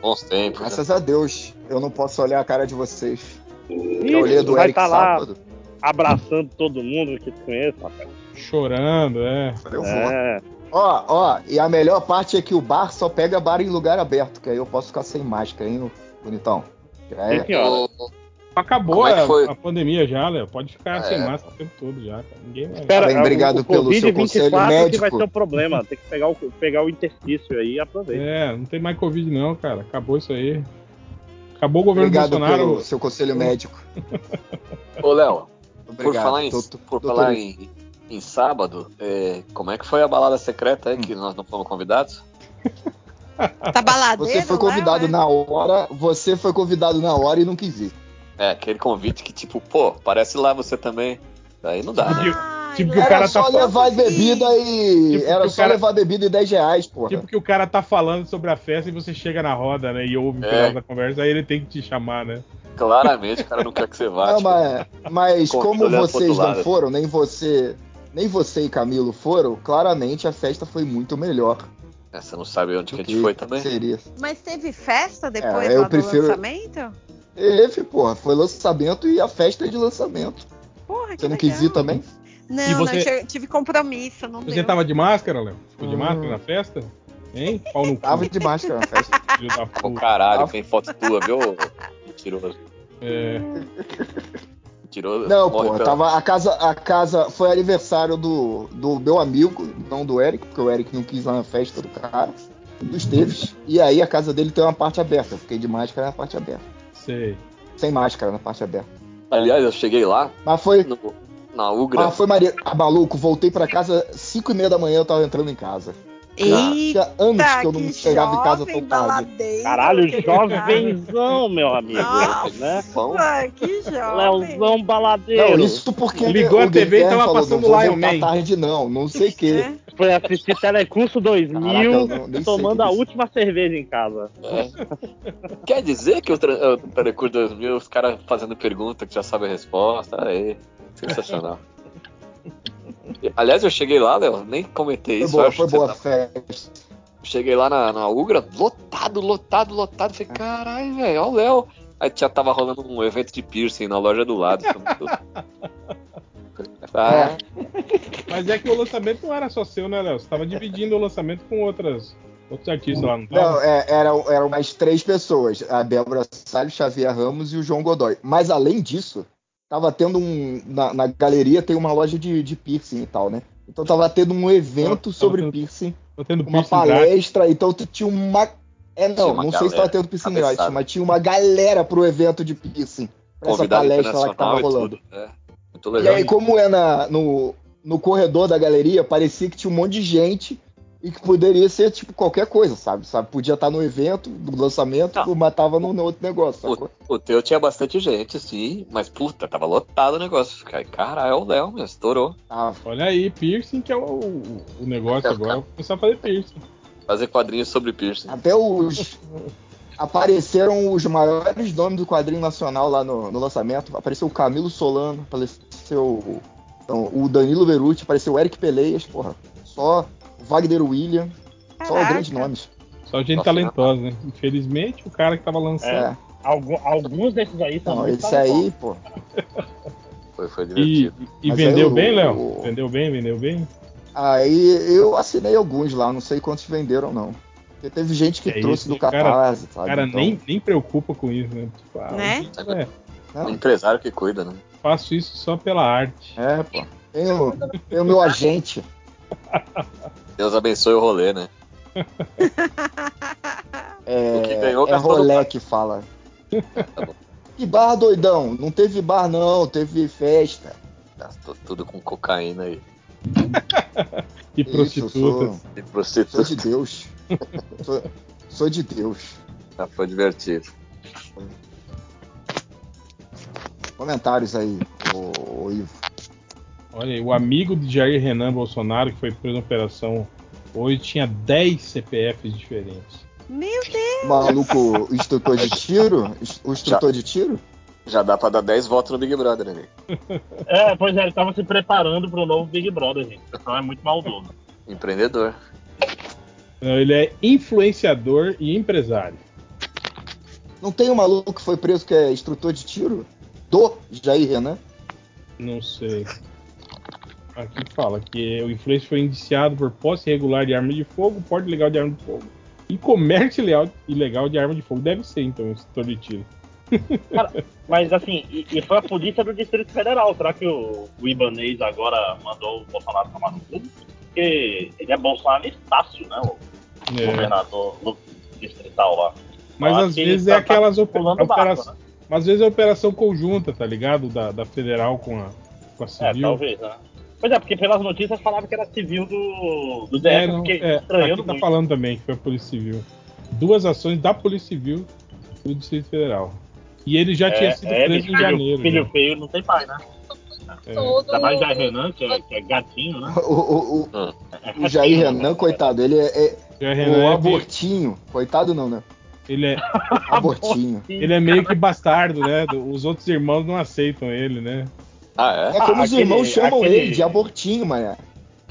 [SPEAKER 6] Bons tempos. né?
[SPEAKER 1] Graças a Deus, eu não posso olhar a cara de vocês.
[SPEAKER 3] Ih,
[SPEAKER 1] Eu olhei a É
[SPEAKER 3] tu
[SPEAKER 1] do
[SPEAKER 3] vai
[SPEAKER 1] Eric
[SPEAKER 3] estar lá
[SPEAKER 1] sábado.
[SPEAKER 3] abraçando todo mundo que tu conhece, rapaz.
[SPEAKER 4] Chorando, é.
[SPEAKER 1] Eu vou.
[SPEAKER 3] É,
[SPEAKER 1] Ó, ó, e a melhor parte é que o bar só pega bar em lugar aberto, que aí eu posso ficar sem máscara, hein, bonitão? Já
[SPEAKER 3] sim,
[SPEAKER 1] é.
[SPEAKER 3] senhora.
[SPEAKER 6] Ô,
[SPEAKER 4] Acabou
[SPEAKER 6] Como é que
[SPEAKER 4] a-
[SPEAKER 6] foi?
[SPEAKER 4] a, pandemia já, Léo. Pode ficar sem
[SPEAKER 6] É.
[SPEAKER 4] máscara o tempo todo já, cara. Ninguém vai.
[SPEAKER 3] Espera,
[SPEAKER 1] bem,
[SPEAKER 3] é, o-
[SPEAKER 1] obrigado
[SPEAKER 3] o
[SPEAKER 1] pelo seu
[SPEAKER 3] COVID-24
[SPEAKER 1] conselho
[SPEAKER 3] que vai
[SPEAKER 1] médico.
[SPEAKER 3] ser o problema. Tem que pegar o, pegar o interstício aí e aproveita.
[SPEAKER 4] É, não tem mais Covid, não, cara. Acabou isso aí. Acabou o governo
[SPEAKER 1] Obrigado
[SPEAKER 4] Bolsonaro.
[SPEAKER 1] pelo seu conselho médico.
[SPEAKER 6] Ô, Léo, por
[SPEAKER 1] Obrigado.
[SPEAKER 6] falar em,
[SPEAKER 1] Tô- tô-
[SPEAKER 6] por
[SPEAKER 1] doutor
[SPEAKER 6] falar
[SPEAKER 1] Ivo.
[SPEAKER 6] em, em sábado, é, como é que foi a balada secreta aí
[SPEAKER 1] Hum.
[SPEAKER 6] que nós não fomos convidados?
[SPEAKER 8] Tá baladeiro
[SPEAKER 1] Você foi
[SPEAKER 8] lá,
[SPEAKER 1] convidado
[SPEAKER 8] né?
[SPEAKER 1] na hora, você foi convidado na hora e não quis ir.
[SPEAKER 6] É, aquele convite que, tipo, pô, parece lá você também. Daí não dá, né?
[SPEAKER 8] Ai,
[SPEAKER 4] Tipo que o
[SPEAKER 8] lá-
[SPEAKER 1] Era
[SPEAKER 4] cara
[SPEAKER 1] só
[SPEAKER 4] tá-
[SPEAKER 1] levar
[SPEAKER 8] Sim.
[SPEAKER 1] bebida e.
[SPEAKER 4] Tipo, que
[SPEAKER 1] era
[SPEAKER 4] o
[SPEAKER 1] só
[SPEAKER 4] cara-
[SPEAKER 1] levar bebida e 10 reais, porra.
[SPEAKER 4] Tipo que o cara tá falando sobre a festa e você chega na roda, né? E ouve um
[SPEAKER 6] É.
[SPEAKER 4] pedaço da conversa, aí ele tem que te chamar, né?
[SPEAKER 6] Claramente o cara não quer que você vá.
[SPEAKER 1] Não,
[SPEAKER 6] tipo,
[SPEAKER 1] mas, mas
[SPEAKER 6] Convido
[SPEAKER 1] como
[SPEAKER 6] olhando pro
[SPEAKER 1] vocês
[SPEAKER 6] outro
[SPEAKER 1] não
[SPEAKER 6] lado.
[SPEAKER 1] foram, nem você, nem você e Camilo foram, claramente a festa foi muito melhor.
[SPEAKER 6] é, você não sabe onde que a gente
[SPEAKER 1] do
[SPEAKER 6] foi também.
[SPEAKER 1] Seria.
[SPEAKER 8] Mas teve festa depois
[SPEAKER 1] É, eu
[SPEAKER 8] lá do
[SPEAKER 1] prefiro-
[SPEAKER 8] lançamento?
[SPEAKER 1] Teve, porra, foi lançamento e a festa é de lançamento.
[SPEAKER 8] Porra, que
[SPEAKER 1] Você não
[SPEAKER 8] legal.
[SPEAKER 1] quis ir também?
[SPEAKER 4] E
[SPEAKER 8] Não,
[SPEAKER 4] você-
[SPEAKER 8] não, eu che- tive compromisso, não
[SPEAKER 4] Você
[SPEAKER 8] deu.
[SPEAKER 4] tava de máscara, Léo? Ficou de
[SPEAKER 1] Ah.
[SPEAKER 4] máscara na festa? Hein? Pau no
[SPEAKER 1] Tava
[SPEAKER 4] cu,
[SPEAKER 1] de máscara na festa.
[SPEAKER 4] filho da
[SPEAKER 6] Ô,
[SPEAKER 4] puta.
[SPEAKER 6] caralho,
[SPEAKER 1] Ah.
[SPEAKER 6] tem foto tua, viu? Mentiroso.
[SPEAKER 4] É.
[SPEAKER 6] Mentiroso.
[SPEAKER 1] Não,
[SPEAKER 6] morre
[SPEAKER 1] porra,
[SPEAKER 6] pela-
[SPEAKER 1] tava a casa, a casa foi aniversário do, do meu amigo, não do Eric, porque o Eric não quis ir lá na festa do cara, um dos teves. E aí a casa dele tem uma parte aberta, eu fiquei de máscara na parte aberta.
[SPEAKER 4] Sei.
[SPEAKER 1] Sem máscara na parte aberta.
[SPEAKER 6] Aliás, eu cheguei lá,
[SPEAKER 1] Mas foi,
[SPEAKER 6] no- na Ugra.
[SPEAKER 1] Ah, foi Maria. Ah, maluco, voltei pra casa 5 e meia da manhã, eu tava entrando em casa.
[SPEAKER 8] Eita,
[SPEAKER 1] Tinha anos que eu não chegava em casa
[SPEAKER 8] jovem
[SPEAKER 1] tão tarde.
[SPEAKER 8] baladeiro.
[SPEAKER 3] Caralho,
[SPEAKER 8] que cara.
[SPEAKER 3] jovenzão, meu amigo.
[SPEAKER 8] Nossa.
[SPEAKER 3] Né?
[SPEAKER 6] Bom,
[SPEAKER 8] Ai, que jovem.
[SPEAKER 3] Leozão baladeiro.
[SPEAKER 1] Não, isso porque
[SPEAKER 4] Ligou a
[SPEAKER 1] o
[SPEAKER 4] TV e
[SPEAKER 1] Guilherme
[SPEAKER 4] tava
[SPEAKER 1] falou,
[SPEAKER 4] passando
[SPEAKER 1] não vou
[SPEAKER 4] Lion
[SPEAKER 1] voltar
[SPEAKER 4] Man.
[SPEAKER 1] tarde não, não sei o quê.
[SPEAKER 8] É.
[SPEAKER 3] Foi assistir Telecurso 2000,
[SPEAKER 1] Caraca, eu não- nem sei
[SPEAKER 3] tomando
[SPEAKER 1] o que
[SPEAKER 3] a
[SPEAKER 1] que é isso.
[SPEAKER 3] última cerveja em casa.
[SPEAKER 6] é. Quer dizer que o, tra- o Telecurso 2000, os caras fazendo pergunta que já sabe a resposta. Aí, sensacional. Aliás, eu cheguei lá, Léo, nem comentei
[SPEAKER 1] Foi
[SPEAKER 6] isso.
[SPEAKER 1] boa,
[SPEAKER 6] acho
[SPEAKER 1] foi
[SPEAKER 6] que você
[SPEAKER 1] boa a
[SPEAKER 6] tá-
[SPEAKER 1] festa.
[SPEAKER 6] Cheguei lá na, na Ugra, lotado, lotado, lotado. Falei, caralho, velho, olha o Léo. Aí já tava rolando um evento de piercing na loja do lado. Então,
[SPEAKER 1] É,
[SPEAKER 6] ah,
[SPEAKER 4] Mas é que o lançamento não era só seu, né, Léo? Você tava dividindo o lançamento com outras, outros artistas lá, não tava?
[SPEAKER 1] Não, é, eram, eram mais três pessoas: a Débora Salles, Xavier Ramos e o João Godoy. Mas além disso, tava tendo um. Na, na galeria tem uma loja de, de piercing e tal, né? Então tava tendo um evento
[SPEAKER 4] Tava
[SPEAKER 1] sobre
[SPEAKER 4] tendo-
[SPEAKER 1] piercing,
[SPEAKER 4] Tô tendo
[SPEAKER 1] uma
[SPEAKER 4] piercing grátis.
[SPEAKER 1] palestra, então tu tinha uma. É, não,
[SPEAKER 6] Tinha uma
[SPEAKER 1] não sei se tava
[SPEAKER 6] galera
[SPEAKER 1] tendo piercing
[SPEAKER 6] cabeçada.
[SPEAKER 1] grátis, mas tinha uma galera pro evento de piercing. Pra essa
[SPEAKER 6] convidado
[SPEAKER 1] palestra lá que tava
[SPEAKER 6] internacional e
[SPEAKER 1] rolando.
[SPEAKER 6] tudo. É, muito
[SPEAKER 1] E
[SPEAKER 6] legal.
[SPEAKER 1] aí, como é na- no, no corredor da galeria, parecia que tinha um monte de gente e que poderia ser, tipo, qualquer coisa, sabe? sabe? Podia estar no evento, no lançamento,
[SPEAKER 6] Tá.
[SPEAKER 1] mas tava no, no outro negócio. sacou?
[SPEAKER 6] O teu tinha bastante gente, sim, mas puta, tava lotado o negócio. Cara, Caralho, é o Léo, meu, estourou.
[SPEAKER 1] Tava.
[SPEAKER 4] Olha aí, piercing que é o, o- o negócio agora. Vou começar a fazer piercing.
[SPEAKER 6] Fazer quadrinhos sobre piercing.
[SPEAKER 1] Até os. Apareceram os maiores nomes do quadrinho nacional lá no, no lançamento. Apareceu o Camilo Solano, apareceu então, o Danilo Beruti, apareceu o Eric Peleias, porra. Só Wagner William, só
[SPEAKER 8] Caraca.
[SPEAKER 1] grandes nomes.
[SPEAKER 4] Só gente
[SPEAKER 6] Nossa,
[SPEAKER 4] talentosa, né? Infelizmente, o cara que tava lançando.
[SPEAKER 1] É.
[SPEAKER 3] Algu- alguns desses aí são
[SPEAKER 1] Não,
[SPEAKER 3] muito
[SPEAKER 1] esse
[SPEAKER 3] talentosos.
[SPEAKER 1] aí, pô.
[SPEAKER 6] Foi, foi
[SPEAKER 4] E,
[SPEAKER 6] divertido.
[SPEAKER 4] e
[SPEAKER 1] Mas
[SPEAKER 4] vendeu
[SPEAKER 1] aí o-
[SPEAKER 4] bem, Léo?
[SPEAKER 1] o-
[SPEAKER 4] Vendeu bem, vendeu bem?
[SPEAKER 1] Aí eu assinei alguns lá, não sei quantos venderam, não. Porque teve gente que
[SPEAKER 4] É
[SPEAKER 1] trouxe
[SPEAKER 4] isso,
[SPEAKER 1] do
[SPEAKER 4] o cara-
[SPEAKER 1] Catarse, sabe?
[SPEAKER 4] O cara
[SPEAKER 1] Então,
[SPEAKER 4] nem, nem preocupa com isso, né? Tipo, ah,
[SPEAKER 8] Né?
[SPEAKER 4] eu, é,
[SPEAKER 1] não,
[SPEAKER 6] O Um empresário que cuida, né?
[SPEAKER 4] faço isso só pela arte.
[SPEAKER 1] é, pô. Tem o, tem o meu agente.
[SPEAKER 6] Deus abençoe o rolê, né? O que
[SPEAKER 1] É,
[SPEAKER 6] ganhou,
[SPEAKER 1] é
[SPEAKER 6] gastou no
[SPEAKER 1] rolé
[SPEAKER 6] bar.
[SPEAKER 1] que fala.
[SPEAKER 6] bom.
[SPEAKER 1] Que bar, doidão? Não teve bar, não. Teve festa.
[SPEAKER 6] Gastou tudo com cocaína e,
[SPEAKER 4] E
[SPEAKER 1] Que isso, eu
[SPEAKER 4] prostitutas.
[SPEAKER 1] sou,
[SPEAKER 6] e
[SPEAKER 1] sou
[SPEAKER 6] prostituta.
[SPEAKER 1] de Deus. sou, sou de Deus.
[SPEAKER 6] Ah, Foi divertido.
[SPEAKER 1] Comentários aí, ô, ô Ivo.
[SPEAKER 4] Olha aí, o amigo de Jair Renan Bolsonaro, que foi preso na operação hoje, tinha 10 CPFs diferentes.
[SPEAKER 8] Meu Deus!
[SPEAKER 1] O Maluco, o instrutor de tiro? O instrutor de tiro?
[SPEAKER 6] Já dá pra dar 10 votos no Big Brother, né? amigo?
[SPEAKER 3] É, pois é, ele tava se preparando pro novo Big Brother, gente. O pessoal é muito maldoso.
[SPEAKER 6] Empreendedor.
[SPEAKER 4] Não, ele é influenciador e empresário.
[SPEAKER 1] Não tem um maluco que foi preso que é instrutor de tiro? Do Jair Renan?
[SPEAKER 4] Não sei. Aqui fala que o influencer foi indiciado por posse irregular de arma de fogo, porte ilegal de arma de fogo e comércio ilegal- ilegal de arma de fogo. Deve ser, então, esse setor de tiro.
[SPEAKER 3] Mas assim, e, e foi a polícia do Distrito Federal. Será que o, o Ibanês agora mandou o Bolsonaro tomar no cu? Porque ele é bolsonaristaço, né? O
[SPEAKER 4] É.
[SPEAKER 3] governador do distrital lá.
[SPEAKER 4] Mas
[SPEAKER 3] Acho
[SPEAKER 4] às
[SPEAKER 3] que ele
[SPEAKER 4] vezes
[SPEAKER 3] tá-
[SPEAKER 4] é aquelas
[SPEAKER 3] tá
[SPEAKER 4] op-
[SPEAKER 3] pulando
[SPEAKER 4] operações.
[SPEAKER 3] barco, né?
[SPEAKER 4] Mas às vezes é operação conjunta, tá ligado? Da, da federal com a, com a
[SPEAKER 3] É,
[SPEAKER 4] civil.
[SPEAKER 3] talvez, né? Pois é, porque pelas notícias falavam que era civil do, do DF,
[SPEAKER 4] É, não,
[SPEAKER 3] porque
[SPEAKER 4] é,
[SPEAKER 3] estranhando
[SPEAKER 4] aqui tá
[SPEAKER 3] muito.
[SPEAKER 4] falando também que foi a Polícia Civil. Duas ações da Polícia Civil do Distrito Federal. E ele já tinha sido preso
[SPEAKER 3] É, bicho,
[SPEAKER 4] em
[SPEAKER 3] filho,
[SPEAKER 4] janeiro.
[SPEAKER 3] filho
[SPEAKER 4] já.
[SPEAKER 3] feio não tem pai, né?
[SPEAKER 4] É.
[SPEAKER 9] Todo
[SPEAKER 3] Ainda mais da
[SPEAKER 9] mundo.
[SPEAKER 3] Renan, que é, que é gatinho, né?
[SPEAKER 1] O, o, o-
[SPEAKER 6] Ah.
[SPEAKER 1] o Jair Renan, coitado, ele é, é
[SPEAKER 4] Já
[SPEAKER 1] o
[SPEAKER 4] Renan é meio-
[SPEAKER 1] abortinho. Coitado não, né?
[SPEAKER 4] ele, é,
[SPEAKER 1] Abortinho.
[SPEAKER 4] ele é meio que bastardo, né? Do- Os outros irmãos não aceitam ele, né?
[SPEAKER 6] Ah,
[SPEAKER 1] É
[SPEAKER 6] é?
[SPEAKER 1] como
[SPEAKER 3] Ah,
[SPEAKER 1] os
[SPEAKER 3] aquele-
[SPEAKER 1] irmãos chamam
[SPEAKER 3] aquele-
[SPEAKER 1] ele, de abortinho, mané.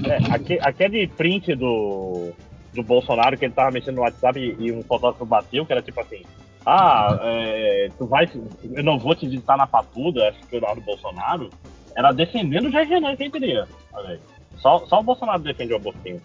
[SPEAKER 3] É, aque- aquele print do, do Bolsonaro que ele tava mexendo no WhatsApp e, e um fotógrafo bateu, que era tipo assim: Ah, é, tu vai, eu não vou te visitar na papuda, acho que foi lá do Bolsonaro. Era defendendo o Jair Renan, quem diria? Olha aí. Só, só o Bolsonaro defende o abortinho.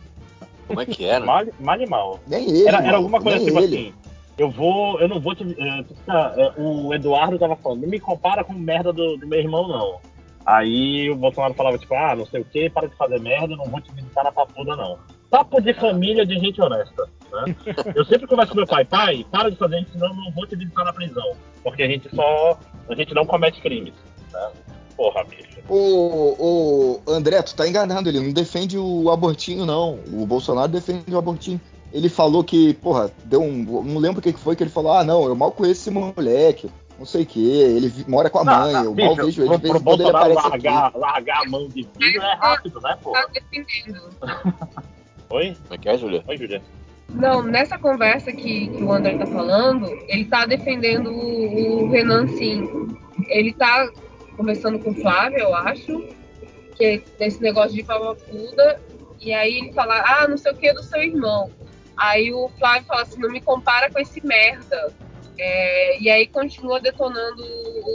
[SPEAKER 6] Como é que era?
[SPEAKER 3] Mal, mal e mal.
[SPEAKER 1] Nem ele.
[SPEAKER 3] Era,
[SPEAKER 1] maluco,
[SPEAKER 3] era alguma coisa
[SPEAKER 1] nem
[SPEAKER 3] tipo
[SPEAKER 1] ele.
[SPEAKER 3] assim. Eu vou, eu não vou te. eh, tu fica- eh, o Eduardo tava falando, não me compara com merda do, do meu irmão, não. Aí o Bolsonaro falava, tipo, ah, não sei o que, para de fazer merda, não vou te visitar na papuda, não. Papo de família de gente honesta. Né? Eu sempre converso com meu pai, pai, para de fazer isso, senão eu não vou te visitar na prisão. Porque a gente só. A gente não comete crimes. Né? Porra, bicho.
[SPEAKER 1] O, o André, tu tá enganado, ele não defende o abortinho, não. O Bolsonaro defende o abortinho. Ele falou que, porra, deu um. Não lembro o que que foi que ele falou. Ah, não, eu mal conheço esse moleque, não sei o quê. Ele vi- mora com a mãe, eu mal vejo ele.
[SPEAKER 3] pro,
[SPEAKER 1] De vez
[SPEAKER 3] pro
[SPEAKER 1] em quando ele
[SPEAKER 3] Bolsonaro
[SPEAKER 1] aparece aqui.
[SPEAKER 3] largar, largar a mão de filho é rápido, né,
[SPEAKER 9] Tá
[SPEAKER 3] porra?
[SPEAKER 9] defendendo.
[SPEAKER 3] Oi?
[SPEAKER 6] Como é que é, Julia?
[SPEAKER 3] Oi, Julia.
[SPEAKER 9] Não, nessa conversa que, que o André tá falando, ele tá defendendo o, o Renan, sim. Ele tá conversando com o Flávio, eu acho. que é desse negócio de papapuda, e aí ele fala, ah, não sei o que do seu irmão. Aí o Flávio fala assim, não me compara com esse merda. É, e aí continua detonando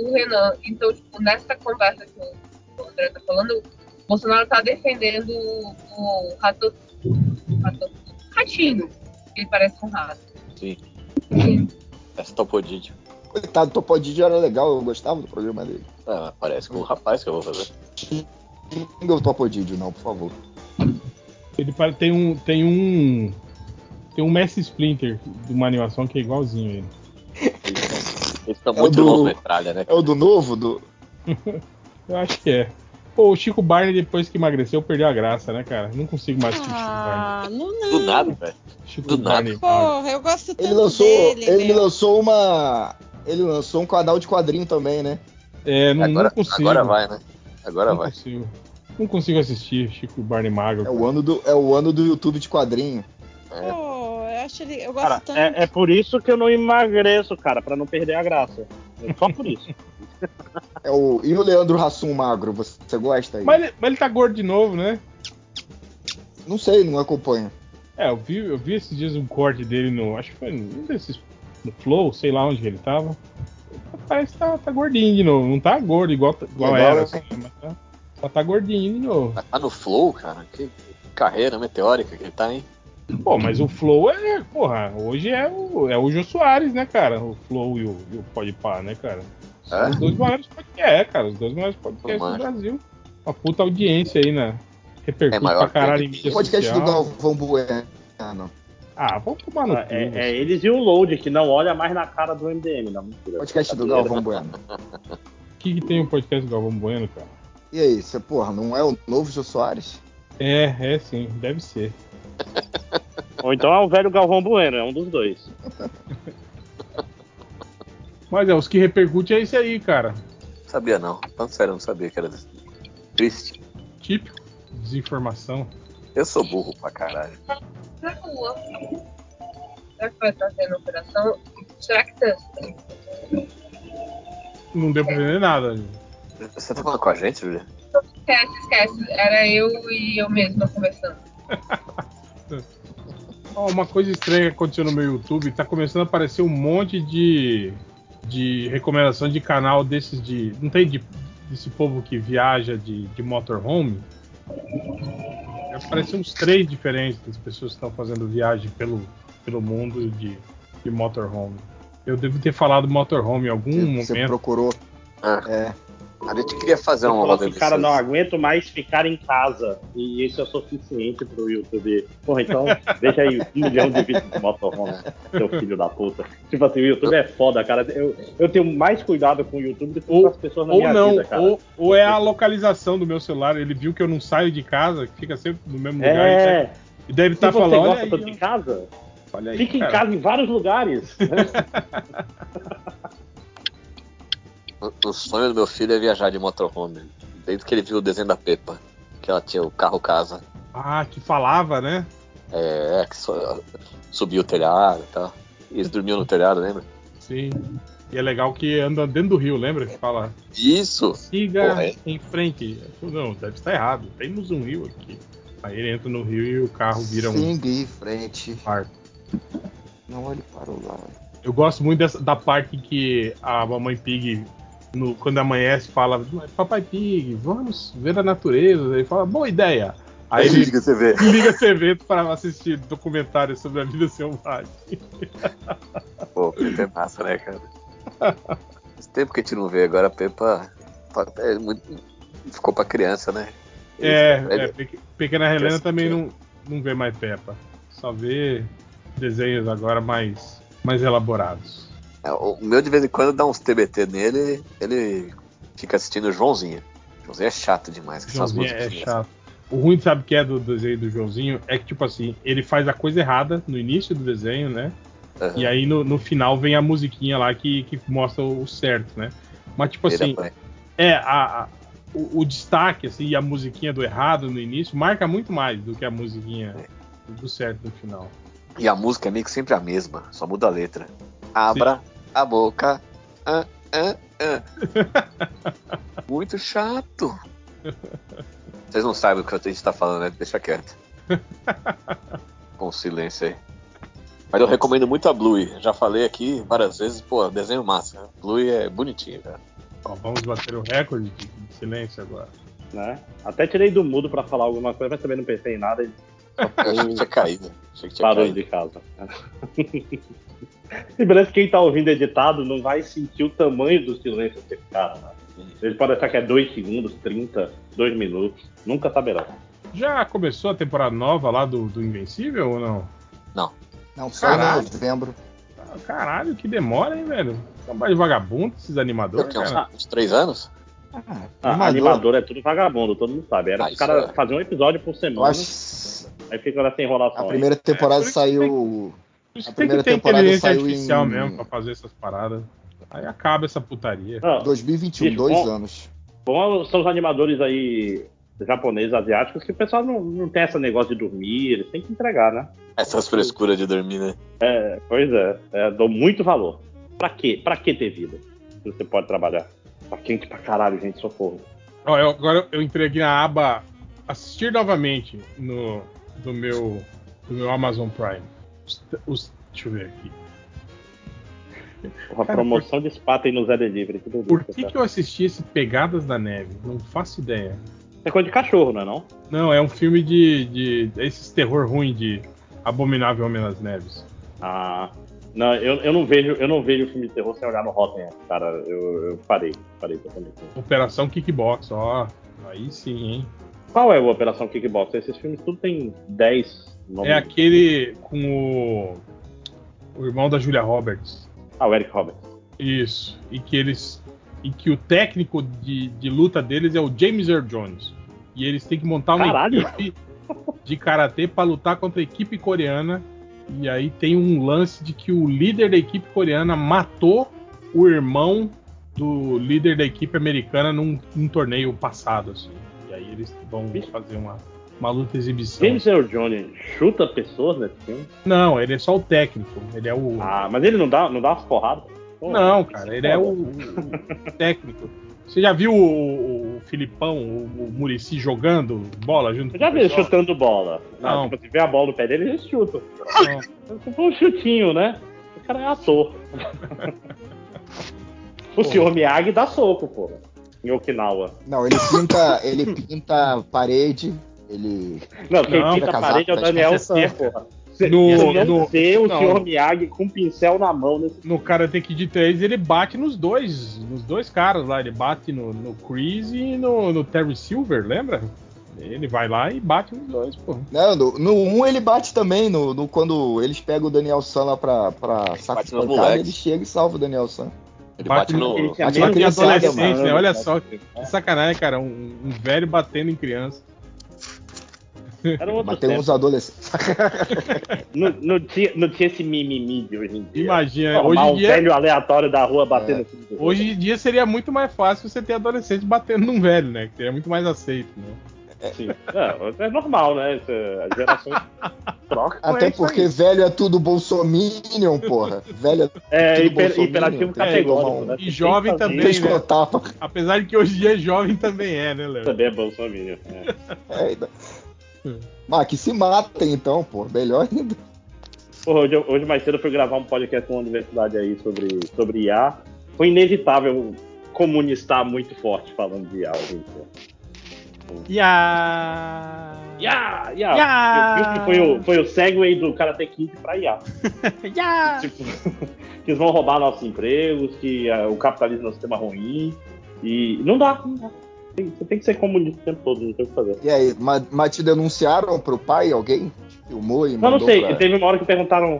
[SPEAKER 9] o Renan. Então, tipo, nessa conversa que o André tá falando, o Bolsonaro tá defendendo o, o rato, rato- ratinho, que ele parece um rato.
[SPEAKER 6] Sim.
[SPEAKER 9] Sim.
[SPEAKER 6] Essa topodídia.
[SPEAKER 1] Coitado, Topodídio era legal, eu gostava do programa dele.
[SPEAKER 6] Ah, parece com o rapaz que eu vou fazer.
[SPEAKER 1] Xinga o Topodídio, não, por favor.
[SPEAKER 4] Ele pare- tem um. Tem um. Tem um Messi Splinter de uma animação que é igualzinho ele.
[SPEAKER 6] Eles
[SPEAKER 1] É
[SPEAKER 6] estão
[SPEAKER 1] o
[SPEAKER 6] tá muito
[SPEAKER 1] do-
[SPEAKER 6] loucos na Itália, né?
[SPEAKER 1] É o do novo? Do...
[SPEAKER 4] Eu acho que é. Pô, o Chico Barney, depois que emagreceu, perdeu a graça, né, cara? Não consigo mais assistir o Chico Barney.
[SPEAKER 8] Ah, não, não.
[SPEAKER 6] Do nada, velho.
[SPEAKER 4] Chico
[SPEAKER 6] do nada.
[SPEAKER 4] Barney.
[SPEAKER 8] Porra, eu gosto tanto
[SPEAKER 1] Ele lançou.
[SPEAKER 8] dele.
[SPEAKER 1] ele
[SPEAKER 8] meu.
[SPEAKER 1] lançou uma. Ele lançou um canal de quadrinho também, né?
[SPEAKER 4] É, não,
[SPEAKER 6] Agora,
[SPEAKER 4] não consigo.
[SPEAKER 6] agora vai, né? Agora
[SPEAKER 4] não
[SPEAKER 6] vai.
[SPEAKER 4] consigo. Não consigo assistir Chico Barney Magro.
[SPEAKER 1] É o ano do, é o ano do YouTube de quadrinho.
[SPEAKER 8] Pô, eu acho ele. Eu gosto
[SPEAKER 3] Cara,
[SPEAKER 8] tanto.
[SPEAKER 3] é, é por isso que eu não emagreço, cara, pra não perder a graça. Só por isso.
[SPEAKER 1] É o, e o Leandro Hassum magro, você, você gosta aí?
[SPEAKER 4] Mas ele, mas ele tá gordo de novo, né?
[SPEAKER 1] Não sei, não acompanho.
[SPEAKER 4] É, eu vi, eu vi esses dias um corte dele no. Acho que foi num desses. No Flow, sei lá onde que ele tava. Parece que tá, tá gordinho de novo. Não tá gordo igual, igual
[SPEAKER 1] Legal,
[SPEAKER 4] era,
[SPEAKER 1] né?
[SPEAKER 4] assim, mas tá, só tá gordinho de novo.
[SPEAKER 6] Mas tá no Flow, cara. Que carreira meteórica que ele tá, hein?
[SPEAKER 4] Pô, mas o Flow é, porra, hoje é o, é o Jô Soares, né, cara? O Flow e o, e o Podpah, né, cara? São
[SPEAKER 6] É?
[SPEAKER 4] Os dois maiores podcasts, é, cara, os dois maiores podcasts
[SPEAKER 6] Não
[SPEAKER 4] do
[SPEAKER 6] manjo.
[SPEAKER 4] Brasil. Uma puta audiência aí, né? Repercute
[SPEAKER 6] É maior
[SPEAKER 4] pra caralho
[SPEAKER 6] que
[SPEAKER 4] em
[SPEAKER 6] o
[SPEAKER 4] mídia
[SPEAKER 1] Podcast
[SPEAKER 4] social.
[SPEAKER 1] do Galvão Bueno.
[SPEAKER 4] Ah, vamos tomar no cu.
[SPEAKER 3] É, é eles e o Load, que não olha mais na cara do MDM, não. Mentira.
[SPEAKER 1] Podcast do
[SPEAKER 3] Brincadeira.
[SPEAKER 1] Galvão Bueno.
[SPEAKER 4] O que, que tem o podcast do Galvão Bueno, cara?
[SPEAKER 1] E aí, você, porra, não é o novo Jô Soares?
[SPEAKER 4] É, é sim, deve ser.
[SPEAKER 3] Ou então é o velho Galvão Bueno, é um dos dois.
[SPEAKER 4] Mas é, os que repercute é esse aí, cara.
[SPEAKER 6] Sabia não. Tanto sério, eu não sabia que era desse. Triste.
[SPEAKER 4] Típico, desinformação.
[SPEAKER 6] Eu sou burro pra caralho.
[SPEAKER 9] Na rua. Será que vai estar tendo operação? Será que tá?
[SPEAKER 4] Não deu pra entender nada. né? gente.
[SPEAKER 6] Você tá falando com a gente, Julia?
[SPEAKER 9] Esquece, esquece. Era eu e eu mesma conversando.
[SPEAKER 4] Ó, uma coisa estranha que aconteceu no meu YouTube, tá começando a aparecer um monte de, de recomendação de canal desses de. Não tem de, desse povo que viaja de, de motorhome? Apareceu uns três diferentes das pessoas que estão fazendo viagem pelo, pelo mundo de, de motorhome. Eu devo ter falado motorhome em algum
[SPEAKER 1] Você- você
[SPEAKER 4] Um momento.
[SPEAKER 1] procurou.
[SPEAKER 6] Ah.
[SPEAKER 1] É.
[SPEAKER 6] A gente queria fazer
[SPEAKER 3] Então,
[SPEAKER 6] uma
[SPEAKER 3] falou
[SPEAKER 6] roda
[SPEAKER 3] assim,
[SPEAKER 6] desses.
[SPEAKER 3] cara, não aguento mais ficar em casa. E isso é suficiente pro YouTube. Porra, então deixa aí um milhão de vídeos de motorhome, seu filho da puta. Tipo assim, o YouTube é foda, cara. Eu, eu tenho mais cuidado com o YouTube do que
[SPEAKER 4] Ou-
[SPEAKER 3] com as pessoas na
[SPEAKER 4] Ou
[SPEAKER 3] minha
[SPEAKER 4] não,
[SPEAKER 3] vida, cara.
[SPEAKER 4] ou, ou é a localização do meu celular. Ele viu que eu não saio de casa, que fica sempre no mesmo lugar. e deve-
[SPEAKER 3] é,
[SPEAKER 4] E deve
[SPEAKER 3] se
[SPEAKER 4] estar
[SPEAKER 3] você
[SPEAKER 4] tá falando.
[SPEAKER 3] gosta
[SPEAKER 4] Olha aí,
[SPEAKER 3] tanto de casa,
[SPEAKER 4] ó, olha aí,
[SPEAKER 3] fica em
[SPEAKER 4] cara."
[SPEAKER 3] casa em vários lugares.
[SPEAKER 6] O- O sonho do meu filho é viajar de motorhome. Desde que ele viu o desenho da Peppa, que ela tinha o carro casa.
[SPEAKER 4] Ah, que falava, né?
[SPEAKER 6] É, que só- subiu o telhado e tal. E eles dormiam no telhado, lembra?
[SPEAKER 4] Sim. E é legal que anda dentro do rio, lembra? Que fala,
[SPEAKER 6] Isso!
[SPEAKER 4] siga
[SPEAKER 6] Porra, é.
[SPEAKER 4] em frente. Eu falo, Não, deve estar errado. Temos um rio aqui. Aí ele entra no rio e o carro vira um
[SPEAKER 1] Siga em frente.
[SPEAKER 4] barco.
[SPEAKER 1] Não olhe para o lado.
[SPEAKER 4] Eu gosto muito dessa, da parte que a mamãe Pig, no- quando amanhece, fala: Papai Pig, vamos ver a natureza. Ele fala: boa ideia. Aí ele
[SPEAKER 6] que você vê.
[SPEAKER 4] liga a TV para assistir documentários sobre a vida selvagem.
[SPEAKER 6] Pô, Peppa é massa, né, cara? Faz tempo que a gente não vê agora a Peppa. tá- é muito- Ficou pra criança, né?
[SPEAKER 4] É,
[SPEAKER 6] Eles-
[SPEAKER 4] é, Pequ- Pequena Helena
[SPEAKER 6] Essa- é-
[SPEAKER 4] também não, não vê mais Peppa. Só vê desenhos agora mais, mais elaborados.
[SPEAKER 6] É, O meu de vez em quando dá uns TBT nele, ele fica assistindo o Joãozinho. Joãozinho é chato demais, que são as
[SPEAKER 4] Joãozinho
[SPEAKER 6] músicas.
[SPEAKER 4] é
[SPEAKER 6] dele.
[SPEAKER 4] chato. O ruim, sabe o que é do desenho do Joãozinho? É que, tipo assim, ele faz a coisa errada no início do desenho, né?
[SPEAKER 6] Aham.
[SPEAKER 4] E aí no, no final vem a musiquinha lá que, que mostra o certo, né? Mas, tipo
[SPEAKER 6] Ele
[SPEAKER 4] assim,
[SPEAKER 6] apanha.
[SPEAKER 4] é, a, a- o, o destaque, assim, e a musiquinha do errado no início marca muito mais do que a musiquinha do certo no final.
[SPEAKER 6] E a música é meio que sempre a mesma, só muda a letra. Abra a boca. ah, ah, ah. Muito chato. Vocês não sabem o que a gente tá falando, né? Deixa quieto. Bom silêncio aí. Mas eu recomendo muito a Bluey. Já falei aqui várias vezes, pô, desenho massa. Bluey é bonitinho, cara.
[SPEAKER 4] Ó, vamos bater o recorde de de silêncio agora.
[SPEAKER 3] né? Até tirei do mudo pra falar alguma coisa, mas também não pensei em nada e
[SPEAKER 6] Eu achei que tinha caído. Achei que tinha
[SPEAKER 3] parou
[SPEAKER 6] caído.
[SPEAKER 3] de casa. Lembrando que quem tá ouvindo editado não vai sentir o tamanho do silêncio desse cara. Né? Ele pode achar que é 2 segundos, 30, 2 minutos. Nunca saberão.
[SPEAKER 4] Já começou a temporada nova lá do, do Invencível ou não?
[SPEAKER 1] Não, só
[SPEAKER 4] Caralho.
[SPEAKER 1] em novembro.
[SPEAKER 4] Ah, Caralho, que demora, hein, velho? Trabalho de vagabundo esses
[SPEAKER 6] Deu o
[SPEAKER 4] animadores,
[SPEAKER 6] quê? Uns,
[SPEAKER 1] um
[SPEAKER 4] cara.
[SPEAKER 6] uns três anos?
[SPEAKER 3] Ah, animador. é tudo vagabundo, todo mundo sabe. Era
[SPEAKER 6] Ah,
[SPEAKER 3] os caras
[SPEAKER 6] isso é.
[SPEAKER 3] faziam um episódio por
[SPEAKER 1] Eu
[SPEAKER 3] semana,
[SPEAKER 1] acho
[SPEAKER 3] aí fica nessa enrolação.
[SPEAKER 1] a
[SPEAKER 3] aí.
[SPEAKER 1] primeira temporada
[SPEAKER 4] por isso
[SPEAKER 1] saiu.
[SPEAKER 4] Por isso
[SPEAKER 1] A
[SPEAKER 4] que tem que
[SPEAKER 1] primeira
[SPEAKER 4] ter
[SPEAKER 1] temporada
[SPEAKER 4] inteligência
[SPEAKER 1] saiu
[SPEAKER 4] artificial
[SPEAKER 1] em-
[SPEAKER 4] mesmo pra fazer essas paradas. Aí acaba essa putaria.
[SPEAKER 3] Não,
[SPEAKER 1] 2021,
[SPEAKER 3] Bicho,
[SPEAKER 1] dois
[SPEAKER 3] bom.
[SPEAKER 1] anos.
[SPEAKER 3] Ah, Bom, são os animadores aí japoneses, asiáticos, que o pessoal não, não tem esse negócio de dormir, eles têm que entregar, né?
[SPEAKER 6] Essas frescuras de dormir, né?
[SPEAKER 3] É, pois é, é, dou muito valor. Pra quê? Pra que ter vida? Se você pode trabalhar. Tá quente pra caralho, gente, socorro.
[SPEAKER 4] Ó, eu- agora eu entrei aqui na aba assistir novamente no do meu do meu Amazon Prime. Os- os- deixa eu ver aqui.
[SPEAKER 3] Porra,
[SPEAKER 4] Cara,
[SPEAKER 3] promoção de spa tem no Zé Delivery. Que
[SPEAKER 4] Por
[SPEAKER 3] delícia,
[SPEAKER 4] que,
[SPEAKER 3] cara.
[SPEAKER 4] que eu assisti esse Pegadas da Neve? Não faço ideia.
[SPEAKER 3] É coisa de cachorro, não é não?
[SPEAKER 4] Não, é um filme de, de esses terror ruim de Abominável Homem nas Neves.
[SPEAKER 3] Ah, não, eu, eu não vejo, eu não vejo filme de terror sem olhar no Rotten, cara. Eu, eu parei, parei totalmente.
[SPEAKER 4] Operação Kickbox, ó. Aí sim, hein?
[SPEAKER 3] Qual é o Operação Kickbox? Esses filmes tudo tem 10 nomes.
[SPEAKER 4] É aquele com o, o irmão da Julia Roberts.
[SPEAKER 3] Ah, o Eric Roberts.
[SPEAKER 4] Isso. E que eles. E que o técnico de, de luta deles é o James Earl Jones. E eles têm que montar uma
[SPEAKER 3] Caralho!
[SPEAKER 4] equipe de karatê pra lutar contra a equipe coreana. E aí tem um lance de que o líder da equipe coreana matou o irmão do líder da equipe americana num, num torneio passado, assim. E aí eles vão
[SPEAKER 3] Vixe.
[SPEAKER 4] fazer uma, uma luta exibição.
[SPEAKER 3] James Earl Jones chuta pessoas nesse filme?
[SPEAKER 4] Não, ele é só o técnico. Ele é o.
[SPEAKER 3] Ah, mas ele não dá, não dá umas porradas? Pô,
[SPEAKER 4] Não, cara, ele é
[SPEAKER 3] foda.
[SPEAKER 4] o, o técnico. Você já viu o, o Filipão, o, o Murici jogando bola junto
[SPEAKER 3] Eu já
[SPEAKER 4] com o
[SPEAKER 3] vi ele
[SPEAKER 4] pessoal?
[SPEAKER 3] chutando bola.
[SPEAKER 4] Não.
[SPEAKER 3] Não. Tipo, se vê a bola no pé dele, eles chutam. Tipo um chutinho, né? O cara é ator. o senhor Miyagi dá soco, pô. Em Okinawa.
[SPEAKER 1] Não, ele pinta, ele pinta a parede, ele.
[SPEAKER 3] Não, quem
[SPEAKER 4] Não, tá né?
[SPEAKER 3] pinta a
[SPEAKER 1] casaco,
[SPEAKER 3] parede é o
[SPEAKER 1] mas
[SPEAKER 3] Daniel
[SPEAKER 1] pode
[SPEAKER 3] San, porra. Você
[SPEAKER 4] No-
[SPEAKER 3] você não
[SPEAKER 4] no-
[SPEAKER 3] vê o
[SPEAKER 4] não.
[SPEAKER 3] senhor Miyagi com um pincel na mão nesse
[SPEAKER 4] No Karate Kid 3, ele bate nos dois, nos dois caras lá. Ele bate no, no Chris e no, no Terry Silver, lembra? Ele vai lá e bate nos dois, pô.
[SPEAKER 1] Não, né, no, no 1 ele bate também, no, no- quando eles pegam o Daniel San lá pra, pra saco
[SPEAKER 6] bate
[SPEAKER 1] de
[SPEAKER 6] nos
[SPEAKER 1] pancada,
[SPEAKER 6] moleques.
[SPEAKER 1] ele chega e salva o Daniel San.
[SPEAKER 6] Ele bate,
[SPEAKER 3] Ele
[SPEAKER 6] no.
[SPEAKER 3] tinha
[SPEAKER 1] Bate na
[SPEAKER 3] menos de
[SPEAKER 1] criançada,
[SPEAKER 3] 14
[SPEAKER 1] mano.
[SPEAKER 3] anos,
[SPEAKER 4] né? Olha
[SPEAKER 3] né?
[SPEAKER 4] só, que sacanagem, cara. Um, um velho batendo em criança.
[SPEAKER 3] Era um outro
[SPEAKER 1] Bateu
[SPEAKER 3] tempo.
[SPEAKER 1] uns adolescentes.
[SPEAKER 3] Não, não tinha, não tinha esse mimimi de hoje em dia.
[SPEAKER 4] Imagina,
[SPEAKER 3] Formar
[SPEAKER 4] é, hoje em
[SPEAKER 3] um
[SPEAKER 4] dia.
[SPEAKER 3] velho aleatório da rua batendo tudo.
[SPEAKER 4] Hoje em dia seria muito mais fácil você ter adolescente batendo num velho, né? Que seria muito mais aceito, né?
[SPEAKER 3] Sim. É, é normal, né? Essa, as gerações trocam.
[SPEAKER 1] Até porque velho é tudo Bolsominion, porra. Velho é
[SPEAKER 3] É,
[SPEAKER 1] Tudo
[SPEAKER 3] hiper,
[SPEAKER 1] bolsominion,
[SPEAKER 3] hiperativo
[SPEAKER 1] tem
[SPEAKER 4] que
[SPEAKER 3] categórico,
[SPEAKER 1] tomar um-
[SPEAKER 3] né? Você
[SPEAKER 4] e
[SPEAKER 3] tem que
[SPEAKER 4] jovem
[SPEAKER 3] fazer.
[SPEAKER 4] também,
[SPEAKER 1] três cotapa.
[SPEAKER 4] Apesar de que hoje em dia jovem também é, né, Léo?
[SPEAKER 3] Também é bolsominion. É.
[SPEAKER 1] É, ainda. Mas que se matem então, pô. Melhor ainda.
[SPEAKER 3] Porra, hoje, eu- hoje mais cedo eu fui gravar um podcast com uma universidade aí sobre, sobre IA. Foi inevitável comunistar muito forte falando de IA hoje em dia.
[SPEAKER 4] Ya!
[SPEAKER 3] IA! IA!
[SPEAKER 4] IA.
[SPEAKER 3] Eu- eu acho que Foi o, foi o segue do Karate Kid pra IA.
[SPEAKER 4] Ya!
[SPEAKER 3] Tipo, que eles vão roubar nossos empregos, que ah, o capitalismo é um sistema ruim. E não dá. Não dá. Tem- você tem que ser comunista o tempo todo, não tem o que fazer.
[SPEAKER 1] E aí, mas, mas te denunciaram pro pai alguém? Filmou e
[SPEAKER 3] Não,
[SPEAKER 1] mandou
[SPEAKER 3] não sei.
[SPEAKER 1] pra...
[SPEAKER 3] Teve uma hora que perguntaram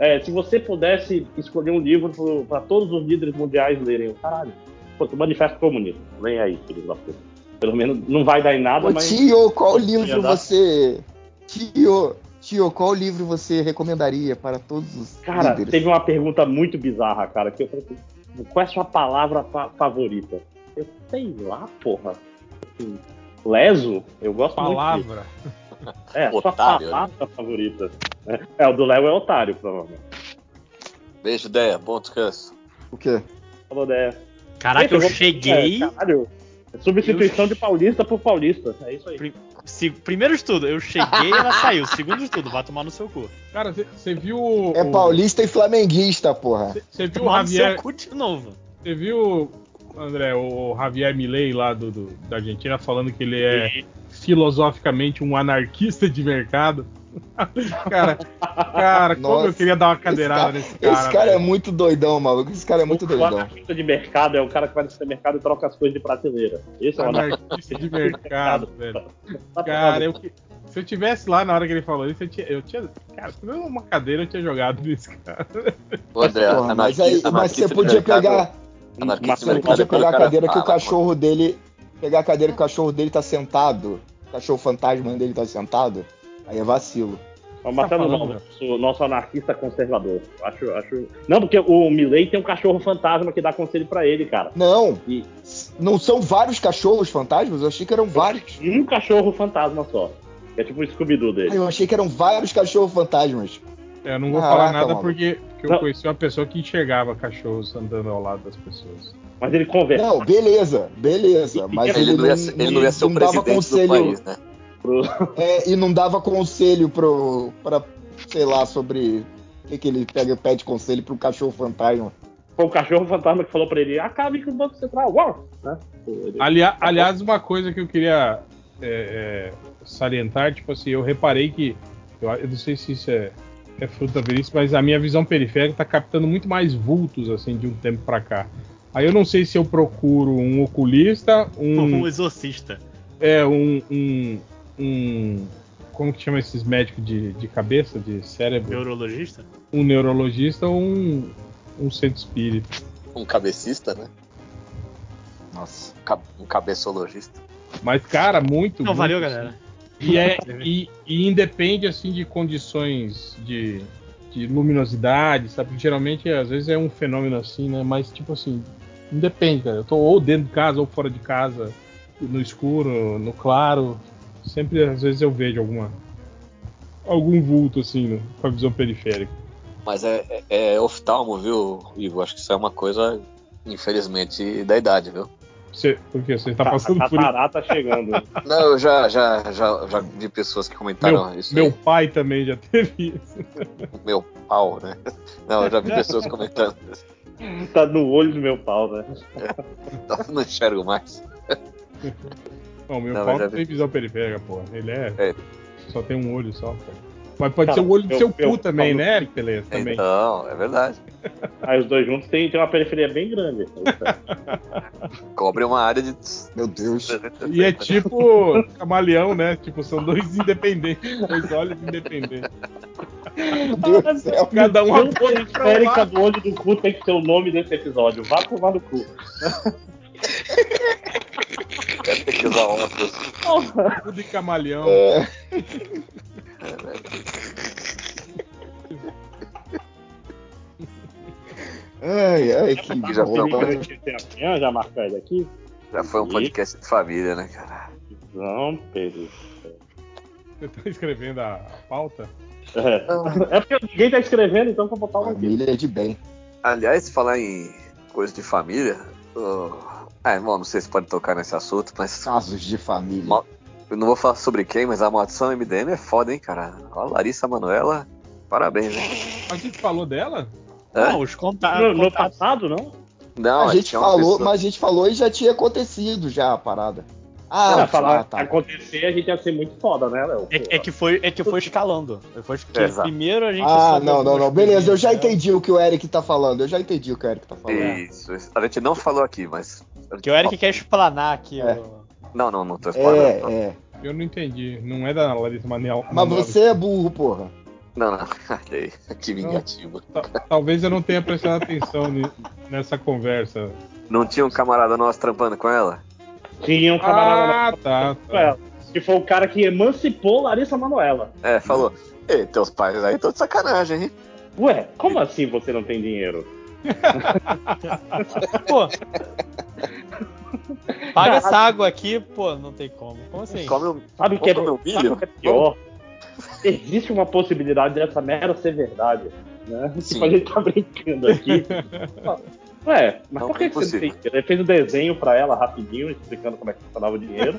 [SPEAKER 3] é, se você pudesse escolher um livro para todos os líderes mundiais lerem. Eu, Caralho, pô, o Manifesto Comunista. Vem aí, filho da puta. Pelo menos não vai dar em nada,
[SPEAKER 1] Ô,
[SPEAKER 3] Ah, mas.
[SPEAKER 1] tio, qual
[SPEAKER 3] Ia
[SPEAKER 1] livro
[SPEAKER 3] dar.
[SPEAKER 1] você... Tio, tio, qual livro você recomendaria para todos os
[SPEAKER 3] Cara,
[SPEAKER 1] líderes?
[SPEAKER 3] teve uma pergunta muito bizarra, cara, que eu falei assim, qual é a sua palavra fa- favorita? Eu sei lá, porra. Assim, leso? Eu gosto muito.
[SPEAKER 4] Palavra.
[SPEAKER 3] disso. É, sua
[SPEAKER 6] Otário, né?
[SPEAKER 3] palavra favorita. É, o do Léo é otário, provavelmente.
[SPEAKER 6] Beijo, ideia. Bom descanso.
[SPEAKER 1] O quê?
[SPEAKER 3] Falou, né?
[SPEAKER 10] Caraca,
[SPEAKER 3] Esse
[SPEAKER 10] eu
[SPEAKER 3] vou-
[SPEAKER 10] cheguei.
[SPEAKER 3] É, caralho, Substituição de paulista por paulista. É isso aí.
[SPEAKER 10] Pri- se- primeiro de tudo, eu cheguei e ela saiu. Segundo de tudo, vai tomar no seu cu.
[SPEAKER 4] Cara, você viu. o-
[SPEAKER 1] É paulista tá e flamenguista, porra.
[SPEAKER 4] Você viu o
[SPEAKER 10] Tomar no seu
[SPEAKER 4] Javier.
[SPEAKER 10] cu de novo.
[SPEAKER 4] Você viu, André, o Javier Milei lá do, do- da Argentina falando que ele é filosoficamente um anarquista de mercado? cara, cara, como
[SPEAKER 1] Nossa.
[SPEAKER 4] eu queria dar uma
[SPEAKER 1] Esse
[SPEAKER 4] cadeirada
[SPEAKER 1] cara,
[SPEAKER 4] nesse cara.
[SPEAKER 1] esse cara é
[SPEAKER 4] velho.
[SPEAKER 1] muito doidão, maluco. Esse cara é muito
[SPEAKER 3] o
[SPEAKER 6] né?
[SPEAKER 1] doidão.
[SPEAKER 3] anarquista de mercado é o cara que vai no supermercado e troca as coisas de prateleira. Esse é o anarquista.
[SPEAKER 4] um anarquista de mercado, velho. Cara, eu que- se eu tivesse lá na hora que ele falou isso, eu tinha. Eu tinha cara, se não uma cadeira, eu tinha jogado nesse cara.
[SPEAKER 6] Ô, André,
[SPEAKER 1] Porra, mas
[SPEAKER 6] anarquista-
[SPEAKER 1] aí, mas
[SPEAKER 6] anarquista
[SPEAKER 1] você
[SPEAKER 6] de
[SPEAKER 1] podia
[SPEAKER 6] mercado-
[SPEAKER 1] pegar,
[SPEAKER 6] anarquista de
[SPEAKER 3] Mas
[SPEAKER 1] você
[SPEAKER 6] mercado
[SPEAKER 1] podia
[SPEAKER 6] é quando
[SPEAKER 1] pegar a
[SPEAKER 6] o cara
[SPEAKER 1] cadeira que o
[SPEAKER 6] fala,
[SPEAKER 1] cachorro dele, pegar a cadeira que o cachorro dele tá sentado, o cachorro fantasma dele tá sentado, aí é vacilo.
[SPEAKER 3] O Marcelo
[SPEAKER 4] Tá falando,
[SPEAKER 3] Nova, o nosso anarquista conservador. Acho, acho. Não, porque o Milley tem um cachorro fantasma que dá conselho pra ele, cara.
[SPEAKER 1] Não,
[SPEAKER 3] E
[SPEAKER 1] não são vários cachorros fantasmas? Eu achei que eram vários.
[SPEAKER 3] um cachorro fantasma só. É tipo o Scooby-Doo
[SPEAKER 1] Ah,
[SPEAKER 3] dele.
[SPEAKER 1] Eu achei que eram vários cachorros fantasmas.
[SPEAKER 4] É, Eu não vou
[SPEAKER 1] Caraca,
[SPEAKER 4] falar nada
[SPEAKER 1] maluco.
[SPEAKER 4] porque, porque eu
[SPEAKER 3] Não.
[SPEAKER 4] conheci uma pessoa que enxergava cachorros andando ao lado das pessoas.
[SPEAKER 3] Mas ele conversa
[SPEAKER 1] Não, beleza, beleza. Mas
[SPEAKER 6] Ele não ia ser, ele não ia ser o
[SPEAKER 1] não dava
[SPEAKER 6] presidente do
[SPEAKER 1] conselho.
[SPEAKER 6] país, né?
[SPEAKER 1] é, e não dava conselho pro. pra, sei lá, sobre. O que, que ele pega, pede conselho pro cachorro fantasma?
[SPEAKER 3] Foi o cachorro fantasma que falou pra ele: acabe com o Banco Central. Uau! Né? Ele-
[SPEAKER 4] Alia- aliás, uma coisa que eu queria é, é, salientar, tipo assim, eu reparei que. Eu, eu não sei se isso é, é fruto da velhice, mas a minha visão periférica tá captando muito mais vultos, assim, de um tempo pra cá. Aí eu não sei se eu procuro um oculista, um.
[SPEAKER 10] Um exorcista.
[SPEAKER 4] é, um, um, um- Como que chama esses médicos de, de cabeça, de cérebro?
[SPEAKER 10] Neurologista?
[SPEAKER 4] Um neurologista ou um, um centro espírita.
[SPEAKER 6] Um cabecista, né?
[SPEAKER 1] Nossa.
[SPEAKER 6] Ca- Um cabeçologista.
[SPEAKER 4] Mas, cara, muito.
[SPEAKER 10] Não, valeu,
[SPEAKER 4] muito,
[SPEAKER 10] galera.
[SPEAKER 4] E, é, e, e independe assim de condições de, de luminosidade, sabe? Porque Geralmente, às vezes é um fenômeno assim, né? Mas tipo assim, independe, cara. Eu tô ou dentro de casa ou fora de casa, no escuro, no claro. Sempre às vezes eu vejo alguma algum vulto assim, né? com a visão periférica.
[SPEAKER 6] Mas é, é, é oftalmo, viu, Ivo? Acho que isso é uma coisa, infelizmente, da idade, viu?
[SPEAKER 4] Você, por quê? Você tá
[SPEAKER 3] Ca-
[SPEAKER 4] passando
[SPEAKER 3] a
[SPEAKER 4] por isso?
[SPEAKER 3] catarata chegando.
[SPEAKER 6] Não, eu já, já, já, já vi pessoas que
[SPEAKER 4] Meu,
[SPEAKER 6] comentaram isso.
[SPEAKER 4] meu
[SPEAKER 6] Meu,
[SPEAKER 4] pai também já teve isso.
[SPEAKER 6] meu pau, né? Não, eu já vi pessoas comentando.
[SPEAKER 3] tá no olho do meu pau, né?
[SPEAKER 6] Nossa, Então, não enxergo mais.
[SPEAKER 4] Não, meu
[SPEAKER 6] Não,
[SPEAKER 4] pau
[SPEAKER 6] mas
[SPEAKER 4] não
[SPEAKER 6] já
[SPEAKER 4] tem visão periférica, porra. Ele é.
[SPEAKER 6] É.
[SPEAKER 4] Só tem um olho só, cara. Mas pode
[SPEAKER 3] Cara,
[SPEAKER 4] ser o olho do
[SPEAKER 3] eu-
[SPEAKER 4] seu cu
[SPEAKER 3] eu-
[SPEAKER 1] tá
[SPEAKER 4] também,
[SPEAKER 3] eu-
[SPEAKER 4] né, Pelé? Também.
[SPEAKER 6] Então, é verdade.
[SPEAKER 3] Aí os dois juntos tem, tem uma periferia bem grande.
[SPEAKER 6] Cobre uma área de.
[SPEAKER 1] Meu Deus.
[SPEAKER 4] E
[SPEAKER 6] então.
[SPEAKER 4] é tipo camaleão, né? Tipo, são dois independentes, dois olhos independentes.
[SPEAKER 1] Meu Deus do céu.
[SPEAKER 4] Cada um
[SPEAKER 3] Uma
[SPEAKER 4] aponta pra um
[SPEAKER 3] periférica
[SPEAKER 4] lado.
[SPEAKER 3] do olho do cu tem que ser o nome desse episódio. Vá tomar no cu.
[SPEAKER 6] Deve ter que usar óculos.
[SPEAKER 4] um Cu de camaleão.
[SPEAKER 1] É.
[SPEAKER 6] É
[SPEAKER 1] É, Ai, ai, que
[SPEAKER 6] que já foi,
[SPEAKER 3] Perigo
[SPEAKER 6] um-
[SPEAKER 3] de ter amanhã, já marcar ele aqui.
[SPEAKER 6] já foi um podcast de família, né, cara?
[SPEAKER 3] Não, Pedro.
[SPEAKER 4] Você tá escrevendo a, a pauta?
[SPEAKER 3] É. É porque ninguém tá escrevendo, então eu vou botar uma aqui.
[SPEAKER 1] família é de bem.
[SPEAKER 6] Aliás, falar em coisa de família. ah, Ah, irmão, não sei se pode tocar nesse assunto, mas
[SPEAKER 1] Casos de família.
[SPEAKER 6] Mal- eu não vou falar sobre quem, mas a maldição MDM é foda, hein, cara. A Larissa Manoela, parabéns, hein?
[SPEAKER 4] A gente falou dela?
[SPEAKER 6] Hã?
[SPEAKER 10] Não, os contatos.
[SPEAKER 3] No, no passado, não?
[SPEAKER 6] Não,
[SPEAKER 1] a
[SPEAKER 6] é
[SPEAKER 1] gente
[SPEAKER 6] que é uma
[SPEAKER 1] falou,
[SPEAKER 6] pessoa-
[SPEAKER 1] mas a gente falou e já tinha acontecido já a parada.
[SPEAKER 3] Era
[SPEAKER 1] Ah,
[SPEAKER 3] falar
[SPEAKER 1] ah, tá.
[SPEAKER 3] acontecer, a gente ia ser muito foda, né, Léo?
[SPEAKER 10] É, é que foi, é que foi escalando. Foi que
[SPEAKER 6] Exato.
[SPEAKER 10] primeiro a gente.
[SPEAKER 1] Ah,
[SPEAKER 10] soube
[SPEAKER 1] não, não,
[SPEAKER 10] algumas
[SPEAKER 1] não. Beleza, eu já
[SPEAKER 10] coisinhas, né?
[SPEAKER 1] entendi o que o Eric tá falando. Eu já entendi o que o Eric tá falando.
[SPEAKER 6] Isso, isso. a gente não falou aqui, mas.
[SPEAKER 10] Que o Eric quer explanar aqui.
[SPEAKER 1] É.
[SPEAKER 10] o-
[SPEAKER 6] Não, não, não tô explanando. não.
[SPEAKER 1] É, é.
[SPEAKER 4] Eu não entendi. Não é da Larissa Manel.
[SPEAKER 1] Mas você é burro, porra.
[SPEAKER 6] Não, não. Olha aí, que vingativa.
[SPEAKER 4] Talvez eu não tenha prestado atenção ni- nessa conversa.
[SPEAKER 6] Não tinha um camarada nosso trampando com ela?
[SPEAKER 3] Tinha um camarada
[SPEAKER 4] Ah, tá. tá.
[SPEAKER 3] nosso, que foi o cara que emancipou Larissa Manoela.
[SPEAKER 6] É, falou. Ei, teus pais aí estão de sacanagem, hein?
[SPEAKER 3] Ué, como assim você não tem dinheiro?
[SPEAKER 10] Pô. Paga essa água aqui, pô, não tem como. Como assim?
[SPEAKER 6] Come um,
[SPEAKER 3] Sabe o que é,
[SPEAKER 6] Como meu
[SPEAKER 3] sabe
[SPEAKER 6] filho?
[SPEAKER 3] o que é pior? Existe uma possibilidade dessa merda ser verdade. Né?
[SPEAKER 6] Sim.
[SPEAKER 3] Tipo, a gente tá brincando aqui. Ué, mas
[SPEAKER 6] Não,
[SPEAKER 3] por que, que você não tem
[SPEAKER 6] impossível.
[SPEAKER 3] dinheiro? Ele fez um desenho pra ela rapidinho, explicando como é que funcionava o dinheiro.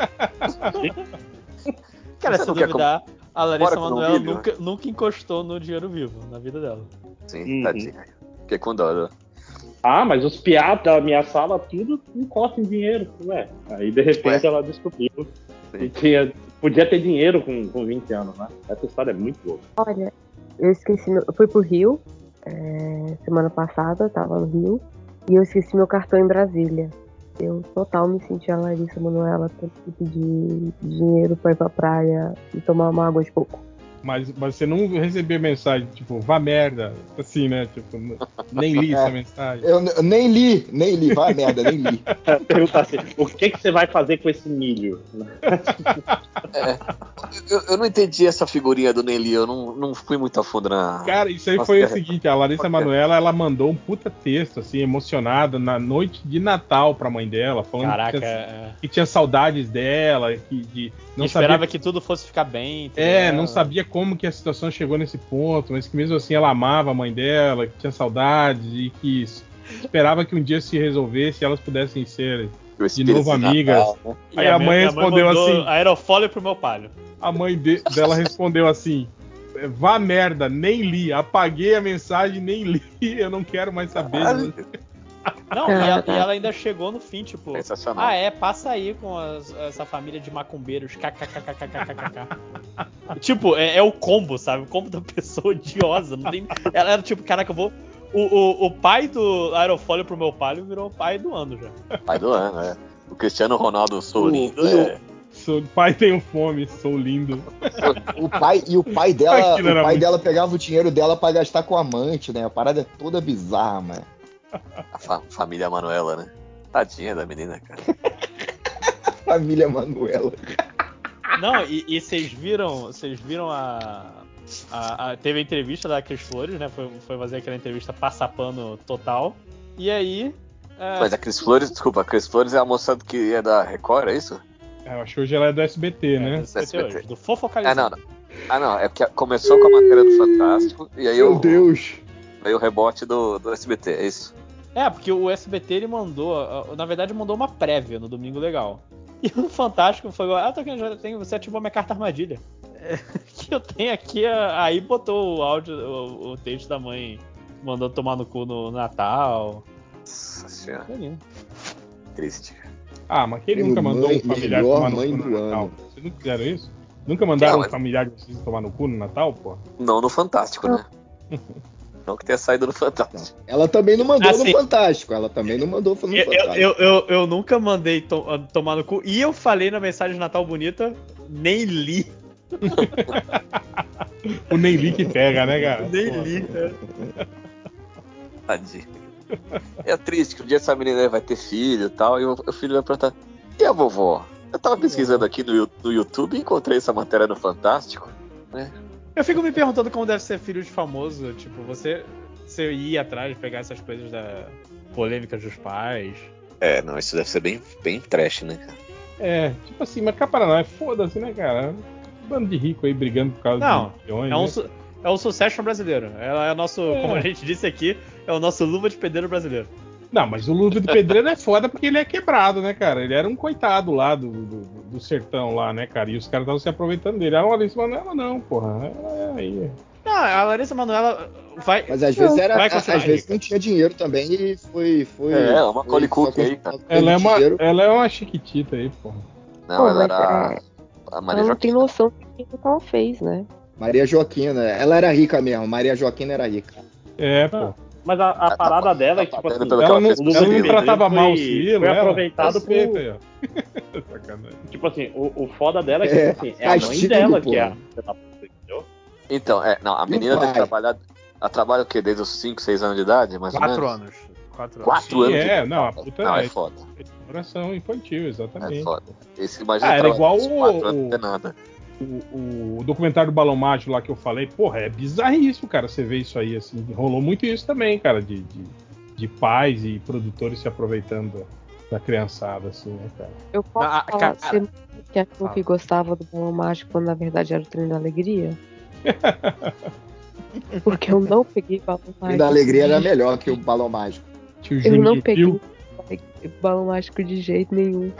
[SPEAKER 10] Cara,
[SPEAKER 6] Você
[SPEAKER 10] se
[SPEAKER 6] não quer
[SPEAKER 10] duvidar, a Larissa
[SPEAKER 6] Bora é comer um
[SPEAKER 10] Manoela
[SPEAKER 6] milho?
[SPEAKER 10] nunca, nunca encostou no dinheiro vivo na vida dela.
[SPEAKER 6] Sim,
[SPEAKER 3] Uhum.
[SPEAKER 6] tadinha. Fiquei com dó. né?
[SPEAKER 3] ah, mas os piados da minha sala, tudo encosta em dinheiro. Ué, aí de repente
[SPEAKER 6] Ué.
[SPEAKER 3] ela descobriu que
[SPEAKER 6] Sim.
[SPEAKER 3] tinha- podia ter dinheiro com, com 20 anos, né? Essa história é muito boa.
[SPEAKER 11] Olha, eu esqueci meu. Eu fui pro Rio é, semana passada, eu tava no Rio, e eu esqueci meu cartão em Brasília. Eu total me senti a Larissa Manoela tendo que pedir dinheiro pra ir pra praia É, e tomar uma água de coco.
[SPEAKER 4] Mas, mas você não recebeu mensagem, tipo, vá merda, assim, né? Tipo, n- nem li essa mensagem.
[SPEAKER 1] Eu, n- eu nem li, nem li, vai a merda, nem li.
[SPEAKER 3] Perguntar assim, o que, que você vai fazer com esse milho?
[SPEAKER 6] Eu, eu não entendi essa figurinha do Nelly, eu não, não fui muito a fundo na.
[SPEAKER 4] Cara, isso aí
[SPEAKER 6] Nossa,
[SPEAKER 4] foi o
[SPEAKER 6] cara.
[SPEAKER 4] seguinte, a Larissa
[SPEAKER 6] Nossa,
[SPEAKER 4] Manoela, ela mandou um puta texto, assim, emocionada, na noite de Natal pra mãe dela, falando
[SPEAKER 10] Caraca,
[SPEAKER 4] que, tinha,
[SPEAKER 10] é.
[SPEAKER 4] que tinha saudades dela, que de, não
[SPEAKER 10] E
[SPEAKER 4] sabia
[SPEAKER 10] esperava que tudo fosse ficar bem. entendeu?
[SPEAKER 4] É, não sabia como que a situação chegou nesse ponto, mas que mesmo assim ela amava a mãe dela, que tinha saudades e que s- esperava que um dia se resolvesse e elas pudessem ser.
[SPEAKER 6] O espírito
[SPEAKER 4] novo, amigas.
[SPEAKER 6] né?
[SPEAKER 10] E
[SPEAKER 4] Aí a
[SPEAKER 10] minha-
[SPEAKER 4] mãe
[SPEAKER 10] minha
[SPEAKER 4] respondeu
[SPEAKER 10] mandou
[SPEAKER 4] assim-
[SPEAKER 10] Aerofólio pro meu palho.
[SPEAKER 4] A mãe de- dela respondeu assim: Vá merda, nem li, apaguei a mensagem, nem li, eu não quero mais saber. né?
[SPEAKER 6] Caralho,
[SPEAKER 10] Não,
[SPEAKER 11] Ah,
[SPEAKER 10] e ela,
[SPEAKER 11] tá.
[SPEAKER 10] e ela ainda chegou no fim, tipo.
[SPEAKER 6] sensacional.
[SPEAKER 10] Ah, é, passa aí com as- essa família de macumbeiros. KKKKKKKK. tipo, é, é o combo, sabe? O combo da pessoa odiosa. Não tem... Ela era tipo, caraca, eu vou. O, o, o pai do Aerofólio pro meu palho virou o pai do ano já.
[SPEAKER 6] Pai do ano, é. O Cristiano Ronaldo sou
[SPEAKER 1] O-
[SPEAKER 6] lindo,
[SPEAKER 1] o-
[SPEAKER 6] é.
[SPEAKER 4] Sou, pai, tenho fome, sou lindo.
[SPEAKER 1] O pai, e o pai dela,
[SPEAKER 4] Aquilo
[SPEAKER 1] o
[SPEAKER 4] era
[SPEAKER 1] pai
[SPEAKER 4] muito-
[SPEAKER 1] dela pegava o dinheiro dela pra gastar com o amante, né? A parada é toda bizarra, mano.
[SPEAKER 6] A fa- família Manuela, né? Tadinha da menina, cara.
[SPEAKER 1] Família Manuela.
[SPEAKER 10] Não, e e vocês viram, vocês viram a, a- a- Teve a entrevista da Cris Flores, né? Foi, foi fazer aquela entrevista passapano total. E aí. é,
[SPEAKER 3] Ah.
[SPEAKER 6] Mas a Cris Flores, desculpa, a Cris Flores é a moça que é da Record, é isso?
[SPEAKER 4] É, eu acho que hoje ela é do SBT,
[SPEAKER 10] é,
[SPEAKER 4] né?
[SPEAKER 10] do SBT
[SPEAKER 6] SBT.
[SPEAKER 10] hoje, do
[SPEAKER 6] Ah,
[SPEAKER 10] Fofocalizando.
[SPEAKER 6] não. não. Ah, não, é porque começou com a matéria do Fantástico e aí o,
[SPEAKER 1] Deus.
[SPEAKER 6] veio o rebote do, do SBT, é isso?
[SPEAKER 10] É, porque o SBT ele mandou, ah, na verdade mandou uma prévia no Domingo Legal. E o Fantástico foi, ah, tô aqui, já tenho, você ativou minha carta armadilha. É, que eu tenho aqui, ah, aí botou o áudio, o, o texto da mãe, mandou tomar no cu no Natal.
[SPEAKER 6] Nossa senhora,
[SPEAKER 10] Foi lindo.
[SPEAKER 6] triste. cara.
[SPEAKER 4] Ah, mas quem
[SPEAKER 1] Prêmio
[SPEAKER 4] nunca mandou
[SPEAKER 1] mãe-
[SPEAKER 4] um familiar
[SPEAKER 1] melhor
[SPEAKER 4] tomar no
[SPEAKER 1] mãe
[SPEAKER 4] cu
[SPEAKER 1] do
[SPEAKER 4] no Natal?
[SPEAKER 1] ano.
[SPEAKER 4] Vocês não fizeram isso? Nunca mandaram
[SPEAKER 6] Não,
[SPEAKER 4] um
[SPEAKER 10] é-
[SPEAKER 6] mas-
[SPEAKER 4] familiar de vocês tomar no cu no Natal, pô?
[SPEAKER 6] Não no Fantástico, né? Não que tenha saído no Fantástico.
[SPEAKER 1] Ela também não mandou
[SPEAKER 10] Assim-
[SPEAKER 1] no Fantástico. Ela também não mandou no
[SPEAKER 10] Eu, eu-
[SPEAKER 1] Fantástico.
[SPEAKER 10] eu, eu, eu nunca mandei to- ah, tomar no cu. E eu falei na mensagem de Natal Bonita, nem li.
[SPEAKER 4] O Neili que pega, né, cara?
[SPEAKER 10] Nem li.
[SPEAKER 6] Tadinho. É triste que um dia essa menina vai ter filho e tal, e o o filho vai perguntar: e a vovó? Eu tava pesquisando aqui no, Yu- no YouTube e encontrei essa matéria no Fantástico.
[SPEAKER 10] Eu fico me perguntando como deve ser filho de famoso. Tipo, você, você ir atrás, pegar essas coisas da polêmicas dos pais.
[SPEAKER 6] É, não, isso deve ser bem, bem trash, né, cara?
[SPEAKER 4] É, tipo assim, mas cá para nós, foda-se, né, cara? Bando de rico aí brigando por causa
[SPEAKER 10] Não,
[SPEAKER 4] de milhões.
[SPEAKER 10] É um,
[SPEAKER 4] né?
[SPEAKER 10] su- é um sucesso brasileiro. Ela é o nosso, como a gente disse aqui, é o nosso luva de pedreiro brasileiro.
[SPEAKER 4] Não, mas o Luva do Pedreiro é foda porque ele é quebrado, né, cara? Ele era um coitado lá do, do, do sertão lá, né, cara? E os caras estavam se aproveitando dele. Ah, Larissa Manoela não, porra. Ela é aí.
[SPEAKER 10] Não, a Larissa Manoela vai.
[SPEAKER 1] Mas às vezes era.
[SPEAKER 10] vai
[SPEAKER 1] às
[SPEAKER 10] continuar,
[SPEAKER 1] vezes
[SPEAKER 10] Rica.
[SPEAKER 1] não tinha dinheiro também e foi. foi
[SPEAKER 6] É, é uma
[SPEAKER 1] foi
[SPEAKER 6] Macaulay Culkin
[SPEAKER 1] só
[SPEAKER 6] aí, cara.
[SPEAKER 1] com
[SPEAKER 4] Ela é, uma,
[SPEAKER 1] dinheiro.
[SPEAKER 4] ela é uma chiquitita aí, porra.
[SPEAKER 6] Não,
[SPEAKER 11] Pô,
[SPEAKER 6] ela
[SPEAKER 11] mas
[SPEAKER 6] era
[SPEAKER 11] é-
[SPEAKER 6] a Maria
[SPEAKER 11] Ela não tem
[SPEAKER 6] Joaquina.
[SPEAKER 11] noção do que ela fez, né?
[SPEAKER 1] Maria Joaquina. Ela era rica mesmo. Maria Joaquina era rica.
[SPEAKER 3] Ah,
[SPEAKER 4] É, pô.
[SPEAKER 3] Mas a, a
[SPEAKER 6] Tá-
[SPEAKER 3] parada
[SPEAKER 6] tá-
[SPEAKER 3] dela é
[SPEAKER 6] tá
[SPEAKER 3] tipo
[SPEAKER 6] batendo
[SPEAKER 3] assim,
[SPEAKER 6] pelo-
[SPEAKER 4] Ela não,
[SPEAKER 6] fez com
[SPEAKER 4] ela não
[SPEAKER 6] Cirilo,
[SPEAKER 4] tratava
[SPEAKER 3] né?
[SPEAKER 4] mal o
[SPEAKER 3] Foi-
[SPEAKER 4] Cirilo,
[SPEAKER 3] foi
[SPEAKER 4] ela?
[SPEAKER 3] aproveitado
[SPEAKER 4] Respeita
[SPEAKER 3] por-
[SPEAKER 4] aí, ó. Sacanagem.
[SPEAKER 3] tipo assim, o, o foda dela é que
[SPEAKER 1] É,
[SPEAKER 3] assim, é a mãe
[SPEAKER 1] castigo,
[SPEAKER 3] dela
[SPEAKER 1] pô.
[SPEAKER 3] que é a filha da puta, entendeu?
[SPEAKER 6] Então, é, não, a
[SPEAKER 1] E o
[SPEAKER 6] menina deve
[SPEAKER 1] pai?
[SPEAKER 6] trabalhar. Ela trabalha o quê? Desde os 5, 6 anos de idade? Mais ou menos?
[SPEAKER 10] anos. Quatro
[SPEAKER 6] Quatro anos? de
[SPEAKER 4] É,
[SPEAKER 6] idade.
[SPEAKER 4] não, a puta
[SPEAKER 6] Não,
[SPEAKER 4] é,
[SPEAKER 6] é foda.
[SPEAKER 4] exploração infantil, exatamente.
[SPEAKER 6] É foda. Esse imagina
[SPEAKER 4] Ah, era
[SPEAKER 6] trabalhar
[SPEAKER 4] igual
[SPEAKER 6] uns quatro
[SPEAKER 4] o-
[SPEAKER 6] anos não tem nada.
[SPEAKER 4] o, o documentário do Balão Mágico lá que eu falei, porra, é bizarríssimo, cara, você vê isso aí, assim, rolou muito isso também, cara, de, de, de pais e produtores se aproveitando da criançada, assim, né, cara.
[SPEAKER 11] Eu posso
[SPEAKER 10] Não, a-
[SPEAKER 11] falar
[SPEAKER 10] cara-
[SPEAKER 11] você que achou que gostava do Balão Mágico quando na verdade era o trem da alegria? Porque eu não peguei Balão
[SPEAKER 1] E
[SPEAKER 11] Mágico.
[SPEAKER 1] da alegria era melhor que o balão mágico.
[SPEAKER 4] Tio
[SPEAKER 11] Eu não
[SPEAKER 4] Genguitil.
[SPEAKER 11] peguei balão mágico de jeito nenhum.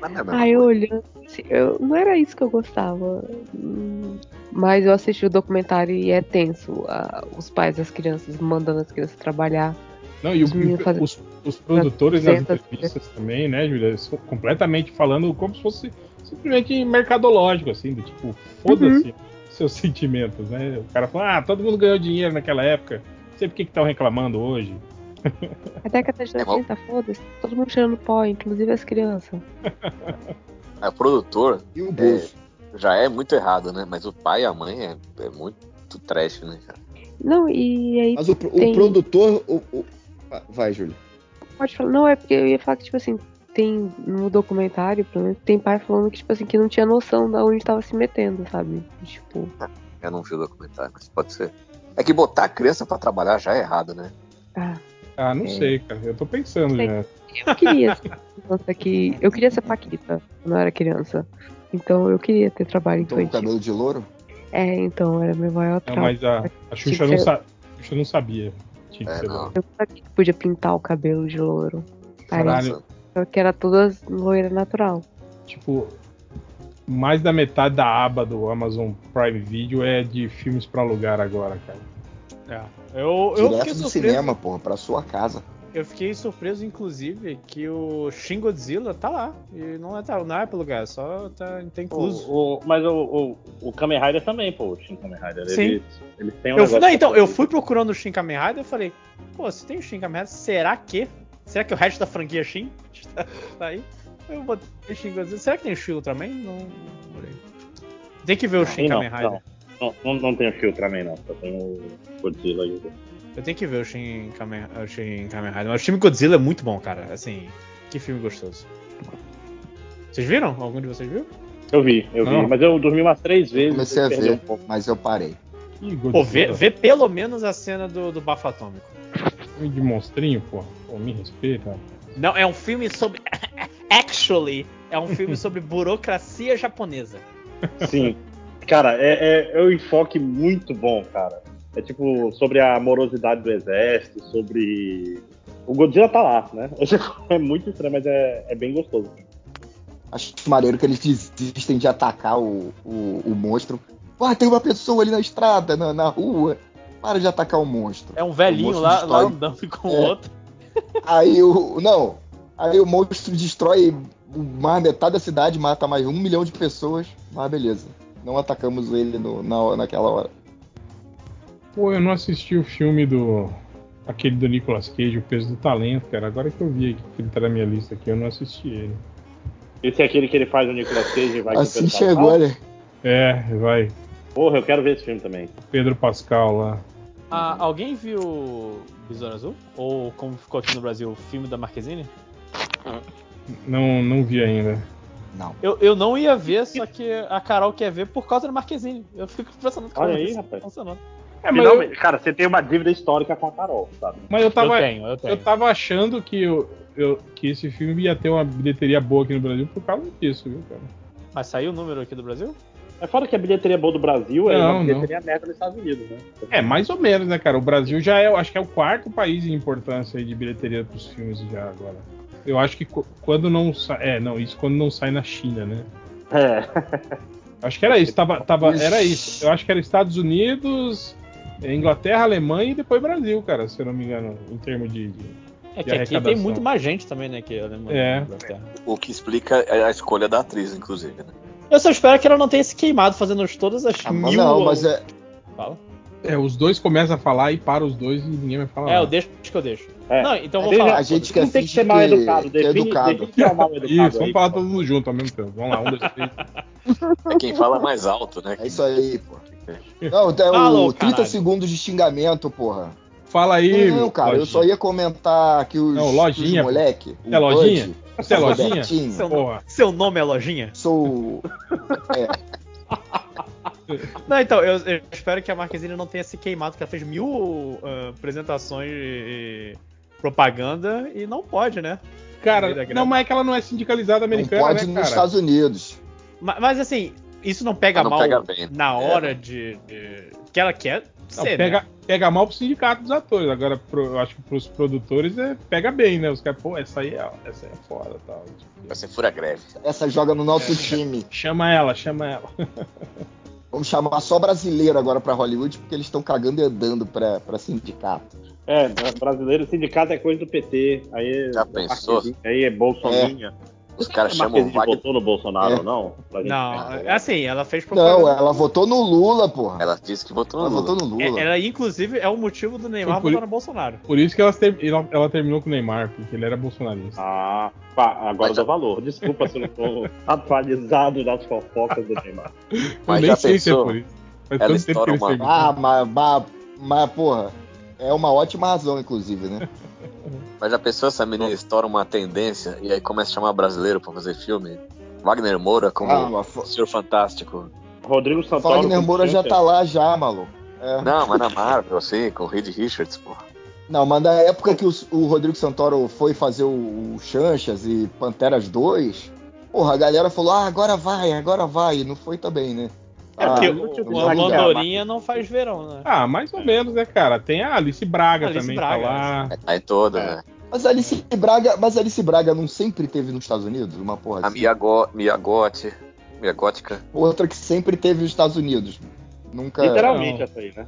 [SPEAKER 6] Mas, mas,
[SPEAKER 11] Aí eu olhando, assim, eu, não era isso que eu gostava. Hum, Mas eu assisti o documentário e é tenso. ah, os pais das crianças mandando as crianças trabalhar.
[SPEAKER 4] Não, e o-
[SPEAKER 11] Os meninos fazem-
[SPEAKER 4] os, os produtores nas
[SPEAKER 11] Trezentas
[SPEAKER 4] entrevistas também, né, Júlia? eles ficam Completamente falando como se fosse simplesmente mercadológico, assim, do tipo, foda-se
[SPEAKER 11] Uhum.
[SPEAKER 4] seus sentimentos, né? O cara fala, ah, todo mundo ganhou dinheiro naquela época, não sei por que estão reclamando hoje.
[SPEAKER 11] A década de
[SPEAKER 6] É igual-
[SPEAKER 11] 90, foda-se. Todo mundo cheirando pó, inclusive as crianças.
[SPEAKER 6] é, o produtor
[SPEAKER 1] E o Bozo.
[SPEAKER 6] já é muito errado, né? Mas o pai e a mãe é, é muito trash, né, cara?
[SPEAKER 11] Não, e aí
[SPEAKER 1] Mas o, pro- o
[SPEAKER 11] Tem-
[SPEAKER 1] produtor. o- o- Ah, Vai, Júlio.
[SPEAKER 11] pode falar. Não, é porque eu ia falar que, tipo assim, tem no documentário, pelo menos, tem pai falando que, tipo assim, que não tinha noção da onde tava se metendo, sabe? Tipo,
[SPEAKER 6] Eu não vi o documentário, mas pode ser. É que botar a criança pra trabalhar já é errado, né?
[SPEAKER 11] ah,
[SPEAKER 4] Ah, não
[SPEAKER 11] É.
[SPEAKER 4] sei, cara, eu tô pensando
[SPEAKER 11] Sei.
[SPEAKER 4] já.
[SPEAKER 11] eu queria ser criança que. Eu queria ser Paquita quando eu era criança. Então eu queria ter trabalho
[SPEAKER 1] Então, o
[SPEAKER 11] infantil.
[SPEAKER 1] cabelo de louro?
[SPEAKER 11] É, então, era meu maior
[SPEAKER 4] Não,
[SPEAKER 11] trauma.
[SPEAKER 4] mas a, a Xuxa, não sa- a Xuxa não sabia. Tinha que
[SPEAKER 6] É,
[SPEAKER 4] ser
[SPEAKER 6] não.
[SPEAKER 11] Eu sabia que podia pintar o cabelo de louro. Aí,
[SPEAKER 4] Caralho.
[SPEAKER 11] só que era todas loira natural.
[SPEAKER 4] tipo, mais da metade da aba do Amazon Prime Video é de filmes pra alugar agora, cara.
[SPEAKER 10] É. Eu, eu
[SPEAKER 1] Direto
[SPEAKER 10] fiquei
[SPEAKER 1] do
[SPEAKER 10] surpreso.
[SPEAKER 1] cinema, porra, pra sua casa.
[SPEAKER 10] Eu fiquei surpreso, inclusive, que o Shin Godzilla tá lá. E não é, tá, não é pro lugar, só tá, tá incluso.
[SPEAKER 3] O, o- mas o, o, o Kamen Rider também, pô, o Shin Kamen Rider.
[SPEAKER 10] Sim.
[SPEAKER 3] Ele, ele tem um
[SPEAKER 10] Eu fui-
[SPEAKER 3] negócio
[SPEAKER 10] não, então,
[SPEAKER 3] pra-
[SPEAKER 10] eu fui procurando o Shin Kamen Rider e falei, pô, se tem o Shin Kamen Rider, será que? Será que o resto da franquia Shin está, está aí? Eu botei Shin Godzilla. Será que tem o Shin Ultraman? Não, não olhei. Tem que ver o Shin
[SPEAKER 3] Sim, não,
[SPEAKER 10] Kamen Rider.
[SPEAKER 3] Não, não, não tem o Filtraman, não. Só tem o Godzilla e o.
[SPEAKER 10] Eu tenho que ver o Shin Kamen, o Shin Kamen Rider. Mas o Shin Godzilla é muito bom, cara. Assim, que filme gostoso. Vocês viram? Algum de vocês viu?
[SPEAKER 3] Eu vi, eu
[SPEAKER 4] Não.
[SPEAKER 3] vi. Mas eu dormi umas três vezes.
[SPEAKER 1] Comecei a
[SPEAKER 3] perdi
[SPEAKER 1] ver,
[SPEAKER 3] um pouco.
[SPEAKER 1] mas eu parei.
[SPEAKER 4] Ih, Godzilla.
[SPEAKER 10] Pô, vê, vê pelo menos a cena do, do bafo atômico.
[SPEAKER 4] Filme de monstrinho, pô. Pô, me respeita.
[SPEAKER 10] Não, é um filme sobre. Actually, é um filme sobre burocracia japonesa.
[SPEAKER 3] Sim. Cara, é, é, é um enfoque muito bom, cara. É tipo, sobre a amorosidade do exército, sobre. O Godzilla tá lá, né? É muito estranho, mas é, é bem gostoso.
[SPEAKER 1] Acho maneiro que eles desistem de atacar o, o, o monstro. Ah, tem uma pessoa ali na estrada, na, na rua. Para de atacar o monstro.
[SPEAKER 10] É um velhinho
[SPEAKER 1] O monstro
[SPEAKER 10] lá, lá
[SPEAKER 1] destrói.
[SPEAKER 10] andando com o
[SPEAKER 1] É.
[SPEAKER 10] outro.
[SPEAKER 1] Aí o. Não. Aí o monstro destrói mais metade da cidade, mata mais um milhão de pessoas. Mas beleza. Não atacamos ele no- na, hora- naquela hora.
[SPEAKER 4] Pô, eu não assisti o filme do. Aquele do Nicolas Cage, O Peso do Talento, cara. Agora que eu vi aqui, que ele tá na minha lista aqui, eu não assisti ele.
[SPEAKER 3] Esse é aquele que ele faz o Nicolas Cage e vai com o
[SPEAKER 1] assim
[SPEAKER 3] Pedro Pascal.
[SPEAKER 1] chegou, né?
[SPEAKER 4] É, vai.
[SPEAKER 3] Porra, eu quero ver esse filme também.
[SPEAKER 4] Pedro Pascal lá.
[SPEAKER 10] Ah, alguém viu Besouro Azul? Ou como ficou aqui no Brasil, o filme da Marquezine?
[SPEAKER 4] Não, não vi ainda.
[SPEAKER 1] Não.
[SPEAKER 10] Eu, eu não ia ver, só que a Carol quer ver por causa do Marquezine. Eu fico pensando como
[SPEAKER 3] Olha aí,
[SPEAKER 10] isso
[SPEAKER 3] rapaz.
[SPEAKER 10] funcionou. É,
[SPEAKER 3] Finalmente, Cara, você tem uma dívida histórica com a Carol, sabe?
[SPEAKER 4] Mas eu tava.
[SPEAKER 10] Eu tenho, Tá, eu tenho.
[SPEAKER 4] Eu tava achando que, eu, eu- que esse filme ia ter uma bilheteria boa aqui no Brasil por causa disso, viu, cara?
[SPEAKER 10] Mas saiu o número aqui do Brasil?
[SPEAKER 3] É fora que a bilheteria boa do Brasil é
[SPEAKER 4] Não,
[SPEAKER 3] uma
[SPEAKER 4] não.
[SPEAKER 3] bilheteria merda nos Estados Unidos, né?
[SPEAKER 4] É, mais ou menos, né, cara? O Brasil já é, eu acho que é o quarto país em importância aí de bilheteria pros filmes já agora. Eu acho que co- quando não sai. É, não, isso quando não sai na China, né?
[SPEAKER 3] É.
[SPEAKER 4] Acho que era isso, tava, tava, era isso. Eu acho que era Estados Unidos, eh, Inglaterra, Alemanha e depois Brasil, cara, se eu não me engano, em termos de. de-
[SPEAKER 10] É
[SPEAKER 4] E
[SPEAKER 10] que
[SPEAKER 4] a
[SPEAKER 10] aqui tem
[SPEAKER 4] arrecadação?
[SPEAKER 10] muito mais gente também, né? Que a Alemanha.
[SPEAKER 4] É.
[SPEAKER 10] a Inglaterra.
[SPEAKER 6] O que explica é a escolha da atriz, inclusive, né?
[SPEAKER 10] Eu só espero que ela não tenha se queimado fazendo todas as
[SPEAKER 1] Ah, mas
[SPEAKER 10] mil.
[SPEAKER 1] não, mas é.
[SPEAKER 10] Fala.
[SPEAKER 4] É, os dois começam a falar e para os dois e ninguém vai falar.
[SPEAKER 10] É, eu
[SPEAKER 4] nada.
[SPEAKER 10] deixo que eu deixo.
[SPEAKER 3] É.
[SPEAKER 10] Não, então eu vou
[SPEAKER 3] Teve-
[SPEAKER 10] falar.
[SPEAKER 1] A gente que
[SPEAKER 3] não tem que
[SPEAKER 1] assiste
[SPEAKER 3] ser mal educado,
[SPEAKER 1] que é
[SPEAKER 3] define,
[SPEAKER 1] educado.
[SPEAKER 3] define que é o mal educado.
[SPEAKER 4] Isso,
[SPEAKER 3] aí,
[SPEAKER 4] vamos falar
[SPEAKER 3] pô.
[SPEAKER 4] todo mundo junto ao mesmo tempo. Vamos lá, um, dois, três.
[SPEAKER 6] É quem fala mais alto, né?
[SPEAKER 1] É isso aí, pô. Não, é o
[SPEAKER 10] Fala, ô,
[SPEAKER 1] 30
[SPEAKER 10] caralho.
[SPEAKER 1] segundos de xingamento, porra.
[SPEAKER 4] Fala aí.
[SPEAKER 1] não, cara, eu só ia comentar que os,
[SPEAKER 4] Não, lojinha,
[SPEAKER 1] os moleque. o
[SPEAKER 4] É lojinha?
[SPEAKER 1] Bud,
[SPEAKER 4] Você é
[SPEAKER 1] o
[SPEAKER 4] lojinha?
[SPEAKER 1] Robertinho,
[SPEAKER 10] Seu,
[SPEAKER 4] Porra.
[SPEAKER 10] seu nome é Lojinha?
[SPEAKER 1] Sou.
[SPEAKER 10] Não, então, eu, eu espero que a Marquezine não tenha se queimado, que ela fez mil ah, apresentações e, e propaganda e não pode, né? Primeira
[SPEAKER 4] Cara,
[SPEAKER 10] greve.
[SPEAKER 4] não, mas é que ela não é sindicalizada
[SPEAKER 1] Não
[SPEAKER 4] americana,
[SPEAKER 1] pode
[SPEAKER 4] né,
[SPEAKER 1] nos
[SPEAKER 4] cara?
[SPEAKER 1] Estados Unidos.
[SPEAKER 10] Ma- Mas, assim, isso não pega
[SPEAKER 6] Ah, não
[SPEAKER 10] mal
[SPEAKER 6] pega bem.
[SPEAKER 10] na hora de, de- que ela quer
[SPEAKER 4] Não,
[SPEAKER 10] Sei,
[SPEAKER 4] pega,
[SPEAKER 10] né?
[SPEAKER 4] pega mal pro sindicato dos atores. Agora, pro- eu acho que pros produtores é, pega bem, né? Os caras, pô, essa aí é, essa aí é foda tal. tipo,
[SPEAKER 6] Você fura greve.
[SPEAKER 1] Essa joga no
[SPEAKER 4] É.
[SPEAKER 1] nosso time.
[SPEAKER 4] Chama ela, chama ela.
[SPEAKER 1] Vamos chamar só brasileiro agora pra Hollywood, porque eles estão cagando e andando pra, pra sindicato.
[SPEAKER 3] É, bra- brasileiro, sindicato é coisa do PT. Aí,
[SPEAKER 6] Já
[SPEAKER 3] é
[SPEAKER 6] pensou?
[SPEAKER 3] marquezinho, Aí é Bolsoninha.
[SPEAKER 6] Os caras
[SPEAKER 3] A
[SPEAKER 6] chamam o
[SPEAKER 3] Marquezine
[SPEAKER 6] Wagner.
[SPEAKER 3] votou no Bolsonaro,
[SPEAKER 1] É.
[SPEAKER 3] não? Pra gente-
[SPEAKER 10] Não, assim, ela fez
[SPEAKER 1] Não,
[SPEAKER 10] propaganda.
[SPEAKER 1] ela votou no Lula, porra.
[SPEAKER 6] né? Ela disse que votou
[SPEAKER 1] Ela
[SPEAKER 6] no Lula.
[SPEAKER 1] votou no Lula.
[SPEAKER 10] É- Ela, inclusive, é o motivo do Neymar
[SPEAKER 4] Foi por-
[SPEAKER 10] votar no Bolsonaro.
[SPEAKER 4] Por isso que ela, ter- ela- ela terminou com o Neymar, porque ele era bolsonarista.
[SPEAKER 3] Ah, pá, agora
[SPEAKER 6] Mas
[SPEAKER 3] dá valor. Desculpa se eu não tô atualizado das fofocas do Neymar.
[SPEAKER 4] eu
[SPEAKER 6] mas
[SPEAKER 4] nem
[SPEAKER 6] já
[SPEAKER 4] sei se é
[SPEAKER 6] pensou?
[SPEAKER 4] por isso. Faz
[SPEAKER 6] Ela
[SPEAKER 4] tanto tempo que
[SPEAKER 6] estoura
[SPEAKER 4] eles
[SPEAKER 6] uma-
[SPEAKER 4] terminaram.
[SPEAKER 1] Ah, mas, mas, mas, porra, é uma ótima razão, inclusive, né?
[SPEAKER 6] Mas já pensou essa menina estoura uma tendência e aí começa a chamar brasileiro pra fazer filme? Wagner Moura como é?
[SPEAKER 1] Ah, fa-
[SPEAKER 6] Senhor Fantástico.
[SPEAKER 3] Rodrigo Santoro.
[SPEAKER 1] Wagner Moura já tá lá já, maluco. É.
[SPEAKER 6] Não, mas na Marvel, assim, com o Reed Richards, porra.
[SPEAKER 1] Não, mas na época que o, o Rodrigo Santoro foi fazer o, o Chanchas e Panteras 2, porra, a galera falou, ah, agora vai, agora vai, e não foi também, né?
[SPEAKER 10] É porque
[SPEAKER 1] Ah,
[SPEAKER 10] o,
[SPEAKER 3] tipo,
[SPEAKER 1] não
[SPEAKER 10] o,
[SPEAKER 1] vai
[SPEAKER 10] a
[SPEAKER 1] ligar.
[SPEAKER 10] Andorinha não faz verão, né?
[SPEAKER 4] Ah, mais ou menos, né, cara? Tem a Alice Braga
[SPEAKER 10] Alice
[SPEAKER 4] também
[SPEAKER 10] Braga,
[SPEAKER 4] tá lá.
[SPEAKER 6] Aí toda,
[SPEAKER 3] É.
[SPEAKER 6] né?
[SPEAKER 1] Mas Alice Braga, mas Alice Braga não sempre teve nos Estados Unidos, uma porra
[SPEAKER 6] A
[SPEAKER 1] assim.
[SPEAKER 6] Miago, Miagote, Miagótica.
[SPEAKER 1] Outra que sempre teve nos Estados Unidos. Nunca.
[SPEAKER 3] Literalmente
[SPEAKER 4] Não.
[SPEAKER 3] essa aí, né?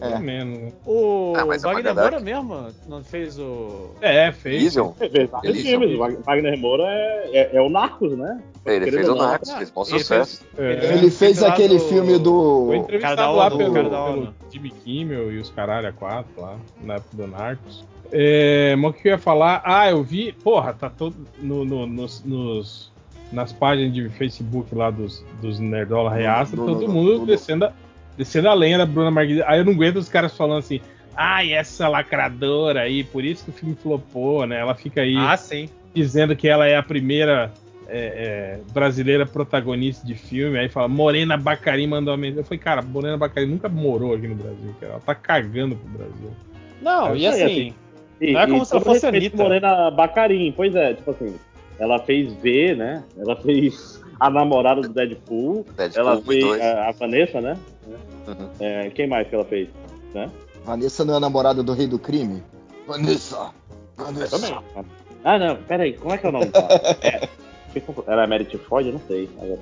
[SPEAKER 4] Mais
[SPEAKER 1] É.
[SPEAKER 4] ou menos. né?
[SPEAKER 10] O
[SPEAKER 6] Ah, mas é uma
[SPEAKER 10] Wagner
[SPEAKER 6] verdade.
[SPEAKER 10] Moura mesmo não fez o.
[SPEAKER 4] É, fez.
[SPEAKER 6] Vision?
[SPEAKER 3] É verdade.
[SPEAKER 6] Ele-
[SPEAKER 3] filmes. Wag- Wagner Moura é, é, é o Narcos, né?
[SPEAKER 6] Ele
[SPEAKER 3] Querendo
[SPEAKER 6] fez o
[SPEAKER 3] ou não,
[SPEAKER 6] Narcos,
[SPEAKER 10] não,
[SPEAKER 6] fez bom
[SPEAKER 10] ele
[SPEAKER 6] sucesso.
[SPEAKER 4] É.
[SPEAKER 1] Ele fez
[SPEAKER 10] Lá
[SPEAKER 1] aquele
[SPEAKER 10] do-
[SPEAKER 1] filme
[SPEAKER 4] Foi
[SPEAKER 1] do.
[SPEAKER 4] entrevistado
[SPEAKER 10] Cara da
[SPEAKER 4] lá
[SPEAKER 10] ONU,
[SPEAKER 4] pelo,
[SPEAKER 10] cara da ONU.
[SPEAKER 4] pelo Jimmy Kimmel e os caralho a quatro lá, na época do Narcos. É, mas o que eu ia falar? Ah, eu vi. Porra, tá todo no, no- nos, nos- nas páginas de Facebook lá dos, dos Nerdola Reaça,
[SPEAKER 1] Bruno,
[SPEAKER 4] todo
[SPEAKER 1] Bruno,
[SPEAKER 4] mundo
[SPEAKER 1] Bruno.
[SPEAKER 4] descendo, a, descendo a lenha da Bruna Marquezine. Aí eu não aguento os caras falando assim. Ai, essa lacradora aí, por isso que o filme flopou, né? Ela fica aí
[SPEAKER 10] Ah, sim.
[SPEAKER 4] dizendo que ela é a primeira é, é, brasileira protagonista de filme. Aí fala, Morena Bacari mandou uma mensagem. Eu falei, cara, Morena Bacari nunca morou aqui no Brasil, cara. Ela tá cagando pro Brasil.
[SPEAKER 10] Não,
[SPEAKER 3] É
[SPEAKER 10] e
[SPEAKER 3] isso aí,
[SPEAKER 10] assim.
[SPEAKER 3] E-
[SPEAKER 10] Não é como
[SPEAKER 3] e
[SPEAKER 10] se ela
[SPEAKER 3] todo
[SPEAKER 10] fosse
[SPEAKER 3] respeito
[SPEAKER 10] Anitta.
[SPEAKER 3] Morena Bacarim, pois é, tipo assim, ela fez V, né? Ela fez a namorada do Deadpool,
[SPEAKER 6] Deadpool
[SPEAKER 3] ela
[SPEAKER 6] 1 e
[SPEAKER 3] fez
[SPEAKER 6] 2.
[SPEAKER 3] a, a Vanessa, né?
[SPEAKER 6] Uhum.
[SPEAKER 3] É, quem mais que ela fez? Né?
[SPEAKER 1] Vanessa não é a namorada do rei do crime? Vanessa! Vanessa!
[SPEAKER 3] Também. Ah, não, peraí, como é que é o nome dela? É, fiquei confuso. Era Merit Floyd? Eu não sei. Agora,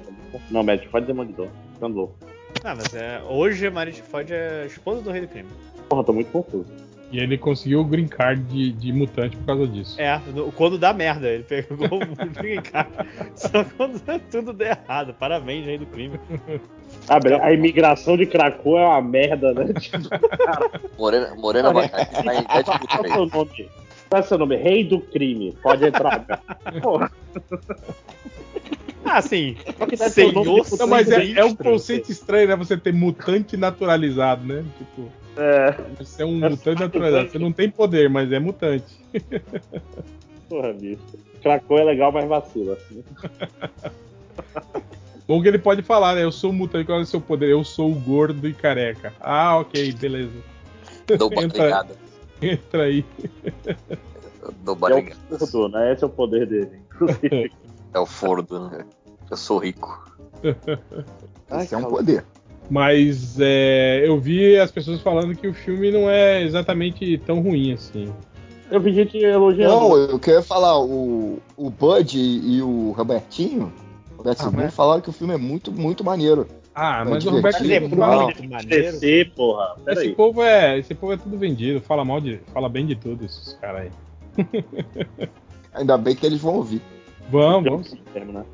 [SPEAKER 3] Não, Merit Floyd é Demolidor. Ficando louco.
[SPEAKER 10] Não, mas é, hoje a Maria de Ford é esposa do rei do crime.
[SPEAKER 3] Porra, tô muito confuso.
[SPEAKER 4] E ele conseguiu o green card de, de mutante por causa disso.
[SPEAKER 10] É, no- quando dá merda, ele pegou o brincar. Só quando tudo deu errado. Parabéns, rei do crime. Tá
[SPEAKER 3] Ah, bem, a imigração de Krakow é uma merda, né?
[SPEAKER 6] Morena, Morena Bacari tá em Deadpool
[SPEAKER 3] Qual é o
[SPEAKER 6] 3.
[SPEAKER 3] seu é nome? Qual é o seu nome? Rei do crime. Pode entrar. cara. Porra,
[SPEAKER 10] Ah, sim.
[SPEAKER 3] só que deve ter o
[SPEAKER 10] Senhor,
[SPEAKER 3] nome de
[SPEAKER 10] não,
[SPEAKER 4] Não, mas é, é um
[SPEAKER 10] Sinistro,
[SPEAKER 4] conceito estranho, né? Você ter mutante naturalizado, né? Tipo,
[SPEAKER 3] É,
[SPEAKER 4] você é um
[SPEAKER 3] É
[SPEAKER 4] mutante
[SPEAKER 3] só
[SPEAKER 4] naturalizado.
[SPEAKER 3] mutante.
[SPEAKER 4] Você não tem poder, mas é mutante.
[SPEAKER 3] porra, bicho. Krakow é legal, mas vacila. assim.
[SPEAKER 4] Bom que ele pode falar, né? Eu sou mutante, qual é o seu poder? Eu sou o gordo e careca. Ah, ok, beleza.
[SPEAKER 6] Dou barrigada.
[SPEAKER 4] Entra aí.
[SPEAKER 6] Dou
[SPEAKER 3] É
[SPEAKER 6] barrigada.
[SPEAKER 3] o furdo, né? Esse é o poder dele.
[SPEAKER 6] É o Fordo, né? Eu sou rico.
[SPEAKER 1] Esse é um poder.
[SPEAKER 4] Mas é, eu vi as pessoas falando que o filme não é exatamente tão ruim assim.
[SPEAKER 3] Eu vi gente elogiando.
[SPEAKER 1] Não, eu queria falar, o, o Bud e o Robertinho, Roberto
[SPEAKER 10] Ah,
[SPEAKER 1] Segundo,
[SPEAKER 4] né?
[SPEAKER 10] mas-
[SPEAKER 1] falaram que o filme é muito, muito maneiro. Tá
[SPEAKER 4] Ah, mas o
[SPEAKER 1] divertido. Mas
[SPEAKER 4] Roberto
[SPEAKER 10] Ele é
[SPEAKER 4] Niro
[SPEAKER 1] muito
[SPEAKER 4] fala,
[SPEAKER 10] muito maneiro.
[SPEAKER 3] DC, porra.
[SPEAKER 4] esse
[SPEAKER 3] Peraí.
[SPEAKER 4] povo é, esse povo é tudo vendido, fala mal de, fala bem de tudo esses caras aí.
[SPEAKER 1] Ainda bem que eles vão ouvir.
[SPEAKER 4] Vamos, vamos,
[SPEAKER 3] Termo, né?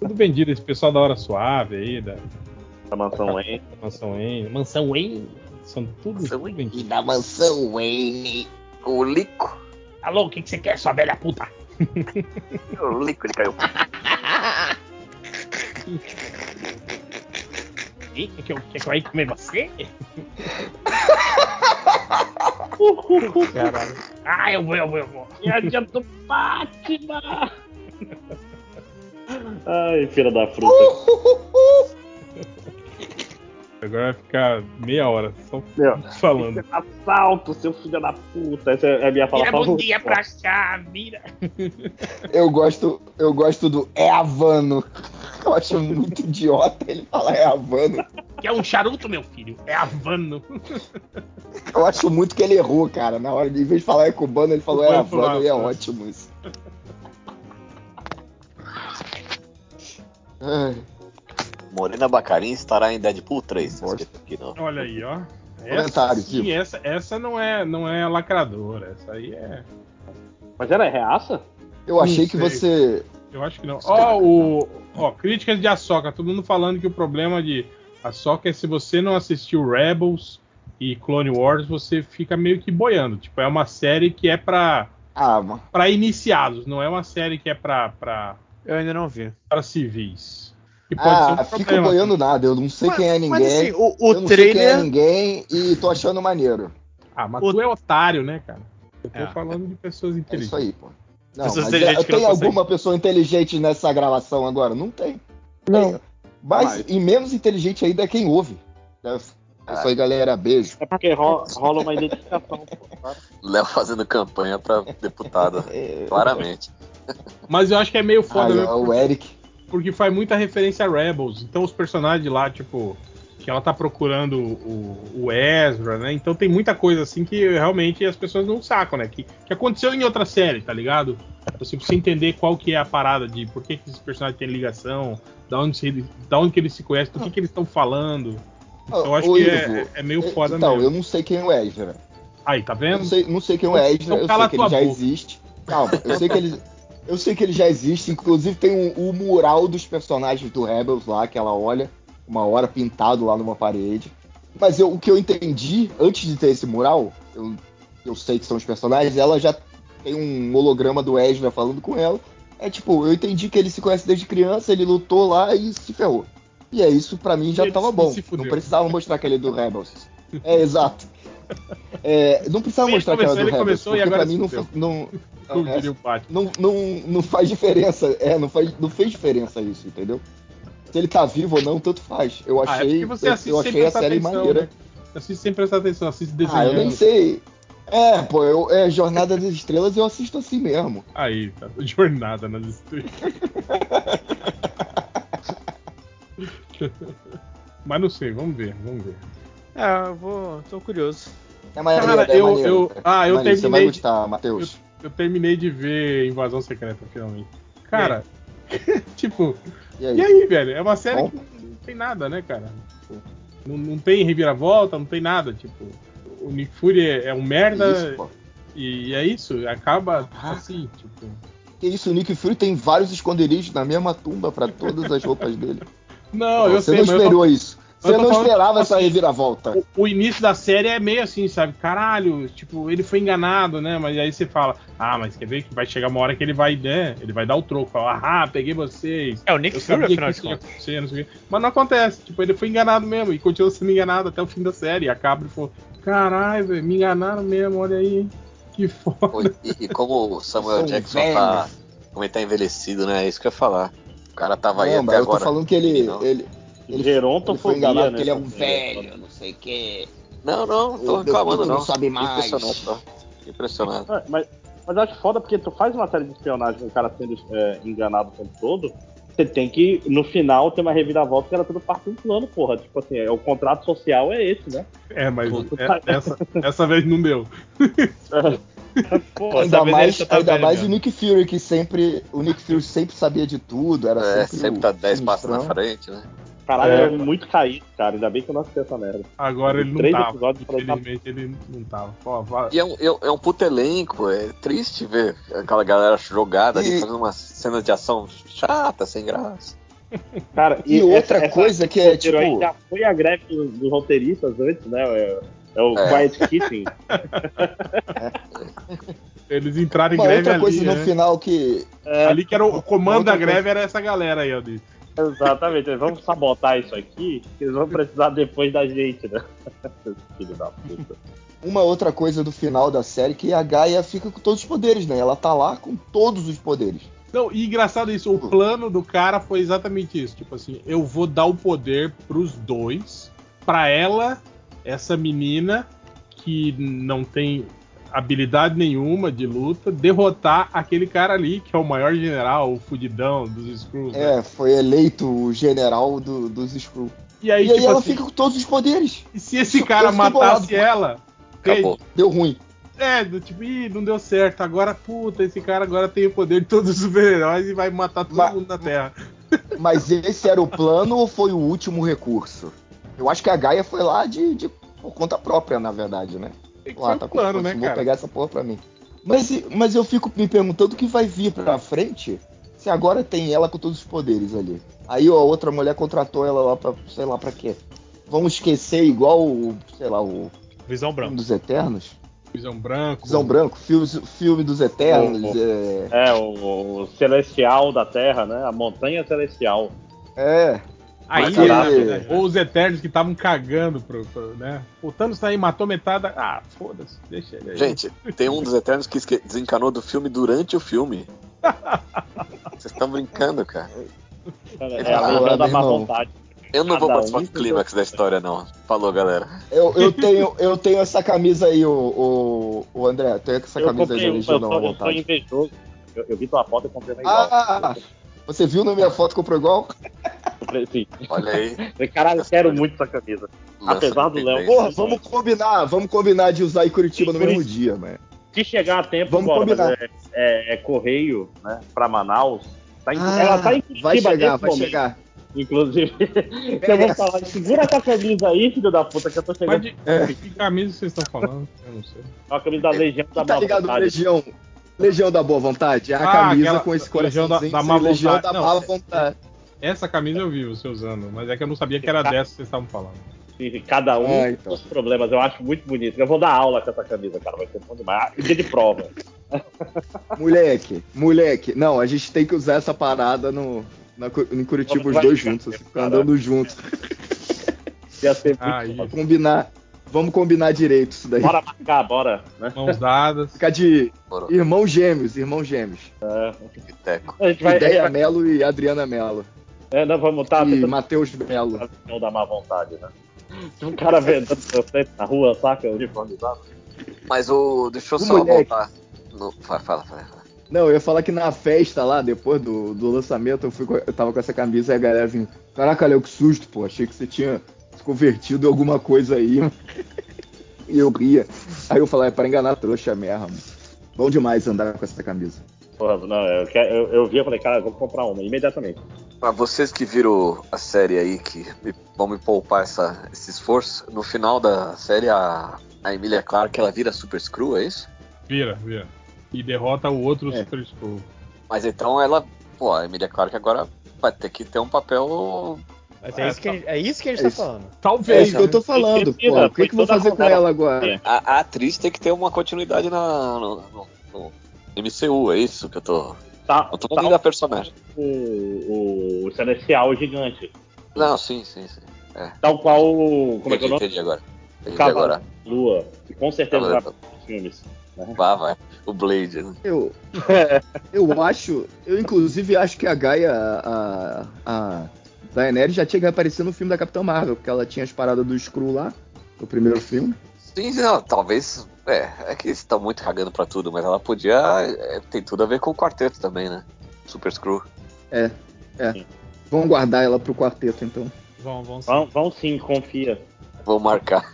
[SPEAKER 4] tudo vendido esse pessoal da hora suave aí da
[SPEAKER 3] Da mansão Wayne.
[SPEAKER 4] Mansão Wayne, Mansão Wayne, são tudo
[SPEAKER 6] Mansão
[SPEAKER 4] tudo
[SPEAKER 6] Wayne.
[SPEAKER 1] E
[SPEAKER 4] vendido.
[SPEAKER 1] da mansão Wayne.
[SPEAKER 6] O Lico.
[SPEAKER 4] Alô, o que, que você quer, sua velha puta?
[SPEAKER 6] O Lico, ele caiu.
[SPEAKER 4] Que, que, que, eu- que, que eu ia comer você?
[SPEAKER 10] Caralho.
[SPEAKER 4] Ah, eu vou, eu vou, eu vou.
[SPEAKER 3] E a dia do Batman! Ai, filha da fruta.
[SPEAKER 4] Agora vai ficar meia hora só
[SPEAKER 3] Meu,
[SPEAKER 4] falando.
[SPEAKER 3] Assalto, seu filho da puta. Essa é a minha fala
[SPEAKER 4] um
[SPEAKER 3] favorita.
[SPEAKER 4] cá, vira.
[SPEAKER 1] Eu gosto, eu gosto do É Havano. Eu acho muito idiota ele falar É Havano.
[SPEAKER 4] Que é um charuto, meu filho? É Havano.
[SPEAKER 1] Eu acho muito que ele errou, cara. Na hora, de- em vez de falar é cubano, ele falou é
[SPEAKER 4] Cubano pro
[SPEAKER 1] Havana e é
[SPEAKER 4] Havana.
[SPEAKER 1] ótimo isso. Ai,
[SPEAKER 6] Morena Bacarin estará em Deadpool 3. tá
[SPEAKER 1] Bosta.
[SPEAKER 6] escrito Aqui, não.
[SPEAKER 4] Olha aí, ó. Essa,
[SPEAKER 1] Comentário,
[SPEAKER 4] sim,
[SPEAKER 1] Gil.
[SPEAKER 4] essa, essa não é não é lacradora. Essa aí é.
[SPEAKER 3] Mas era reaça?
[SPEAKER 1] eu achei que
[SPEAKER 4] sei.
[SPEAKER 1] você.
[SPEAKER 4] Eu acho que não. Ó, o. Ó, críticas de Ahsoka. Todo mundo falando que o problema de Ahsoka é se você não assistiu Rebels e Clone Wars, você fica meio que boiando. Tipo, é uma série que é pra,
[SPEAKER 1] Ah, mano.
[SPEAKER 4] pra iniciados, não é uma série que é pra, pra,
[SPEAKER 10] Eu ainda não vi.
[SPEAKER 4] pra civis. Que pode
[SPEAKER 1] Ah,
[SPEAKER 4] ser um
[SPEAKER 1] fica
[SPEAKER 4] problema.
[SPEAKER 1] boiando nada. Eu não sei quem é ninguém.
[SPEAKER 12] Mas assim, o, o
[SPEAKER 1] eu não sei quem é
[SPEAKER 12] trailer.
[SPEAKER 1] ninguém e tô achando maneiro.
[SPEAKER 4] Ah, mas
[SPEAKER 12] o-
[SPEAKER 4] tu é otário, né, cara? Eu tô
[SPEAKER 12] É.
[SPEAKER 4] falando de pessoas
[SPEAKER 1] É isso
[SPEAKER 4] inteligentes.
[SPEAKER 1] aí, pô. Não,
[SPEAKER 12] Pessoas
[SPEAKER 1] mas
[SPEAKER 12] inteligentes
[SPEAKER 1] é-
[SPEAKER 12] que não
[SPEAKER 1] tem
[SPEAKER 12] conseguem.
[SPEAKER 1] alguma pessoa inteligente nessa gravação agora? Não tem.
[SPEAKER 11] Não,
[SPEAKER 1] Mas, e menos inteligente ainda é quem ouve. É isso
[SPEAKER 12] Ah.
[SPEAKER 1] aí, galera. Beijo.
[SPEAKER 3] É porque ro- rola uma identificação. pô, claro.
[SPEAKER 6] Léo fazendo campanha pra deputada.
[SPEAKER 12] É
[SPEAKER 6] claramente.
[SPEAKER 4] Mas eu acho que é meio foda
[SPEAKER 1] É, Aí,
[SPEAKER 12] né?
[SPEAKER 4] mesmo.
[SPEAKER 1] ó, o Eric.
[SPEAKER 4] porque faz muita referência a Rebels. Então os personagens lá, tipo, que ela tá procurando o, o Ezra, né? Então tem muita coisa assim que realmente as pessoas não sacam, né? Que, que aconteceu em outra série, tá ligado? Você precisa entender qual que é a parada de por que, que esses personagens têm ligação, da onde, se, da onde que eles se conhecem, do que, que eles estão falando. Então eu acho
[SPEAKER 1] Ah, Ô,
[SPEAKER 4] que
[SPEAKER 1] Ivo,
[SPEAKER 4] é, é meio foda
[SPEAKER 1] então,
[SPEAKER 4] mesmo.
[SPEAKER 1] eu não sei quem é o Ezra.
[SPEAKER 4] Aí, tá
[SPEAKER 1] Eu
[SPEAKER 4] vendo?
[SPEAKER 1] não sei, não sei quem é o Ezra,
[SPEAKER 4] Então
[SPEAKER 1] eu sei
[SPEAKER 4] cala
[SPEAKER 1] que
[SPEAKER 4] tua
[SPEAKER 1] ele já
[SPEAKER 4] boca.
[SPEAKER 1] existe. Calma, eu sei que ele. Eu sei que ele já existe, inclusive tem um- o mural dos personagens do Rebels lá, que ela olha, uma hora pintado lá numa parede. Mas eu- o que eu entendi, antes de ter esse mural, eu, eu sei que são os personagens, ela já tem um holograma do Ezra falando com ela. É tipo, eu entendi que ele se conhece desde criança, ele lutou lá e se ferrou. E é isso, pra mim já
[SPEAKER 4] Ele
[SPEAKER 1] tava
[SPEAKER 4] se-
[SPEAKER 1] bom.
[SPEAKER 4] se fudeu.
[SPEAKER 1] Não precisava mostrar que ele é do Rebels. É, exato. É, não precisava
[SPEAKER 4] Ele
[SPEAKER 1] mostrar que era do
[SPEAKER 4] começou,
[SPEAKER 1] Rebels,
[SPEAKER 4] ele começou e
[SPEAKER 1] porque
[SPEAKER 4] agora
[SPEAKER 1] pra mim
[SPEAKER 4] se
[SPEAKER 1] não,
[SPEAKER 4] fudeu.
[SPEAKER 1] fa- não,
[SPEAKER 4] Como
[SPEAKER 1] é,
[SPEAKER 4] diria o Batman.
[SPEAKER 1] não, não, não faz diferença. É, não, faz, não fez diferença isso, entendeu? Se ele tá vivo ou não, tanto faz. Eu
[SPEAKER 4] Ah, é
[SPEAKER 1] achei,
[SPEAKER 4] porque você
[SPEAKER 1] eu,
[SPEAKER 4] assiste
[SPEAKER 1] eu
[SPEAKER 4] sem
[SPEAKER 1] achei a
[SPEAKER 4] prestar
[SPEAKER 1] série
[SPEAKER 4] atenção,
[SPEAKER 1] maneira.
[SPEAKER 4] né? Assiste sem prestar atenção, assiste
[SPEAKER 1] Ah, eu nem
[SPEAKER 4] desenhando.
[SPEAKER 1] sei. É, pô, eu, é Jornada das Estrelas eu assisto assim mesmo.
[SPEAKER 4] Aí, tá. Jornada nas estrelas. Mas não sei, vamos ver, vamos ver.
[SPEAKER 10] É, eu vou. tô curioso.
[SPEAKER 1] É maneiro,
[SPEAKER 4] Cara,
[SPEAKER 1] é
[SPEAKER 4] eu-
[SPEAKER 1] maneiro.
[SPEAKER 4] eu-
[SPEAKER 1] é
[SPEAKER 4] ah, eu
[SPEAKER 1] maneiro. Você vai
[SPEAKER 4] terminei de-
[SPEAKER 1] gostar, Matheus.
[SPEAKER 4] Eu terminei de ver Invasão Secreta, finalmente. Cara, tipo,
[SPEAKER 1] E aí?
[SPEAKER 4] e aí, velho? É uma série
[SPEAKER 1] É. Bom?
[SPEAKER 4] que não tem nada, né, cara? Tipo, não, não tem reviravolta, não tem nada, tipo. O Nick Fury é, é um merda
[SPEAKER 1] Isso, pô.
[SPEAKER 4] e é isso, acaba assim, tipo.
[SPEAKER 1] Que isso, o Nick Fury tem vários esconderijos na mesma tumba pra todas as roupas dele.
[SPEAKER 4] Não, eu
[SPEAKER 1] Você
[SPEAKER 4] sei,
[SPEAKER 1] não
[SPEAKER 4] mas eu tô
[SPEAKER 1] esperou isso.
[SPEAKER 4] mas eu
[SPEAKER 1] Você
[SPEAKER 4] tô
[SPEAKER 1] não
[SPEAKER 4] falando- assim,
[SPEAKER 1] esperava essa reviravolta.
[SPEAKER 4] o, o início da série é meio assim, sabe? Caralho, tipo, ele foi enganado, né? Mas aí você fala, ah, mas quer ver que vai chegar uma hora que ele vai, né? Ele vai dar o troco, fala, ah, peguei vocês.
[SPEAKER 10] É o Nick
[SPEAKER 4] Eu
[SPEAKER 10] Fury,
[SPEAKER 4] sabia que
[SPEAKER 10] afinal de
[SPEAKER 4] isso ia
[SPEAKER 10] contas.
[SPEAKER 4] acontecer, não sei o quê. Mas não acontece, tipo, ele foi enganado mesmo e continua sendo enganado até o fim da série. E acaba e falou, caralho, velho, me enganaram mesmo, olha aí, hein? que foda.
[SPEAKER 6] Oi, E, e como o Samuel
[SPEAKER 1] São
[SPEAKER 6] Jackson
[SPEAKER 1] velhos.
[SPEAKER 6] tá. Como ele tá envelhecido, né? É isso que eu ia falar. O cara tava aí
[SPEAKER 1] Não, mas
[SPEAKER 6] até
[SPEAKER 1] eu tô
[SPEAKER 6] agora.
[SPEAKER 1] falando que ele.
[SPEAKER 6] Não.
[SPEAKER 1] ele ele, ele foi
[SPEAKER 3] Gerontofobia,
[SPEAKER 1] enganado
[SPEAKER 3] né?
[SPEAKER 1] porque ele é um
[SPEAKER 3] essa
[SPEAKER 1] velho,
[SPEAKER 3] série.
[SPEAKER 1] não sei o quê.
[SPEAKER 6] Não, não,
[SPEAKER 1] O
[SPEAKER 6] tô
[SPEAKER 1] meu
[SPEAKER 6] reclamando,
[SPEAKER 1] tudo
[SPEAKER 6] não.
[SPEAKER 1] não sobe mais.
[SPEAKER 6] Impressionado, tá? Impressionado.
[SPEAKER 3] Ah, Mas, mas eu acho foda porque tu faz uma série de espionagem com o cara sendo é, enganado o tempo todo. Você tem que, no final, ter uma reviravolta que era tudo parte do plano, porra. Tipo assim, é, o contrato social é esse, né?
[SPEAKER 4] É, mas
[SPEAKER 3] Puta.
[SPEAKER 4] é- essa, essa vez não deu.
[SPEAKER 3] Porra,
[SPEAKER 12] dessa
[SPEAKER 1] ainda
[SPEAKER 12] vez
[SPEAKER 1] mais,
[SPEAKER 12] ele já tá
[SPEAKER 1] ainda
[SPEAKER 12] velho
[SPEAKER 6] né?
[SPEAKER 1] mais o
[SPEAKER 12] mesmo.
[SPEAKER 1] Nick Fury, que sempre. O Nick Fury sempre sabia de tudo, era
[SPEAKER 6] É,
[SPEAKER 1] sempre. um
[SPEAKER 6] sempre
[SPEAKER 1] o
[SPEAKER 6] tá 10 passos na
[SPEAKER 1] sinistrão.
[SPEAKER 6] frente, né?
[SPEAKER 3] caralho,
[SPEAKER 4] É.
[SPEAKER 3] é muito caído, cara. Ainda bem que eu não assisti essa merda.
[SPEAKER 4] Agora ele não
[SPEAKER 3] Três
[SPEAKER 4] tava.
[SPEAKER 3] episódios pra ele
[SPEAKER 1] né?
[SPEAKER 3] tá-
[SPEAKER 4] Infelizmente ele não tava. Ó, va-
[SPEAKER 6] E é um, é um- é um puto elenco, é triste ver aquela galera jogada ali
[SPEAKER 1] E-
[SPEAKER 6] fazendo umas cenas de ação chata, sem graça.
[SPEAKER 3] Cara,
[SPEAKER 1] E outra
[SPEAKER 3] essa- tá essa-
[SPEAKER 1] coisa que é, tipo.
[SPEAKER 3] Aí já foi a greve dos, dos roteiristas antes, né? É, é o
[SPEAKER 6] É.
[SPEAKER 3] Quiet Kitting.
[SPEAKER 4] Eles entraram em
[SPEAKER 1] Uma
[SPEAKER 4] greve
[SPEAKER 1] outra
[SPEAKER 4] ali,
[SPEAKER 1] coisa no
[SPEAKER 4] né?
[SPEAKER 1] final que.
[SPEAKER 4] Ali que era o, o comando da
[SPEAKER 1] Outra
[SPEAKER 4] greve era essa galera aí, Aldi.
[SPEAKER 3] Exatamente, eles vão sabotar isso aqui, que eles vão precisar depois da gente, né? Filho da puta.
[SPEAKER 1] Uma outra coisa do final da série que a Gaia fica com todos os poderes, né? Ela tá lá com todos os poderes.
[SPEAKER 4] Não, e engraçado isso, o plano do cara foi exatamente isso. Tipo assim, eu vou dar o poder pros dois. Pra ela, essa menina que não tem. habilidade nenhuma de luta, derrotar aquele cara ali, que é o maior general, o fudidão dos Skrulls. né?
[SPEAKER 1] É, foi eleito o general do- dos Skrull.
[SPEAKER 4] E aí,
[SPEAKER 1] e aí
[SPEAKER 4] tipo
[SPEAKER 1] ela
[SPEAKER 4] assim,
[SPEAKER 1] fica com todos os poderes.
[SPEAKER 4] e se esse
[SPEAKER 1] eu
[SPEAKER 4] cara
[SPEAKER 1] fiquei bolado, né?
[SPEAKER 4] matasse
[SPEAKER 1] mano.
[SPEAKER 4] ela,
[SPEAKER 6] Acabou.
[SPEAKER 1] Deu ruim.
[SPEAKER 4] É, do tipo, ih, não deu certo. Agora, puta, esse cara agora tem o poder de todos os super-heróis e vai matar todo
[SPEAKER 1] Ma-
[SPEAKER 4] mundo na Terra.
[SPEAKER 1] Mas esse era o plano ou foi o último recurso? Eu acho que a Gaia foi lá de, de- por conta própria, na verdade, né?
[SPEAKER 4] Tem que
[SPEAKER 1] Lá,
[SPEAKER 4] ser
[SPEAKER 1] tá
[SPEAKER 4] um
[SPEAKER 1] com
[SPEAKER 4] plano,
[SPEAKER 1] força,
[SPEAKER 4] né,
[SPEAKER 1] Vou
[SPEAKER 4] cara?
[SPEAKER 1] pegar essa porra pra mim. Mas, e- mas eu fico me perguntando o que vai vir pra frente se agora tem ela com todos os poderes ali. Aí ó, a outra mulher contratou ela lá pra, sei lá pra quê. Vão esquecer igual, o, sei lá, o
[SPEAKER 12] Visão
[SPEAKER 1] Filme
[SPEAKER 12] branca.
[SPEAKER 1] dos Eternos?
[SPEAKER 4] Visão branco.
[SPEAKER 1] Visão Branco, filme, filme dos Eternos,
[SPEAKER 3] Bom,
[SPEAKER 1] é...
[SPEAKER 3] É, o, o Celestial da Terra, né? A Montanha Celestial.
[SPEAKER 1] É,
[SPEAKER 4] Aí,
[SPEAKER 1] Caralho. né?
[SPEAKER 4] na verdade, ou os Eternos que estavam cagando pro, pro- né? O Thanos tá aí, matou metade. da- Ah, foda-se, deixa ele aí.
[SPEAKER 6] Gente, tem um dos Eternos que esque- desencanou do filme durante o filme. Vocês estão brincando, cara.
[SPEAKER 3] É a luta
[SPEAKER 1] Ah,
[SPEAKER 3] da
[SPEAKER 1] meu
[SPEAKER 3] má
[SPEAKER 1] irmão.
[SPEAKER 3] vontade.
[SPEAKER 6] Eu não vou
[SPEAKER 3] Cada
[SPEAKER 6] participar
[SPEAKER 3] um
[SPEAKER 6] do clímax da história, não. Falou, galera.
[SPEAKER 1] eu, eu, tenho, eu tenho essa camisa aí, o, o, o André, eu tenho essa
[SPEAKER 3] Eu
[SPEAKER 1] camisa aí
[SPEAKER 3] comprei, eu,
[SPEAKER 1] do
[SPEAKER 3] eu, um sou,
[SPEAKER 1] Legionão à
[SPEAKER 3] eu sou
[SPEAKER 1] vontade.
[SPEAKER 3] invejoso. Eu, eu vi tua foto e comprei uma igual.
[SPEAKER 1] Ah, você viu na minha foto que comprou igual?
[SPEAKER 3] Comprei, sim.
[SPEAKER 6] Olha aí.
[SPEAKER 3] assim, Falei, Caralho, eu quero muito essa camisa.
[SPEAKER 6] lança
[SPEAKER 3] Apesar
[SPEAKER 6] de
[SPEAKER 3] do Léo-
[SPEAKER 6] tendência.
[SPEAKER 1] Porra, vamos combinar, vamos combinar de usar em Curitiba no mesmo dia, mano.
[SPEAKER 3] Se chegar a tempo,
[SPEAKER 1] Vamos
[SPEAKER 3] bora, mas
[SPEAKER 1] combinar.
[SPEAKER 3] é, é- é correio, né? Pra Manaus. Tá em-
[SPEAKER 1] Ah,
[SPEAKER 3] ela tá em
[SPEAKER 1] vai
[SPEAKER 3] Curitiba
[SPEAKER 1] chegar,
[SPEAKER 3] nesse
[SPEAKER 1] vai
[SPEAKER 3] momento,
[SPEAKER 1] chegar.
[SPEAKER 3] Inclusive, então eu vou falar, segura essa camisa aí, filho da puta, que eu tô chegando.
[SPEAKER 4] Pode...
[SPEAKER 1] é.
[SPEAKER 4] Que camisa vocês estão falando? Eu não sei.
[SPEAKER 3] É uma camisa da Legião da
[SPEAKER 1] Tu tá
[SPEAKER 3] Má
[SPEAKER 1] ligado,
[SPEAKER 3] Vontade.
[SPEAKER 1] Legião? Legião da Boa Vontade? É a
[SPEAKER 4] Ah,
[SPEAKER 1] camisa
[SPEAKER 4] aquela-
[SPEAKER 1] com esse
[SPEAKER 4] Legião
[SPEAKER 1] coração.
[SPEAKER 4] da- da má
[SPEAKER 1] Legião
[SPEAKER 4] vontade.
[SPEAKER 1] da
[SPEAKER 4] Não,
[SPEAKER 1] Má Vontade.
[SPEAKER 4] Essa camisa eu vi você usando, mas é que eu não sabia que era dessa que vocês estavam falando.
[SPEAKER 3] E Cada um
[SPEAKER 1] Ah, então.
[SPEAKER 3] dos problemas. Eu acho muito bonito. Eu vou dar aula com essa camisa, cara. Vai ser bom demais. Ah, Dia de prova.
[SPEAKER 1] Moleque, moleque. Não, a gente tem que usar essa parada no, na, Cu- em Curitiba, os
[SPEAKER 3] Vai
[SPEAKER 1] dois
[SPEAKER 3] ficar
[SPEAKER 1] juntos, assim, ficar
[SPEAKER 3] separado.
[SPEAKER 1] andando juntos.
[SPEAKER 3] Ia ser muito
[SPEAKER 4] Aí,
[SPEAKER 3] bom.
[SPEAKER 1] Combinar. Vamos combinar direito isso daí.
[SPEAKER 3] Bora marcar, bora. Né?
[SPEAKER 4] mãos dadas.
[SPEAKER 1] Ficar de
[SPEAKER 6] Bora.
[SPEAKER 1] irmãos gêmeos, irmãos gêmeos.
[SPEAKER 6] Piteco.
[SPEAKER 3] A gente vai. a gente
[SPEAKER 1] Ideia
[SPEAKER 3] vai-
[SPEAKER 1] Melo e Adriana Melo.
[SPEAKER 3] É, nós vamos
[SPEAKER 12] Ah,
[SPEAKER 3] estar
[SPEAKER 12] tá.
[SPEAKER 1] e
[SPEAKER 3] tentando
[SPEAKER 1] Matheus Melo.
[SPEAKER 3] fazer não dar má vontade, né? Se um cara vendendo seu centro na rua, saca? Uniformizado.
[SPEAKER 6] Mas o. Deixa eu
[SPEAKER 1] O
[SPEAKER 6] só
[SPEAKER 1] moleque.
[SPEAKER 6] voltar. No... Fala, fala, fala. fala.
[SPEAKER 1] Não, eu ia falar que na festa lá, depois do, do lançamento, eu, fui com- eu tava com essa camisa e a galera vinha. Caraca, Léo, que susto, pô. Achei que você tinha se convertido em alguma coisa aí. e eu ria. Aí eu falava, é pra enganar a trouxa mesmo. Bom demais andar com essa camisa.
[SPEAKER 3] Porra, não, eu, quero- eu, eu vi e falei, cara, eu vou comprar uma imediatamente.
[SPEAKER 6] Pra vocês que viram a série aí, que me- vão me poupar essa- esse esforço, no final da série a, a Emília Clarke ela vira Super Screw, é isso?
[SPEAKER 4] Vira, vira. E derrota o outro
[SPEAKER 1] É.
[SPEAKER 4] Super Scroll.
[SPEAKER 6] Mas então ela. Pô, a Emília Clarke agora vai ter que ter um papel.
[SPEAKER 12] Mas é, isso que a gente, é isso que a gente
[SPEAKER 1] É
[SPEAKER 12] tá
[SPEAKER 1] isso.
[SPEAKER 12] falando.
[SPEAKER 1] É
[SPEAKER 4] Talvez.
[SPEAKER 1] isso que eu tô falando,
[SPEAKER 3] Precisa,
[SPEAKER 1] pô. O que, que eu vou
[SPEAKER 3] precisa
[SPEAKER 1] fazer com
[SPEAKER 3] contar.
[SPEAKER 1] ela agora?
[SPEAKER 6] A, a atriz tem que ter uma continuidade na, no, no- no MCU, é isso que eu tô.
[SPEAKER 3] Tá,
[SPEAKER 6] Eu tô
[SPEAKER 3] tá
[SPEAKER 6] falando da personagem.
[SPEAKER 3] o, o Celestial gigante.
[SPEAKER 6] Não, sim, sim, sim.
[SPEAKER 3] Tal qual. o- Como é que é o
[SPEAKER 6] entendi,
[SPEAKER 3] nome?
[SPEAKER 6] entendi agora. Entendi
[SPEAKER 3] Cavalo.
[SPEAKER 6] agora.
[SPEAKER 3] Lua. Que com certeza vai
[SPEAKER 6] Tá
[SPEAKER 3] para
[SPEAKER 6] bom.
[SPEAKER 3] os filmes.
[SPEAKER 6] Vá, vai. O Blade. né?
[SPEAKER 1] Eu, eu acho, eu inclusive acho que a Gaia, a, a Daenerys já tinha que aparecer no filme da Capitã Marvel, porque ela tinha as paradas do Skrull lá, no primeiro filme.
[SPEAKER 6] Sim, não, talvez. É, é que eles estão muito cagando pra tudo, mas ela podia. é, tem tudo a ver com o quarteto também, né? Super Screw.
[SPEAKER 1] Vamos guardar ela pro quarteto, então.
[SPEAKER 12] é, Vão, vão sim.
[SPEAKER 3] Vão, vão sim, confia.
[SPEAKER 6] Vou marcar.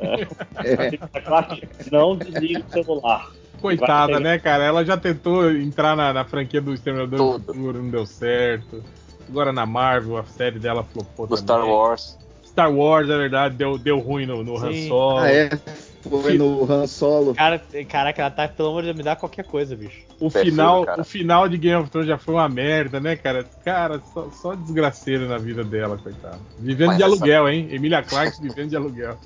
[SPEAKER 1] É.
[SPEAKER 3] Tá claro que não desliga o celular.
[SPEAKER 4] Coitada,
[SPEAKER 3] Vai-
[SPEAKER 4] né, cara? Ela já tentou entrar na, na franquia do Exterminador do
[SPEAKER 6] Todas.
[SPEAKER 4] Futuro, não deu certo. Agora na Marvel, a série dela flopou
[SPEAKER 6] Do
[SPEAKER 4] também.
[SPEAKER 6] Star Wars.
[SPEAKER 4] Star Wars, é verdade, deu, deu ruim no, no Han
[SPEAKER 12] Sim.
[SPEAKER 4] Solo.
[SPEAKER 1] Ah, é? Foi no Han Solo.
[SPEAKER 12] Cara, caraca, ela tá, pelo amor de Deus, me dá qualquer coisa, bicho.
[SPEAKER 4] O,
[SPEAKER 6] Perfeito,
[SPEAKER 4] final,
[SPEAKER 6] cara.
[SPEAKER 4] o final de Game of Thrones já foi uma merda, né, cara? Cara, só, só desgraceira na vida dela, coitada. Vivendo
[SPEAKER 6] Mas
[SPEAKER 4] de
[SPEAKER 6] essa-
[SPEAKER 4] aluguel, hein? Emília Clarke vivendo de aluguel.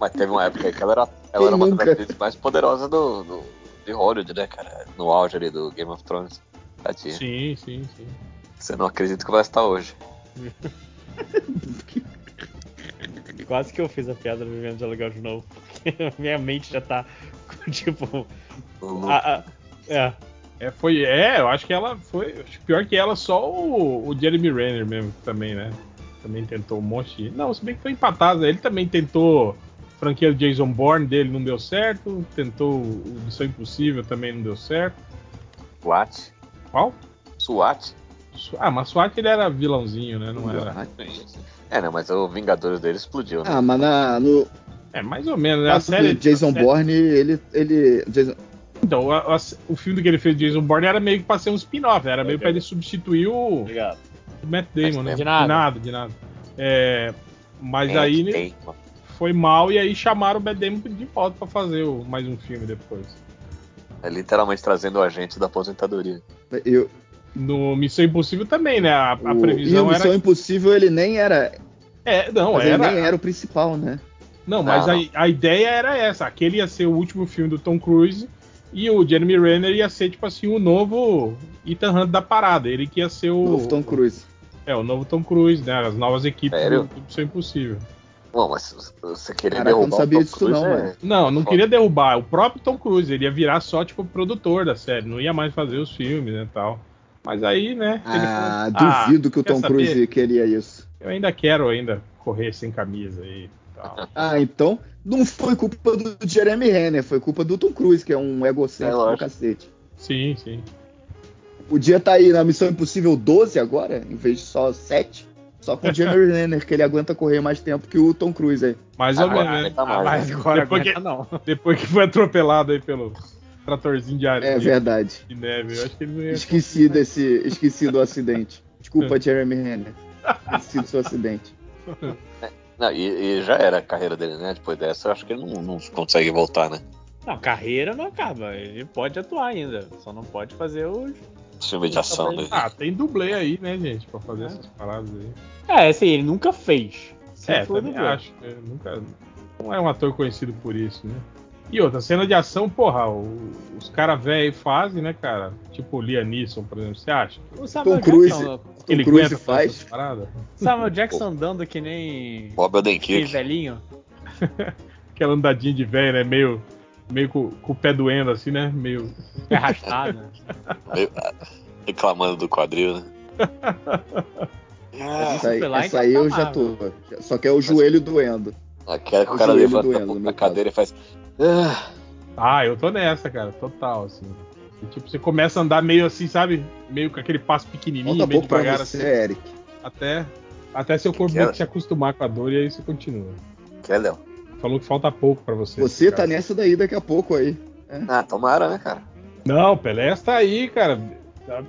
[SPEAKER 6] Mas teve uma época aí que ela era,
[SPEAKER 1] Quem
[SPEAKER 6] ela era uma das
[SPEAKER 1] nunca?
[SPEAKER 6] atrizes mais poderosas do, do, de Hollywood, né, cara? No auge ali do Game of Thrones. Tadinha.
[SPEAKER 4] Sim, sim, sim.
[SPEAKER 6] Você não acredita que vai estar hoje.
[SPEAKER 12] Quase que eu fiz a piada do Vivendo de Aluguel de novo. Porque minha mente já tá, tipo.
[SPEAKER 6] O-
[SPEAKER 1] Ah.
[SPEAKER 12] a- a- é.
[SPEAKER 4] É, foi, é, eu acho que ela foi. acho que Pior que ela, só o, o Jeremy Renner mesmo, que também, né? Também tentou um monte. de- Não, se bem que foi empatado, né? ele também tentou franquia do Jason Bourne dele não deu certo. Tentou o Missão Impossível também não deu certo.
[SPEAKER 6] SWAT.
[SPEAKER 4] Qual?
[SPEAKER 6] SWAT.
[SPEAKER 4] Su- Ah, mas SWAT ele era vilãozinho, né? Não era.
[SPEAKER 6] É, não, mas o Vingadores dele explodiu, né?
[SPEAKER 1] Ah, mas na, no
[SPEAKER 4] É, mais ou menos. né? A
[SPEAKER 1] caso
[SPEAKER 4] série,
[SPEAKER 1] do Jason
[SPEAKER 4] a série-
[SPEAKER 1] Bourne, ele. ele Jason-
[SPEAKER 4] Então, a- a- o filme que ele fez de Jason Bourne era meio que pra ser um spin-off, era meio pra ele substituir o
[SPEAKER 3] Obrigado.
[SPEAKER 4] o Matt Damon, né?
[SPEAKER 10] De nada.
[SPEAKER 4] De nada, de nada. É,
[SPEAKER 1] Ah,
[SPEAKER 4] mas
[SPEAKER 6] É,
[SPEAKER 4] aí né,
[SPEAKER 6] tem, mano.
[SPEAKER 4] foi mal e aí chamaram o Matt Damon de volta pra fazer o- mais um filme depois.
[SPEAKER 6] É literalmente trazendo o agente da aposentadoria.
[SPEAKER 1] eu-
[SPEAKER 4] No Missão Impossível também, né? A, a
[SPEAKER 1] o- e o
[SPEAKER 4] previsão
[SPEAKER 1] Missão
[SPEAKER 4] era.
[SPEAKER 1] Impossível ele nem era.
[SPEAKER 4] É, não,
[SPEAKER 1] mas Ele nem
[SPEAKER 4] era.
[SPEAKER 1] era o principal, né?
[SPEAKER 4] Não, mas
[SPEAKER 6] Não,
[SPEAKER 4] a, a ideia era essa. Aquele ia ser o último filme do Tom Cruise e o Jeremy Renner ia ser, tipo assim, o novo Ethan Hunt da parada. Ele que ia ser
[SPEAKER 1] O
[SPEAKER 4] o.
[SPEAKER 1] novo Tom Cruise.
[SPEAKER 4] É, o novo Tom Cruise, né? As novas equipes
[SPEAKER 6] Sério?
[SPEAKER 4] do Missão Impossível.
[SPEAKER 6] Bom, mas você querer
[SPEAKER 1] Caraca, eu não
[SPEAKER 6] derrubar
[SPEAKER 1] sabia
[SPEAKER 6] o Tom
[SPEAKER 1] disso
[SPEAKER 6] Cruise
[SPEAKER 1] não,
[SPEAKER 6] é-
[SPEAKER 1] mano.
[SPEAKER 4] Não, não
[SPEAKER 6] Foda.
[SPEAKER 4] queria derrubar. O próprio Tom Cruise, ele ia virar só, tipo, produtor da série. Não ia mais fazer os filmes, né, tal. Mas aí, né, ele
[SPEAKER 1] Ah,
[SPEAKER 4] falou, "Ah,
[SPEAKER 1] duvido que o
[SPEAKER 4] quer
[SPEAKER 1] Tom
[SPEAKER 4] saber?
[SPEAKER 1] Cruise queria isso.
[SPEAKER 4] Eu ainda quero ainda correr sem camisa e tal.
[SPEAKER 1] Ah, então não foi culpa do Jeremy Renner, foi culpa do Tom Cruise, que é um
[SPEAKER 6] É,
[SPEAKER 1] egocêntrico do
[SPEAKER 6] lógico.
[SPEAKER 1] cacete.
[SPEAKER 4] Sim, sim.
[SPEAKER 1] Podia tá aí na Missão Impossível 12 agora, em vez de só 7. Só com o Jeremy Renner, que ele aguenta correr mais tempo que o Tom Cruise é, aí.
[SPEAKER 4] Mais ou
[SPEAKER 6] Agora
[SPEAKER 4] menos, né?
[SPEAKER 6] aguenta mais,
[SPEAKER 12] Mas
[SPEAKER 6] né?
[SPEAKER 12] agora
[SPEAKER 4] Depois
[SPEAKER 12] aguenta não.
[SPEAKER 4] Depois que foi atropelado aí pelo tratorzinho de areia
[SPEAKER 1] É verdade.
[SPEAKER 4] de neve. Eu acho que ele não ia...
[SPEAKER 1] Esqueci desse. Esqueci do acidente. Desculpa, Jeremy Renner. Esqueci do seu acidente.
[SPEAKER 6] Não, e, e já era a carreira dele, né? Depois dessa, eu acho que ele não, não consegue voltar, né?
[SPEAKER 12] Não, carreira não acaba. Ele pode atuar ainda. Só não pode fazer os.
[SPEAKER 6] Filme de ação né? dele.
[SPEAKER 4] Ah, tem dublê aí, né, gente, pra fazer essas paradas aí.
[SPEAKER 12] É, assim, ele nunca fez.
[SPEAKER 4] É,
[SPEAKER 12] Sempre foi
[SPEAKER 4] também
[SPEAKER 12] dublê.
[SPEAKER 4] acho. né? nunca, não é um ator conhecido por isso, né? E outra, cena de ação, porra, o- os caras velho fazem, né, cara? Tipo o Liam Neeson, por exemplo, você acha?
[SPEAKER 12] O Samuel
[SPEAKER 1] Cruise.
[SPEAKER 12] Jackson, o
[SPEAKER 1] Tom Cruise faz.
[SPEAKER 4] essas paradas?
[SPEAKER 12] Samuel Jackson andando que nem.
[SPEAKER 6] Bob
[SPEAKER 12] Que
[SPEAKER 6] Odenkirk.
[SPEAKER 12] velhinho.
[SPEAKER 4] Aquela andadinha de velho, né? Meio, meio com, com o pé doendo, assim, né? Meio.
[SPEAKER 12] É arrastado.
[SPEAKER 3] é-
[SPEAKER 6] meio- ah, reclamando do quadril, né? Ah,
[SPEAKER 1] Essa aí,
[SPEAKER 12] Superline
[SPEAKER 1] essa aí eu já tô. Só que é o joelho doendo.
[SPEAKER 6] Aquela Ah, que
[SPEAKER 1] O
[SPEAKER 6] o cara
[SPEAKER 1] joelho
[SPEAKER 6] levanta
[SPEAKER 1] doendo, no
[SPEAKER 6] a
[SPEAKER 1] meu
[SPEAKER 6] cadeira e faz. "Ah",
[SPEAKER 4] Ah, eu tô nessa, cara, total, assim. E, tipo, você começa a andar meio assim, sabe? Meio com aquele passo pequenininho,
[SPEAKER 1] Falta
[SPEAKER 4] meio
[SPEAKER 1] pouco pra
[SPEAKER 4] devagar,
[SPEAKER 1] você,
[SPEAKER 4] assim.
[SPEAKER 1] Eric.
[SPEAKER 4] Até, até seu corpo
[SPEAKER 6] Que
[SPEAKER 4] meio
[SPEAKER 6] era?
[SPEAKER 4] que se acostumar com a dor e aí você continua.
[SPEAKER 6] Que é, Léo?
[SPEAKER 4] Falou que falta pouco pra você. assim,
[SPEAKER 1] Você
[SPEAKER 4] cara.
[SPEAKER 1] tá nessa daí daqui a pouco aí.
[SPEAKER 6] Ah, tomara, né, cara?
[SPEAKER 4] Não, o Pelé está aí, cara. Tá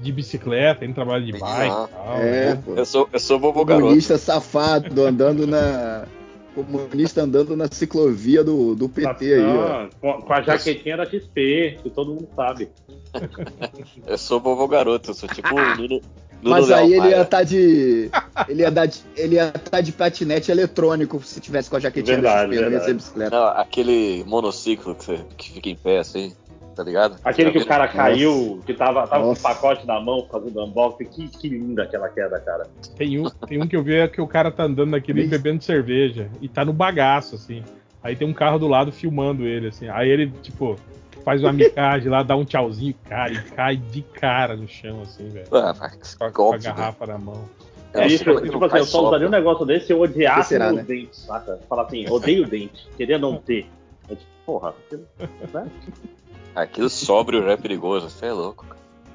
[SPEAKER 4] De bicicleta, indo trabalho de bike
[SPEAKER 6] Ah,
[SPEAKER 4] e tal.
[SPEAKER 1] é,
[SPEAKER 4] né?
[SPEAKER 1] pô.
[SPEAKER 6] Eu sou, eu sou vovô garoto.
[SPEAKER 1] Comunista safado andando na. Comunista andando na ciclovia do, do PT aí, ó.
[SPEAKER 3] com, com a jaquetinha da XP, que todo mundo sabe.
[SPEAKER 6] Eu sou vovô garoto. Eu sou tipo o Nuno, Nuno
[SPEAKER 1] Mas
[SPEAKER 6] Leal
[SPEAKER 1] aí ele
[SPEAKER 6] Maia.
[SPEAKER 1] ia tá de. Ele ia, dar de- ele ia tá de patinete eletrônico se tivesse com a jaquetinha
[SPEAKER 3] Verdade,
[SPEAKER 1] da XP, não ia
[SPEAKER 3] verdade.
[SPEAKER 1] ser bicicleta.
[SPEAKER 6] Não, aquele monociclo que, você- que fica em pé assim, tá ligado?
[SPEAKER 3] Aquele
[SPEAKER 6] Já
[SPEAKER 3] que o
[SPEAKER 6] viram?
[SPEAKER 3] cara caiu, que tava, tava com o
[SPEAKER 1] Nossa.
[SPEAKER 3] pacote na mão fazendo unboxing. Que, que linda aquela queda, cara.
[SPEAKER 4] Tem, um, tem um que eu vi é que o cara tá andando naquele
[SPEAKER 1] Isso.
[SPEAKER 4] bebendo cerveja e tá no bagaço, assim. Aí tem um carro do lado filmando ele, assim. Aí ele, tipo, faz uma micagem lá, dá um tchauzinho, cara, e cai de cara no chão, assim, velho.
[SPEAKER 6] Ah, mas
[SPEAKER 4] Com a, com a
[SPEAKER 6] óbvio, né?
[SPEAKER 4] garrafa na mão.
[SPEAKER 3] É
[SPEAKER 6] Nossa,
[SPEAKER 3] isso,
[SPEAKER 6] como é que
[SPEAKER 3] tipo
[SPEAKER 6] não
[SPEAKER 3] assim, eu
[SPEAKER 6] cai
[SPEAKER 3] só usaria um negócio desse se eu
[SPEAKER 1] Que
[SPEAKER 3] odiasse
[SPEAKER 1] será,
[SPEAKER 3] meus
[SPEAKER 1] né?
[SPEAKER 3] dentes, saca? Falar assim, odeio dente, queria não ter. É tipo, porra, né?
[SPEAKER 6] Aquilo sóbrio já é perigoso, você é louco.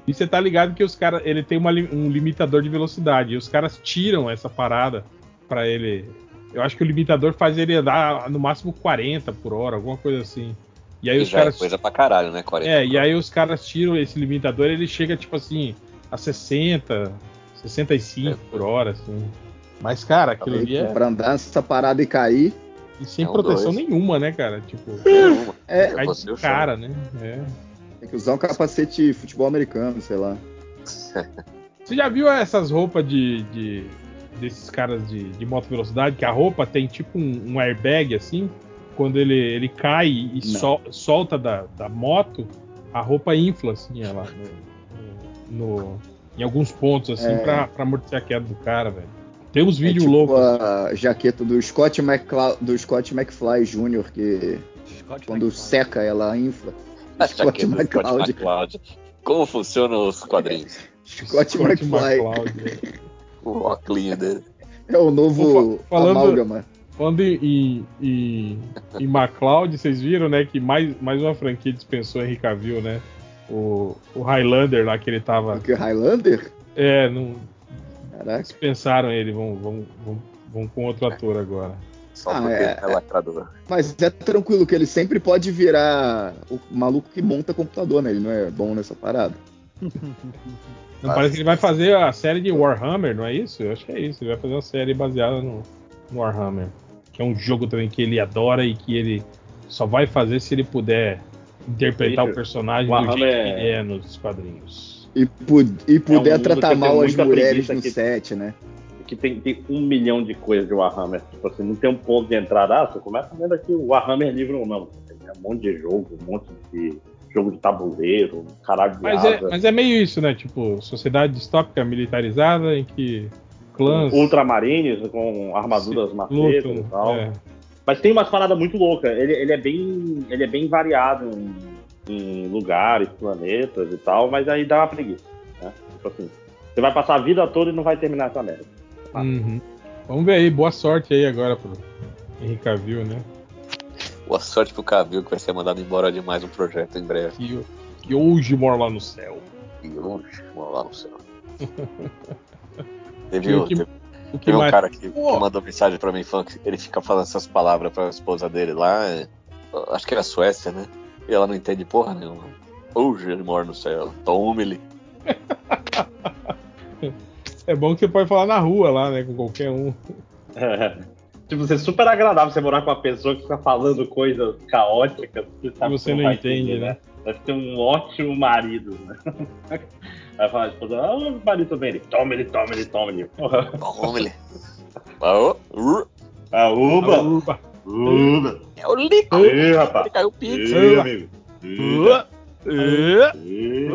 [SPEAKER 4] E você tá ligado que os caras. Ele tem uma li- um limitador de velocidade. E os caras tiram essa parada pra ele. Eu acho que o limitador faz ele andar no máximo 40 por hora, alguma coisa assim. E aí
[SPEAKER 6] E
[SPEAKER 4] os
[SPEAKER 6] já
[SPEAKER 4] caras.
[SPEAKER 6] é coisa pra caralho, né? 40
[SPEAKER 4] É, e aí os caras tiram esse limitador e ele chega, tipo assim, a 60, 65
[SPEAKER 6] É.
[SPEAKER 4] por hora, assim. Mas, cara, aquilo ali é.
[SPEAKER 1] Pra andar essa parada e cair.
[SPEAKER 4] E sem
[SPEAKER 6] É um
[SPEAKER 4] proteção
[SPEAKER 6] dois.
[SPEAKER 4] nenhuma, né, cara? Tipo,
[SPEAKER 1] É,
[SPEAKER 4] cai de cara, né? É.
[SPEAKER 1] tem que usar um capacete de futebol americano, sei lá.
[SPEAKER 4] Você já viu essas roupas de, de- desses caras de, de moto velocidade que a roupa tem tipo um, um airbag assim, quando ele, ele cai e sol- solta da, da moto, a roupa infla assim, ela no, no- no- em alguns pontos assim
[SPEAKER 1] É.
[SPEAKER 4] pra, pra amortecer a queda do cara, velho. Tem uns
[SPEAKER 1] É
[SPEAKER 4] vídeos
[SPEAKER 1] tipo
[SPEAKER 4] loucos.
[SPEAKER 1] a jaqueta do Scott, McCla- do Scott McFly Jr., que
[SPEAKER 12] Scott
[SPEAKER 1] quando
[SPEAKER 12] McFly.
[SPEAKER 1] seca ela infla.
[SPEAKER 6] A
[SPEAKER 1] Scott
[SPEAKER 6] jaqueta do
[SPEAKER 1] McCloud.
[SPEAKER 6] Scott McCloud. Como funcionam os quadrinhos?
[SPEAKER 1] Scott, tipo McFly
[SPEAKER 4] McCloud, né?
[SPEAKER 6] O óculos dele.
[SPEAKER 1] é o novo
[SPEAKER 4] Fa- falando-
[SPEAKER 1] amálgama.
[SPEAKER 4] Quando em, em, em MacLeod, vocês viram, né, que mais, mais uma franquia dispensou Henry Cavill, né? O, o Highlander lá que ele tava.
[SPEAKER 1] Porque Highlander?
[SPEAKER 4] É, não.
[SPEAKER 1] Caraca.
[SPEAKER 4] Dispensaram ele, vão, vão, vão, vão com outro ator agora.
[SPEAKER 13] Só
[SPEAKER 1] Ah,
[SPEAKER 13] porque
[SPEAKER 1] é.
[SPEAKER 13] é lacrador.
[SPEAKER 1] Mas é tranquilo que ele sempre pode virar o maluco que monta computador, né? Ele não é bom nessa parada.
[SPEAKER 4] Não, parece que ele vai fazer a série de Warhammer, não é isso? Eu acho que é isso. Ele vai fazer uma série baseada no, no Warhammer. Que é um jogo também que ele adora e que ele só vai fazer se ele puder interpretar
[SPEAKER 3] Ele-
[SPEAKER 4] o personagem do
[SPEAKER 3] Warhammer
[SPEAKER 4] jeito que
[SPEAKER 3] é-
[SPEAKER 4] ele é nos quadrinhos.
[SPEAKER 1] E, pu- e puder
[SPEAKER 3] mundo que
[SPEAKER 1] tratar
[SPEAKER 3] eu tenho
[SPEAKER 1] mal as
[SPEAKER 3] muita
[SPEAKER 1] mulheres
[SPEAKER 3] preguiça
[SPEAKER 1] no
[SPEAKER 3] que-
[SPEAKER 1] set, né?
[SPEAKER 3] que tem, tem um milhão de coisas de Warhammer. Tipo assim, não tem um ponto de entrada. Ah, você começa vendo aqui o Warhammer livro ou não. Tem um monte de jogo, um monte de jogo de tabuleiro, um caralho de
[SPEAKER 4] Mas
[SPEAKER 3] asa.
[SPEAKER 4] é, mas é meio isso, né? Tipo, sociedade distópica militarizada em que clãs.
[SPEAKER 3] Ultramarines com armaduras macetas Um e
[SPEAKER 4] lutam,
[SPEAKER 3] tal.
[SPEAKER 4] é.
[SPEAKER 3] Mas tem umas paradas muito loucas. Ele, ele é bem. Ele é bem variado em, em lugares, planetas e tal, mas aí dá uma preguiça. Né? Tipo assim, você vai passar a vida toda e não vai terminar essa merda.
[SPEAKER 4] Uhum. Vamos ver aí, boa sorte aí agora pro Henrique Cavill, né?
[SPEAKER 13] Boa sorte pro Cavil que vai ser mandado embora de mais um projeto em breve.
[SPEAKER 4] Que, que hoje mora lá no céu.
[SPEAKER 13] E longe, vamos lá no céu.
[SPEAKER 4] E
[SPEAKER 13] Teve,
[SPEAKER 4] o
[SPEAKER 13] o-
[SPEAKER 4] que-
[SPEAKER 13] teve-
[SPEAKER 4] O que
[SPEAKER 13] teve um
[SPEAKER 4] mais?
[SPEAKER 13] cara que, que
[SPEAKER 4] Pô.
[SPEAKER 13] mandou mensagem pra mim falando que ele fica falando essas palavras pra esposa dele lá. é, Acho que era Suécia, né? E ela não entende porra nenhuma. Hoje ele mora no céu. Tome-lhe.
[SPEAKER 4] É bom que você pode falar na rua lá, né? Com qualquer um.
[SPEAKER 3] Tipo, você é super agradável você morar com uma pessoa que fica falando coisas caóticas que tá sabe
[SPEAKER 4] você
[SPEAKER 3] que
[SPEAKER 4] não
[SPEAKER 3] vai
[SPEAKER 4] entende,
[SPEAKER 3] entender,
[SPEAKER 4] né?
[SPEAKER 3] Deve ter um ótimo marido, né? Vai falar, tipo, ah, o marido também, ele toma, ele toma, ele toma, ele. Porra.
[SPEAKER 13] Tome-lhe. Aô, ru,
[SPEAKER 3] Ah, uba!
[SPEAKER 4] Uba.
[SPEAKER 3] Uba!
[SPEAKER 13] É o
[SPEAKER 4] Ah,
[SPEAKER 13] Lico.
[SPEAKER 3] Ih, rapaz!
[SPEAKER 13] Caiu o
[SPEAKER 3] Ih,
[SPEAKER 13] Pix.
[SPEAKER 3] amigo! Ih, É. ih.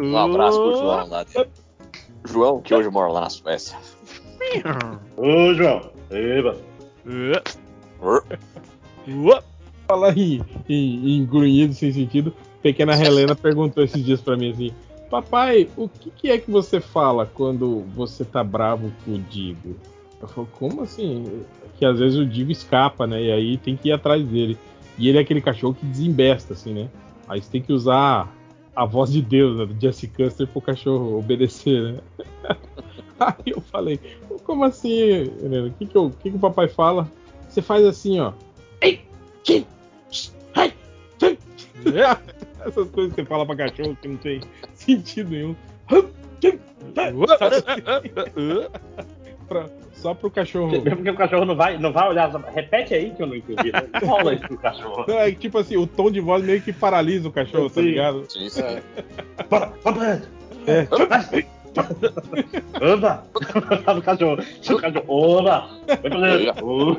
[SPEAKER 13] Um
[SPEAKER 6] É.
[SPEAKER 13] abraço pro João lá dele. João, que hoje mora lá na Suécia.
[SPEAKER 3] Ô, João! Eba!
[SPEAKER 13] Ru.
[SPEAKER 4] Falar em, em, em grunhido sem sentido, pequena Helena perguntou esses dias pra mim assim: Papai, o que, que é que você fala quando você tá bravo com o Digo? Eu falo, como assim? Que às vezes o Digo escapa, né? E aí tem que ir atrás dele. E ele é aquele cachorro que desembesta, assim, né? Aí você tem que usar a voz de Deus, né? Do Jesse Custer pro cachorro obedecer, né? aí eu falei, como assim, Helena? O que, que, eu- o que que o papai fala? Você faz assim, ó. Essas coisas que você fala pra cachorro que não tem sentido nenhum. Sabe assim? Pra- só pro cachorro.
[SPEAKER 3] Mesmo É porque o cachorro não vai, não vai olhar. Repete aí que eu não entendi. né? Fala isso pro cachorro.
[SPEAKER 4] Não, é que, tipo assim, o tom de voz meio que paralisa o cachorro, tá
[SPEAKER 3] Sim.
[SPEAKER 4] ligado?
[SPEAKER 13] Sim, sim.
[SPEAKER 4] É.
[SPEAKER 3] Para, para! É. Anda! Tá no cachorro. Tá no cachorro. Anda! Vai fazer. Uh,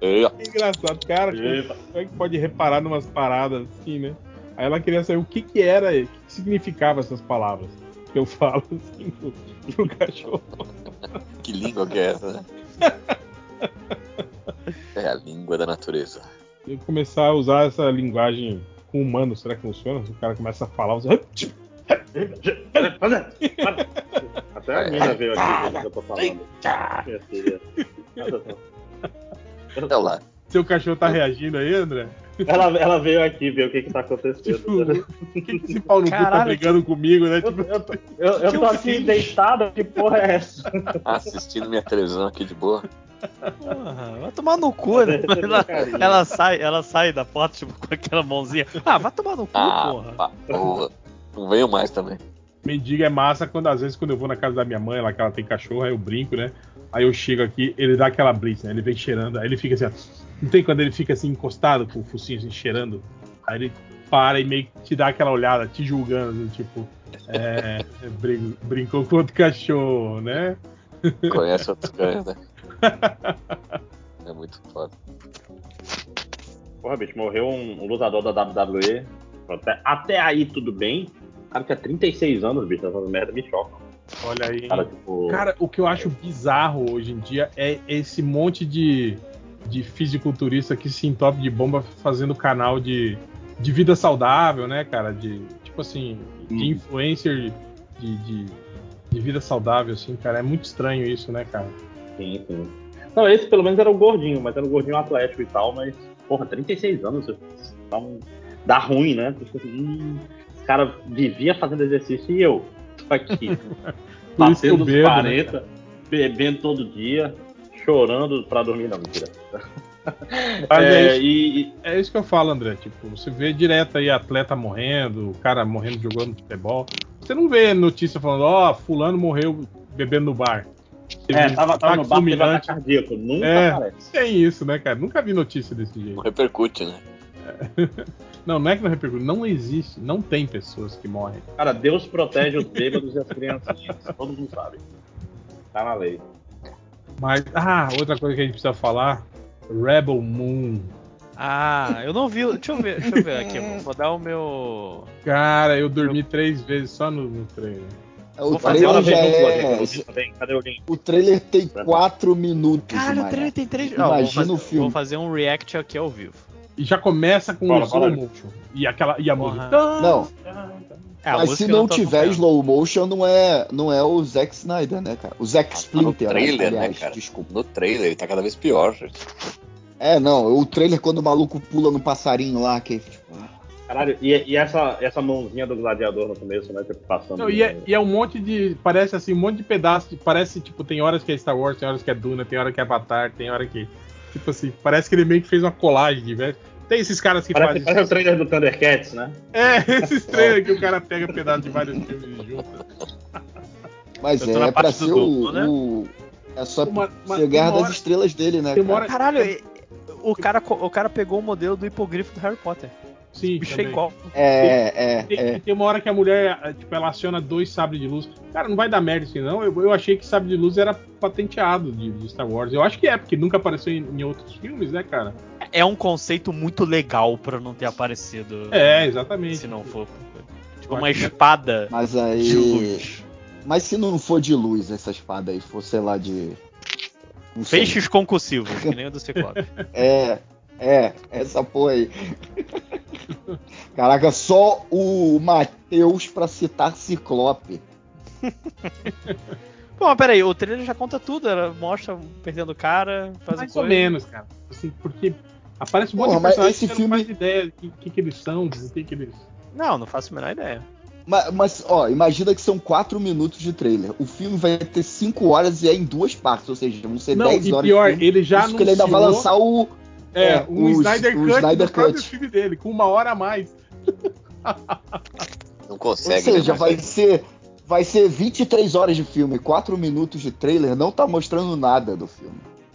[SPEAKER 13] Ei, ó.
[SPEAKER 4] É engraçado, cara. Como
[SPEAKER 3] epa.
[SPEAKER 4] é que pode reparar numas paradas assim, né? Aí ela queria saber o que que era, o que que significava essas palavras que eu falo assim pro, pro cachorro.
[SPEAKER 13] Que língua que é essa, né? É a língua da natureza.
[SPEAKER 4] Se eu começar a usar essa linguagem com humano, será que funciona? Se o cara começa a falar, você.
[SPEAKER 3] Para, para. Até a mina veio aqui que eu tô falando. Minha filha. Olha só.
[SPEAKER 13] Olha lá.
[SPEAKER 4] Seu cachorro tá reagindo aí, André?
[SPEAKER 3] Ela, ela veio aqui ver o que que tá acontecendo.
[SPEAKER 4] Tipo, o que que esse pau no cu tá brigando comigo, né?
[SPEAKER 3] Eu,
[SPEAKER 4] Tipo,
[SPEAKER 3] eu tô- eu- eu tô aqui deitado, que porra é essa?
[SPEAKER 13] Assistindo minha televisão aqui de boa.
[SPEAKER 12] Porra, vai tomar no cu, né? Ela, ela sai, ela sai da porta, tipo, com aquela mãozinha. Ah, vai tomar no cu,
[SPEAKER 13] Ah,
[SPEAKER 12] porra.
[SPEAKER 13] pá, porra. Não venho mais também.
[SPEAKER 4] mendiga é massa quando às vezes quando eu vou na casa da minha mãe, lá que ela tem cachorro, aí eu brinco, né? Aí eu chego aqui, ele dá aquela blitz, né? Ele vem cheirando, aí ele fica assim, ó. Não tem quando ele fica assim encostado com o focinho assim, cheirando? Aí ele para e meio que te dá aquela olhada, te julgando, assim, tipo, é, brin- brincou com outro cachorro, né?
[SPEAKER 13] Conhece outros caras, né? É muito foda.
[SPEAKER 3] Porra, bicho, morreu um, um lutador da WWE. Até, até aí tudo bem. Cara, que há 36 anos, bicho, essas merda me chocam.
[SPEAKER 4] Olha aí.
[SPEAKER 3] Cara, tipo.
[SPEAKER 4] Cara, o que eu acho bizarro hoje em dia é esse monte de, de fisiculturista que se entope de bomba fazendo canal de, de vida saudável, né, cara? De, tipo assim,
[SPEAKER 3] Hum.
[SPEAKER 4] de influencer de, de, de vida saudável, assim, cara. É muito estranho isso, né, cara?
[SPEAKER 3] Sim, sim. Não, esse pelo menos era o gordinho, mas era o gordinho atlético e tal, mas, porra, 36 anos, eu- dá, um- dá ruim, né? Tu fica assim, "Hum, esse cara vivia fazendo exercício e eu tô aqui,
[SPEAKER 4] eu
[SPEAKER 3] batendo os
[SPEAKER 4] bebo, né,
[SPEAKER 3] 40, bebendo todo dia, chorando pra dormir, não, mentira.
[SPEAKER 4] Mas
[SPEAKER 3] É,
[SPEAKER 4] é, isso, é isso que eu falo, André. Tipo, você vê direto aí atleta morrendo, o cara morrendo jogando futebol. Você não vê notícia falando, ó, fulano morreu bebendo no bar.
[SPEAKER 3] É, tava, tava no
[SPEAKER 4] Ataque
[SPEAKER 3] bar, teve
[SPEAKER 4] fulminante.
[SPEAKER 3] ataque cardíaco, nunca
[SPEAKER 4] é,
[SPEAKER 3] aparece.
[SPEAKER 4] tem isso, né, cara? Nunca vi notícia desse jeito. Não
[SPEAKER 13] repercute, né?
[SPEAKER 4] não, não é que não repercute. Não existe, não tem pessoas que morrem.
[SPEAKER 3] Cara, Deus protege os bêbados e as crianças, todo mundo sabe. Tá na lei.
[SPEAKER 4] Mas, ah, outra coisa que a gente precisa falar, Rebel Moon.
[SPEAKER 12] Ah, eu não vi. Deixa eu ver, deixa eu ver aqui. Vou, vou dar o meu.
[SPEAKER 4] Cara, eu dormi três vezes só no, no trailer.
[SPEAKER 1] É, O Vou fazer trailer uma já pergunta, é- Rodrigo, você
[SPEAKER 3] Cadê alguém?
[SPEAKER 1] O trailer tem 4 minutos.
[SPEAKER 12] Cara, o
[SPEAKER 1] Maia.
[SPEAKER 12] trailer tem três. Não, vou
[SPEAKER 1] Imagina
[SPEAKER 12] fazer,
[SPEAKER 1] o filme.
[SPEAKER 12] Vou fazer um react aqui ao vivo.
[SPEAKER 4] E já começa com
[SPEAKER 12] Fala,
[SPEAKER 4] o slow
[SPEAKER 12] fala.
[SPEAKER 4] motion. E aquela e a música.
[SPEAKER 1] Não.
[SPEAKER 12] É, a
[SPEAKER 1] Mas
[SPEAKER 12] música
[SPEAKER 1] se
[SPEAKER 12] eu não
[SPEAKER 1] não
[SPEAKER 12] tô
[SPEAKER 1] tiver
[SPEAKER 12] acompanhando.
[SPEAKER 1] slow motion, não é, não é o Zack Snyder, né, cara? O Zack
[SPEAKER 13] No
[SPEAKER 1] Splinter,
[SPEAKER 13] trailer, né,
[SPEAKER 1] aliás.
[SPEAKER 13] cara? Desculpa. No trailer, ele tá cada vez pior. gente.
[SPEAKER 1] É, não, o trailer quando o maluco pula no passarinho lá, que tipo,
[SPEAKER 3] Caralho, e, e essa, essa mãozinha do gladiador no começo, né? Tipo, passando.
[SPEAKER 4] Não, e, é, e é um monte de. Parece assim, um monte de pedaço. de- parece, tipo, tem horas que é Star Wars, tem horas que é Duna, tem hora que é Avatar, tem hora que. Tipo assim, parece que ele meio que fez uma colagem de velho. Tem esses caras que
[SPEAKER 3] Parece,
[SPEAKER 4] fazem.
[SPEAKER 3] parece o trailer do Thundercats, né?
[SPEAKER 4] É, esses trailers que o cara pega pedaço de vários filmes e junta.
[SPEAKER 1] Mas
[SPEAKER 4] Eu
[SPEAKER 1] é,
[SPEAKER 4] tô na
[SPEAKER 1] é pra
[SPEAKER 4] parte do
[SPEAKER 1] ser
[SPEAKER 4] duplo,
[SPEAKER 1] o,
[SPEAKER 4] né?
[SPEAKER 1] o- É só
[SPEAKER 12] Uma- uma-
[SPEAKER 1] ser o Guerra
[SPEAKER 12] uma hora-
[SPEAKER 1] das Estrelas dele, né? cara?
[SPEAKER 12] Caralho, e- o cara, co- o cara pegou o modelo do hipogrifo do Harry Potter.
[SPEAKER 4] Sim,
[SPEAKER 12] Bicho é
[SPEAKER 4] também.
[SPEAKER 12] igual.
[SPEAKER 1] É, é,
[SPEAKER 4] Tem,
[SPEAKER 1] é.
[SPEAKER 4] tem uma hora que a mulher, eh, tipo, ela aciona dois sabres de luz. Cara, não vai dar merda isso, não. Eu, eu achei que sabre de luz era patenteado de, de Star Wars. Eu acho que é, porque nunca apareceu em, em outros filmes, né, cara?
[SPEAKER 12] É um conceito muito legal pra não ter aparecido.
[SPEAKER 4] É, exatamente.
[SPEAKER 12] Se não for. Tipo, uma espada.
[SPEAKER 1] Mas aí.
[SPEAKER 12] de luz.
[SPEAKER 1] Mas se não for de luz essa espada aí, for, sei lá, de. não sei.
[SPEAKER 12] Feixes concussivos, que nem o do Ciclope.
[SPEAKER 1] É, é, essa porra aí. Caraca, só o Matheus pra citar Ciclope.
[SPEAKER 12] Bom, mas peraí, o trailer já conta tudo, ela mostra perdendo o cara, faz
[SPEAKER 4] Mais
[SPEAKER 12] coisa.
[SPEAKER 4] ou menos, cara. Assim, porque aparece um monte
[SPEAKER 1] Porra,
[SPEAKER 4] de
[SPEAKER 1] mas
[SPEAKER 4] personagens
[SPEAKER 1] esse
[SPEAKER 4] que
[SPEAKER 1] filme-
[SPEAKER 4] não faz ideia do que, que eles são, do que, que eles.
[SPEAKER 12] Não, não faço a menor ideia.
[SPEAKER 1] Ma- Mas, ó, imagina que são 4 minutos de trailer. O filme vai ter 5 horas e é em duas partes, ou seja, vão ser
[SPEAKER 4] Não,
[SPEAKER 1] 10
[SPEAKER 4] e
[SPEAKER 1] horas.
[SPEAKER 4] pior,
[SPEAKER 1] de filme.
[SPEAKER 4] ele já
[SPEAKER 1] Isso que ele ainda vai
[SPEAKER 4] anunciou-
[SPEAKER 1] lançar o.
[SPEAKER 4] É, um
[SPEAKER 1] o
[SPEAKER 4] Snyder
[SPEAKER 1] o
[SPEAKER 4] Cut
[SPEAKER 1] Snyder
[SPEAKER 4] do próprio
[SPEAKER 1] Cut.
[SPEAKER 4] filme dele, com uma hora a mais.
[SPEAKER 13] Não
[SPEAKER 1] Ou
[SPEAKER 13] consegue,
[SPEAKER 1] seja,
[SPEAKER 13] né?
[SPEAKER 6] é
[SPEAKER 1] vai ser, vai ser 23 horas de filme, 4 minutos de trailer, não tá mostrando nada do filme.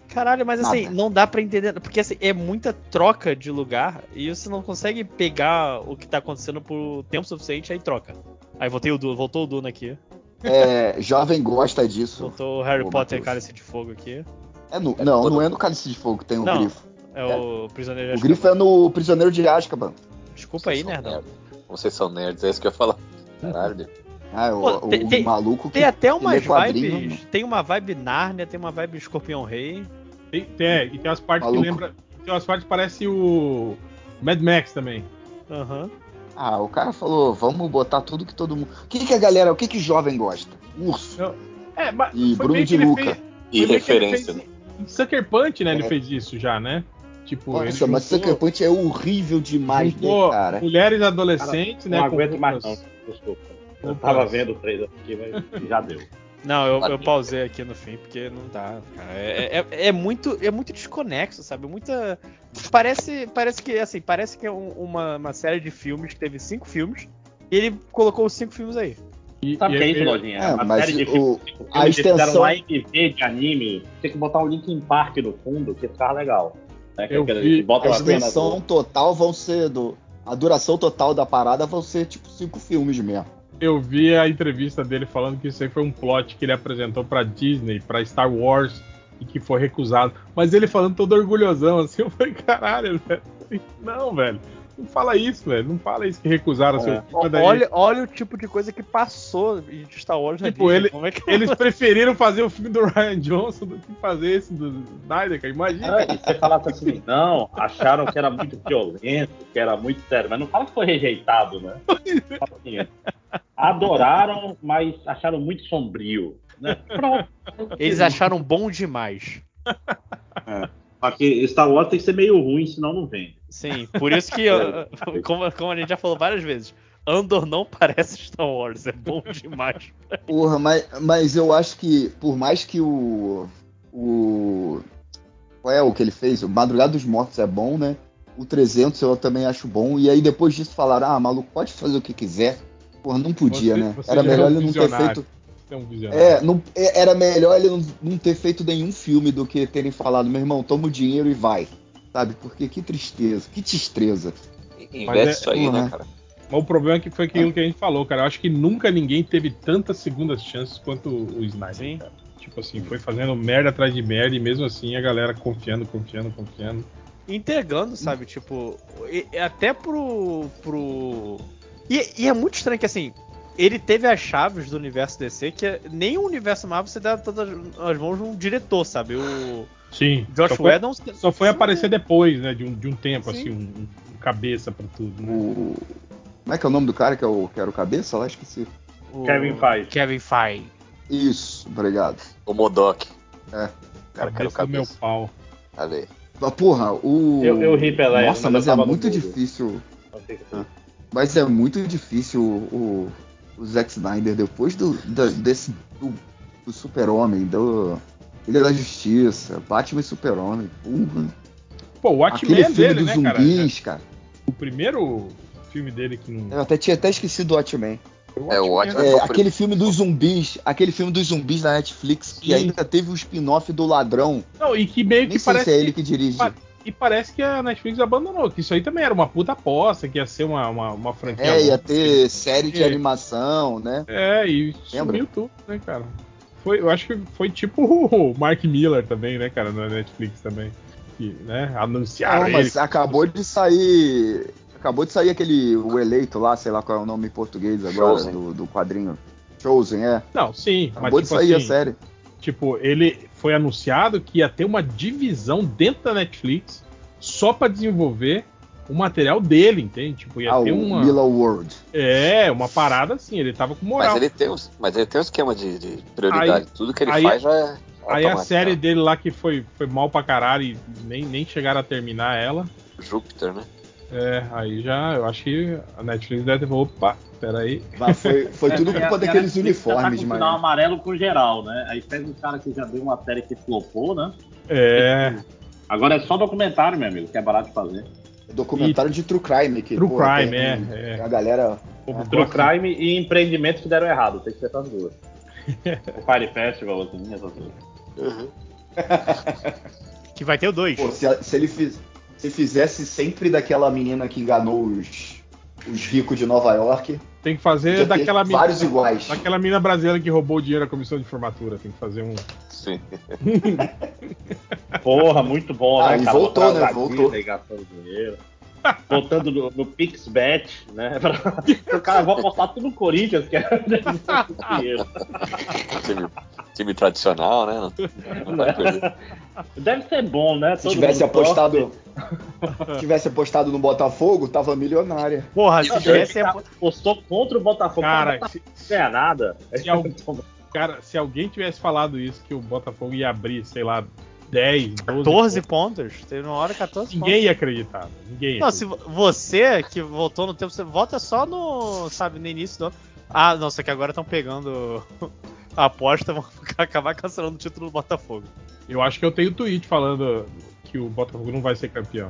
[SPEAKER 12] Caralho, mas assim,
[SPEAKER 1] Nada.
[SPEAKER 12] não dá pra entender. Porque assim, é muita troca de lugar e você não consegue pegar o que tá acontecendo por tempo suficiente, aí troca. Aí voltei o Du- voltou o Duna aqui.
[SPEAKER 1] É, jovem gosta disso.
[SPEAKER 12] Voltou o Harry
[SPEAKER 1] Ô,
[SPEAKER 12] Potter
[SPEAKER 1] Matheus.
[SPEAKER 12] Cálice de Fogo aqui.
[SPEAKER 1] É no- não, não é no Cálice de Fogo que tem o
[SPEAKER 12] Não,
[SPEAKER 1] grifo.
[SPEAKER 12] É o é Prisioneiro de
[SPEAKER 1] O grifo é no Prisioneiro de Azkaban.
[SPEAKER 12] Desculpa aí, nerdão.
[SPEAKER 13] Vocês são nerds, é isso que eu ia falar. Caralho.
[SPEAKER 1] Ah, o,
[SPEAKER 12] Pô, tem-
[SPEAKER 1] o
[SPEAKER 12] tem-
[SPEAKER 1] maluco que
[SPEAKER 12] Tem até
[SPEAKER 1] lê
[SPEAKER 12] umas
[SPEAKER 1] quadrinho, né?
[SPEAKER 12] vibes.
[SPEAKER 1] mano.
[SPEAKER 12] Tem uma vibe Nárnia, tem uma vibe Escorpião Rei.
[SPEAKER 4] Tem, tem, é, e tem umas partes
[SPEAKER 1] Maluco.
[SPEAKER 4] que lembra. Tem umas partes que parece o. Mad Max também.
[SPEAKER 12] Aham.
[SPEAKER 1] Ah, o cara falou, vamos botar tudo que todo mundo... O que que a galera, o que que jovem gosta? Urso.
[SPEAKER 4] Não. É, mas
[SPEAKER 1] E
[SPEAKER 4] foi
[SPEAKER 1] Bruno
[SPEAKER 4] meio que
[SPEAKER 1] de
[SPEAKER 4] ele
[SPEAKER 1] Luca.
[SPEAKER 13] E
[SPEAKER 4] fez- Foi bem é que ele
[SPEAKER 13] referência, né?
[SPEAKER 4] em Sucker Punch, né? Ele
[SPEAKER 1] É.
[SPEAKER 4] fez isso já, né? Tipo, ele
[SPEAKER 1] Nossa, mas Sucker Punch é horrível demais, né,
[SPEAKER 4] juntou
[SPEAKER 1] cara?
[SPEAKER 4] mulheres adolescentes,
[SPEAKER 3] Não
[SPEAKER 4] né? com
[SPEAKER 3] aguento mais, não.
[SPEAKER 4] roupas-
[SPEAKER 3] Desculpa. Eu tava vendo o trailer aqui, mas já deu.
[SPEAKER 12] Não, eu, eu pausei aqui no fim porque não dá, cara. É, é- é muito, é muito desconexo, sabe? Muita. Parece, parece que assim, parece que é um- uma, uma série de filmes que teve cinco filmes e ele colocou os cinco filmes aí.
[SPEAKER 4] E-
[SPEAKER 3] Sabe o
[SPEAKER 4] e
[SPEAKER 3] que é
[SPEAKER 4] é
[SPEAKER 3] isso,
[SPEAKER 4] meio-
[SPEAKER 3] Lojinha?
[SPEAKER 1] É,
[SPEAKER 3] uma
[SPEAKER 1] mas
[SPEAKER 3] série de
[SPEAKER 1] o-
[SPEAKER 3] filmes tipo,
[SPEAKER 1] a
[SPEAKER 3] filmes que
[SPEAKER 1] extensão-
[SPEAKER 3] fizeram um AMV de anime, tem que botar um o Linkin Park no fundo, que ficar legal. Né? Que,
[SPEAKER 4] Eu
[SPEAKER 3] que- que
[SPEAKER 4] vi-
[SPEAKER 1] A
[SPEAKER 3] botam apenas
[SPEAKER 1] extensão
[SPEAKER 3] o-
[SPEAKER 1] total vão ser do. A duração total da parada vão ser tipo cinco filmes mesmo.
[SPEAKER 4] Eu vi a entrevista dele falando que isso aí foi um plot que ele apresentou pra Disney, pra Star Wars, e que foi recusado. Mas ele falando todo orgulhosão, assim, eu falei, caralho, velho. Não, velho. Não fala isso, velho. Não fala isso que recusaram seu filme. mas daí-
[SPEAKER 12] Olha, olha o tipo de coisa que passou de Star Wars na
[SPEAKER 4] Tipo,
[SPEAKER 12] Disney,
[SPEAKER 4] ele-
[SPEAKER 12] como é que
[SPEAKER 4] Eles preferiram fazer o filme do Ryan Johnson do que fazer esse do Snyder, cara. Imagina.
[SPEAKER 3] Ah, e você falasse assim, não, acharam que era muito violento, que era muito sério, mas não fala que foi rejeitado, né? Fala assim, adoraram, mas acharam muito sombrio. Né? Pronto.
[SPEAKER 12] Eles acharam bom demais.
[SPEAKER 14] É. Só que Star Wars tem que ser meio ruim, senão não vende.
[SPEAKER 3] Sim, por isso que, ó, como, como a gente já falou várias vezes, Andor não parece Star Wars, é bom demais.
[SPEAKER 1] Porra, mas, mas eu acho que, por mais que o. O. Qual é o que ele fez? O Madrugada dos Mortos é bom, né? O 300 eu também acho bom. E aí depois disso falaram: ah, maluco, pode fazer o que quiser. Porra, não podia,
[SPEAKER 4] Você-
[SPEAKER 1] né?
[SPEAKER 4] você
[SPEAKER 1] Era
[SPEAKER 4] já é
[SPEAKER 1] melhor
[SPEAKER 4] um
[SPEAKER 1] ele não ter
[SPEAKER 4] visionário.
[SPEAKER 1] feito.
[SPEAKER 4] Você é um visionário.
[SPEAKER 1] É, não- é, era melhor ele não, não ter feito nenhum filme do que terem falado, meu irmão, toma o dinheiro e vai. Sabe? Porque que tristeza, que tristeza.
[SPEAKER 4] Mas é-
[SPEAKER 6] né,
[SPEAKER 4] Uhum. Mas o problema é que foi aquilo que a gente falou, cara. Eu acho que nunca ninguém teve tantas segundas chances quanto o Snyder. cara. Tipo assim, foi fazendo merda atrás de merda e mesmo assim a galera confiando, confiando, confiando.
[SPEAKER 3] entregando, sabe? Tipo, e- e até pro. pro... E, e é muito estranho que assim. Ele teve as chaves do universo DC, que é- nem o universo Marvel você dá todas as mãos num diretor, sabe? O
[SPEAKER 4] Sim.
[SPEAKER 3] Josh é
[SPEAKER 4] só foi,
[SPEAKER 3] Whedon.
[SPEAKER 4] Só foi aparecer depois, né? De um, de um tempo,
[SPEAKER 3] Sim.
[SPEAKER 4] assim, um, um cabeça pra tudo. Né?
[SPEAKER 1] O... Como é que é o nome do cara que, é o, que era o cabeça? Lá esqueci.
[SPEAKER 3] o-
[SPEAKER 14] Kevin Feige.
[SPEAKER 3] Kevin Feige.
[SPEAKER 1] Isso, obrigado.
[SPEAKER 6] O Modok.
[SPEAKER 1] É.
[SPEAKER 6] Cara,
[SPEAKER 4] cara, o cabeça. meu pau.
[SPEAKER 6] Falei.
[SPEAKER 1] Mas, Ah, porra, o.
[SPEAKER 6] Eu- eu ri pela ela,
[SPEAKER 1] Nossa,
[SPEAKER 6] mas
[SPEAKER 1] mas
[SPEAKER 6] eu
[SPEAKER 1] é
[SPEAKER 6] tava no
[SPEAKER 1] muito
[SPEAKER 6] Google.
[SPEAKER 1] difícil. Mas é muito difícil o, o, o Zack Snyder, depois do, da- desse. do, do Super-Homem, do. Ilha da Justiça, Batman e Super-Homem. porra.
[SPEAKER 4] Pô, o Watchmen
[SPEAKER 1] Aquele
[SPEAKER 4] é
[SPEAKER 1] filme
[SPEAKER 4] dele,
[SPEAKER 1] dos
[SPEAKER 4] né,
[SPEAKER 1] zumbis, cara?
[SPEAKER 4] O primeiro filme dele que não.
[SPEAKER 1] Eu até tinha até esquecido do Watchmen.
[SPEAKER 6] É, o Watchmen
[SPEAKER 1] É,
[SPEAKER 6] foi o
[SPEAKER 1] aquele filme dos zumbis, aquele filme dos zumbis da Netflix, que ainda teve o spin-off do ladrão.
[SPEAKER 4] Não, e que meio
[SPEAKER 1] Nem
[SPEAKER 4] que
[SPEAKER 1] sei
[SPEAKER 4] parece.
[SPEAKER 1] se é ele que dirige.
[SPEAKER 4] pa- E parece que a Netflix abandonou, que isso aí também era uma puta aposta, que ia ser uma, uma, uma franquia.
[SPEAKER 1] É, ia
[SPEAKER 4] boa.
[SPEAKER 1] ter série de
[SPEAKER 4] É.
[SPEAKER 1] animação, né?
[SPEAKER 4] É, e
[SPEAKER 1] Lembra?
[SPEAKER 4] sumiu tudo, né, cara? Foi, eu acho que foi tipo o Mark Miller também, né, cara, na Netflix também. Que, né, anunciaram
[SPEAKER 1] Não, Ah, mas
[SPEAKER 4] ele.
[SPEAKER 1] acabou de sair. Acabou de sair aquele O Eleito lá, sei lá qual é o nome em português agora,
[SPEAKER 4] Chosen.
[SPEAKER 1] do, do quadrinho. Chosen, é.
[SPEAKER 4] Não, sim, assim,
[SPEAKER 1] Acabou de sair
[SPEAKER 14] assim,
[SPEAKER 1] a série.
[SPEAKER 4] Tipo, ele foi anunciado que ia ter uma divisão dentro da Netflix só pra desenvolver o material dele, entende? Tipo, ia
[SPEAKER 6] Ah,
[SPEAKER 4] ter
[SPEAKER 6] o
[SPEAKER 4] uma.
[SPEAKER 6] Miller
[SPEAKER 1] World.
[SPEAKER 4] É, uma parada assim, ele tava com moral.
[SPEAKER 6] Mas ele, tem um, mas ele tem um esquema de, de prioridade.
[SPEAKER 4] Aí-
[SPEAKER 6] Tudo que ele
[SPEAKER 4] aí-
[SPEAKER 6] faz já é.
[SPEAKER 4] Aí a
[SPEAKER 6] automático.
[SPEAKER 4] série dele lá que foi, foi mal pra caralho e nem, nem chegaram a terminar ela.
[SPEAKER 6] Júpiter, né?
[SPEAKER 4] É, aí já, eu acho que a Netflix deve ter. Opa, peraí.
[SPEAKER 1] Mas foi-
[SPEAKER 4] É,
[SPEAKER 1] foi tudo
[SPEAKER 14] É,
[SPEAKER 1] culpa daqueles uniformes,
[SPEAKER 14] mano.
[SPEAKER 1] mano.
[SPEAKER 14] Tá com o amarelo com geral, né? Aí pega um cara que já deu uma série que flopou, né?
[SPEAKER 4] É.
[SPEAKER 14] Agora é só documentário, meu amigo, que é barato de fazer.
[SPEAKER 1] Documentário de True Crime. Que,
[SPEAKER 14] True
[SPEAKER 1] porra,
[SPEAKER 14] Crime,
[SPEAKER 1] tem-
[SPEAKER 14] é, é.
[SPEAKER 1] A galera.
[SPEAKER 4] Como
[SPEAKER 14] True crime e empreendimento que deram errado, tem que ser essas duas. o Fire Festival, assim, essas duas.
[SPEAKER 3] Que vai ter o 2.
[SPEAKER 1] Pô, se, a- se ele fiz- se fizesse sempre daquela menina que enganou os, os ricos de Nova York.
[SPEAKER 4] Tem que fazer
[SPEAKER 1] Podia ter
[SPEAKER 4] É, daquela tá mina.
[SPEAKER 1] vários iguais.
[SPEAKER 4] Daquela mina brasileira que roubou o dinheiro da comissão de formatura. Tem que fazer um.
[SPEAKER 6] Sim.
[SPEAKER 14] Porra, muito bom,
[SPEAKER 4] Ah,
[SPEAKER 14] né,
[SPEAKER 4] e
[SPEAKER 14] cara?
[SPEAKER 4] voltou,
[SPEAKER 14] Botar
[SPEAKER 4] né?
[SPEAKER 14] as
[SPEAKER 4] Voltou.
[SPEAKER 14] aguinhas e gastando dinheiro. Voltando no, no PixBet, né? Pra... O cara vai apostar tudo no Corinthians, que é dinheiro.
[SPEAKER 6] time, time tradicional, né? Não- não vai perder.
[SPEAKER 14] Deve ser bom, né?
[SPEAKER 1] Se
[SPEAKER 14] Todo
[SPEAKER 1] tivesse
[SPEAKER 14] mundo
[SPEAKER 1] apostado.
[SPEAKER 14] torce.
[SPEAKER 1] Se tivesse apostado no Botafogo, tava milionária.
[SPEAKER 3] Porra,
[SPEAKER 14] se tivesse apostou contra o Botafogo,
[SPEAKER 4] Cara,
[SPEAKER 14] o
[SPEAKER 3] é?
[SPEAKER 14] Botafogo não ganha nada.
[SPEAKER 4] Se al- Cara, se alguém tivesse falado isso, que o Botafogo ia abrir, sei lá, 10,
[SPEAKER 3] 14
[SPEAKER 4] 12.
[SPEAKER 3] pontos? Teve uma hora 14
[SPEAKER 4] Ninguém
[SPEAKER 3] pontos.
[SPEAKER 4] ia acreditar. Ninguém ia
[SPEAKER 3] Não, se
[SPEAKER 4] acreditar.
[SPEAKER 3] vo- você que voltou no tempo, você volta só no, sabe, no início do ano. Ah, nossa, que agora estão pegando a aposta, vão acabar cancelando o título do Botafogo.
[SPEAKER 4] Eu acho que eu tenho tweet falando que o Botafogo não vai ser campeão.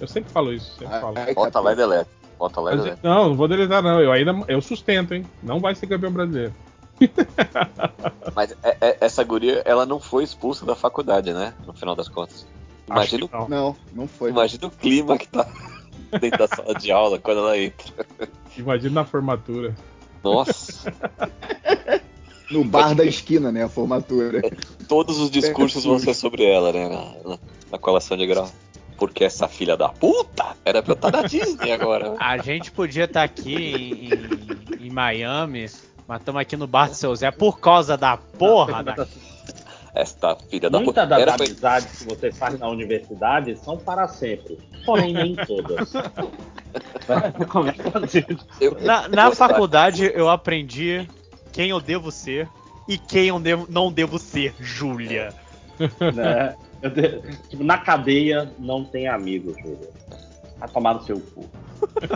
[SPEAKER 4] Eu sempre falo isso, sempre
[SPEAKER 1] É,
[SPEAKER 4] falo.
[SPEAKER 6] Bota lá e deleta. Bota lá e
[SPEAKER 4] Mas, é
[SPEAKER 6] deleta.
[SPEAKER 4] não, não vou deletar, não. Eu ainda eu sustento, hein? Não vai ser campeão brasileiro.
[SPEAKER 6] Mas é- é- essa guria, ela não foi expulsa da faculdade, né? No final das contas. Imagina, o-
[SPEAKER 1] Não, não foi. né?
[SPEAKER 6] imagina o clima que tá dentro da sala de aula quando ela entra.
[SPEAKER 4] Imagina na formatura.
[SPEAKER 6] Nossa.
[SPEAKER 1] No bar da esquina, né? A formatura.
[SPEAKER 6] Todos os discursos vão ser sobre ela, né? Na, na- na colação de grau. Porque essa filha da puta era pra eu estar na Disney agora.
[SPEAKER 3] A gente podia estar aqui em, em- em Miami, mas estamos aqui no bar do seu Zé por causa da porra da.
[SPEAKER 6] Esta filha da
[SPEAKER 14] Muitas
[SPEAKER 6] puta.
[SPEAKER 14] das
[SPEAKER 6] Era pra...
[SPEAKER 14] amizades que você faz na universidade são para sempre. Porém, nem todas.
[SPEAKER 3] Na, na faculdade eu aprendi quem eu devo ser e quem eu devo- não devo ser, Júlia.
[SPEAKER 14] Né?
[SPEAKER 3] Eu te- tipo, na cadeia não tem amigo, Júlio. Vai tomar no seu cu.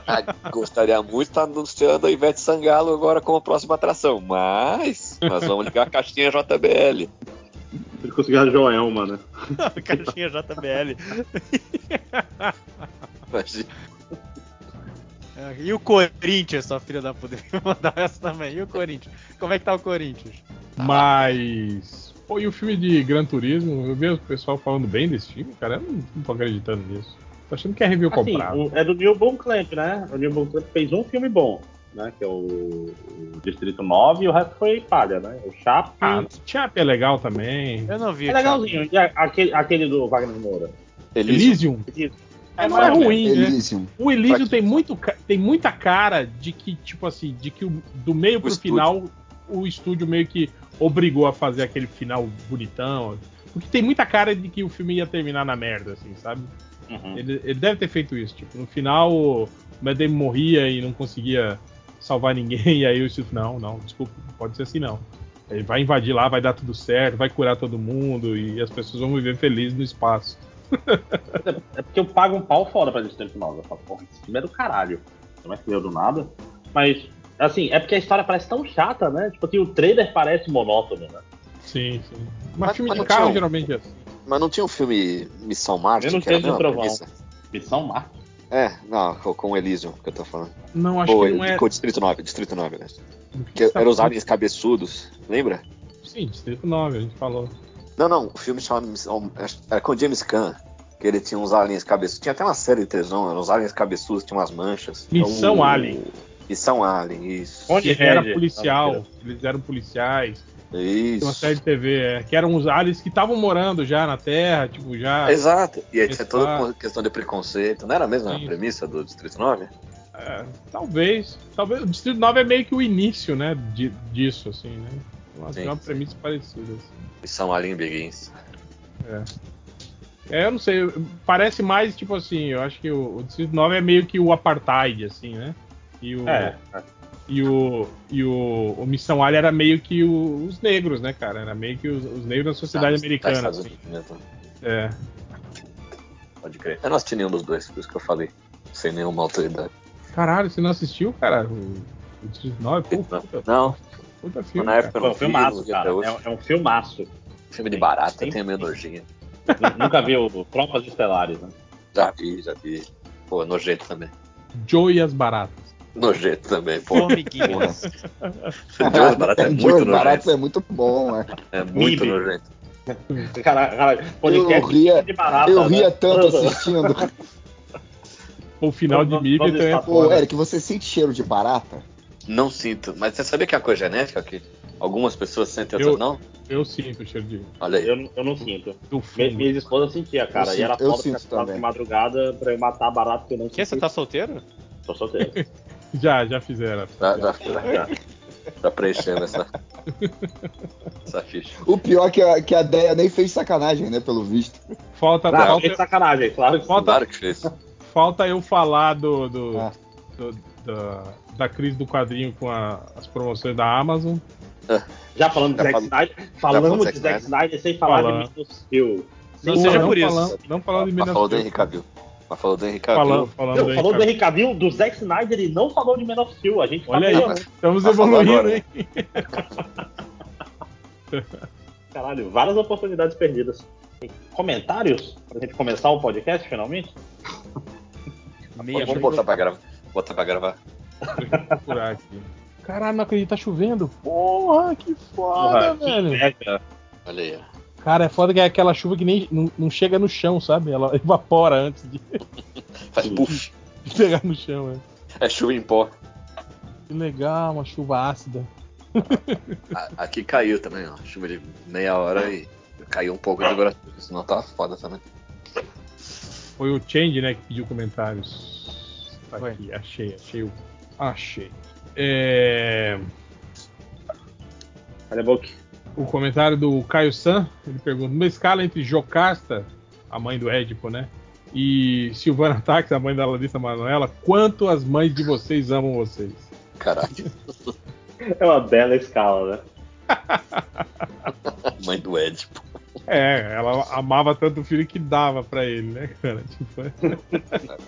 [SPEAKER 6] Ah, gostaria muito de estar anunciando a Ivete Sangalo agora como próxima atração, mas nós vamos ligar a caixinha JBL.
[SPEAKER 3] Ele conseguiu a Joelma, né?
[SPEAKER 11] Caixinha JBL. É, E o Corinthians, sua filha da puta, Vou mandar essa também. E o Corinthians? Como é que tá o Corinthians?
[SPEAKER 4] Mas. Pô, e o filme de Gran Turismo? Eu vi o pessoal falando bem desse filme, cara. Eu não, não tô acreditando nisso. Tô achando que é review
[SPEAKER 3] Assim,
[SPEAKER 4] comprado.
[SPEAKER 3] o- é do Neil Blomkamp, né? O Neil Blomkamp fez um filme bom, né? Que é o, o Distrito 9 e o resto foi palha, né? O Chape.
[SPEAKER 4] Ah, Chape é legal também.
[SPEAKER 11] Eu não vi.
[SPEAKER 3] É legalzinho. E a- aquele, aquele do Wagner Moura.
[SPEAKER 4] Elysium. É, não é
[SPEAKER 3] Elysium.
[SPEAKER 4] ruim, né?
[SPEAKER 1] Elysium.
[SPEAKER 4] O Elysium tem, muito, ca- tem muita cara de que, tipo assim, de que o- do meio pro
[SPEAKER 1] estúdio.
[SPEAKER 4] final o estúdio meio que obrigou a fazer aquele final bonitão. Porque tem muita cara de que o filme ia terminar na merda, assim, sabe?
[SPEAKER 3] Uhum.
[SPEAKER 4] Ele, ele deve ter feito isso. Tipo, no final o Matt Damon morria e não conseguia salvar ninguém. E aí o Steve, não, não, desculpa, não pode ser assim não. Ele vai invadir lá, vai dar tudo certo, vai curar todo mundo e as pessoas vão viver felizes no espaço.
[SPEAKER 3] É porque eu pago um pau fora pra Distrito 9. Eu falo, porra, esse filme é do caralho. Como é que veio do nada? Mas, assim, é porque a história parece tão chata, né? Tipo assim, o trailer parece monótono, né?
[SPEAKER 4] Sim, sim. Mas,
[SPEAKER 3] filme
[SPEAKER 4] de
[SPEAKER 6] não
[SPEAKER 4] carro,
[SPEAKER 6] tinha um-
[SPEAKER 4] geralmente é assim.
[SPEAKER 6] Mas não tinha um filme Missão Marte?
[SPEAKER 3] Menos
[SPEAKER 6] que era a
[SPEAKER 3] Tempo do
[SPEAKER 6] mesma
[SPEAKER 3] Trovão.
[SPEAKER 6] premissa?
[SPEAKER 3] Missão Marte?
[SPEAKER 6] É, não, com o Elysium que eu tô falando.
[SPEAKER 4] Não, acho
[SPEAKER 6] Ou
[SPEAKER 4] que não é.
[SPEAKER 6] com o Distrito 9, Distrito 9, né?
[SPEAKER 4] que
[SPEAKER 6] Que
[SPEAKER 4] você tá
[SPEAKER 6] eram os
[SPEAKER 4] falando?
[SPEAKER 6] aliens cabeçudos, lembra?
[SPEAKER 4] Sim, Distrito 9, a gente falou.
[SPEAKER 6] Não, não, o filme chamado Missão- era com o James Caan, que ele tinha uns aliens cabeçudos. Tinha até uma série de televisão, eram uns aliens cabeçudos, tinha umas manchas.
[SPEAKER 4] Missão
[SPEAKER 6] Então,
[SPEAKER 4] Alien.
[SPEAKER 6] Missão Alien, isso.
[SPEAKER 4] Onde era policial, eles eram policiais.
[SPEAKER 6] Isso.
[SPEAKER 4] Tem uma série de TV, é, que eram os aliens que estavam morando já na Terra, tipo, já.
[SPEAKER 6] Exato. E aí tinha toda
[SPEAKER 4] Exato.
[SPEAKER 6] uma questão de preconceito. Não era a mesma premissa do Distrito 9?
[SPEAKER 4] É, talvez. Talvez. O Distrito 9 é meio que o início, né? de- disso, assim, né? Uma,
[SPEAKER 6] Sim.
[SPEAKER 4] uma premissa parecida. assim.
[SPEAKER 6] Missão Alien Begins.
[SPEAKER 4] É, eu não sei, eu- parece mais tipo assim, eu acho que o, o Distrito 9 é meio que o apartheid, assim, né? E o.
[SPEAKER 3] É.
[SPEAKER 4] E o. E o, o Missão Alien era meio que o- os negros, né, cara? Era meio que os, os negros da sociedade
[SPEAKER 6] Tá, tá,
[SPEAKER 4] americana.
[SPEAKER 6] Estados
[SPEAKER 4] assim.
[SPEAKER 6] Unidos mesmo.
[SPEAKER 4] É.
[SPEAKER 6] Pode crer. Eu não assisti nenhum dos dois, por isso que eu falei. Sem nenhuma autoridade.
[SPEAKER 4] Caralho, você não assistiu, cara? O, o Distrito 9, pô, puta,
[SPEAKER 6] Não,
[SPEAKER 4] puta filme.
[SPEAKER 6] mas na época eu
[SPEAKER 3] Pô, é
[SPEAKER 6] não
[SPEAKER 3] um
[SPEAKER 6] vi,
[SPEAKER 3] filmaço,
[SPEAKER 6] não vi
[SPEAKER 3] cara.
[SPEAKER 6] até hoje.
[SPEAKER 3] É, é um filmaço.
[SPEAKER 6] Filme de barata,
[SPEAKER 3] Sim.
[SPEAKER 6] tem a minha nojinha.
[SPEAKER 3] Nu- Nunca viu Tropas Estelares, né?
[SPEAKER 6] Já vi, já vi. Pô, nojento também.
[SPEAKER 4] Joe e as Baratas.
[SPEAKER 6] Nojento também, pô.
[SPEAKER 11] Formiguinhas.
[SPEAKER 6] Porra. Deus, barata é muito
[SPEAKER 1] Joe
[SPEAKER 6] nojento.
[SPEAKER 1] Barato é muito bom, é.
[SPEAKER 6] É muito
[SPEAKER 3] Mib.
[SPEAKER 6] nojento.
[SPEAKER 3] Caralho, caralho, podcast
[SPEAKER 1] Eu ria,
[SPEAKER 3] de barata,
[SPEAKER 1] eu ria
[SPEAKER 3] né?
[SPEAKER 1] tanto assim. assistindo.
[SPEAKER 4] O final de
[SPEAKER 3] Vamos-
[SPEAKER 4] Mib
[SPEAKER 3] vamos
[SPEAKER 4] então é
[SPEAKER 3] estar
[SPEAKER 1] Ô,
[SPEAKER 6] né?
[SPEAKER 1] Eric, você sente cheiro de barata?
[SPEAKER 6] Não sinto. Mas você sabia que é uma coisa genética que algumas pessoas sentem e
[SPEAKER 4] Eu-
[SPEAKER 6] outras não?
[SPEAKER 4] Eu sinto o cheiro de.
[SPEAKER 6] Olha aí.
[SPEAKER 3] Eu, não- eu não sinto.
[SPEAKER 4] Do
[SPEAKER 3] Me-
[SPEAKER 4] fundo.
[SPEAKER 3] Minha esposa sentia, cara.
[SPEAKER 1] Eu
[SPEAKER 3] e era
[SPEAKER 1] sinto- eu
[SPEAKER 3] foda
[SPEAKER 1] sinto
[SPEAKER 3] ficar acordado
[SPEAKER 1] também.
[SPEAKER 3] de madrugada pra eu matar barato que eu não
[SPEAKER 11] Que você tá solteiro?
[SPEAKER 3] Tô solteiro.
[SPEAKER 4] Já, já fizeram.
[SPEAKER 6] Já, já, já, Tá preenchendo essa. essa ficha.
[SPEAKER 1] O pior é que a, que a Deia nem fez sacanagem, né? Pelo visto.
[SPEAKER 4] Falta,
[SPEAKER 3] Não, é
[SPEAKER 4] falta,
[SPEAKER 3] sacanagem, claro que
[SPEAKER 4] falta,
[SPEAKER 6] Claro que fez.
[SPEAKER 4] falta eu falar do, do-
[SPEAKER 1] Ah.
[SPEAKER 4] do- da, da crise do quadrinho com a- as promoções da Amazon.
[SPEAKER 3] Já falando de
[SPEAKER 6] Já
[SPEAKER 3] Zack
[SPEAKER 6] falo-
[SPEAKER 3] Snyder,
[SPEAKER 6] falando
[SPEAKER 3] falamos
[SPEAKER 6] Zack
[SPEAKER 3] de Zack
[SPEAKER 6] Snyder.
[SPEAKER 3] Snyder sem falar
[SPEAKER 4] Falando.
[SPEAKER 3] de Menos Steel.
[SPEAKER 4] Não,
[SPEAKER 3] Sem
[SPEAKER 11] seja
[SPEAKER 3] falar-
[SPEAKER 11] por isso.
[SPEAKER 4] Falando, não falando de
[SPEAKER 6] Mas
[SPEAKER 4] Minas
[SPEAKER 6] falou Tá do Henrique Cavill. Mas falou do Henrique
[SPEAKER 4] Falando,
[SPEAKER 6] Cavill.
[SPEAKER 4] falando
[SPEAKER 3] Não,
[SPEAKER 4] do
[SPEAKER 3] falou do
[SPEAKER 4] Henrique
[SPEAKER 3] Henry Cavill, do Zack Snyder e não falou de Man of Steel. A gente
[SPEAKER 4] Olha
[SPEAKER 3] falou,
[SPEAKER 4] aí.
[SPEAKER 3] né?
[SPEAKER 4] Cavill. Estamos
[SPEAKER 6] Tá falando
[SPEAKER 4] evoluindo,
[SPEAKER 6] agora.
[SPEAKER 4] hein?
[SPEAKER 3] Caralho, várias oportunidades perdidas. Comentários? Pra gente começar o podcast finalmente?
[SPEAKER 11] Meia
[SPEAKER 6] Tá Vamos botar pra gravar. Botar pra gravar.
[SPEAKER 4] Por aqui. Caralho, não acredito, tá chovendo. Porra, que
[SPEAKER 3] Porra,
[SPEAKER 4] foda,
[SPEAKER 3] que
[SPEAKER 4] velho.
[SPEAKER 3] merda.
[SPEAKER 6] Olha aí. ó.
[SPEAKER 4] Cara, é foda que é aquela chuva que nem não, não chega no chão, sabe? Ela evapora antes de,
[SPEAKER 6] Faz puff.
[SPEAKER 4] de pegar no chão, né?
[SPEAKER 6] É chuva em pó.
[SPEAKER 4] Que legal, uma chuva ácida.
[SPEAKER 6] A- Aqui caiu também, ó. Chuva de meia hora e caiu um pouco de temperatura. Senão tá foda também.
[SPEAKER 4] Foi o Change, né, que pediu comentários. Tá
[SPEAKER 11] Foi.
[SPEAKER 4] aqui, achei, achei. o- Achei. É,
[SPEAKER 3] Olha a boca.
[SPEAKER 4] O comentário do Caio San, ele pergunta: numa escala entre Jocasta, a mãe do Édipo, né? E Silvana Tax, a mãe da Larissa Manoela, quanto as mães de vocês amam vocês?
[SPEAKER 6] Caralho.
[SPEAKER 3] É uma bela escala, né?
[SPEAKER 6] Mãe do Ed. pô.
[SPEAKER 4] É, ela amava tanto o filho que dava pra ele, né, cara? Tipo,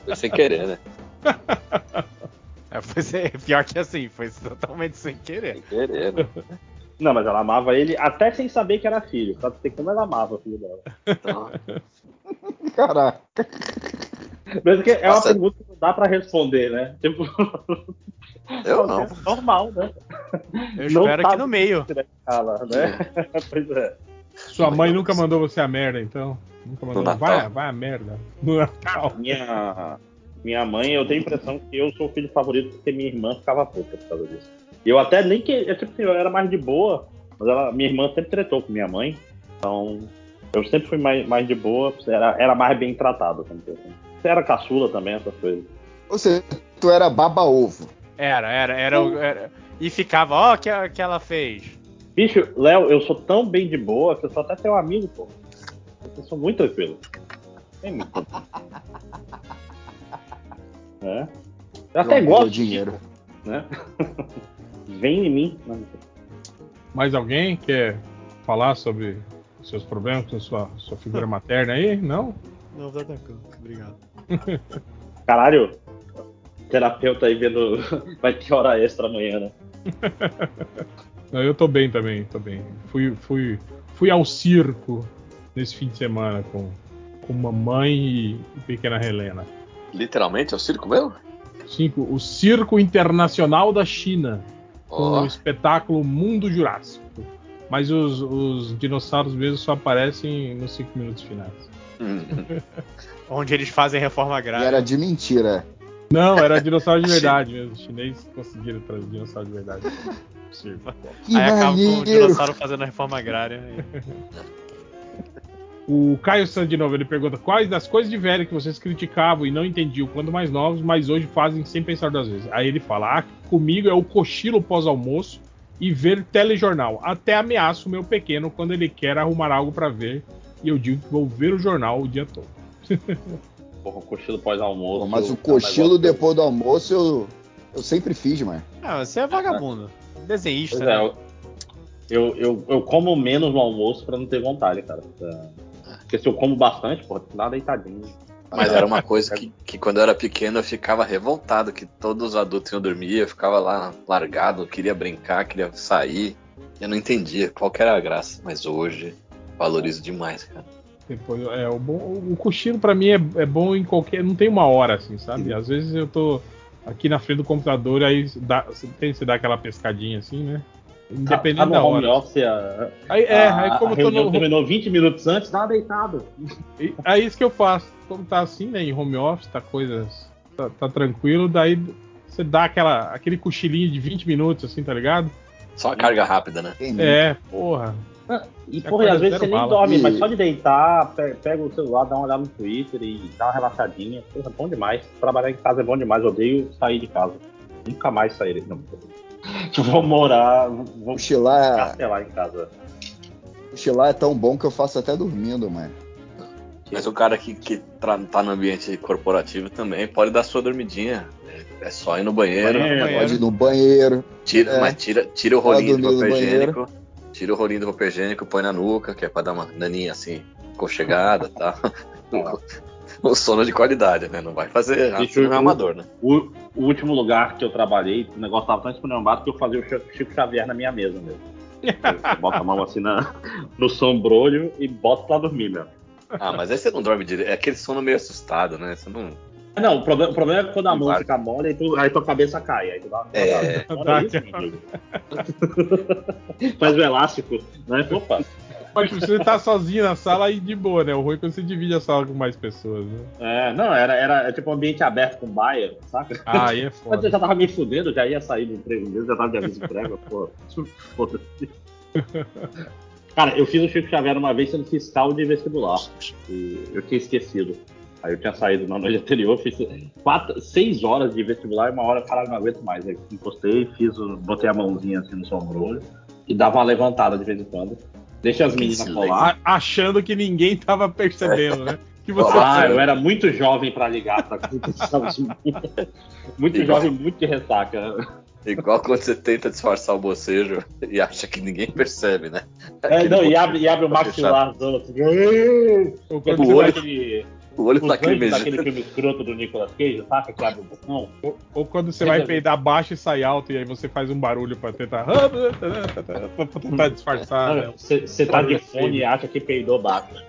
[SPEAKER 6] Foi sem querer, né?
[SPEAKER 15] É, foi sem- pior que assim, foi totalmente sem querer.
[SPEAKER 6] Querer, né?
[SPEAKER 3] Não, mas ela amava ele até sem saber que era filho. Pra ter como ela amava o filho dela.
[SPEAKER 6] Então,
[SPEAKER 1] Caraca.
[SPEAKER 3] Mesmo que é uma
[SPEAKER 6] Nossa.
[SPEAKER 3] pergunta que não dá pra responder, né? Tipo.
[SPEAKER 6] Eu não.
[SPEAKER 3] Normal, né?
[SPEAKER 15] Eu
[SPEAKER 3] Não
[SPEAKER 15] espero que
[SPEAKER 3] sabe
[SPEAKER 15] no meio.
[SPEAKER 3] Fala, né? pois é.
[SPEAKER 4] Sua mãe nunca mandou você a merda, então? Nunca mandou.
[SPEAKER 3] Natal.
[SPEAKER 4] Vai, vai a merda. No Natal.
[SPEAKER 3] Minha, minha mãe, eu tenho a impressão que eu sou o filho favorito porque minha irmã ficava puta por causa disso. E Eu até nem que. Eu, tipo assim, eu era mais de boa, mas ela, minha irmã sempre tretou com minha mãe. Então, eu sempre fui mais, mais de boa, era, era mais bem tratado. como que eu digo. Você era caçula também, essas coisas.
[SPEAKER 1] Ou seja, tu era baba-ovo.
[SPEAKER 15] Era, era, era, o- era- E ficava, ó, o que, a- que ela fez.
[SPEAKER 3] Bicho, Léo, eu sou tão bem de boa que eu sou até teu amigo, pô. Eu sou muito tranquilo. É muito tranquilo. É. Eu até
[SPEAKER 1] Não,
[SPEAKER 3] gosto.
[SPEAKER 1] meu dinheiro.
[SPEAKER 3] Né? Vem em mim.
[SPEAKER 4] Mais alguém quer falar sobre seus problemas com sua, sua figura materna aí? Não?
[SPEAKER 15] Não, tá tranquilo. Obrigado.
[SPEAKER 3] Caralho, terapeuta aí vendo. Vai ter hora extra amanhã, né?
[SPEAKER 4] Não, eu tô bem também, tô bem. Fui, fui, fui ao circo nesse fim de semana com, com mamãe e pequena Helena.
[SPEAKER 6] Literalmente, é o circo mesmo?
[SPEAKER 4] Cinco, o Circo Internacional da China, com
[SPEAKER 6] Ó.
[SPEAKER 4] o espetáculo Mundo Jurássico. Mas os, os dinossauros mesmo só aparecem nos cinco minutos finais.
[SPEAKER 6] Hum.
[SPEAKER 15] Onde eles fazem reforma
[SPEAKER 1] E
[SPEAKER 15] agrária.
[SPEAKER 1] era de mentira.
[SPEAKER 4] Não, era dinossauro de verdade mesmo. Os chineses conseguiram trazer dinossauro de verdade. Sim.
[SPEAKER 1] Que
[SPEAKER 15] Aí acaba com o
[SPEAKER 1] maneiro.
[SPEAKER 15] dinossauro fazendo a reforma agrária. né?
[SPEAKER 4] O Caio Santos de novo, ele pergunta quais das coisas de velho que vocês criticavam e não entendiam quando mais novos, mas hoje fazem sem pensar duas vezes. Aí ele fala: ah, comigo é o cochilo pós-almoço e ver telejornal. Até ameaço o meu pequeno quando ele quer arrumar algo pra ver e eu digo que vou ver o jornal o dia todo.
[SPEAKER 3] Porra, o cochilo pós-almoço.
[SPEAKER 1] Pô, mas
[SPEAKER 3] é um
[SPEAKER 1] o cochilo
[SPEAKER 3] negócio-
[SPEAKER 1] depois do almoço eu, eu sempre fiz, mano.
[SPEAKER 15] Ah, você é vagabundo. Desenhista,
[SPEAKER 3] Pois
[SPEAKER 15] né?
[SPEAKER 3] é, eu, eu, eu, eu como menos no almoço pra não ter vontade, cara. Pra- Porque se eu como bastante, pô, dá deitadinho.
[SPEAKER 6] Mas era uma coisa que, que quando eu era pequeno eu ficava revoltado, que todos os adultos iam dormir, eu ficava lá largado, queria brincar, queria sair. Eu não entendia qual que era a graça, mas hoje valorizo demais, cara.
[SPEAKER 4] Depois, é, o, bom- o cochilo pra mim é, é bom em qualquer. Não tem uma hora, assim, sabe? Às vezes eu tô aqui na frente do computador, aí dá, você tem que dar aquela pescadinha assim, né? Independente
[SPEAKER 3] tá, tá no
[SPEAKER 4] da
[SPEAKER 3] home
[SPEAKER 4] hora.
[SPEAKER 3] office, a,
[SPEAKER 4] Aí, é,
[SPEAKER 3] a-
[SPEAKER 4] aí como
[SPEAKER 3] a
[SPEAKER 4] eu tô
[SPEAKER 3] reunião
[SPEAKER 4] no-
[SPEAKER 3] terminou 20 minutos antes, dá deitado.
[SPEAKER 4] E- Aí isso que eu faço. Como tá assim, né? Em home office, tá coisas. Tá, tá tranquilo, daí você dá aquela, aquele cochilinho de 20 minutos, assim, tá ligado?
[SPEAKER 6] Só a carga rápida, né?
[SPEAKER 4] É, porra.
[SPEAKER 3] E,
[SPEAKER 4] É
[SPEAKER 3] porra, e
[SPEAKER 4] quase
[SPEAKER 3] às vezes
[SPEAKER 4] zero
[SPEAKER 3] você nem
[SPEAKER 4] bala.
[SPEAKER 3] dorme,
[SPEAKER 1] E-
[SPEAKER 3] mas só de deitar, pe- pega o celular, dá uma olhada no Twitter e dá uma relaxadinha. Porra, bom demais. Trabalhar em casa é bom demais. Eu Odeio sair de casa. Nunca mais sair. Não. Vou morar, vou
[SPEAKER 1] Cochilar,
[SPEAKER 3] ficar lá em casa.
[SPEAKER 1] cochilar é tão bom que eu faço até dormindo, mano.
[SPEAKER 6] Mas o cara que, que tra- tá no ambiente corporativo também pode dar sua dormidinha. É só ir no banheiro,
[SPEAKER 3] Banheiro.
[SPEAKER 1] Pode ir no banheiro.
[SPEAKER 6] Tira,
[SPEAKER 1] É.
[SPEAKER 6] mas tira, tira o
[SPEAKER 1] Pode
[SPEAKER 6] rolinho do
[SPEAKER 1] dormir no
[SPEAKER 6] papel
[SPEAKER 1] banheiro.
[SPEAKER 6] higiênico. Tira o rolinho do papel higiênico, põe na nuca, que é pra dar uma naninha assim, conchegada, tá? um sono de qualidade, né? Não vai fazer.
[SPEAKER 3] Deixa
[SPEAKER 6] Isso não é
[SPEAKER 3] eu-
[SPEAKER 6] amador, né?
[SPEAKER 3] O, o último lugar que eu trabalhei, o negócio tava tão esculhambado que eu fazia o Chico- Chico Xavier na minha mesa mesmo. Eu boto a mão assim na- no sombrolho e boto pra dormir, meu.
[SPEAKER 6] Ah, mas aí você não dorme direito. É aquele sono meio assustado, né? Você não.
[SPEAKER 3] Não, o problema, o problema é quando a mão
[SPEAKER 6] Claro.
[SPEAKER 3] fica mole, aí, tu- aí tua cabeça cai. Aí tu dá uma
[SPEAKER 6] É.
[SPEAKER 3] Fora isso, meu amigo. Faz o elástico, né? Opa.
[SPEAKER 4] Mas tipo, você tá sozinho na sala aí de boa, né? O ruim é quando você divide a sala com mais pessoas, né?
[SPEAKER 3] É, não, era, era tipo um ambiente aberto com baia, saca?
[SPEAKER 4] Ah, aí é
[SPEAKER 3] Mas eu
[SPEAKER 4] foda.
[SPEAKER 3] já tava me fudendo, já ia sair do emprego mesmo, já tava de aviso prévio, pô. Foda-se. Cara, eu fiz o Chico Xavier uma vez sendo fiscal de vestibular. E eu tinha esquecido. Aí eu tinha saído na noite anterior, fiz quatro, seis horas de vestibular e uma hora, caralho, não aguento mais. Aí encostei, fiz o, botei a mãozinha assim no sombrolho e dava uma levantada de vez em quando. Deixa as
[SPEAKER 6] Que
[SPEAKER 3] meninas
[SPEAKER 6] silêncio.
[SPEAKER 3] colar.
[SPEAKER 4] A- achando que ninguém tava percebendo, né? Que você.
[SPEAKER 3] Ah, eu era muito jovem pra ligar, tá? Muito jovem, muito de ressaca.
[SPEAKER 6] Igual quando você tenta disfarçar o bocejo e acha que ninguém percebe, né?
[SPEAKER 3] É, não, e abre, e abre o
[SPEAKER 6] tá
[SPEAKER 3] maxilarzão assim. O
[SPEAKER 6] O olho- o olho tá lacrimejando.
[SPEAKER 3] daquele filme escroto do Nicolas Cage, saca? Que abre o botão.
[SPEAKER 4] Ou quando você
[SPEAKER 3] Tem
[SPEAKER 4] vai
[SPEAKER 3] a ver.
[SPEAKER 4] peidar baixo e sai alto, e aí você faz um barulho pra tentar. tá, pra
[SPEAKER 11] Hum.
[SPEAKER 4] tentar
[SPEAKER 11] Ah,
[SPEAKER 4] disfarçar.
[SPEAKER 11] é um
[SPEAKER 4] né?
[SPEAKER 3] Você você tá de fone e acha que peidou baixo.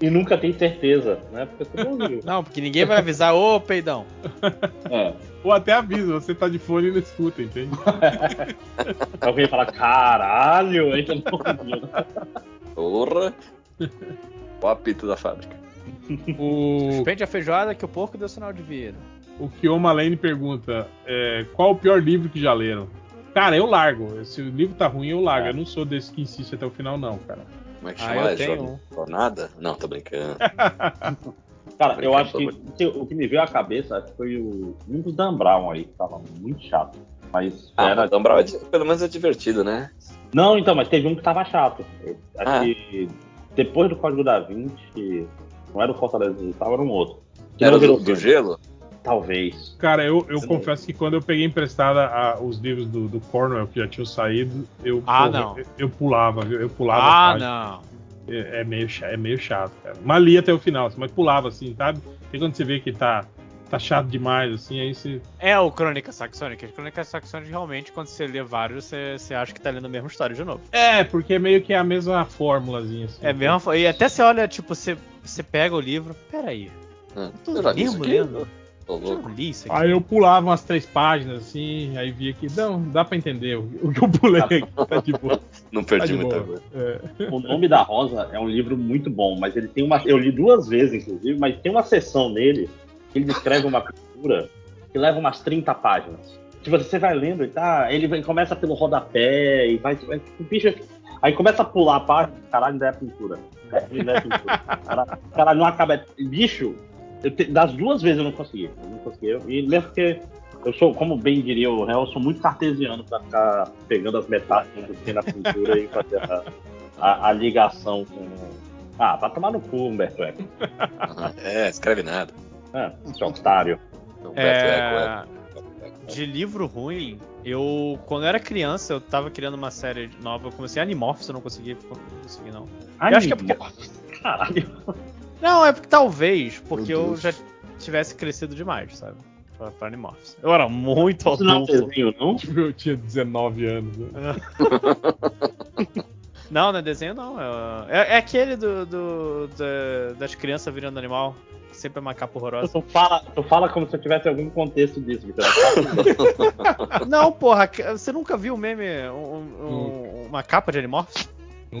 [SPEAKER 3] e nunca tem certeza, né? Porque você não viu. É,
[SPEAKER 11] Não, porque ninguém vai avisar, ô peidão.
[SPEAKER 4] Ou até avisa, você tá de fone e não escuta, entende?
[SPEAKER 3] Alguém fala, caralho, aí todo mundo viu.
[SPEAKER 6] Porra! O apito da fábrica.
[SPEAKER 4] O,
[SPEAKER 11] Suspende a feijoada que o porco deu sinal de vida.
[SPEAKER 4] o Kioma Lane pergunta: é, qual o pior livro que já leram? Cara, eu largo. Se o livro tá ruim, eu
[SPEAKER 11] É.
[SPEAKER 4] largo. Eu não sou desse que insiste até o final, não, cara.
[SPEAKER 6] Como é que
[SPEAKER 4] Ah,
[SPEAKER 6] chama?
[SPEAKER 4] eu
[SPEAKER 6] É
[SPEAKER 4] tenho
[SPEAKER 6] Jor-
[SPEAKER 3] um.
[SPEAKER 6] jornada? Não, tô brincando.
[SPEAKER 3] Cara, eu acho que se- o que me veio à cabeça acho que foi o um dos Dan Brown aí, que tava muito chato. Mas
[SPEAKER 6] Ah,
[SPEAKER 3] era.
[SPEAKER 6] mas Dan Brown é di- pelo menos é divertido, né?
[SPEAKER 3] Não, então, mas teve um que tava chato. Eu acho
[SPEAKER 6] Ah.
[SPEAKER 3] que depois do Código da Vinci, não era o Fortaleza Digital, era um outro. Que
[SPEAKER 6] Era
[SPEAKER 3] não virou
[SPEAKER 6] do, do
[SPEAKER 3] filme.
[SPEAKER 6] gelo?
[SPEAKER 3] Talvez.
[SPEAKER 4] Cara, eu, eu confesso que quando eu peguei emprestada a- os livros do, do Cornwell, que já tinham saído, eu,
[SPEAKER 11] Ah,
[SPEAKER 4] eu-
[SPEAKER 11] não.
[SPEAKER 4] eu, eu pulava, viu? Eu pulava. a
[SPEAKER 11] Ah,
[SPEAKER 4] página.
[SPEAKER 11] não.
[SPEAKER 4] É, é meio, cha- é meio chato, cara. Mas lia até o final, assim, mas pulava, assim, sabe? E quando você vê que tá, tá chato demais, assim, aí você.
[SPEAKER 11] É o Crônica Saxônica. As Crônicas Saxônicas realmente, quando você lê vários, você, você acha que tá lendo a mesma história de novo.
[SPEAKER 4] É, porque é meio que é a mesma formulazinha, assim.
[SPEAKER 11] É mesmo. E até você olha, tipo, você, você pega o livro. Peraí.
[SPEAKER 6] Ah, eu já li isso
[SPEAKER 11] mesmo um
[SPEAKER 6] aqui?
[SPEAKER 11] lendo?
[SPEAKER 6] Tô louco.
[SPEAKER 11] Li isso aqui.
[SPEAKER 4] Aí eu pulava umas três páginas, assim, aí via que. Não, dá pra entender o, o que eu pulei aqui, tá de boa.
[SPEAKER 6] Não
[SPEAKER 4] Tá
[SPEAKER 6] perdi
[SPEAKER 4] de
[SPEAKER 6] muita
[SPEAKER 4] boa.
[SPEAKER 6] coisa.
[SPEAKER 4] É.
[SPEAKER 3] O Nome da Rosa é um livro muito bom, mas ele tem uma. Eu li duas vezes, inclusive, mas tem uma seção nele que ele descreve uma pintura que leva umas 30 páginas. Tipo, você vai lendo e tá. Ele vai- começa pelo rodapé e vai. vai o bicho. Aí começa a pular a página, caralho, ainda é pintura. Ainda é pintura. Caralho, caralho, não acaba. é- Bicho, eu te- das duas vezes eu não consegui. Eu não consegui. Eu- E mesmo porque eu sou, como bem diria o réu, eu sou muito cartesiano pra ficar pegando as metáforas que tem na pintura e fazer a, a- a ligação com. Ah, vai tomar no cu, Humberto Eco.
[SPEAKER 6] Aham. É, escreve nada.
[SPEAKER 3] Ah, seu otário.
[SPEAKER 6] Humberto Eco, é.
[SPEAKER 11] É... De livro ruim, eu. Quando eu era criança, eu tava criando uma série nova. Eu comecei Animorphs, eu não consegui. Não consegui, não. Eu acho que é porque.
[SPEAKER 3] Caralho.
[SPEAKER 11] Não, é porque talvez, porque
[SPEAKER 3] Meu
[SPEAKER 11] eu
[SPEAKER 3] Deus.
[SPEAKER 11] já tivesse crescido demais, sabe? Pra, pra Animorphs. Eu era muito
[SPEAKER 3] Isso não é um
[SPEAKER 11] adulto.
[SPEAKER 3] desenho, não?
[SPEAKER 4] Eu tinha 19 anos. né?
[SPEAKER 11] Não, não é desenho, não. É, é aquele do, do- da- das crianças virando animal. Sempre é uma capa horrorosa.
[SPEAKER 3] Tu fala, tu fala como se eu tivesse algum contexto disso, Vitor.
[SPEAKER 11] Não, porra, que- você nunca viu um meme, um- um- uma capa de Animorphs?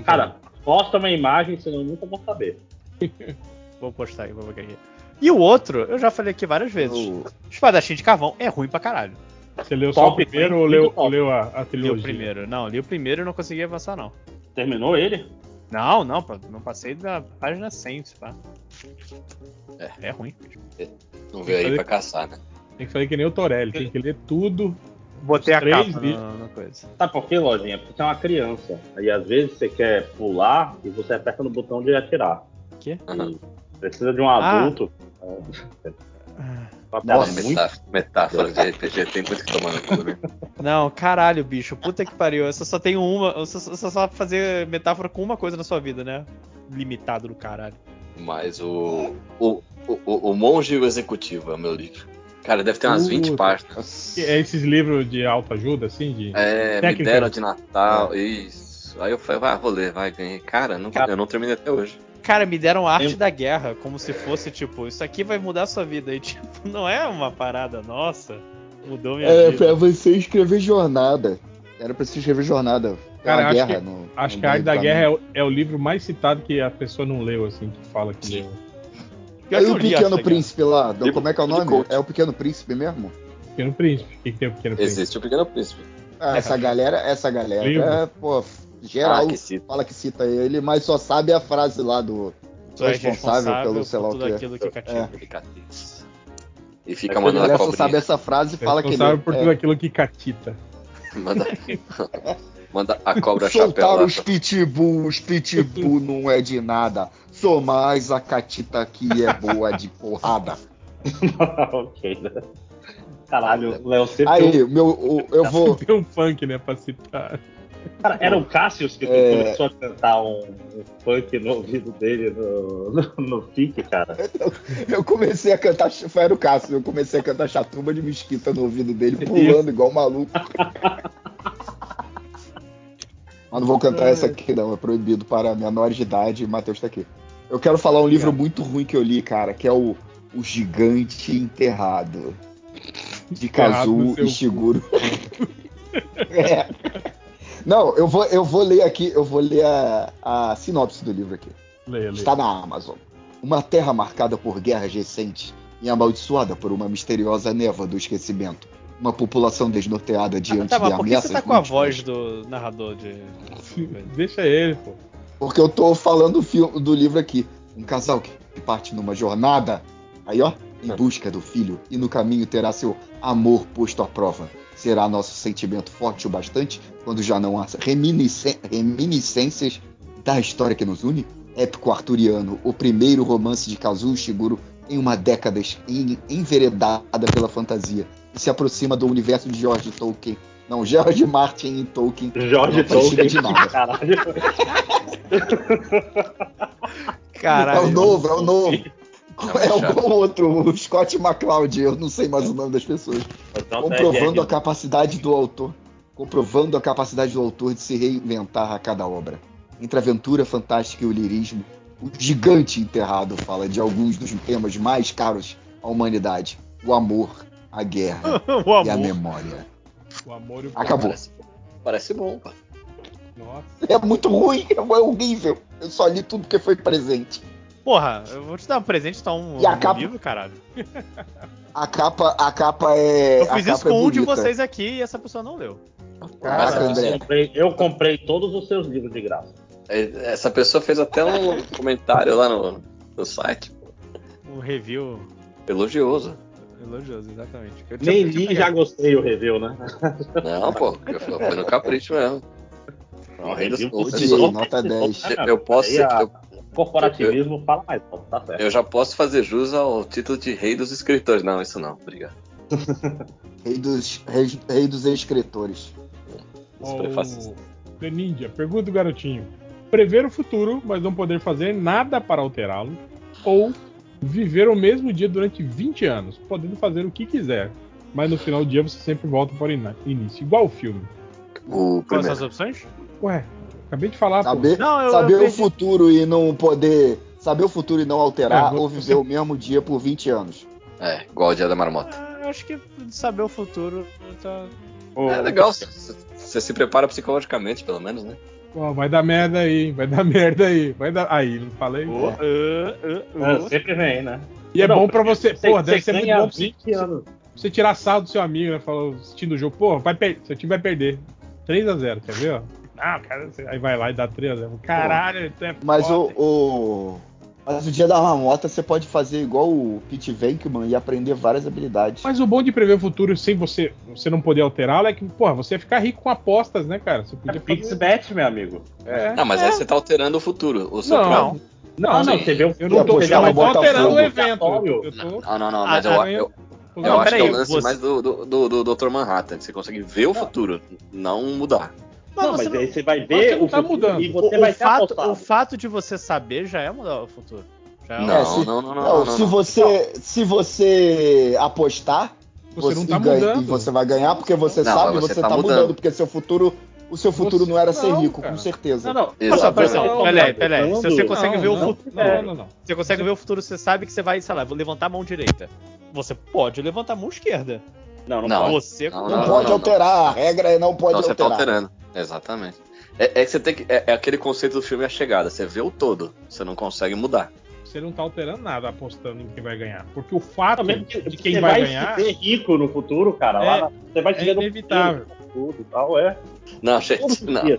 [SPEAKER 3] Cara, posta uma imagem, senão eu nunca vou saber.
[SPEAKER 11] Vou postar aí, vou ver aqui. é. E o outro, eu já falei aqui várias vezes. Espadachim de Carvão é ruim pra caralho.
[SPEAKER 4] Você leu só o
[SPEAKER 3] Top, hein?
[SPEAKER 4] primeiro ou leu,
[SPEAKER 3] Muito top.
[SPEAKER 4] leu a, a
[SPEAKER 11] Li
[SPEAKER 4] trilogia?
[SPEAKER 11] o primeiro. Não, li o primeiro e não consegui avançar, não.
[SPEAKER 3] Terminou ele?
[SPEAKER 11] Não, não, pô, não passei da página 100, se pá. É ruim.
[SPEAKER 6] Não veio aí
[SPEAKER 4] Fazer-
[SPEAKER 6] pra caçar, né?
[SPEAKER 4] Tem que fazer que nem o Torelli, tem que ler tudo.
[SPEAKER 11] Botei a
[SPEAKER 4] Três
[SPEAKER 11] capa
[SPEAKER 4] livros.
[SPEAKER 3] né?
[SPEAKER 11] na, na coisa.
[SPEAKER 3] Sabe por quê, Lojinha? Porque você é uma criança. E às vezes você quer pular e você aperta no botão de atirar.
[SPEAKER 11] Quê?
[SPEAKER 6] Aham.
[SPEAKER 3] Precisa de um
[SPEAKER 11] Ah.
[SPEAKER 3] adulto. é, pra
[SPEAKER 6] Nossa,
[SPEAKER 3] pular muito.
[SPEAKER 6] metáfora, metáfora de RPG tem muito que tomar no cu, né?
[SPEAKER 11] Não, caralho, bicho. Puta que pariu. Você só tem uma. Você só, você só sabe fazer metáfora com uma coisa na sua vida, né? Limitado do caralho.
[SPEAKER 6] Mas o. O, o, o- o Monge e o Executivo é o meu livro. Cara, deve ter umas 20
[SPEAKER 4] Puta.
[SPEAKER 6] páginas.
[SPEAKER 4] É esses livros de autoajuda, assim? De...
[SPEAKER 6] É, me
[SPEAKER 4] Técnica.
[SPEAKER 1] né?
[SPEAKER 6] deram de Natal,
[SPEAKER 1] É.
[SPEAKER 6] isso. Aí eu falei, ah, vou ler, vai, ganhei. Cara, não, eu não terminei até hoje.
[SPEAKER 11] Cara, me deram arte da guerra, como se fosse, tipo, isso aqui vai mudar a sua vida. E, tipo, não é uma parada nossa. Mudou minha
[SPEAKER 1] Era
[SPEAKER 11] vida.
[SPEAKER 1] é, pra você escrever jornada. Era pra você escrever jornada.
[SPEAKER 4] Cara,
[SPEAKER 1] Uma
[SPEAKER 4] acho
[SPEAKER 1] guerra
[SPEAKER 4] que-
[SPEAKER 1] no-
[SPEAKER 4] Acho
[SPEAKER 1] no
[SPEAKER 4] que a Arte
[SPEAKER 1] meio
[SPEAKER 4] da
[SPEAKER 1] do
[SPEAKER 4] Guerra é o, é o livro mais citado que a pessoa não leu, assim, que fala que leu.
[SPEAKER 11] Pior
[SPEAKER 1] Aí
[SPEAKER 11] que eu
[SPEAKER 1] o
[SPEAKER 11] li essa
[SPEAKER 1] Pequeno
[SPEAKER 11] guerra.
[SPEAKER 1] Príncipe lá, do-
[SPEAKER 6] Livro
[SPEAKER 1] como é que é o
[SPEAKER 6] de
[SPEAKER 1] nome?
[SPEAKER 6] coach.
[SPEAKER 1] É o Pequeno Príncipe mesmo?
[SPEAKER 4] Pequeno Príncipe. O que, que tem o Pequeno Príncipe?
[SPEAKER 6] Existe o Pequeno Príncipe.
[SPEAKER 1] Ah, essa galera, essa galera,
[SPEAKER 4] Livro.
[SPEAKER 1] é, pô, geral
[SPEAKER 6] Ah, que cita.
[SPEAKER 1] fala que cita ele, mas só sabe a frase lá do
[SPEAKER 3] é
[SPEAKER 11] Tu és
[SPEAKER 1] responsável pelo sei lá
[SPEAKER 11] por
[SPEAKER 1] o
[SPEAKER 11] tudo
[SPEAKER 1] quê.
[SPEAKER 11] aquilo que cativa.
[SPEAKER 6] Catites. E fica
[SPEAKER 1] a
[SPEAKER 6] mandando
[SPEAKER 1] galera
[SPEAKER 6] a
[SPEAKER 1] só sabe
[SPEAKER 6] é cobrinha.
[SPEAKER 1] essa frase e fala que ele
[SPEAKER 4] Responsável por tudo
[SPEAKER 1] é,
[SPEAKER 4] aquilo que catita.
[SPEAKER 1] assim.
[SPEAKER 6] Manda, manda a cobra
[SPEAKER 1] soltaram os
[SPEAKER 6] chapelada.
[SPEAKER 1] pitbull, os pitbull não é de nada. Sou mais a catita que é boa de porrada.
[SPEAKER 16] ok, né? Caralho, Léo, você
[SPEAKER 1] Ah, é. Aí,
[SPEAKER 16] tem um-
[SPEAKER 1] meu, o- eu vou.
[SPEAKER 4] Tem um funk, né, pra citar.
[SPEAKER 16] Cara, era o Cassius que
[SPEAKER 1] É.
[SPEAKER 16] começou a cantar um, um funk no ouvido dele no, no, no FIC,
[SPEAKER 1] É,
[SPEAKER 16] cara.
[SPEAKER 12] Ah,
[SPEAKER 1] Eu comecei a cantar. Foi era o Cássio, eu comecei a cantar chatuba de mesquita no ouvido dele, pulando igual um maluco. Mas não vou cantar essa aqui, não. É proibido para menores de idade e Matheus tá aqui. Eu quero falar um livro muito ruim que eu li, cara, que é o, o Gigante Enterrado. De
[SPEAKER 4] Enterrado no
[SPEAKER 1] Kazuo
[SPEAKER 4] seu cu.
[SPEAKER 1] Ishiguro. é. Não, eu vou, eu vou ler aqui, eu vou ler a, a sinopse do livro aqui.
[SPEAKER 4] Leia, leia.
[SPEAKER 1] Está na Amazon. Uma terra marcada por guerras recentes e amaldiçoada por uma misteriosa névoa do esquecimento. Uma população desnorteada diante
[SPEAKER 12] Tá,
[SPEAKER 1] de
[SPEAKER 12] mas por que
[SPEAKER 1] ameaças.
[SPEAKER 12] você tá com a
[SPEAKER 1] múltiplas.
[SPEAKER 12] voz do narrador de.
[SPEAKER 4] Deixa ele, pô.
[SPEAKER 1] Porque eu tô falando do, fil- do livro aqui. Um casal que parte numa jornada, aí ó, em busca do filho, e no caminho terá seu amor posto à prova. Será nosso sentimento forte o bastante quando já não há reminiscen- reminiscências da história que nos une? Épico arturiano, o primeiro romance de Kazuo Shiguro em uma década es- em- enveredada pela fantasia, e se aproxima do universo de George Tolkien. Não, George Martin e Tolkien.
[SPEAKER 16] Jorge
[SPEAKER 1] Não aproxima
[SPEAKER 16] Tolkien.
[SPEAKER 1] de nada.
[SPEAKER 16] Caralho.
[SPEAKER 1] É o novo, é o novo.
[SPEAKER 12] Tá
[SPEAKER 1] É algum outro, o Scott McCloud, eu não sei mais o nome das pessoas.
[SPEAKER 16] Então, tá,
[SPEAKER 12] tá
[SPEAKER 1] Comprovando
[SPEAKER 16] é,
[SPEAKER 1] a capacidade do autor. Comprovando a capacidade do autor de se reinventar a cada obra. Entre a aventura fantástica e o lirismo, o gigante enterrado fala de alguns dos temas mais caros à humanidade: o amor, a guerra
[SPEAKER 12] o
[SPEAKER 1] e a
[SPEAKER 12] amor.
[SPEAKER 1] memória.
[SPEAKER 4] O amor e o
[SPEAKER 1] Acabou.
[SPEAKER 6] Parece bom, pá.
[SPEAKER 4] Nossa.
[SPEAKER 1] É muito ruim, é horrível. Eu só li tudo que foi presente.
[SPEAKER 16] é.
[SPEAKER 12] Porra, eu vou te dar um presente, tá um,
[SPEAKER 1] E a
[SPEAKER 12] um
[SPEAKER 1] capa?
[SPEAKER 12] livro, caralho.
[SPEAKER 1] A capa, a capa é.
[SPEAKER 12] Eu fiz
[SPEAKER 1] a
[SPEAKER 12] isso
[SPEAKER 1] capa
[SPEAKER 12] com
[SPEAKER 1] é
[SPEAKER 12] um de
[SPEAKER 1] bonita.
[SPEAKER 12] vocês aqui e essa pessoa não leu.
[SPEAKER 1] Caraca, André.
[SPEAKER 16] eu, comprei, eu comprei todos os seus livros de graça.
[SPEAKER 6] É, Essa pessoa fez até um comentário lá no, no site, pô,
[SPEAKER 12] Um review
[SPEAKER 6] elogioso.
[SPEAKER 12] elogioso, exatamente. Eu tinha-
[SPEAKER 16] Nem
[SPEAKER 12] eu tinha
[SPEAKER 16] li e
[SPEAKER 12] pegado.
[SPEAKER 16] já gostei o review, né?
[SPEAKER 6] Não, pô, porque foi foi no capricho mesmo. Não, o rei dos-
[SPEAKER 16] Review
[SPEAKER 6] o-
[SPEAKER 1] Odiei, nota
[SPEAKER 12] Ah,
[SPEAKER 1] 10.
[SPEAKER 6] Eu posso
[SPEAKER 12] é
[SPEAKER 16] Aí a-
[SPEAKER 6] eu-
[SPEAKER 16] Corporativismo fala mais alto, tá certo.
[SPEAKER 6] Eu já posso fazer jus ao título de rei dos escritores. Não, isso não, obrigado.
[SPEAKER 1] Rei dos, rei, rei dos escritores.
[SPEAKER 6] Isso
[SPEAKER 16] é
[SPEAKER 6] foi fácil.
[SPEAKER 4] O The Ninja, pergunta o garotinho. Prever o futuro, mas não poder fazer nada para alterá-lo. Ou viver o mesmo dia durante 20 anos, podendo fazer o que quiser. Mas no final do dia você sempre volta para o ina- início. Igual o filme.
[SPEAKER 6] O
[SPEAKER 12] Quais são
[SPEAKER 6] primeiro.
[SPEAKER 12] as opções?
[SPEAKER 4] Ué, acabei de falar, pô.
[SPEAKER 1] Saber,
[SPEAKER 12] Não, eu-
[SPEAKER 1] saber
[SPEAKER 12] eu
[SPEAKER 1] o
[SPEAKER 12] perdi.
[SPEAKER 1] futuro e não poder. Saber o futuro e não alterar,
[SPEAKER 4] É, vou-
[SPEAKER 1] ou viver o mesmo dia por 20 anos.
[SPEAKER 6] É, igual o dia da marmota.
[SPEAKER 12] Ah, eu acho que saber o futuro tá.
[SPEAKER 16] O-
[SPEAKER 6] É legal, c- c- você se prepara psicologicamente, pelo menos, né?
[SPEAKER 4] Ó, vai dar merda aí, vai dar merda aí. Vai dar... Aí, não falei?
[SPEAKER 12] Oh,
[SPEAKER 11] Uhum.
[SPEAKER 16] Ah, sempre vem, né?
[SPEAKER 4] E é
[SPEAKER 16] Não,
[SPEAKER 4] bom pra você.
[SPEAKER 16] Você,
[SPEAKER 4] Porra, deve
[SPEAKER 16] você
[SPEAKER 4] ser muito
[SPEAKER 16] ganha
[SPEAKER 4] bom pra você-
[SPEAKER 16] 20 anos.
[SPEAKER 4] você tirar sarro do seu amigo, né? Falou, assistindo o jogo, pô, vai per- seu time vai perder. 3x0, quer ver? ó? Ah, o cara, você- aí vai lá e dá 3x0. Caralho, tu é
[SPEAKER 1] Mas
[SPEAKER 4] foda,
[SPEAKER 1] o,
[SPEAKER 4] hein?
[SPEAKER 1] o- Mas o dia da marmota você pode fazer igual o Pete Venkman e aprender várias habilidades.
[SPEAKER 4] Mas o bom de prever o futuro sem você, você não poder alterá-lo é que, porra, você ia ficar rico com apostas, né, cara? Você
[SPEAKER 16] É
[SPEAKER 4] podia fazer.
[SPEAKER 16] Pixbet, meu amigo.
[SPEAKER 4] É.
[SPEAKER 6] Não, mas aí você tá alterando o futuro. O seu
[SPEAKER 4] Não,
[SPEAKER 16] Não, não, você vê o
[SPEAKER 4] eu
[SPEAKER 1] E
[SPEAKER 4] não tô,
[SPEAKER 1] apostar é no
[SPEAKER 4] eu tô alterando
[SPEAKER 1] Botafogo.
[SPEAKER 4] o evento. Eu tô.
[SPEAKER 6] Não, não, não, não,
[SPEAKER 12] Ah,
[SPEAKER 6] mas eu,
[SPEAKER 4] tá,
[SPEAKER 6] eu, eu
[SPEAKER 12] Não,
[SPEAKER 6] acho que é o
[SPEAKER 12] peraí,
[SPEAKER 6] lance
[SPEAKER 12] você-
[SPEAKER 6] mais do, do, do, do Dr. Manhattan, que você consegue ver o futuro, não mudar.
[SPEAKER 16] Não, mas
[SPEAKER 12] você não-
[SPEAKER 16] aí você vai
[SPEAKER 4] Mas você
[SPEAKER 16] ver
[SPEAKER 4] não
[SPEAKER 16] o
[SPEAKER 4] tá
[SPEAKER 16] futuro
[SPEAKER 4] mudando.
[SPEAKER 16] e você
[SPEAKER 12] o,
[SPEAKER 16] vai
[SPEAKER 12] o,
[SPEAKER 16] ter
[SPEAKER 12] fato,
[SPEAKER 16] apostado.
[SPEAKER 12] o fato de você saber já é mudar o futuro. Já é
[SPEAKER 6] Não,
[SPEAKER 12] uma-
[SPEAKER 1] É, se-
[SPEAKER 6] não, não, não,
[SPEAKER 1] Não,
[SPEAKER 6] não,
[SPEAKER 1] se
[SPEAKER 6] não.
[SPEAKER 1] você se você apostar,
[SPEAKER 4] Você não tá
[SPEAKER 1] ganha- e
[SPEAKER 4] mudando.
[SPEAKER 1] você vai ganhar porque você
[SPEAKER 6] Não,
[SPEAKER 1] sabe
[SPEAKER 6] mas
[SPEAKER 1] você,
[SPEAKER 6] você
[SPEAKER 1] tá,
[SPEAKER 6] tá
[SPEAKER 1] mudando,
[SPEAKER 6] mudando.
[SPEAKER 1] porque seu futuro, o seu futuro
[SPEAKER 4] Você-
[SPEAKER 1] não era ser
[SPEAKER 4] não,
[SPEAKER 1] rico,
[SPEAKER 4] cara.
[SPEAKER 1] com certeza.
[SPEAKER 16] Não, não.
[SPEAKER 6] Isso,
[SPEAKER 12] Olha só, olha só,
[SPEAKER 4] Não,
[SPEAKER 12] peraí,
[SPEAKER 16] não,
[SPEAKER 12] peraí.
[SPEAKER 16] não,
[SPEAKER 12] Se você
[SPEAKER 16] não,
[SPEAKER 12] consegue
[SPEAKER 4] Não,
[SPEAKER 12] ver o
[SPEAKER 4] não, É,
[SPEAKER 12] futuro.
[SPEAKER 4] Não, não, não.
[SPEAKER 12] Você consegue ver o futuro, você sabe que você vai, sei lá, vou levantar a mão direita. Você pode levantar a mão esquerda.
[SPEAKER 16] Não, não,
[SPEAKER 6] Não.
[SPEAKER 16] pode.
[SPEAKER 12] Você
[SPEAKER 1] Não
[SPEAKER 6] Não, não,
[SPEAKER 1] pode
[SPEAKER 6] não, não.
[SPEAKER 1] alterar, a regra é não pode
[SPEAKER 6] Não, você tá
[SPEAKER 1] alterar.
[SPEAKER 6] alterando. Exatamente. É, é que você tem que. É, é aquele conceito do filme A Chegada. Você vê o todo, você não consegue mudar.
[SPEAKER 4] Você não tá alterando nada apostando em quem vai ganhar. Porque o fato
[SPEAKER 16] Não, mesmo que-
[SPEAKER 4] de quem
[SPEAKER 16] você
[SPEAKER 4] vai ganhar
[SPEAKER 16] se ver rico no futuro, cara.
[SPEAKER 4] É-
[SPEAKER 16] lá, você vai se
[SPEAKER 4] é
[SPEAKER 16] ver no
[SPEAKER 4] inevitável.
[SPEAKER 16] futuro, Tudo, e tal, é.
[SPEAKER 6] Não,
[SPEAKER 16] Todos
[SPEAKER 6] gente,
[SPEAKER 16] os
[SPEAKER 6] não.
[SPEAKER 16] dias.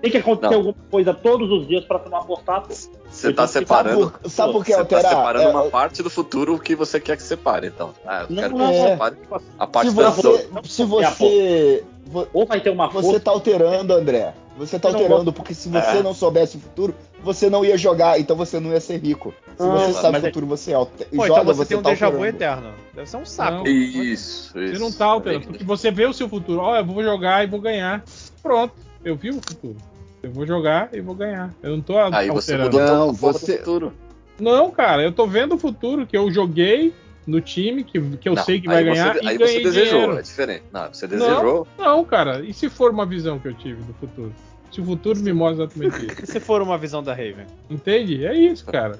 [SPEAKER 16] Tem que acontecer
[SPEAKER 6] Não.
[SPEAKER 16] alguma coisa todos os dias pra tu não apostar. pô.
[SPEAKER 6] Você tá separando.
[SPEAKER 1] Sabe por, sabe por que
[SPEAKER 6] Você tá
[SPEAKER 1] alterar?
[SPEAKER 6] separando
[SPEAKER 1] É,
[SPEAKER 6] uma parte do futuro que você quer que separe, então. Ah, eu
[SPEAKER 16] Não,
[SPEAKER 6] quero
[SPEAKER 1] não,
[SPEAKER 6] que
[SPEAKER 1] é.
[SPEAKER 6] separe a parte
[SPEAKER 1] se
[SPEAKER 6] da
[SPEAKER 1] você,
[SPEAKER 16] Não,
[SPEAKER 1] se
[SPEAKER 11] É
[SPEAKER 16] não,
[SPEAKER 1] você, vo-
[SPEAKER 16] Ou vai ter uma
[SPEAKER 1] você
[SPEAKER 16] força.
[SPEAKER 1] tá alterando, André. Você tá alterando, porque se você
[SPEAKER 6] É.
[SPEAKER 1] não soubesse o futuro, você não ia jogar, então você não ia ser rico. Se
[SPEAKER 11] Não,
[SPEAKER 1] você sabe o
[SPEAKER 11] mas é-
[SPEAKER 1] futuru, você alter...
[SPEAKER 11] Pô,
[SPEAKER 1] joga,
[SPEAKER 11] então você, tem um
[SPEAKER 1] tá
[SPEAKER 11] déjà vu
[SPEAKER 1] alterando.
[SPEAKER 11] eterno. Deve ser um saco.
[SPEAKER 4] Não.
[SPEAKER 6] Isso,
[SPEAKER 4] Você não tá alterando, porque você vê o seu futuro. Ó, eu vou jogar e vou ganhar. Pronto, eu vi o futuro. Eu vou jogar e vou ganhar. Eu não tô
[SPEAKER 6] Aí você mudou
[SPEAKER 1] Não,
[SPEAKER 6] toda a
[SPEAKER 1] você-
[SPEAKER 6] futuro.
[SPEAKER 4] Não, cara, eu tô vendo o futuro que eu joguei no time que, que eu
[SPEAKER 6] Não,
[SPEAKER 4] sei que vai
[SPEAKER 6] aí você-
[SPEAKER 4] ganhar e
[SPEAKER 6] aí
[SPEAKER 4] ganhei
[SPEAKER 6] você desejou,
[SPEAKER 4] dinheiro.
[SPEAKER 6] é diferente. Não, você desejou.
[SPEAKER 4] Não, não, cara. E se for uma visão que eu tive do futuro? Se o futuro me mostra exatamente isso.
[SPEAKER 11] E se for uma visão da Raven?
[SPEAKER 4] Entende? É isso, cara.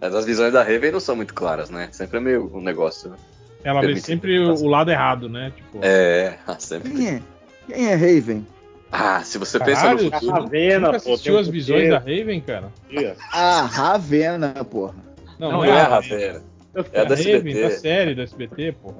[SPEAKER 6] Mas As visões da Raven não são muito claras, né? Sempre é meio um negócio. né?
[SPEAKER 4] Ela vê
[SPEAKER 6] Permite-
[SPEAKER 4] sempre o, o lado errado, né? Tipo,
[SPEAKER 6] É, ah, sempre.
[SPEAKER 1] Quem é? Quem é Raven?
[SPEAKER 6] Ah, se você pensa no
[SPEAKER 4] caralho, tá
[SPEAKER 6] futuro.
[SPEAKER 4] tu nunca
[SPEAKER 3] um
[SPEAKER 4] assistiu as visões da Raven, cara?
[SPEAKER 1] Ah, Ravena, porra.
[SPEAKER 4] Não,
[SPEAKER 6] Não
[SPEAKER 4] não é
[SPEAKER 6] é,
[SPEAKER 4] a
[SPEAKER 6] Raven.
[SPEAKER 4] É
[SPEAKER 6] É da
[SPEAKER 4] da Raven,
[SPEAKER 6] SBT.
[SPEAKER 4] da série da SBT, porra.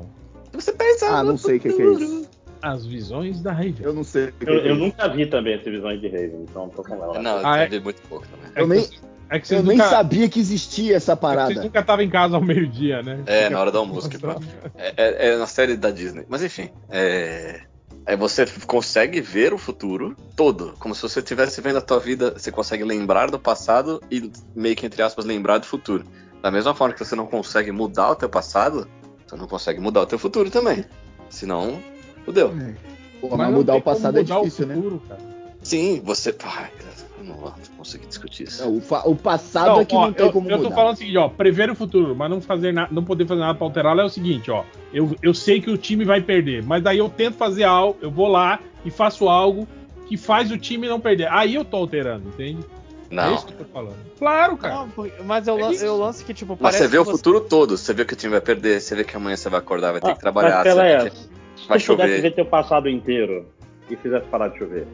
[SPEAKER 6] Você
[SPEAKER 11] Tá
[SPEAKER 6] pensa
[SPEAKER 1] Ah, não sei o que, que é isso.
[SPEAKER 4] As visões da Raven.
[SPEAKER 1] Eu não sei. o que que
[SPEAKER 3] Eu,
[SPEAKER 1] é
[SPEAKER 3] eu
[SPEAKER 1] isso.
[SPEAKER 3] nunca vi também essa visões de Raven, então tô com ela.
[SPEAKER 6] Não, eu
[SPEAKER 4] Ah, é?
[SPEAKER 6] vi muito pouco também.
[SPEAKER 4] É que
[SPEAKER 1] Eu nem-
[SPEAKER 4] vocês- é que
[SPEAKER 1] Eu
[SPEAKER 4] vocês
[SPEAKER 1] nem
[SPEAKER 4] nunca-
[SPEAKER 1] sabia que existia essa
[SPEAKER 4] é que Vocês
[SPEAKER 1] parada.
[SPEAKER 4] nunca estavam em casa ao meio-dia, né?
[SPEAKER 6] É, na hora do almoço. Que pronto. é, é, é na série da Disney. Mas enfim, é... Aí você consegue ver o futuro todo, como se você estivesse vendo a tua vida, você consegue lembrar do passado e meio que, entre aspas, lembrar do futuro. Da mesma forma que você não consegue mudar o teu passado, você não consegue mudar o teu futuro também. Senão, fudeu.
[SPEAKER 4] É.
[SPEAKER 1] Porra,
[SPEAKER 4] Mas
[SPEAKER 1] mas
[SPEAKER 4] não
[SPEAKER 1] mudar
[SPEAKER 4] tem
[SPEAKER 1] o passado é
[SPEAKER 4] como mudar o
[SPEAKER 1] difícil, né?
[SPEAKER 4] futuro, cara.
[SPEAKER 6] Sim, você... Ai, eu não vou conseguir discutir isso.
[SPEAKER 1] Não, o, fa- o passado
[SPEAKER 4] Não,
[SPEAKER 1] é que
[SPEAKER 4] ó,
[SPEAKER 1] não tem
[SPEAKER 4] eu,
[SPEAKER 1] como
[SPEAKER 4] eu
[SPEAKER 1] mudar.
[SPEAKER 4] tô falando o seguinte, ó, prever o futuro, mas não fazer nada, não poder fazer nada pra alterá-lo é o seguinte, ó. Eu, eu sei que o time vai perder, mas daí eu tento fazer algo, eu vou lá e faço algo que faz o time não perder. Aí eu tô alterando, entende? É
[SPEAKER 6] Não.
[SPEAKER 4] isso que eu tô falando. Claro, cara.
[SPEAKER 11] Não, porque- mas eu, lan-
[SPEAKER 4] É isso.
[SPEAKER 11] eu lance que, tipo,
[SPEAKER 6] Mas
[SPEAKER 11] parece
[SPEAKER 6] você vê
[SPEAKER 11] que
[SPEAKER 6] o futuro todo, você vê que o time vai perder, você vê que amanhã você vai acordar, vai ter que trabalhar,
[SPEAKER 3] Ah, Mas, pela
[SPEAKER 6] você
[SPEAKER 3] é,
[SPEAKER 6] vê que
[SPEAKER 3] se
[SPEAKER 6] vai
[SPEAKER 3] tu pudesse
[SPEAKER 6] chover.
[SPEAKER 3] ver teu passado inteiro e fizesse parar de chover.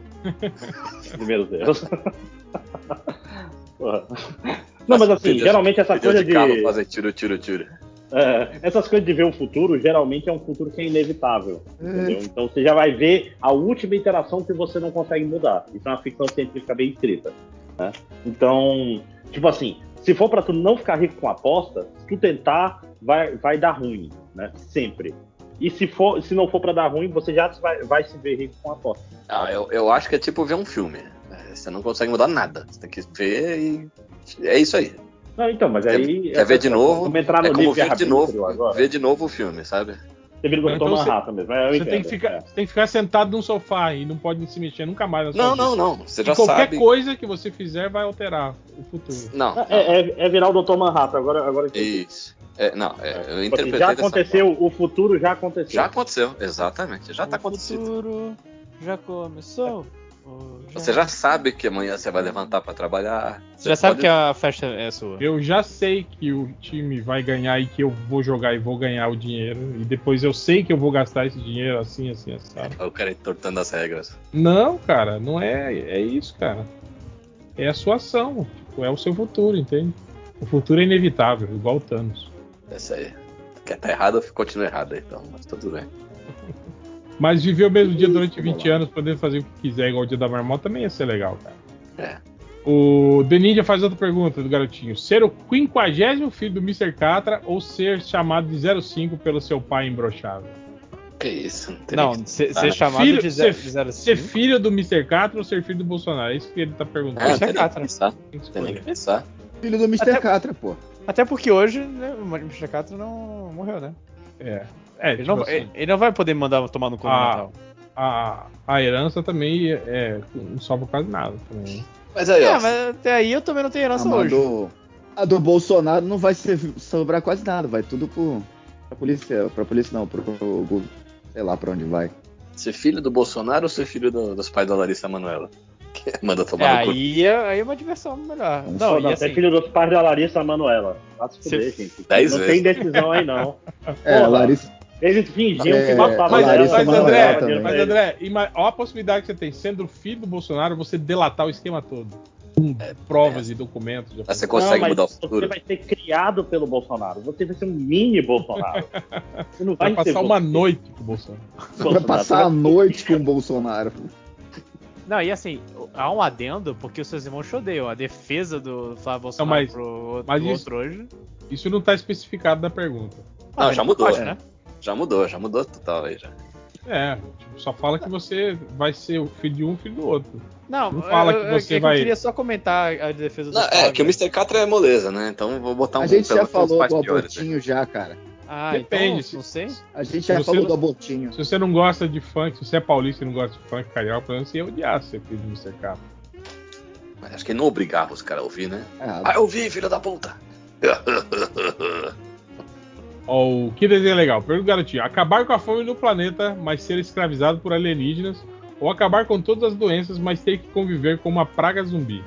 [SPEAKER 3] Primeiro Deus. Porra. Não, mas assim,
[SPEAKER 6] Vídeos-
[SPEAKER 3] geralmente essa
[SPEAKER 6] vídeos
[SPEAKER 3] coisa
[SPEAKER 6] de carro
[SPEAKER 3] de.
[SPEAKER 6] fazem tiro, tiro, tiro.
[SPEAKER 3] É, essas coisas de ver o futuro, geralmente é um futuro que é inevitável. Entendeu? Então você já vai ver a última interação que você não consegue mudar. Isso é uma ficção científica bem escrita. né? Então, tipo assim, se for pra tu não ficar rico com aposta, se tu tentar, vai, vai dar ruim, né? Sempre. E se, for, se não for pra dar ruim, você já vai, vai se ver rico com aposta.
[SPEAKER 6] Ah, eu, eu acho que é tipo ver um filme. É, Você não consegue mudar nada. Você tem que ver e. É isso aí.
[SPEAKER 3] Não, então, mas aí.
[SPEAKER 6] Quer ver de novo?
[SPEAKER 3] Vamos entrar no
[SPEAKER 6] é como
[SPEAKER 3] livro
[SPEAKER 6] ver de
[SPEAKER 3] Capítulo
[SPEAKER 6] novo.
[SPEAKER 3] agora.
[SPEAKER 6] Ver de novo o filme, sabe?
[SPEAKER 3] Você vira o
[SPEAKER 4] Então
[SPEAKER 3] Dr.
[SPEAKER 4] você-
[SPEAKER 3] Manhattan mesmo. é, eu
[SPEAKER 4] Você
[SPEAKER 3] entendo,
[SPEAKER 4] tem que, ficar,
[SPEAKER 3] é.
[SPEAKER 4] você tem que ficar sentado num sofá e não pode se mexer nunca mais na sua
[SPEAKER 6] Não,
[SPEAKER 4] vida.
[SPEAKER 6] não, não. Você
[SPEAKER 4] E
[SPEAKER 6] já
[SPEAKER 4] qualquer
[SPEAKER 6] sabe.
[SPEAKER 4] coisa que você fizer vai alterar o futuro.
[SPEAKER 6] Não.
[SPEAKER 3] É, é- é virar o Dr. Manhattan, agora, agora eu entendi.
[SPEAKER 6] Isso. É, não, é, eu
[SPEAKER 3] Tipo assim,
[SPEAKER 6] interpretei
[SPEAKER 3] já
[SPEAKER 6] dessa forma.
[SPEAKER 3] aconteceu, o futuro já aconteceu.
[SPEAKER 6] Já aconteceu, exatamente. Já tá
[SPEAKER 11] o
[SPEAKER 6] acontecido.
[SPEAKER 11] futuro já começou. ou
[SPEAKER 6] Você já sabe que amanhã você vai levantar pra trabalhar.
[SPEAKER 11] Você já sabe
[SPEAKER 6] pode-
[SPEAKER 11] que a festa é sua.
[SPEAKER 4] Eu já sei que o time vai ganhar e que eu vou jogar e vou ganhar o dinheiro. E depois eu sei que eu vou gastar esse dinheiro assim, assim, assim.
[SPEAKER 6] O cara entortando as regras.
[SPEAKER 4] Não, cara, não é. É isso, cara. É a sua ação. tipo, é o seu futuro, entende? O futuro é inevitável, igual o Thanos.
[SPEAKER 6] É isso aí. Quer tá errado, continua errado então. Mas tudo bem.
[SPEAKER 4] Mas viver o mesmo dia durante 20 anos, podendo fazer o que quiser, igual o dia da marmota, também ia ser legal, cara.
[SPEAKER 6] É.
[SPEAKER 4] O The Ninja faz outra pergunta do garotinho. Ser o quinquagésimo filho do Mr. Catra ou ser chamado de 05 pelo seu pai embroxável?
[SPEAKER 6] Que isso. Não, tem
[SPEAKER 11] Não,
[SPEAKER 6] nem-
[SPEAKER 11] ser
[SPEAKER 6] Ah,
[SPEAKER 11] ser chamado
[SPEAKER 4] filho-
[SPEAKER 11] de
[SPEAKER 4] ser-
[SPEAKER 11] 05.
[SPEAKER 4] Ser filho do Mr. Catra ou ser filho do Bolsonaro? É isso que ele tá perguntando.
[SPEAKER 6] Ah,
[SPEAKER 11] Isso
[SPEAKER 6] tem
[SPEAKER 11] é
[SPEAKER 6] nem que
[SPEAKER 11] catra.
[SPEAKER 6] pensar.
[SPEAKER 4] Tem que
[SPEAKER 6] Tem nem que
[SPEAKER 4] escolher.
[SPEAKER 6] pensar.
[SPEAKER 1] Filho do Mr.
[SPEAKER 11] Até-
[SPEAKER 1] Catra, pô.
[SPEAKER 11] Até porque hoje, né, o Mr. Catra não morreu, né?
[SPEAKER 4] É. É,
[SPEAKER 11] Ele
[SPEAKER 4] tipo
[SPEAKER 11] não,
[SPEAKER 4] assim,
[SPEAKER 11] ele- ele não vai poder mandar tomar no cu no
[SPEAKER 4] Ah.
[SPEAKER 11] Natal.
[SPEAKER 4] a, a herança também é, não sobra quase nada. Também.
[SPEAKER 6] Mas aí,
[SPEAKER 11] É,
[SPEAKER 6] ó.
[SPEAKER 11] mas até aí eu também não tenho herança
[SPEAKER 1] Ah, mas
[SPEAKER 11] hoje.
[SPEAKER 1] do- A do Bolsonaro não vai ser- sobrar quase nada, vai tudo pro, pra polícia. Pra polícia não, pro, pro Google. Sei lá pra onde vai.
[SPEAKER 6] Ser filho do Bolsonaro ou ser filho do- dos pais da Larissa Manoela? Que manda
[SPEAKER 11] É,
[SPEAKER 6] tomar no cu.
[SPEAKER 11] aí, é- aí é uma diversão melhor.
[SPEAKER 1] um
[SPEAKER 11] Não,
[SPEAKER 3] Não,
[SPEAKER 11] e
[SPEAKER 3] é
[SPEAKER 11] assim,
[SPEAKER 3] filho dos pais da Larissa Manoela. Vai se fuder,
[SPEAKER 11] Você-
[SPEAKER 3] gente.
[SPEAKER 6] Dez
[SPEAKER 3] não
[SPEAKER 6] vezes.
[SPEAKER 3] tem decisão aí, não.
[SPEAKER 1] É,
[SPEAKER 3] Porra.
[SPEAKER 1] Larissa.
[SPEAKER 3] Eles fingiam
[SPEAKER 1] É,
[SPEAKER 3] que matavam
[SPEAKER 1] a
[SPEAKER 4] Mas,
[SPEAKER 3] ela.
[SPEAKER 1] Larissa
[SPEAKER 4] mas,
[SPEAKER 1] Manoela
[SPEAKER 4] André,
[SPEAKER 1] também. né?
[SPEAKER 3] É.
[SPEAKER 4] mas André, ima- olha a possibilidade que você tem, sendo filho do Bolsonaro, você delatar o esquema todo. Com
[SPEAKER 3] É,
[SPEAKER 4] provas e documentos. já
[SPEAKER 3] Tá
[SPEAKER 6] Mas Ah, você
[SPEAKER 4] pensou?
[SPEAKER 6] consegue
[SPEAKER 3] mas
[SPEAKER 6] mudar o
[SPEAKER 3] Você
[SPEAKER 6] futuro?
[SPEAKER 3] vai ser criado pelo Bolsonaro. Você vai ser um mini Bolsonaro. Você não vai,
[SPEAKER 4] Vai
[SPEAKER 3] ser
[SPEAKER 4] passar uma
[SPEAKER 3] você,
[SPEAKER 4] noite com o Bolsonaro.
[SPEAKER 1] Vai
[SPEAKER 3] Bolsonaro.
[SPEAKER 1] passar um- a noite com o Bolsonaro.
[SPEAKER 11] não, e assim, há um adendo porque os seus irmãos te odeiam. A defesa do Flávio Bolsonaro
[SPEAKER 4] mas-
[SPEAKER 11] pro,
[SPEAKER 4] mas
[SPEAKER 11] pro
[SPEAKER 4] isso-
[SPEAKER 11] outro hoje. Ah,
[SPEAKER 4] Isso não tá especificado na pergunta.
[SPEAKER 3] é.
[SPEAKER 6] Não, já mudou.
[SPEAKER 11] Pode, né?
[SPEAKER 6] Já mudou, já mudou total aí já.
[SPEAKER 4] É, tipo, só fala que você vai ser o filho de um, filho do outro.
[SPEAKER 10] Não,
[SPEAKER 4] Não fala
[SPEAKER 10] eu-
[SPEAKER 4] que
[SPEAKER 10] eu-
[SPEAKER 4] você
[SPEAKER 10] é
[SPEAKER 4] vai-
[SPEAKER 10] Eu queria só comentar a defesa do
[SPEAKER 6] Não, é,
[SPEAKER 10] Flávio.
[SPEAKER 6] que o Mr. Catra é moleza, né? Então vou botar um
[SPEAKER 1] a gente
[SPEAKER 6] pelo
[SPEAKER 1] já
[SPEAKER 6] menos uns
[SPEAKER 1] falou
[SPEAKER 6] pais
[SPEAKER 1] do
[SPEAKER 6] piores, né?
[SPEAKER 1] abortinho já, cara.
[SPEAKER 10] Ah,
[SPEAKER 4] Depende,
[SPEAKER 10] então, não sei.
[SPEAKER 1] A gente
[SPEAKER 4] Se
[SPEAKER 1] já
[SPEAKER 4] você
[SPEAKER 1] falou
[SPEAKER 4] não-
[SPEAKER 1] do abortinho.
[SPEAKER 4] Se você não gosta de funk, se você é paulista e não gosta de funk carioca, por exemplo, você ia odiar ser filho do Mr. K.
[SPEAKER 6] Mas acho que ele não obrigava os caras a ouvir, né?
[SPEAKER 1] Ah,
[SPEAKER 6] Vai ouvir, filho da puta!
[SPEAKER 4] Ó, o que desenho legal? Pergunta garotinho. Acabar com a fome no planeta, mas ser escravizado por alienígenas. Ou acabar com todas as doenças, mas ter que conviver com uma praga zumbi.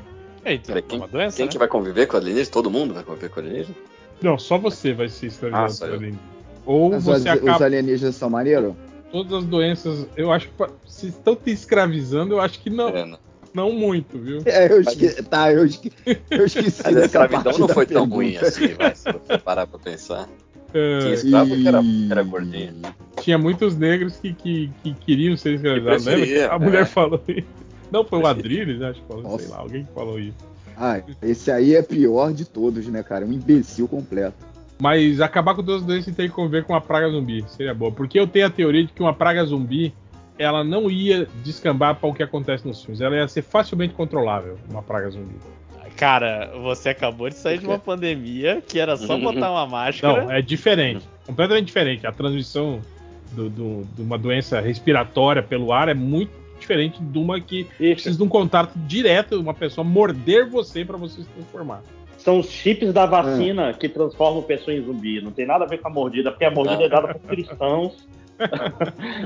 [SPEAKER 10] Eita,
[SPEAKER 6] Peraí, quem,
[SPEAKER 10] uma doença,
[SPEAKER 6] quem
[SPEAKER 10] né?
[SPEAKER 6] que vai conviver com o alienígena? Todo mundo vai conviver com o alienígena?
[SPEAKER 4] Não, só você vai ser
[SPEAKER 6] Ah,
[SPEAKER 4] escravizado
[SPEAKER 6] só
[SPEAKER 4] por
[SPEAKER 6] eu.
[SPEAKER 4] alienígenas. Ou
[SPEAKER 1] Mas os,
[SPEAKER 4] você
[SPEAKER 1] os
[SPEAKER 4] acaba
[SPEAKER 1] alienígenas são maneiro?
[SPEAKER 4] todas as doenças. Eu acho que pa- se estão te escravizando, eu acho que não.
[SPEAKER 6] É, não.
[SPEAKER 4] Não muito, viu?
[SPEAKER 1] É, eu esque... Tá, eu, esque... eu esqueci
[SPEAKER 6] Mas a
[SPEAKER 1] dessa
[SPEAKER 6] escravidão
[SPEAKER 1] parte
[SPEAKER 6] não
[SPEAKER 1] da
[SPEAKER 6] foi tão
[SPEAKER 1] pergunta.
[SPEAKER 6] ruim assim, vai, se você parar pra pensar. Tinha
[SPEAKER 4] É,
[SPEAKER 6] escravo que era, era gordinho.
[SPEAKER 4] tinha muitos negros que, que, que queriam ser escravizados,
[SPEAKER 6] Que preferia,
[SPEAKER 4] lembra? A mulher
[SPEAKER 6] é.
[SPEAKER 4] falou isso. Não, foi o
[SPEAKER 6] Preferia.
[SPEAKER 4] Adriles, né, acho que falou, sei
[SPEAKER 1] Nossa.
[SPEAKER 4] lá, alguém que falou isso.
[SPEAKER 1] Ah, esse aí é pior de todos, né, cara? Um imbecil completo.
[SPEAKER 4] Mas acabar com todas as doenças e ter que conviver com uma praga zumbi seria boa. Porque eu tenho a teoria de que uma praga zumbi ela não ia descambar para o que acontece nos filmes. Ela ia ser facilmente controlável, uma praga zumbi.
[SPEAKER 10] Cara, você acabou de sair de uma pandemia que era
[SPEAKER 6] Uhum.
[SPEAKER 10] só botar uma máscara.
[SPEAKER 4] Não, é diferente. Completamente diferente. A transmissão do- do- de uma doença respiratória pelo ar é muito diferente de uma que precisa de um contato direto, uma pessoa morder você para você se transformar.
[SPEAKER 16] São os chips da vacina que transformam pessoa em zumbi. Não tem nada a ver com a mordida, porque a mordida é dada por cristãos.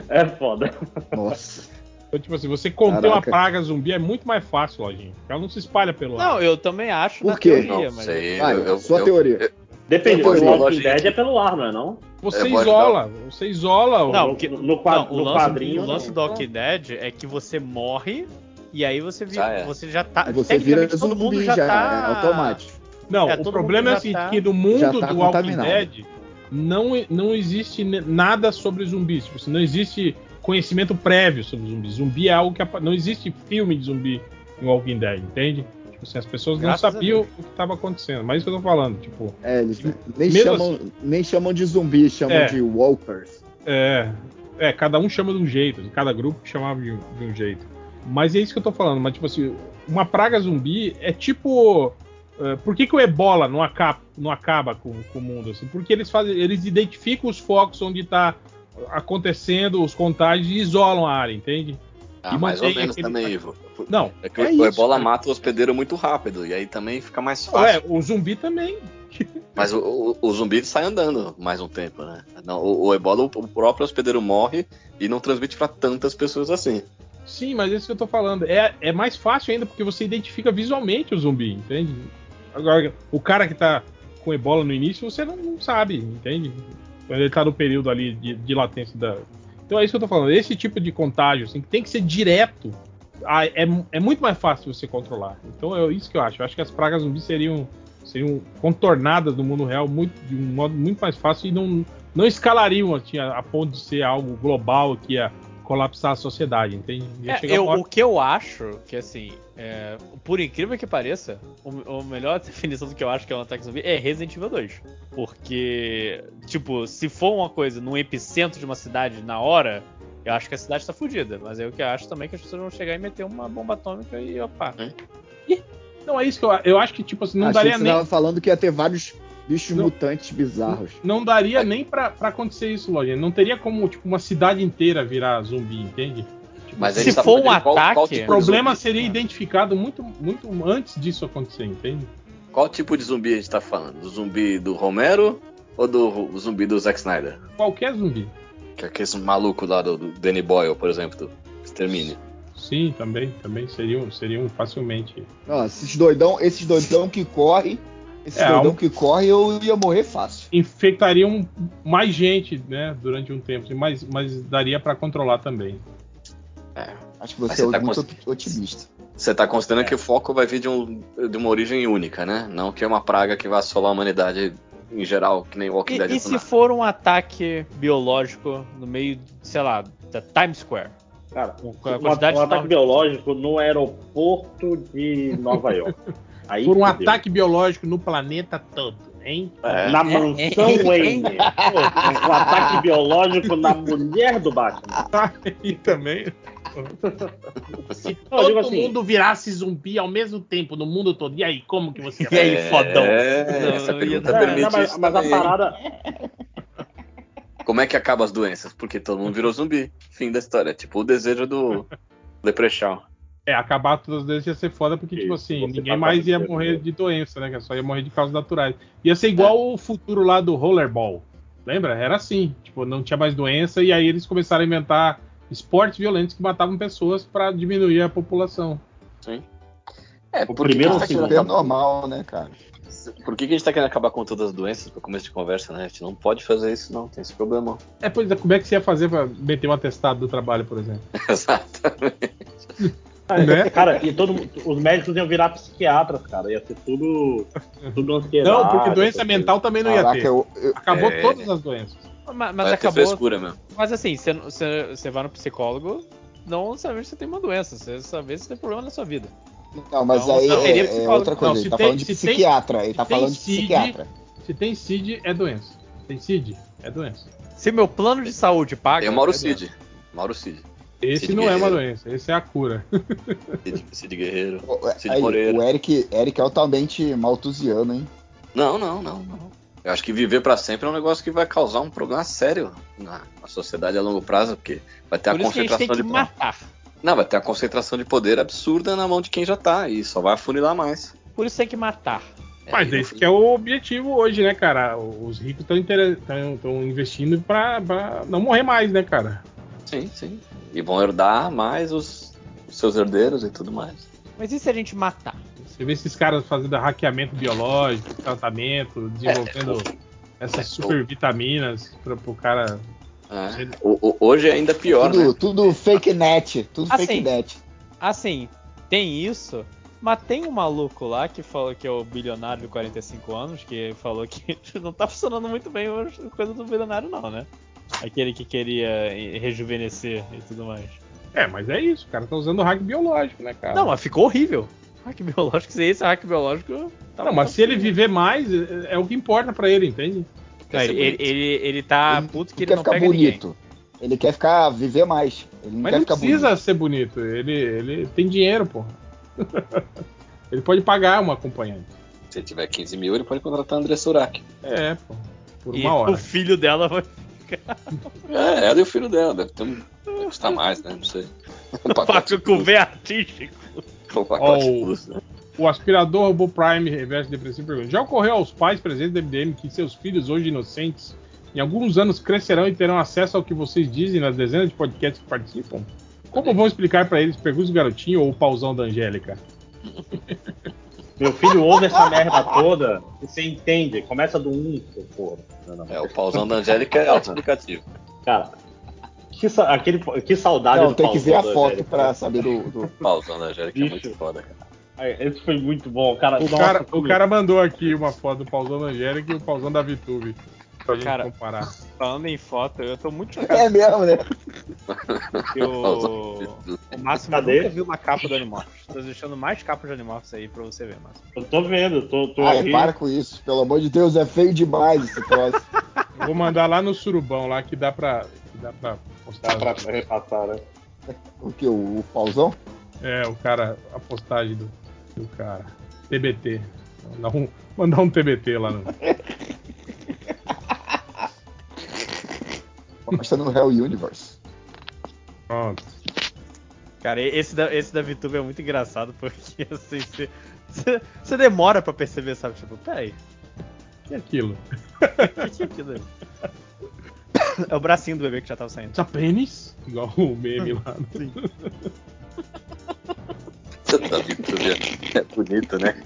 [SPEAKER 16] é foda.
[SPEAKER 1] Ah, Nossa.
[SPEAKER 4] Então, tipo assim, você conter uma
[SPEAKER 1] Caraca.
[SPEAKER 4] praga zumbi é muito mais fácil, lojinha. Ela não se espalha pelo ar.
[SPEAKER 10] Não, eu também acho
[SPEAKER 1] Por
[SPEAKER 10] na
[SPEAKER 1] quê?
[SPEAKER 10] teoria,
[SPEAKER 6] Não
[SPEAKER 10] mas.
[SPEAKER 6] sei,
[SPEAKER 1] Vai,
[SPEAKER 6] eu- eu-
[SPEAKER 1] sua
[SPEAKER 6] eu-
[SPEAKER 1] teoria.
[SPEAKER 16] Depende,
[SPEAKER 1] Eu
[SPEAKER 16] o
[SPEAKER 1] vou-
[SPEAKER 16] Walking Dead é pelo ar, não é não?
[SPEAKER 4] Você
[SPEAKER 6] eu vou
[SPEAKER 4] isola, você isola. o-
[SPEAKER 10] Não,
[SPEAKER 16] no,
[SPEAKER 10] que-
[SPEAKER 16] no quad-
[SPEAKER 10] Não, o
[SPEAKER 16] no
[SPEAKER 10] lance,
[SPEAKER 16] quadrinho.
[SPEAKER 10] o lance do Walking Dead é que você morre e aí você, vi-
[SPEAKER 6] Já é.
[SPEAKER 10] você já tá.
[SPEAKER 1] E você vira
[SPEAKER 10] tecnicamente, todo
[SPEAKER 1] zumbi
[SPEAKER 10] mundo já, tá.
[SPEAKER 1] é automático.
[SPEAKER 4] Não,
[SPEAKER 10] É,
[SPEAKER 4] o
[SPEAKER 10] todo
[SPEAKER 4] problema é
[SPEAKER 10] mundo
[SPEAKER 4] o seguinte,
[SPEAKER 10] já tá-
[SPEAKER 4] que no mundo
[SPEAKER 1] já tá
[SPEAKER 4] do Walking
[SPEAKER 1] contaminado.
[SPEAKER 4] Dead não, não existe ne- nada sobre zumbis. Tipo, assim, não existe conhecimento prévio sobre zumbis. Zumbi é algo que... apa- Não existe filme de zumbi em Walking Dead, entende? Tipo assim, as pessoas
[SPEAKER 10] Graças
[SPEAKER 4] não
[SPEAKER 10] a
[SPEAKER 4] sabiam
[SPEAKER 10] Deus.
[SPEAKER 4] o que estava acontecendo. Mas é isso que eu tô falando, tipo...
[SPEAKER 1] É, eles nem
[SPEAKER 4] Mesmo
[SPEAKER 1] chamam, nem chamam de zumbi, chamam
[SPEAKER 4] É.
[SPEAKER 1] de walkers.
[SPEAKER 4] É, é, cada um chama de um jeito, cada grupo chamava de um, de um jeito. Mas é isso que eu tô falando, mas tipo assim, uma praga zumbi é tipo. eh, por que, que o ebola não acaba, não acaba com, com o mundo? Assim? Porque eles fazem. Eles identificam os focos onde tá acontecendo os contágios e isolam a área, entende?
[SPEAKER 6] Ah,
[SPEAKER 4] E
[SPEAKER 6] mais ou
[SPEAKER 4] mantém
[SPEAKER 6] menos
[SPEAKER 4] aquele-
[SPEAKER 6] também, Ivo.
[SPEAKER 4] Não.
[SPEAKER 6] É que
[SPEAKER 4] é
[SPEAKER 6] o
[SPEAKER 4] isso,
[SPEAKER 6] ebola
[SPEAKER 4] cara.
[SPEAKER 6] mata o hospedeiro muito rápido, e aí também fica mais
[SPEAKER 4] Ué,
[SPEAKER 6] fácil.
[SPEAKER 4] É, o zumbi também.
[SPEAKER 6] Mas o, o- o zumbi sai andando mais um tempo, né? Não, o, o ebola, o próprio hospedeiro morre e não transmite pra tantas pessoas assim.
[SPEAKER 4] Sim, mas é isso que eu tô falando. É, é mais fácil ainda porque você identifica visualmente o zumbi, entende? Agora, o cara que tá com ebola no início, você não, não sabe, entende? Ele tá no período ali de, de latência da. Então é isso que eu tô falando. Esse tipo de contágio, assim, que tem que ser direto, ah, é, mu- é muito mais fácil você controlar. Então é isso que eu acho. Eu acho que as pragas zumbi seriam, seriam contornadas no mundo real muito, de um modo muito mais fácil e não, não escalariam assim, a, a ponto de ser algo global que ia colapsar a sociedade, entende? Ia
[SPEAKER 10] É,
[SPEAKER 4] chegar
[SPEAKER 10] eu-
[SPEAKER 4] uma hora-
[SPEAKER 10] o que eu acho que assim, é, por incrível que pareça, o, o melhor definição do que eu acho que é um ataque zumbi é Resident Evil 2. Porque, tipo, se for uma coisa num epicentro de uma cidade na hora, eu acho que a cidade tá fodida. Mas é o que eu acho também que as pessoas vão chegar e meter uma bomba atômica e opa.
[SPEAKER 4] Não, é isso que eu, eu acho que, tipo assim, não
[SPEAKER 1] Achei que
[SPEAKER 4] daria
[SPEAKER 1] você
[SPEAKER 4] nem.
[SPEAKER 1] tava falando que ia ter vários bichos
[SPEAKER 4] Não.
[SPEAKER 1] mutantes bizarros.
[SPEAKER 4] Não daria nem pra, pra acontecer isso, Lojinha. Não teria como, tipo, uma cidade inteira virar zumbi, entende? Tipo,
[SPEAKER 6] Mas
[SPEAKER 10] Se
[SPEAKER 6] a gente tá
[SPEAKER 10] for um
[SPEAKER 6] falando de
[SPEAKER 10] ataque,
[SPEAKER 4] o
[SPEAKER 6] tipo de
[SPEAKER 4] problema
[SPEAKER 6] zumbi?
[SPEAKER 4] seria identificado muito, muito antes disso acontecer, entende?
[SPEAKER 6] Qual tipo de zumbi a gente tá falando? Do zumbi do Romero ou do ru- zumbi do Zack Snyder?
[SPEAKER 4] Qualquer zumbi.
[SPEAKER 6] Que é aquele maluco lá do, do Danny Boyle, por exemplo, do Extermínio.
[SPEAKER 4] Sim, também, também seriam, seriam facilmente.
[SPEAKER 1] Não, esses doidão, esses doidão que corre, esses
[SPEAKER 4] É,
[SPEAKER 1] doidão
[SPEAKER 4] um-
[SPEAKER 1] que corre, eu ia morrer fácil.
[SPEAKER 4] Infectariam mais gente, né, durante um tempo, assim, mas, mas daria pra controlar também.
[SPEAKER 1] Acho que
[SPEAKER 6] Mas
[SPEAKER 1] você
[SPEAKER 6] você
[SPEAKER 1] é
[SPEAKER 6] tá
[SPEAKER 1] muito
[SPEAKER 6] cons-
[SPEAKER 1] op- otimista.
[SPEAKER 6] Você tá
[SPEAKER 17] É.
[SPEAKER 6] considerando que o foco vai vir de, um- de uma origem única, né? Não que é uma praga que vai assolar a humanidade em geral, que nem Walking
[SPEAKER 10] E,
[SPEAKER 6] Dead
[SPEAKER 10] e
[SPEAKER 6] é do
[SPEAKER 10] se
[SPEAKER 6] nada.
[SPEAKER 10] for um ataque biológico no meio, sei lá, da Times Square?
[SPEAKER 16] Cara, um,
[SPEAKER 10] a quantidade
[SPEAKER 16] um
[SPEAKER 10] de
[SPEAKER 16] ataque
[SPEAKER 10] nove-
[SPEAKER 16] biológico no aeroporto de Nova York. Aí
[SPEAKER 4] Por um
[SPEAKER 16] fudeu.
[SPEAKER 4] ataque biológico no planeta todo.
[SPEAKER 18] hein?
[SPEAKER 17] É.
[SPEAKER 18] Na mansão
[SPEAKER 17] É.
[SPEAKER 18] Wayne. Pô, um ataque biológico na mulher do Batman.
[SPEAKER 4] E também.
[SPEAKER 18] Se
[SPEAKER 17] Eu
[SPEAKER 18] todo
[SPEAKER 17] digo assim-
[SPEAKER 18] mundo virasse zumbi ao mesmo tempo no mundo todo, e aí, como que
[SPEAKER 6] É,
[SPEAKER 18] você
[SPEAKER 17] E aí, fodão?
[SPEAKER 6] essa
[SPEAKER 17] Não,
[SPEAKER 18] É,
[SPEAKER 6] pergunta
[SPEAKER 17] ia dar-
[SPEAKER 6] permite
[SPEAKER 17] Não, mas-
[SPEAKER 6] tá isso
[SPEAKER 17] mas a
[SPEAKER 6] também, hein?
[SPEAKER 17] parada-
[SPEAKER 6] Como é que acaba as doenças? Porque todo mundo virou zumbi. Fim da história. Tipo o desejo do Leprechaun.
[SPEAKER 4] É, acabar todas as vezes ia ser foda, porque, tipo assim, ninguém mais ia morrer de doença, né? Que Só ia morrer de causas naturais. Ia ser igual o futuro lá do rollerball. Lembra? Era assim. Tipo, não tinha mais doença, e aí eles começaram a inventar esportes violentos que matavam pessoas pra diminuir a população.
[SPEAKER 6] Sim. É,
[SPEAKER 1] O
[SPEAKER 6] por que
[SPEAKER 1] primeiro
[SPEAKER 6] que a gente tá
[SPEAKER 1] é
[SPEAKER 6] querendo-
[SPEAKER 1] normal, né, cara?
[SPEAKER 6] Por que, que a gente tá querendo acabar com todas as doenças para começo de conversa, né? A gente não pode fazer isso, não. Tem esse problema.
[SPEAKER 4] É, pois é, como é que você ia fazer pra meter um atestado do trabalho, por exemplo?
[SPEAKER 17] Ah,
[SPEAKER 6] Exatamente.
[SPEAKER 4] Né?
[SPEAKER 18] Cara, e todo, mundo- os médicos iam virar psiquiatras, cara. Ia ser tudo, tudo ansiedade.
[SPEAKER 4] Não, porque doença mental também não ia ter. Acabou
[SPEAKER 3] É.
[SPEAKER 4] todas as doenças.
[SPEAKER 3] Mas,
[SPEAKER 4] Vai ter
[SPEAKER 3] acabou.
[SPEAKER 6] frescura mesmo.
[SPEAKER 3] Mas assim, você- você você vai no psicólogo, não saber se você tem uma doença, você saber se tem problema na sua vida.
[SPEAKER 1] Não, mas
[SPEAKER 3] Então,
[SPEAKER 1] aí
[SPEAKER 3] não, seria
[SPEAKER 1] é, é
[SPEAKER 3] psicólogo.
[SPEAKER 1] outra coisa.
[SPEAKER 3] Não,
[SPEAKER 1] ele
[SPEAKER 3] se
[SPEAKER 1] tá
[SPEAKER 3] tem-
[SPEAKER 1] falando de
[SPEAKER 3] se tem-
[SPEAKER 1] psiquiatra. ele tá
[SPEAKER 4] tem
[SPEAKER 1] falando de
[SPEAKER 4] CID,
[SPEAKER 1] psiquiatra.
[SPEAKER 4] Se tem CID, é doença. Tem CID, é doença.
[SPEAKER 3] Se meu plano de saúde paga.
[SPEAKER 6] Tem o Mauro Cid. Mauro Cid.
[SPEAKER 4] Esse
[SPEAKER 6] Cid
[SPEAKER 4] não é uma
[SPEAKER 6] Guerreiro,
[SPEAKER 4] doença, esse é a cura.
[SPEAKER 6] Cid, Cid Guerreiro. Cid
[SPEAKER 1] Aí,
[SPEAKER 6] Moreira.
[SPEAKER 1] o Eric, Eric é altamente maltusiano, hein?
[SPEAKER 6] Não, não, não, não. Eu acho que viver pra sempre é um negócio que vai causar um problema sério na, na sociedade a longo prazo, porque vai ter
[SPEAKER 3] Por
[SPEAKER 6] tá a
[SPEAKER 3] isso que a gente
[SPEAKER 6] concentração
[SPEAKER 3] tem que
[SPEAKER 6] de
[SPEAKER 3] matar.
[SPEAKER 6] Não, vai ter a concentração de poder absurda na mão de quem já tá, e só vai afunilar mais.
[SPEAKER 3] Por isso tem que matar.
[SPEAKER 4] Mas esse que é o objetivo hoje, né, cara? Os ricos estão investindo pra, pra não morrer mais, né, cara?
[SPEAKER 6] Sim, sim. E vão herdar mais os, os seus herdeiros e tudo mais.
[SPEAKER 3] Mas e se a gente matar?
[SPEAKER 4] Você vê esses caras fazendo hackeamento biológico,
[SPEAKER 3] É,
[SPEAKER 4] tratamento, desenvolvendo essas super vitaminas pra, pro cara.
[SPEAKER 6] É. O- o- hoje é ainda pior,
[SPEAKER 1] tudo,
[SPEAKER 6] né?
[SPEAKER 1] Tudo fake net. Tudo fake
[SPEAKER 3] Assim.
[SPEAKER 1] net.
[SPEAKER 3] Assim, tem isso, mas tem um maluco lá que falou que é o bilionário de 45 anos, que falou que não tá funcionando muito bem a coisa do bilionário, não, né? Aquele que queria rejuvenescer e tudo mais.
[SPEAKER 4] É, mas é isso, o cara tá usando hack biológico, né, cara?
[SPEAKER 3] Não, mas ficou horrível. Hack biológico, se esse hack biológico. Tá
[SPEAKER 4] não, mas se ele viver mais, é, é o que importa pra ele, entende?
[SPEAKER 3] Não, ele, É, ele, ele, ele tá puto que
[SPEAKER 1] Ele quer
[SPEAKER 3] ele não
[SPEAKER 1] ficar
[SPEAKER 3] pega
[SPEAKER 1] bonito. Ele quer ficar, viver mais. Ele não
[SPEAKER 4] Mas
[SPEAKER 1] quer
[SPEAKER 4] não
[SPEAKER 1] ficar
[SPEAKER 4] precisa
[SPEAKER 1] bonito.
[SPEAKER 4] ser bonito, ele, ele tem dinheiro, porra. ele pode pagar uma acompanhante.
[SPEAKER 6] Se ele tiver 15 mil, ele pode contratar a André Surak.
[SPEAKER 4] É, pô. Por
[SPEAKER 3] ninguém.
[SPEAKER 4] uma
[SPEAKER 3] E
[SPEAKER 4] hora.
[SPEAKER 3] o filho dela vai.
[SPEAKER 6] É, ela e o filho dela, deve ter um. Deve custar mais, né? Não sei. Um
[SPEAKER 3] Paco com V artístico.
[SPEAKER 6] Um pacote
[SPEAKER 4] Ó, o-
[SPEAKER 6] plus, né?
[SPEAKER 4] O aspirador robô Prime Reverso Depressivo pergunta: Já ocorreu aos pais presentes do MDM que seus filhos, hoje inocentes, em alguns anos crescerão e terão acesso ao que vocês dizem nas dezenas de podcasts que participam? Como vão explicar pra eles? Pergunta o garotinho ou o pausão da Angélica?
[SPEAKER 18] Meu filho ouve essa merda toda e você entende. Começa do 1, seu porra. Não, não.
[SPEAKER 6] É, o pausão da Angélica é auto-explicativo.
[SPEAKER 18] Cara, que, sa- aquele, que saudade
[SPEAKER 6] um
[SPEAKER 1] Não,
[SPEAKER 18] do
[SPEAKER 1] tem que
[SPEAKER 18] Paulão
[SPEAKER 1] ver a
[SPEAKER 18] da
[SPEAKER 1] foto
[SPEAKER 18] Angélica.
[SPEAKER 1] pra saber do. do-
[SPEAKER 6] Pausão da Angélica é muito foda, cara.
[SPEAKER 18] Ai, Esse foi muito bom, cara.
[SPEAKER 4] O
[SPEAKER 18] Nossa,
[SPEAKER 4] cara, o
[SPEAKER 18] como-
[SPEAKER 4] cara mandou aqui uma foto do pausão da Angélica e o pausão da VTube. Pra gente
[SPEAKER 3] Cara,
[SPEAKER 4] comparar.
[SPEAKER 3] Falando em foto, eu tô muito chocado.
[SPEAKER 1] É mesmo, né?
[SPEAKER 3] que o, o Máximo
[SPEAKER 18] Cadê?
[SPEAKER 3] nunca viu uma capa do Animorphs. Tô deixando mais capas de Animorphs aí pra você ver, Máximo.
[SPEAKER 18] Eu tô vendo, tô, tô
[SPEAKER 1] Ai,
[SPEAKER 18] aqui.
[SPEAKER 1] para com isso. Pelo amor de Deus, é feio demais esse troço.
[SPEAKER 4] Eu Vou mandar lá no surubão, lá que dá pra. Que dá pra postar.
[SPEAKER 18] Dá pra repassar, né?
[SPEAKER 1] o que? O, o pausão?
[SPEAKER 4] É, o cara, a postagem do, do cara. TBT. Mandar um, mandar um TBT lá no.
[SPEAKER 1] Mostrando no Hell Universe.
[SPEAKER 4] Pronto.
[SPEAKER 3] Cara, e- esse da, esse da VTube é muito engraçado, porque assim, você- você você demora pra perceber, sabe? Tipo, peraí,
[SPEAKER 4] O que é aquilo?
[SPEAKER 3] o que é aquilo ali? É o bracinho do bebê que já tava saindo.
[SPEAKER 4] Tá pênis? Igual o meme lá.
[SPEAKER 6] Da Vitória é bonito, né?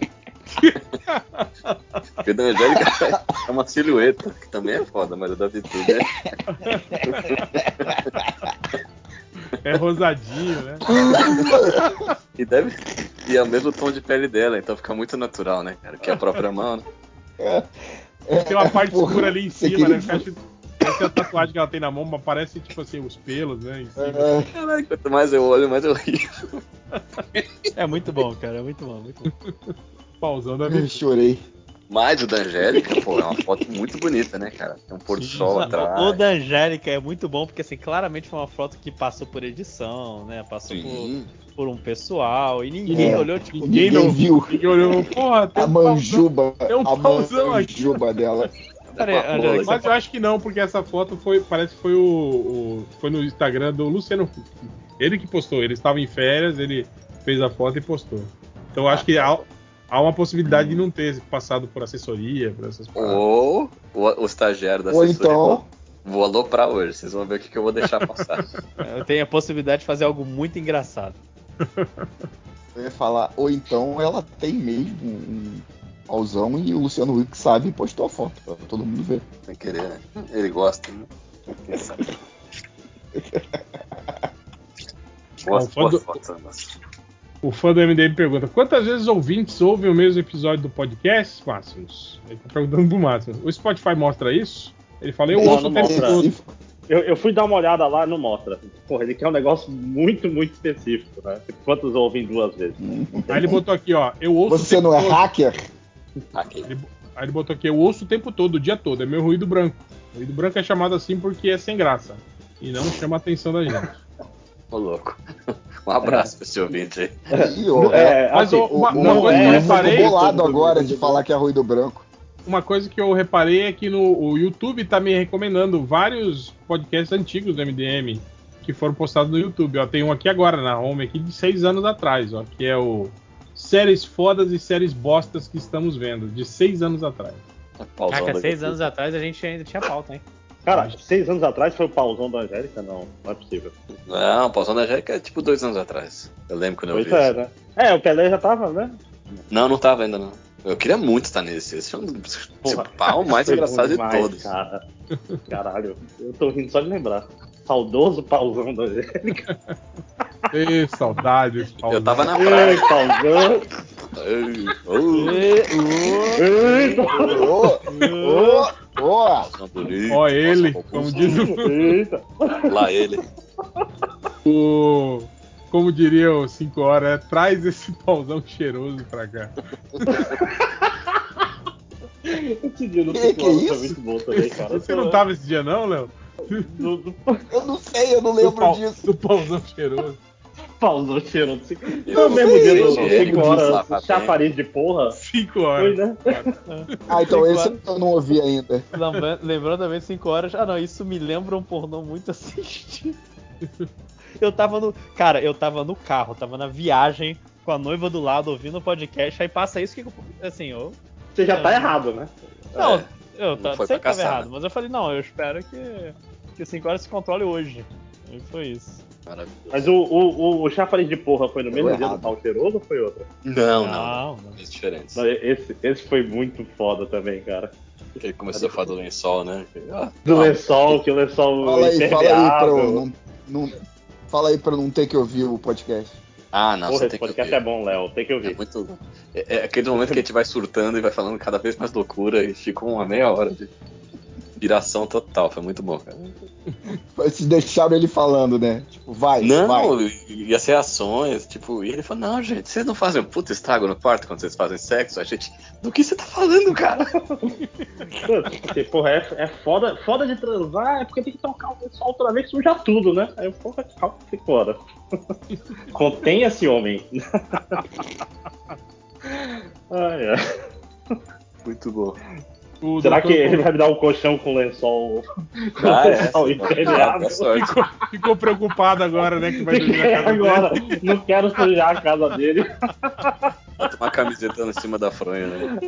[SPEAKER 6] Porque o da Angélica é uma silhueta, que também é foda, mas o da né? Vitória
[SPEAKER 4] É rosadinho, né?
[SPEAKER 6] E deve. E é o mesmo tom de pele dela, então fica muito natural, né, cara? Que é a própria mão, né?
[SPEAKER 4] Tem uma parte
[SPEAKER 1] É, Porra,
[SPEAKER 4] escura ali em
[SPEAKER 1] você
[SPEAKER 4] cima, né?
[SPEAKER 1] queria-
[SPEAKER 4] Acho- Parece que a tatuagem que ela tem na mão, mas parece tipo assim, os pelos, né? Em cima.
[SPEAKER 1] É,
[SPEAKER 6] Caralho, quanto mais eu olho, mais eu rio.
[SPEAKER 3] É muito bom, cara, é muito bom, muito bom.
[SPEAKER 4] Pausando a
[SPEAKER 1] eu chorei.
[SPEAKER 6] Mas o da Angélica, pô, é uma foto muito bonita, né, cara? Tem um pôr do sol atrás.
[SPEAKER 12] O da Angélica é muito bom, porque assim, claramente foi uma foto que passou por edição, né? Passou
[SPEAKER 6] Sim.
[SPEAKER 12] por, por um pessoal e ninguém
[SPEAKER 1] É,
[SPEAKER 12] olhou, tipo,
[SPEAKER 1] Ninguém, não viu.
[SPEAKER 4] Ninguém olhou. Porra, tem
[SPEAKER 1] a
[SPEAKER 4] um pauzão-
[SPEAKER 1] manjuba.
[SPEAKER 4] tem um
[SPEAKER 1] a
[SPEAKER 4] pauzão aqui.
[SPEAKER 1] manjuba dela.
[SPEAKER 12] Peraí, Angélica,
[SPEAKER 1] é.
[SPEAKER 4] Mas eu acho que não, porque essa foto foi, parece que foi o, o- foi no Instagram do Luciano Huck. Ele que postou, ele estava em férias, ele fez a foto e postou. Então eu acho que há, há uma possibilidade de não ter passado por assessoria, por essas paradas.
[SPEAKER 6] Ou o, o estagiário da
[SPEAKER 1] Ou
[SPEAKER 6] assessoria.
[SPEAKER 1] então,
[SPEAKER 6] Vou aloprar hoje, vocês vão ver o que, que eu vou deixar passar.
[SPEAKER 12] eu tenho a possibilidade de fazer algo muito engraçado.
[SPEAKER 1] eu ia falar, ou então ela tem mesmo um pauzão e o Luciano Huck sabe e postou a foto pra todo mundo ver.
[SPEAKER 6] Sem querer, né? Ele gosta, né? Quem sabe? Boa,
[SPEAKER 4] Bom, fã do-
[SPEAKER 6] boa foto, nossa.
[SPEAKER 4] O fã do MDM pergunta: quantas vezes os ouvintes ouvem o mesmo episódio do podcast, Máximos? Ele tá perguntando pro Máximos. O Spotify mostra isso? Ele fala, eu
[SPEAKER 1] Não,
[SPEAKER 4] ouço
[SPEAKER 1] não
[SPEAKER 4] até
[SPEAKER 1] mostra.
[SPEAKER 4] tudo.
[SPEAKER 3] Eu, eu fui dar uma olhada lá não mostra. Porra, ele quer um negócio muito, muito específico, né? Tipo, Quantos ouvem duas vezes?
[SPEAKER 4] Aí ele botou aqui, ó, eu ouço.
[SPEAKER 1] Você
[SPEAKER 4] o tempo
[SPEAKER 1] não é
[SPEAKER 4] todo.
[SPEAKER 1] hacker?
[SPEAKER 6] Aqui.
[SPEAKER 4] Aí ele botou aqui, eu ouço o tempo todo, o dia todo, é meu ruído branco. O ruído branco é chamado assim porque é sem graça. E não chama a atenção da gente.
[SPEAKER 6] Ô louco. Um abraço pra esse ouvinte aí.
[SPEAKER 1] Ih, ô,
[SPEAKER 3] É,
[SPEAKER 4] Mas
[SPEAKER 3] assim,
[SPEAKER 4] o- uma,
[SPEAKER 1] o-
[SPEAKER 4] uma
[SPEAKER 1] o-
[SPEAKER 4] coisa que
[SPEAKER 3] é,
[SPEAKER 4] eu
[SPEAKER 1] eu
[SPEAKER 4] reparei.
[SPEAKER 1] Tô bolado
[SPEAKER 3] todo
[SPEAKER 1] agora
[SPEAKER 3] mundo.
[SPEAKER 1] de falar que é ruído branco.
[SPEAKER 4] Uma coisa que eu reparei é que no o YouTube tá me recomendando vários podcasts antigos do MDM que foram postados no YouTube. Ó, tem um aqui agora na home aqui de seis anos atrás, ó, que é o séries fodas e séries bostas que estamos vendo de seis anos atrás.
[SPEAKER 6] Pausão
[SPEAKER 12] Caraca,
[SPEAKER 6] da-
[SPEAKER 12] seis anos atrás a gente ainda tinha pauta, hein?
[SPEAKER 3] Cara, seis anos atrás foi o pausão da Angélica? Não, não é possível.
[SPEAKER 6] Não, pausão da Angélica é tipo dois anos atrás. Eu lembro quando eu
[SPEAKER 3] Pois
[SPEAKER 6] vi.
[SPEAKER 3] é,
[SPEAKER 6] isso.
[SPEAKER 3] né? É, o Pelé já tava, né?
[SPEAKER 6] Não, não tava ainda, não. Eu queria muito estar nesse. Esse é um dos
[SPEAKER 3] Porra,
[SPEAKER 6] pau mais
[SPEAKER 3] Foi
[SPEAKER 6] engraçado
[SPEAKER 3] bom
[SPEAKER 6] de
[SPEAKER 3] demais,
[SPEAKER 6] todos.
[SPEAKER 3] Cara. Caralho, eu tô rindo só de lembrar. Saudoso pausão da Angélica.
[SPEAKER 4] Ê, saudades, Paulo.
[SPEAKER 6] Eu tava na
[SPEAKER 3] Ei,
[SPEAKER 6] praia.
[SPEAKER 3] pausão.
[SPEAKER 6] Ei, ô,
[SPEAKER 3] Ei,
[SPEAKER 1] Ô, ô,
[SPEAKER 6] pausão bonito,
[SPEAKER 4] Ó ele,
[SPEAKER 6] pausão
[SPEAKER 4] como
[SPEAKER 6] bonito.
[SPEAKER 4] diz o,
[SPEAKER 3] Eita.
[SPEAKER 6] Lá ele.
[SPEAKER 4] o- como diria o 5 horas, é, traz esse pauzão cheiroso pra cá.
[SPEAKER 3] Esse dia do
[SPEAKER 1] Que
[SPEAKER 3] Ciclo
[SPEAKER 1] que é
[SPEAKER 3] foi
[SPEAKER 1] isso?
[SPEAKER 3] muito bom também, cara.
[SPEAKER 4] Você não tá tava esse dia não, Léo?
[SPEAKER 3] Do, do
[SPEAKER 1] eu não sei, eu não
[SPEAKER 4] Do,
[SPEAKER 1] lembro
[SPEAKER 4] pau,
[SPEAKER 1] disso.
[SPEAKER 4] do pauzão cheiroso.
[SPEAKER 3] pausão cheirando. Ciclo.
[SPEAKER 6] Eu
[SPEAKER 3] Não, mesmo dia do
[SPEAKER 6] sei,
[SPEAKER 3] Cinco
[SPEAKER 6] gente,
[SPEAKER 3] horas,
[SPEAKER 6] lá,
[SPEAKER 3] chafariz de porra.
[SPEAKER 4] 5
[SPEAKER 3] Foi,
[SPEAKER 4] horas.
[SPEAKER 3] né?
[SPEAKER 1] Ah, então esse eu não ouvi ainda.
[SPEAKER 12] Lembra- Lembrando também 5 horas. Ah, não, isso me lembra um pornô muito assistido. Eu tava no. Cara, eu tava no carro, tava na viagem com a noiva do lado, ouvindo o podcast, aí passa isso que. eu- Assim, eu.
[SPEAKER 3] Você já tá
[SPEAKER 12] É.
[SPEAKER 3] errado, né?
[SPEAKER 12] Não,
[SPEAKER 6] É,
[SPEAKER 12] eu
[SPEAKER 6] não
[SPEAKER 12] tá,
[SPEAKER 6] foi
[SPEAKER 12] sei que
[SPEAKER 6] pra
[SPEAKER 12] tava
[SPEAKER 6] caçar,
[SPEAKER 12] errado, mas eu falei, não, eu espero que. Que o 5 horas se controle hoje. E foi isso.
[SPEAKER 6] maravilhoso.
[SPEAKER 3] Mas o, o, o, o chafariz de porra foi no
[SPEAKER 1] Deu
[SPEAKER 3] mesmo dia
[SPEAKER 1] errado.
[SPEAKER 3] do pau cheiroso ou foi outro?
[SPEAKER 6] Não,
[SPEAKER 3] Ah.
[SPEAKER 6] é não.
[SPEAKER 12] não.
[SPEAKER 6] Coisas diferentes.
[SPEAKER 3] Não, esse, esse foi muito foda também, cara.
[SPEAKER 6] Ele começou a falar do lençol, né? Ah,
[SPEAKER 3] Do
[SPEAKER 6] ah,
[SPEAKER 3] lençol, que o lençol
[SPEAKER 1] Fala aí, fala aí pra eu
[SPEAKER 3] impermeável.
[SPEAKER 1] não, não- fala aí pra eu não ter que ouvir o podcast.
[SPEAKER 6] Ah, não,
[SPEAKER 3] Porra,
[SPEAKER 6] você
[SPEAKER 3] esse
[SPEAKER 6] tem que
[SPEAKER 3] podcast
[SPEAKER 6] ouvir.
[SPEAKER 3] é bom, Léo. Tem que
[SPEAKER 6] É
[SPEAKER 3] ouvir.
[SPEAKER 6] muito. É, é aquele momento que a gente vai surtando e vai falando cada vez mais loucura e ficou uma meia hora de piração total. Foi muito bom, cara.
[SPEAKER 1] Vocês deixaram ele falando, né? Tipo, vai, vai.
[SPEAKER 6] Não, e, e as reações, tipo, e ele falou: Não, gente, vocês não fazem um puta estrago no quarto quando vocês fazem sexo? A gente, do que você tá falando, cara?
[SPEAKER 3] Porque, porra, é, é foda, foda de transar, é porque tem que tocar o lençol toda vez que suja tudo, né? Aí, porra, calma, se fora. Contém esse homem. Ai, ai.
[SPEAKER 6] Muito bom.
[SPEAKER 4] O
[SPEAKER 3] Será
[SPEAKER 4] Dr.
[SPEAKER 3] que ele vai me dar um colchão com lençol? com
[SPEAKER 6] Ah, é,
[SPEAKER 3] lençol impermeável?
[SPEAKER 6] boa sorte.
[SPEAKER 4] Ficou, ficou preocupado agora, né? Que vai dormir na casa
[SPEAKER 3] agora,
[SPEAKER 4] dele.
[SPEAKER 3] não quero sujar a casa dele.
[SPEAKER 6] Bota uma camiseta em cima da fronha, né?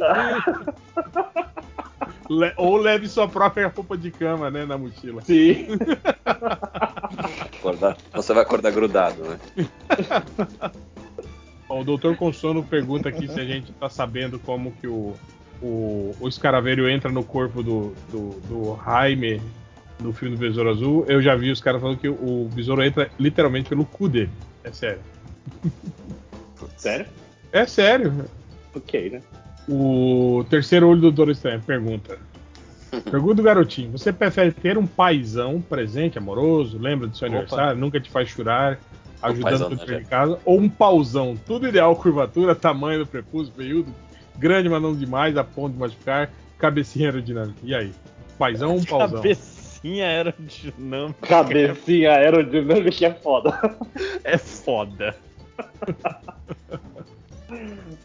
[SPEAKER 4] Le- ou leve sua própria roupa de cama, né? Na mochila.
[SPEAKER 3] Sim.
[SPEAKER 6] Acordar. Você vai acordar grudado, né?
[SPEAKER 4] Ó, o doutor Consono pergunta aqui se a gente tá sabendo como que o, o, o escaravelho entra no corpo do, do, do Jaime no filme do Besouro Azul. Eu já vi os caras falando que o besouro entra literalmente pelo cu dele. É sério.
[SPEAKER 3] Sério?
[SPEAKER 4] É sério.
[SPEAKER 3] Ok, né?
[SPEAKER 4] O terceiro olho do Doutor Estranho pergunta. Pergunta do garotinho: Você prefere ter um paizão presente, amoroso, lembra do seu
[SPEAKER 12] Opa.
[SPEAKER 4] aniversário, nunca te faz chorar,
[SPEAKER 6] paizão,
[SPEAKER 4] ajudando tudo
[SPEAKER 6] né,
[SPEAKER 4] dentro
[SPEAKER 6] gente?
[SPEAKER 4] de casa, ou um pauzão, tudo ideal, curvatura, tamanho do prepúcio, período, grande, mas não demais, a ponto de machucar, cabecinha aerodinâmica. E aí? Paizão ou um pauzão?
[SPEAKER 19] Cabecinha aerodinâmica.
[SPEAKER 3] Cabecinha aerodinâmica que é foda.
[SPEAKER 19] É foda.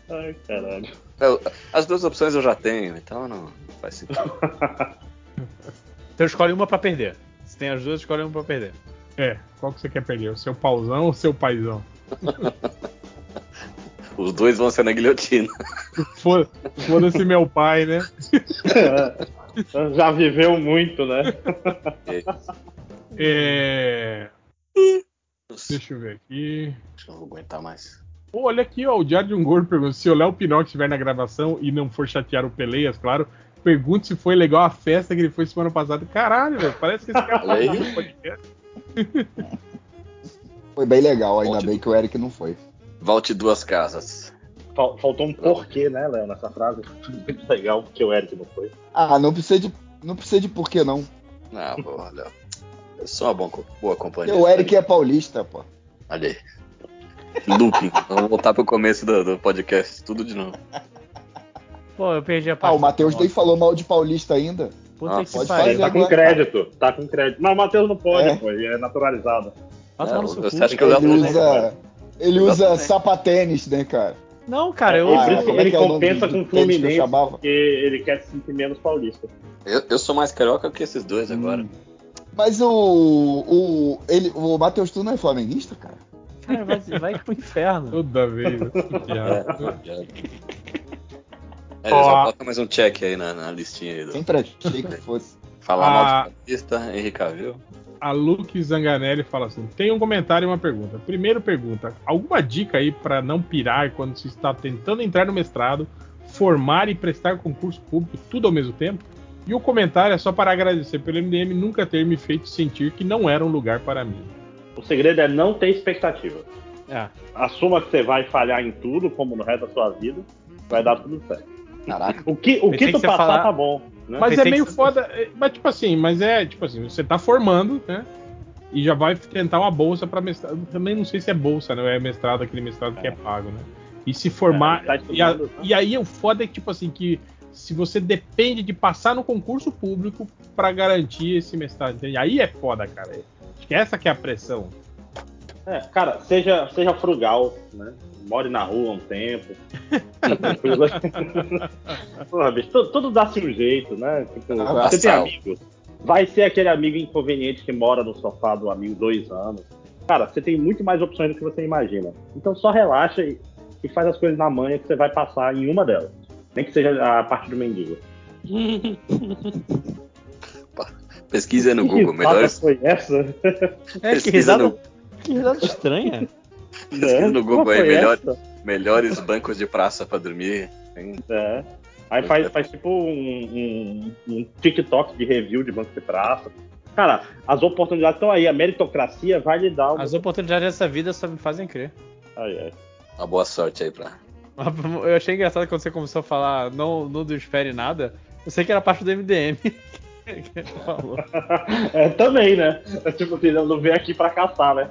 [SPEAKER 3] Ai, caralho.
[SPEAKER 6] Eu- as duas opções eu já tenho, então não faz sentido.
[SPEAKER 19] Então escolhe uma pra perder. Se tem as duas, escolhe uma pra perder.
[SPEAKER 4] É, qual que você quer perder? O seu pauzão ou o seu paizão?
[SPEAKER 6] Os dois vão ser na guilhotina.
[SPEAKER 4] Foda- Foda-se meu pai, né?
[SPEAKER 3] Já viveu muito, né?
[SPEAKER 4] É... Deixa eu ver aqui.
[SPEAKER 6] Deixa eu aguentar mais.
[SPEAKER 4] Pô, olha aqui, ó. O Diário de um Gordo pergunta: se o Léo Pinocchio estiver na gravação e não for chatear o Peleias, claro, pergunte se foi legal a festa que ele foi semana passada. Caralho, velho, parece que esse cara
[SPEAKER 6] Olha aí.
[SPEAKER 4] tá no podcast.
[SPEAKER 1] Foi bem legal, ainda bem que o Eric não foi.
[SPEAKER 6] Volte duas casas.
[SPEAKER 3] Fal- Faltou um porquê, né, Léo, nessa frase. Muito legal, porque o Eric não foi.
[SPEAKER 1] Ah, não precisa de, não precisa de porquê, não.
[SPEAKER 6] Ah, boa, Léo. Eu sou uma bom co- boa companhia.
[SPEAKER 1] Porque o Eric é paulista, pô.
[SPEAKER 6] Olha aí. Looping. Vamos voltar pro começo do, do podcast, tudo de novo.
[SPEAKER 19] Pô, eu perdi a
[SPEAKER 1] Ah, o Matheus nem falou mal de paulista ainda.
[SPEAKER 19] Puta
[SPEAKER 1] Ah,
[SPEAKER 19] que
[SPEAKER 1] pode
[SPEAKER 19] pariu.
[SPEAKER 1] fazer
[SPEAKER 3] Tá com
[SPEAKER 1] agora.
[SPEAKER 3] crédito, tá com crédito. Mas o Matheus não pode,
[SPEAKER 1] É.
[SPEAKER 3] pô, ele é naturalizado.
[SPEAKER 19] Vai
[SPEAKER 6] É,
[SPEAKER 19] tomar no seu
[SPEAKER 6] você
[SPEAKER 19] cu.
[SPEAKER 6] acha que eu já
[SPEAKER 1] Ele
[SPEAKER 3] né,
[SPEAKER 1] usa, ele usa sapatênis, né, cara?
[SPEAKER 19] Não, cara, eu.
[SPEAKER 1] Ah,
[SPEAKER 3] Por isso que
[SPEAKER 1] como é
[SPEAKER 3] ele
[SPEAKER 1] que é o nome
[SPEAKER 3] compensa
[SPEAKER 1] do
[SPEAKER 3] com o
[SPEAKER 1] tênis que eu
[SPEAKER 3] Fluminense,
[SPEAKER 1] chamava?
[SPEAKER 3] porque ele quer se sentir menos paulista.
[SPEAKER 6] Eu, eu sou mais carioca que esses dois agora.
[SPEAKER 1] Mas o. O, ele, o Matheus, tu não é flamenguista, cara?
[SPEAKER 19] Cara, vai, vai pro inferno.
[SPEAKER 4] Toda vez.
[SPEAKER 6] É,
[SPEAKER 4] Diabo.
[SPEAKER 6] já. É, já bota mais um check aí na, na listinha aí. Do...
[SPEAKER 1] Sempre achei que fosse.
[SPEAKER 6] Falar
[SPEAKER 4] Ah.
[SPEAKER 6] mal de paulista, Henrique Cavill.
[SPEAKER 4] A Luke Zanganelli fala assim: tem um comentário e uma pergunta. Primeiro pergunta: alguma dica aí pra não pirar quando se está tentando entrar no mestrado, formar e prestar concurso público tudo ao mesmo tempo? E o comentário é só para agradecer pelo MDM nunca ter me feito sentir que não era um lugar para mim.
[SPEAKER 3] O segredo é não ter expectativa.
[SPEAKER 19] É.
[SPEAKER 3] Assuma que você vai falhar em tudo, como no resto da sua vida, vai dar tudo certo.
[SPEAKER 6] Caraca.
[SPEAKER 3] O que, o
[SPEAKER 19] Pensei
[SPEAKER 3] que tu
[SPEAKER 19] que você ia
[SPEAKER 3] passar
[SPEAKER 19] falar-
[SPEAKER 3] tá bom, né?
[SPEAKER 4] Mas é
[SPEAKER 19] Pensei que
[SPEAKER 4] meio
[SPEAKER 19] você-
[SPEAKER 4] foda. é, Mas tipo assim, mas é tipo assim, você tá formando, né? E já vai tentar uma bolsa pra mestrado. Eu Também não sei se é bolsa, né? ou É mestrado, aquele mestrado que é pago, né? E se formar.
[SPEAKER 3] É, tá
[SPEAKER 4] e, a-
[SPEAKER 3] estudando, tá?
[SPEAKER 4] e aí o foda é que, tipo assim, que se você depende de passar no concurso público pra garantir esse mestrado. entende? Aí é foda, cara. Acho que essa que é a pressão.
[SPEAKER 3] É, cara, seja, seja frugal, né? More na rua um tempo. Fica tranquilo. Porra, bicho, tudo, tudo dá-se um jeito, né? Tipo,
[SPEAKER 6] Ah,
[SPEAKER 3] você tem
[SPEAKER 6] sal.
[SPEAKER 3] amigo. Vai ser aquele amigo inconveniente que mora no sofá do amigo dois anos. Cara, você tem muito mais opções do que você imagina. Então só relaxa e, e faz as coisas na manha que você vai passar em uma delas. Nem que seja a parte do mendigo.
[SPEAKER 6] Pesquisa no Google,
[SPEAKER 3] Que risada
[SPEAKER 6] melhores
[SPEAKER 3] foi essa?
[SPEAKER 19] É, que
[SPEAKER 6] Pesquisa
[SPEAKER 19] risada,
[SPEAKER 6] no-
[SPEAKER 19] que risada estranha.
[SPEAKER 6] Pesquisa no
[SPEAKER 3] Qual
[SPEAKER 6] Google aí,
[SPEAKER 3] foi
[SPEAKER 6] melhor-
[SPEAKER 3] essa?
[SPEAKER 6] melhores bancos de praça pra dormir.
[SPEAKER 3] É. Aí faz, faz tipo um, um- um TikTok de review de banco de praça. Cara, as oportunidades estão aí. A meritocracia vai lhe dar uma.
[SPEAKER 19] As oportunidades dessa vida só me fazem crer.
[SPEAKER 3] Ai, ai.
[SPEAKER 6] Uma boa sorte aí pra.
[SPEAKER 19] Eu achei engraçado quando você começou a falar não, não do espere nada. Eu sei que era parte do MDM. que ele falou.
[SPEAKER 3] É, também, né? É tipo, assim, eu não veio aqui pra caçar, né?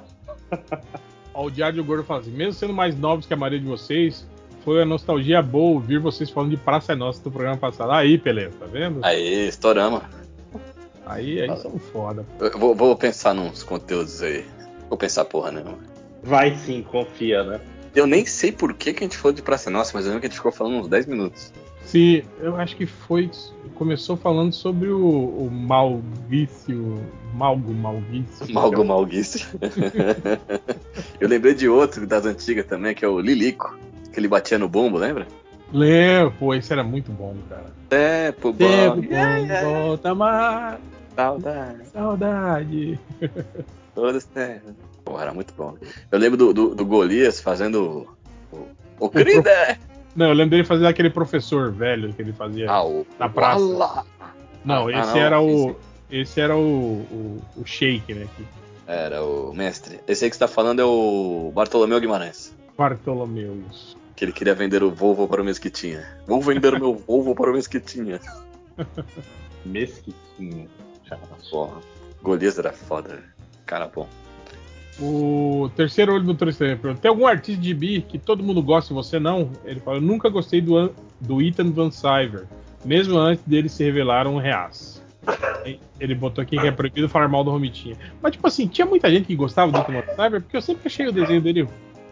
[SPEAKER 4] Ó, o Diário do Gordo fala assim: mesmo sendo mais novos que a maioria de vocês, foi uma nostalgia boa ouvir vocês falando de Praça é Nossa do programa passado. Aí, beleza, tá vendo?
[SPEAKER 6] Aí, estouramos.
[SPEAKER 4] Aí, aí são foda.
[SPEAKER 6] Eu Vou, vou pensar nos conteúdos aí. Vou pensar, porra, né?
[SPEAKER 3] Vai sim, confia, né?
[SPEAKER 6] Eu nem sei por que, que a gente falou de Praça Nossa, mas eu lembro que a gente ficou falando uns 10 minutos.
[SPEAKER 4] Sim, eu acho que foi. Começou falando sobre o, o Malvício. Malgo, Malvício.
[SPEAKER 6] Malgo Malguice. eu lembrei de outro das antigas também, que é o Lilico, que ele batia no bombo, lembra?
[SPEAKER 4] Lembro, pô, isso era muito bom, cara.
[SPEAKER 6] Tempo bom.
[SPEAKER 4] Tempo bom, volta mais,
[SPEAKER 6] Saudade.
[SPEAKER 4] saudade.
[SPEAKER 6] Todos tempo. Porra, né? era muito bom. Eu lembro do, do, do Golias fazendo. o- o- O Crida!
[SPEAKER 4] Não, eu lembrei de fazer aquele professor velho que ele fazia.
[SPEAKER 6] Ah, o.
[SPEAKER 4] Na praça.
[SPEAKER 6] Uala!
[SPEAKER 4] não,
[SPEAKER 6] ah,
[SPEAKER 4] esse
[SPEAKER 6] não,
[SPEAKER 4] era o.
[SPEAKER 6] esse- é-
[SPEAKER 4] Esse era o, o, o Shake, né? que-
[SPEAKER 6] Era o mestre. Esse aí que você tá falando é o Bartolomeu Guimarães.
[SPEAKER 4] Bartolomeu.
[SPEAKER 6] Que ele queria vender o Volvo para o Mesquitinha. Vou vender o meu Volvo para o Mesquitinha.
[SPEAKER 3] Mesquitinho.
[SPEAKER 6] Porra. Golias era foda. velho. Cara bom.
[SPEAKER 4] O terceiro olho do terceiro pergunta. Tem algum artista de bi que todo mundo gosta e você não? Ele fala, eu nunca gostei do, An- do Ethan Van Siver, mesmo antes dele se revelar um reaço. Ele botou aqui que é proibido falar mal do Romitinha. Mas, tipo assim, tinha muita gente que gostava do Ethan Van Siver, porque eu sempre achei o desenho dele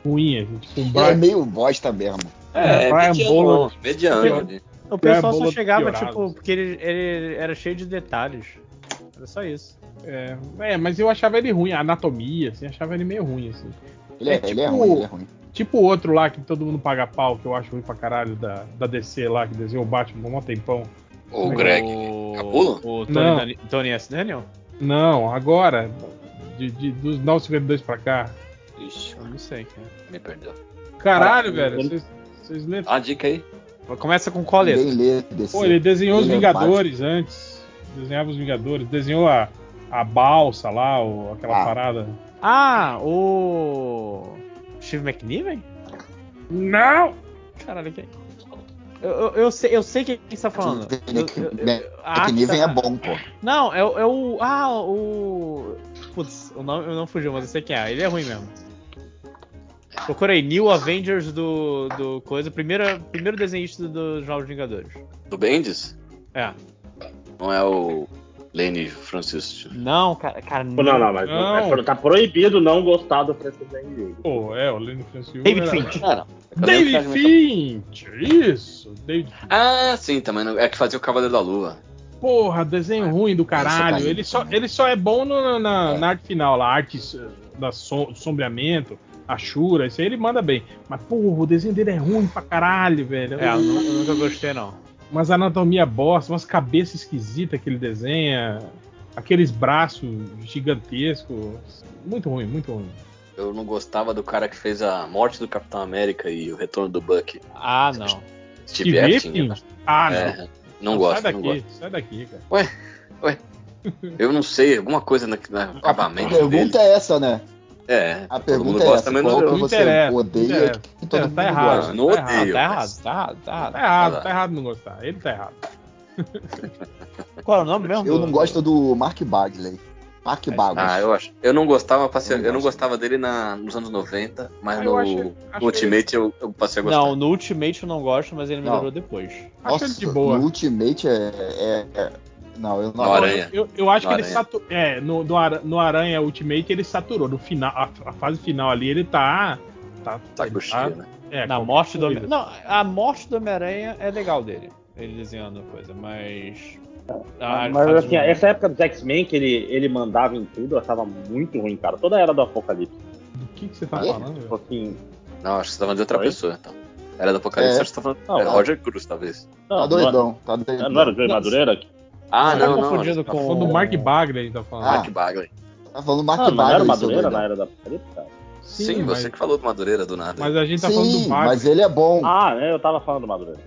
[SPEAKER 4] ruim, assim, tipo um
[SPEAKER 1] Ele é
[SPEAKER 4] Brian-
[SPEAKER 1] meio bosta mesmo.
[SPEAKER 4] É, É, Brian mediano, Bollard.
[SPEAKER 6] mediano. né?
[SPEAKER 11] O pessoal
[SPEAKER 4] Bola
[SPEAKER 11] só chegava,
[SPEAKER 4] É, piorado.
[SPEAKER 11] tipo, porque ele, ele era cheio de detalhes. Era só isso.
[SPEAKER 4] É, é, mas eu achava ele ruim, a anatomia, assim, achava ele meio ruim, assim.
[SPEAKER 1] Ele é- ele é ruim, ele é ruim.
[SPEAKER 4] Tipo o outro lá que todo mundo paga pau, que eu acho ruim pra caralho, da, da DC lá, que desenhou o Batman há um tempão.
[SPEAKER 6] O Greg. Capula?
[SPEAKER 11] O Tony,
[SPEAKER 4] Não.
[SPEAKER 11] Dan- Tony S. Daniel?
[SPEAKER 4] Não, agora, de, de, dos 952 pra cá.
[SPEAKER 6] Ixi,
[SPEAKER 11] eu não sei, cara.
[SPEAKER 6] Me perdeu.
[SPEAKER 4] Caralho,
[SPEAKER 11] Ah,
[SPEAKER 4] velho,
[SPEAKER 11] ele-
[SPEAKER 4] vocês- vocês leram?
[SPEAKER 6] A dica aí.
[SPEAKER 11] Começa com qual letra?
[SPEAKER 4] Pô,
[SPEAKER 1] tipo
[SPEAKER 4] ele tá desenhou
[SPEAKER 1] é um
[SPEAKER 4] os Vingadores antes. Desenhava os Vingadores, desenhou a, a balsa lá, ou aquela parada.
[SPEAKER 11] Ah, o. Steve McNiven?
[SPEAKER 4] Não!
[SPEAKER 11] Caralho, quem? Eu, eu, eu sei, eu sei quem que você tá falando. Eu- eu- Ah,
[SPEAKER 1] Que nível
[SPEAKER 11] tá.
[SPEAKER 1] é bom, pô.
[SPEAKER 11] Não, é, o- é o. Ah, o. Putz, o nome, o nome fugiu, mas eu sei quem é. Ele é ruim mesmo. Procura aí, New Avengers do, do Coisa, primeira, primeiro desenhista dos Novos Vingadores.
[SPEAKER 6] Do Bendis?
[SPEAKER 11] É.
[SPEAKER 6] Não é o Lenny Francisco.
[SPEAKER 11] Não, cara, cara não.
[SPEAKER 3] Pô, Não, não, mas
[SPEAKER 11] Não.
[SPEAKER 3] mas tá proibido não gostar do Francis Daniel.
[SPEAKER 4] Pô, é, o Lenny Francis.
[SPEAKER 11] David Finch.
[SPEAKER 6] Ah, não.
[SPEAKER 4] David Finch! Isso! David
[SPEAKER 6] Ah, sim, também. não- É que fazia o Cavaleiro da Lua.
[SPEAKER 4] Porra, desenho ruim do
[SPEAKER 6] Essa tá
[SPEAKER 4] caralho.
[SPEAKER 6] aí.
[SPEAKER 4] Ele só, ele só é bom no- na, na arte final, lá, a arte s- da som, sombreamento, achura, isso aí ele manda bem. Mas, porra, o desenho dele é ruim pra caralho, velho.
[SPEAKER 11] É, eu nu- eu nunca gostei, não.
[SPEAKER 4] Umas anatomia bosta, umas cabeças esquisitas que ele desenha, é, aqueles braços gigantescos. Muito ruim, muito ruim.
[SPEAKER 6] Eu não gostava do cara que fez a morte do Capitão América e o retorno do Buck.
[SPEAKER 11] Ah, não.
[SPEAKER 6] Steve
[SPEAKER 4] Steve
[SPEAKER 6] Epstein.
[SPEAKER 4] Epstein? Ah,
[SPEAKER 6] É,
[SPEAKER 4] não.
[SPEAKER 6] não gosto,
[SPEAKER 4] Sai
[SPEAKER 6] não
[SPEAKER 4] daqui,
[SPEAKER 6] gosto.
[SPEAKER 4] sai daqui, cara.
[SPEAKER 6] Ué, ué. Eu não sei, alguma coisa na, na
[SPEAKER 1] A
[SPEAKER 6] acabamento dele.
[SPEAKER 1] pergunta é essa, né?
[SPEAKER 6] É,
[SPEAKER 1] A
[SPEAKER 6] todo mundo
[SPEAKER 1] pergunta é
[SPEAKER 6] gosta,
[SPEAKER 1] essa.
[SPEAKER 6] mas
[SPEAKER 1] Qual
[SPEAKER 6] não
[SPEAKER 1] que
[SPEAKER 6] eu.
[SPEAKER 1] você
[SPEAKER 4] interessa,
[SPEAKER 1] odeia
[SPEAKER 4] interessa.
[SPEAKER 1] que todo
[SPEAKER 4] É, tá
[SPEAKER 1] mundo
[SPEAKER 4] errado.
[SPEAKER 1] gosta?
[SPEAKER 6] Não
[SPEAKER 4] Tá errado,
[SPEAKER 6] odeio.
[SPEAKER 11] Tá
[SPEAKER 6] mas-
[SPEAKER 11] errado, tá errado, tá errado.
[SPEAKER 4] Tá errado,
[SPEAKER 6] lá.
[SPEAKER 4] tá errado não gostar. Ele tá errado.
[SPEAKER 11] Qual é o nome mesmo?
[SPEAKER 1] Eu não gosto do Mark Bagley. Mark Bagley.
[SPEAKER 6] Ah, eu acho. Eu não gostava, passei-
[SPEAKER 1] Não
[SPEAKER 6] eu não gostava dele na- nos anos 90, mas
[SPEAKER 4] Ah, eu
[SPEAKER 6] no,
[SPEAKER 4] achei-
[SPEAKER 6] no
[SPEAKER 4] achei-
[SPEAKER 6] Ultimate eu, eu passei a gostar.
[SPEAKER 11] Não, no Ultimate eu não gosto, mas ele
[SPEAKER 1] Não.
[SPEAKER 11] melhorou depois.
[SPEAKER 4] Acho ele de boa.
[SPEAKER 1] no Ultimate é, é- é- Não, eu não.
[SPEAKER 6] Na aranha.
[SPEAKER 4] Eu, eu acho
[SPEAKER 6] No
[SPEAKER 4] que ele
[SPEAKER 6] Aranha.
[SPEAKER 4] saturou. É, no, no, Ara- no Aranha Ultimate ele saturou. No final, a, a fase final ali, ele tá. Tá,
[SPEAKER 6] Tá
[SPEAKER 4] ele
[SPEAKER 6] com cheiro, né?
[SPEAKER 4] é,
[SPEAKER 11] Na
[SPEAKER 4] qualquer
[SPEAKER 11] morte do
[SPEAKER 4] coisa.
[SPEAKER 11] Homem. Não, a morte do Homem-Aranha é legal dele. Ele desenhando coisa, mas. Ah,
[SPEAKER 3] Mas
[SPEAKER 11] faz
[SPEAKER 3] assim,
[SPEAKER 11] um-
[SPEAKER 3] essa época dos X-Men que ele, ele mandava em tudo, eu tava muito ruim, cara. Toda a era do Apocalipse.
[SPEAKER 4] Do que, que você tá
[SPEAKER 1] Quê?
[SPEAKER 4] falando,
[SPEAKER 3] Tipo
[SPEAKER 4] velho?
[SPEAKER 3] assim.
[SPEAKER 6] Não, acho que você tá falando de outra
[SPEAKER 3] Oi?
[SPEAKER 6] pessoa, então. Era do Apocalipse,
[SPEAKER 1] É.
[SPEAKER 6] acho que você tá falando.
[SPEAKER 3] Não,
[SPEAKER 6] era
[SPEAKER 3] não.
[SPEAKER 6] Roger Cruz, talvez.
[SPEAKER 1] Tá
[SPEAKER 3] Não, não,
[SPEAKER 1] doidão, tá
[SPEAKER 3] era-
[SPEAKER 1] doidão.
[SPEAKER 3] não era o Joey
[SPEAKER 11] Não,
[SPEAKER 3] Madureira?
[SPEAKER 6] Ah,
[SPEAKER 11] tá
[SPEAKER 6] não, não. a
[SPEAKER 11] confundindo
[SPEAKER 6] gente tá
[SPEAKER 11] com.
[SPEAKER 6] falando
[SPEAKER 4] Foi do Mark Bagley ele tá falando.
[SPEAKER 1] Ah,
[SPEAKER 6] do Mark Bagley.
[SPEAKER 1] Tá falando do Mark
[SPEAKER 3] Ah, não era
[SPEAKER 1] Bagley,
[SPEAKER 3] o
[SPEAKER 1] seu
[SPEAKER 3] Madureira
[SPEAKER 1] doidão.
[SPEAKER 3] na era do Apocalipse, cara?
[SPEAKER 6] Sim,
[SPEAKER 4] Sim,
[SPEAKER 6] você
[SPEAKER 4] mas-
[SPEAKER 6] que falou do Madureira do nada.
[SPEAKER 4] Mas a gente tá falando
[SPEAKER 1] Sim,
[SPEAKER 4] do Bagley.
[SPEAKER 1] mas ele é bom.
[SPEAKER 3] Ah, né? Eu tava falando do Madureira.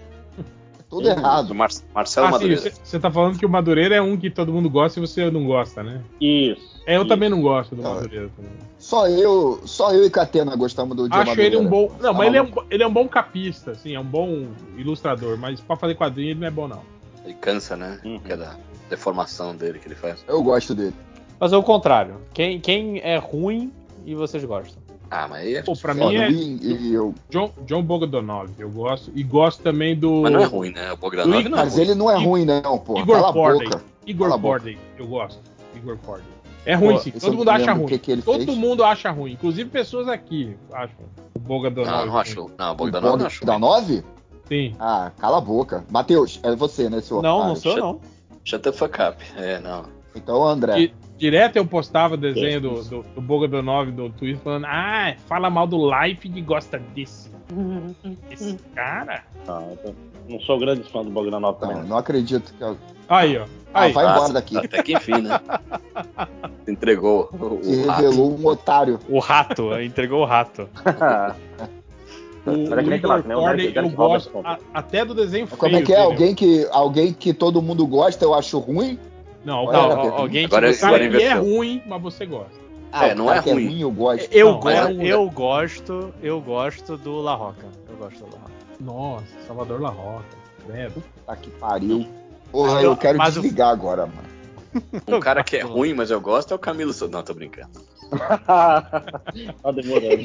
[SPEAKER 1] Tudo errado.
[SPEAKER 6] Do Mar- Marcelo
[SPEAKER 4] Ah, sim,
[SPEAKER 6] Madureira.
[SPEAKER 4] você, você tá falando que o Madureira é um que todo mundo gosta e você não gosta, né?
[SPEAKER 3] Isso.
[SPEAKER 4] É, eu
[SPEAKER 3] isso.
[SPEAKER 4] também não gosto do
[SPEAKER 1] Não,
[SPEAKER 4] Madureira. também.
[SPEAKER 1] Só eu, só eu e Catena gostamos do Dio
[SPEAKER 4] Acho ele
[SPEAKER 1] Madureira.
[SPEAKER 4] um bom.
[SPEAKER 1] Tá
[SPEAKER 4] Não, mas ele é um, bo- ele é um bom capista, assim, é um bom ilustrador, mas pra fazer quadrinho ele não é bom, não.
[SPEAKER 6] Ele cansa, né? Que é da deformação dele que ele faz.
[SPEAKER 1] Eu gosto dele.
[SPEAKER 11] Mas é o contrário. Quem, quem é ruim e vocês gostam.
[SPEAKER 6] Ah, mas aí é.
[SPEAKER 4] Pô, pra
[SPEAKER 1] Ó,
[SPEAKER 4] mim é
[SPEAKER 1] Lee e eu.
[SPEAKER 4] John, John Bogdanov, eu gosto. E gosto também do.
[SPEAKER 6] Mas não é ruim, né? O Bogdanov
[SPEAKER 4] Do
[SPEAKER 6] não é
[SPEAKER 1] Mas
[SPEAKER 6] ruim.
[SPEAKER 1] ele não é
[SPEAKER 4] I-
[SPEAKER 1] ruim, não, pô. Cala
[SPEAKER 4] Igor
[SPEAKER 1] a
[SPEAKER 4] Corday.
[SPEAKER 1] boca. Cala a
[SPEAKER 4] Igor
[SPEAKER 1] boca.
[SPEAKER 4] Corday, eu gosto. Igor Corday. É ruim,
[SPEAKER 1] Pô,
[SPEAKER 4] sim.
[SPEAKER 1] esse
[SPEAKER 4] Todo
[SPEAKER 1] eu
[SPEAKER 4] mundo acha
[SPEAKER 1] lembro
[SPEAKER 4] ruim.
[SPEAKER 1] o que que ele
[SPEAKER 4] Todo
[SPEAKER 1] fez.
[SPEAKER 4] mundo acha ruim. Inclusive pessoas aqui acham. O assim. Bogdanov.
[SPEAKER 1] Ah,
[SPEAKER 6] Não, não
[SPEAKER 4] ruim.
[SPEAKER 6] achou. Não, o Bogdanov não
[SPEAKER 1] Bog-
[SPEAKER 6] achou.
[SPEAKER 1] Da 9?
[SPEAKER 4] Sim.
[SPEAKER 1] Ah, cala a boca. Matheus, é você, né, seu
[SPEAKER 11] Não, não
[SPEAKER 1] otário?
[SPEAKER 11] sou, não.
[SPEAKER 6] Shut the fuck up. É, não.
[SPEAKER 1] Então, André.
[SPEAKER 4] Di- direto eu postava desenho do, do, do Bogdanov do Twitter falando: Ah, fala mal do Life e gosta desse. Esse cara?
[SPEAKER 3] Não, Ah, eu tô- não sou grande fã do Bogdanov também.
[SPEAKER 1] Não,
[SPEAKER 3] Não.
[SPEAKER 1] não acredito. que eu-
[SPEAKER 4] Aí, ó.
[SPEAKER 1] Ah,
[SPEAKER 4] Aí.
[SPEAKER 1] vai
[SPEAKER 6] Ah,
[SPEAKER 1] embora daqui.
[SPEAKER 6] Até que enfim, né? Se entregou o,
[SPEAKER 1] Se
[SPEAKER 6] o rato.
[SPEAKER 1] revelou um otário.
[SPEAKER 11] O rato, entregou o rato.
[SPEAKER 4] O,
[SPEAKER 3] Era que
[SPEAKER 4] o
[SPEAKER 3] nem aquela,
[SPEAKER 4] Igor
[SPEAKER 3] né? O
[SPEAKER 4] Corday
[SPEAKER 3] Derek
[SPEAKER 4] eu
[SPEAKER 3] Derek
[SPEAKER 4] gosto
[SPEAKER 3] Robertson.
[SPEAKER 4] a- até do desenho feio.
[SPEAKER 1] Como é que é?
[SPEAKER 4] dele.
[SPEAKER 1] Alguém que, alguém que todo mundo gosta, eu acho ruim?
[SPEAKER 4] Não, o
[SPEAKER 1] Olha
[SPEAKER 11] Não,
[SPEAKER 1] a
[SPEAKER 4] cara,
[SPEAKER 11] al-
[SPEAKER 1] pergunta.
[SPEAKER 11] alguém que
[SPEAKER 6] Agora-
[SPEAKER 4] o cara que é
[SPEAKER 6] inverteu.
[SPEAKER 4] ruim, mas você gosta.
[SPEAKER 1] Ah,
[SPEAKER 6] É,
[SPEAKER 1] o
[SPEAKER 6] não
[SPEAKER 1] cara
[SPEAKER 6] é
[SPEAKER 1] que
[SPEAKER 6] ruim.
[SPEAKER 1] eu gosto.
[SPEAKER 11] Eu,
[SPEAKER 4] Não,
[SPEAKER 11] go-
[SPEAKER 6] mas é-
[SPEAKER 11] eu gosto, eu gosto do La Roca. Eu gosto do La Roca.
[SPEAKER 4] Nossa, Salvador La Roca. Credo.
[SPEAKER 6] é-
[SPEAKER 1] Tá que pariu. Porra,
[SPEAKER 11] Mas
[SPEAKER 1] eu
[SPEAKER 11] eu-
[SPEAKER 1] quero
[SPEAKER 11] mas o-
[SPEAKER 1] desligar agora, mano.
[SPEAKER 6] Um cara que é ruim, mas eu gosto é o Camilo. Sou- Não, tô brincando.
[SPEAKER 16] tá demorando.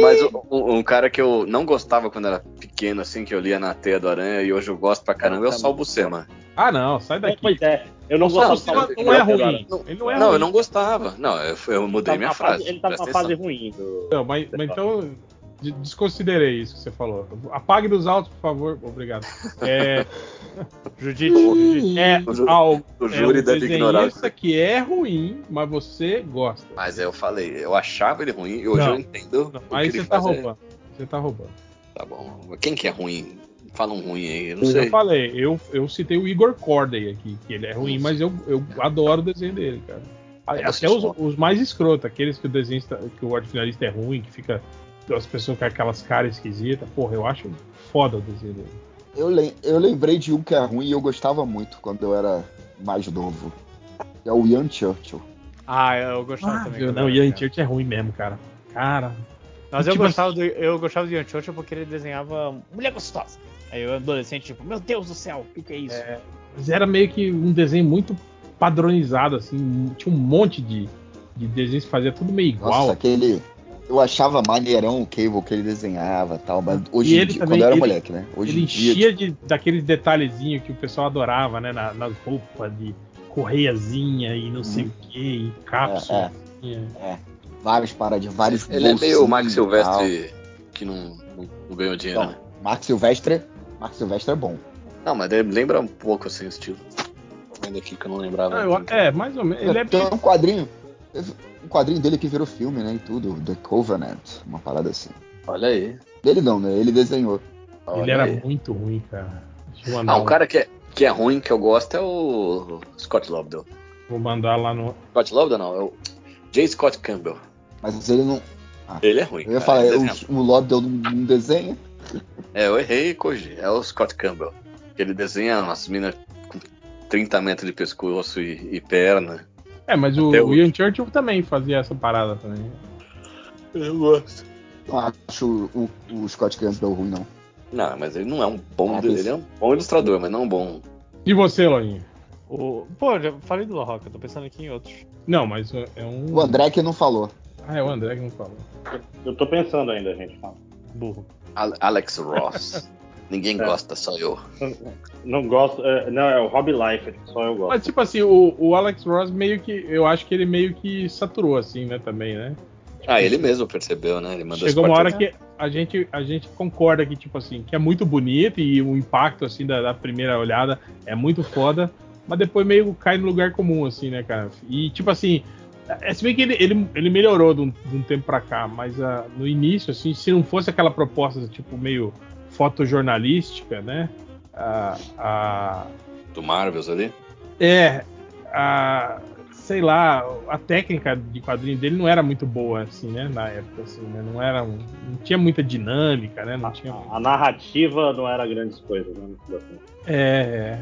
[SPEAKER 6] Mas o- o- um cara que eu não gostava quando era pequeno, assim, que eu lia na teia do Aranha e hoje eu gosto pra caramba, é o Sal Buscema.
[SPEAKER 4] Ah, não, sai daqui.
[SPEAKER 16] Pois é, eu não
[SPEAKER 6] Não,
[SPEAKER 16] gostava
[SPEAKER 6] não,
[SPEAKER 16] do Paulo
[SPEAKER 6] não é
[SPEAKER 16] Ricardo,
[SPEAKER 6] ruim.
[SPEAKER 16] cara.
[SPEAKER 4] Ele
[SPEAKER 6] Não,
[SPEAKER 4] não é
[SPEAKER 6] eu
[SPEAKER 4] ruim.
[SPEAKER 6] não gostava. Não, eu, eu mudei
[SPEAKER 16] Ele tá
[SPEAKER 6] minha
[SPEAKER 16] numa
[SPEAKER 6] frase.
[SPEAKER 16] fase- Ele tá
[SPEAKER 6] presta
[SPEAKER 16] numa
[SPEAKER 6] atenção.
[SPEAKER 16] fase ruim do.
[SPEAKER 4] Não, mas, mas então de- desconsiderei isso que você falou. Apague dos altos, por favor. Obrigado. É,
[SPEAKER 12] Judite,
[SPEAKER 4] é
[SPEAKER 6] O ju-
[SPEAKER 4] algo.
[SPEAKER 6] o júri
[SPEAKER 4] é um
[SPEAKER 6] deve ignorar.
[SPEAKER 4] desenhista que é ruim, mas você gosta.
[SPEAKER 6] Mas eu falei, eu achava ele ruim e hoje
[SPEAKER 4] Não.
[SPEAKER 6] eu entendo. o que
[SPEAKER 4] Aí
[SPEAKER 6] ele
[SPEAKER 4] você tá
[SPEAKER 6] faz é-
[SPEAKER 4] roubando. Você tá roubando.
[SPEAKER 6] Tá bom. Quem que é ruim? Fala um ruim aí, eu não
[SPEAKER 4] eu
[SPEAKER 6] sei.
[SPEAKER 4] já falei, eu, eu citei o Igor Corday aqui, que ele é ruim, mas eu, eu adoro o desenho dele, cara. A-
[SPEAKER 6] Eu
[SPEAKER 4] Até
[SPEAKER 6] gosto
[SPEAKER 4] os,
[SPEAKER 6] de
[SPEAKER 4] os mais escrotos, aqueles que o desenhista, que o arte finalista é ruim, que fica. As pessoas com aquelas caras esquisitas, porra, eu acho foda o desenho dele.
[SPEAKER 1] Eu, lem- eu lembrei de um que é ruim e eu gostava muito quando eu era mais novo. Que é o Ian Churchill.
[SPEAKER 12] Ah, eu gostava
[SPEAKER 4] Ah,
[SPEAKER 12] também.
[SPEAKER 4] meu,
[SPEAKER 12] quando
[SPEAKER 4] não,
[SPEAKER 12] era
[SPEAKER 4] Ian
[SPEAKER 12] criança.
[SPEAKER 4] Church é ruim mesmo, cara. Cara.
[SPEAKER 12] Mas eu
[SPEAKER 4] Tipo
[SPEAKER 12] gostava, do, eu gostava do Ian Churchill porque ele desenhava mulher gostosa. Aí eu adolescente, tipo, meu Deus do céu, o que, que é isso?
[SPEAKER 4] É, Mas era meio que um desenho muito padronizado, assim. Tinha um monte de, de desenhos que fazia tudo meio
[SPEAKER 1] Nossa,
[SPEAKER 4] igual.
[SPEAKER 1] aquele. Eu achava maneirão o cable que ele desenhava e tal, mas
[SPEAKER 4] E
[SPEAKER 1] hoje em
[SPEAKER 4] ele
[SPEAKER 1] dia,
[SPEAKER 4] também-
[SPEAKER 1] quando eu era
[SPEAKER 4] ele-
[SPEAKER 1] moleque, né? Hoje
[SPEAKER 4] Ele
[SPEAKER 1] em dia.
[SPEAKER 4] enchia de, daqueles detalhezinhos que o pessoal adorava, né? na- nas roupas de correiazinha e não sei o que, e cápsula.
[SPEAKER 1] É, várias paradas, vários
[SPEAKER 6] Ele é meio o Mark
[SPEAKER 1] bolsinhos e tal.
[SPEAKER 6] Silvestre que não, não, não ganhou dinheiro, né?
[SPEAKER 1] Mark Silvestre. Mark Silvestre é bom.
[SPEAKER 6] Não, mas ele lembra um pouco assim o estilo. Tô vendo aqui que eu não lembrava.
[SPEAKER 4] Ah, eu- É, mais ou menos. Ele é
[SPEAKER 1] Tem
[SPEAKER 4] bem-
[SPEAKER 1] um quadrinho. Um quadrinho dele que virou filme, né? E tudo. The Covenant. Uma parada assim.
[SPEAKER 6] Olha aí.
[SPEAKER 1] Dele não, né? Ele desenhou.
[SPEAKER 6] Olha
[SPEAKER 4] ele era
[SPEAKER 6] aí.
[SPEAKER 4] muito ruim, cara. Deixa eu mandar
[SPEAKER 6] Ah, um cara que é, que é ruim, que eu gosto, é o Scott Lobdell.
[SPEAKER 4] um, Vou mandar lá no.
[SPEAKER 6] Scott Lobdell não, é o J. Scott Campbell.
[SPEAKER 1] Mas ele não.
[SPEAKER 6] Ele é ruim.
[SPEAKER 1] Eu ia
[SPEAKER 6] cara,
[SPEAKER 1] falar,
[SPEAKER 6] ele
[SPEAKER 1] é,
[SPEAKER 6] desenha
[SPEAKER 1] o, o Lobo deu um um desenho.
[SPEAKER 6] É, eu errei e corrigi. É o Scott Campbell. Ele desenha umas minas com 30 metros de pescoço e, e perna.
[SPEAKER 4] É, mas o,
[SPEAKER 6] Até
[SPEAKER 4] o
[SPEAKER 6] hoje.
[SPEAKER 4] Ian Churchill também fazia essa parada também.
[SPEAKER 6] Eu gosto.
[SPEAKER 1] Não acho o, o Scott Campbell ruim, não.
[SPEAKER 6] Não, mas ele não é um bom.
[SPEAKER 1] Ah,
[SPEAKER 6] dele.
[SPEAKER 1] esse-
[SPEAKER 6] Ele é um bom ilustrador, mas não um bom.
[SPEAKER 4] E você, Loinho?
[SPEAKER 12] O, pô, eu já falei do La Roca, eu tô pensando aqui em outros.
[SPEAKER 4] Não, mas é um.
[SPEAKER 1] O André que não falou.
[SPEAKER 4] Ah, é o André que não falou.
[SPEAKER 16] Eu tô pensando ainda, gente. calma.
[SPEAKER 12] Burro.
[SPEAKER 6] Al- Alex Ross. Ninguém
[SPEAKER 16] É.
[SPEAKER 6] gosta, só eu.
[SPEAKER 16] Não gosto. é, não, é o Hobby Life, só eu gosto.
[SPEAKER 4] Mas tipo assim, o, o Alex Ross meio que. Eu acho que ele meio que saturou, assim, né, também, né?
[SPEAKER 6] Ah, ele mesmo percebeu, né? Ele mandou
[SPEAKER 4] Chegou
[SPEAKER 6] esse
[SPEAKER 4] uma hora
[SPEAKER 6] quarteto.
[SPEAKER 4] que a gente, a gente concorda que, tipo assim, que é muito bonito e o impacto, assim, da, da primeira olhada é muito foda, mas depois meio cai no lugar comum, assim, né, cara? E, tipo assim, é, se bem que ele, ele, ele melhorou de um, de um tempo pra cá, mas ah, no início, assim, se não fosse aquela proposta, tipo, meio fotojornalística, né? ah, A, a,
[SPEAKER 6] Do Marvels ali.
[SPEAKER 4] é, a, sei lá, a técnica de quadrinho dele não era muito boa, assim, né, na época, assim, né, não era, um- não tinha muita dinâmica, né, não tinha...
[SPEAKER 16] A narrativa não era grandes coisas, né?
[SPEAKER 4] É,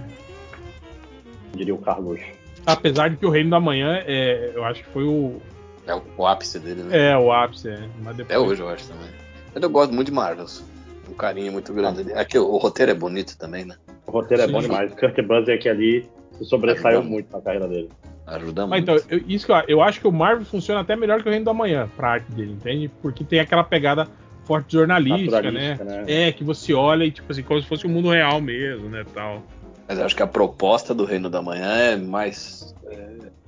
[SPEAKER 16] Diria o Carlos.
[SPEAKER 4] apesar de que o Reino da Manhã, é, eu acho que foi o,
[SPEAKER 6] É o, o ápice dele, né?
[SPEAKER 4] é, o ápice, é, mas depois...
[SPEAKER 6] Até hoje eu acho também. Mas eu gosto muito de Marvels. Um carinho muito grande. ali. Aqui, o, o roteiro é bonito também, né?
[SPEAKER 16] O roteiro
[SPEAKER 4] Sim.
[SPEAKER 16] é bom demais. Kurt Busiek ali se sobressaiu
[SPEAKER 6] Não.
[SPEAKER 16] muito na carreira dele.
[SPEAKER 6] Ajuda
[SPEAKER 4] Mas
[SPEAKER 6] muito.
[SPEAKER 4] então, eu, isso que eu, eu acho que o Marvel funciona até melhor que o Reino da Manhã pra arte dele, entende? Porque tem aquela pegada forte jornalística, né?
[SPEAKER 16] Naturalista, né?
[SPEAKER 4] É, que você olha e, tipo assim, como se fosse o mundo real mesmo, né, tal.
[SPEAKER 6] Mas eu acho que a proposta do Reino da Manhã é mais,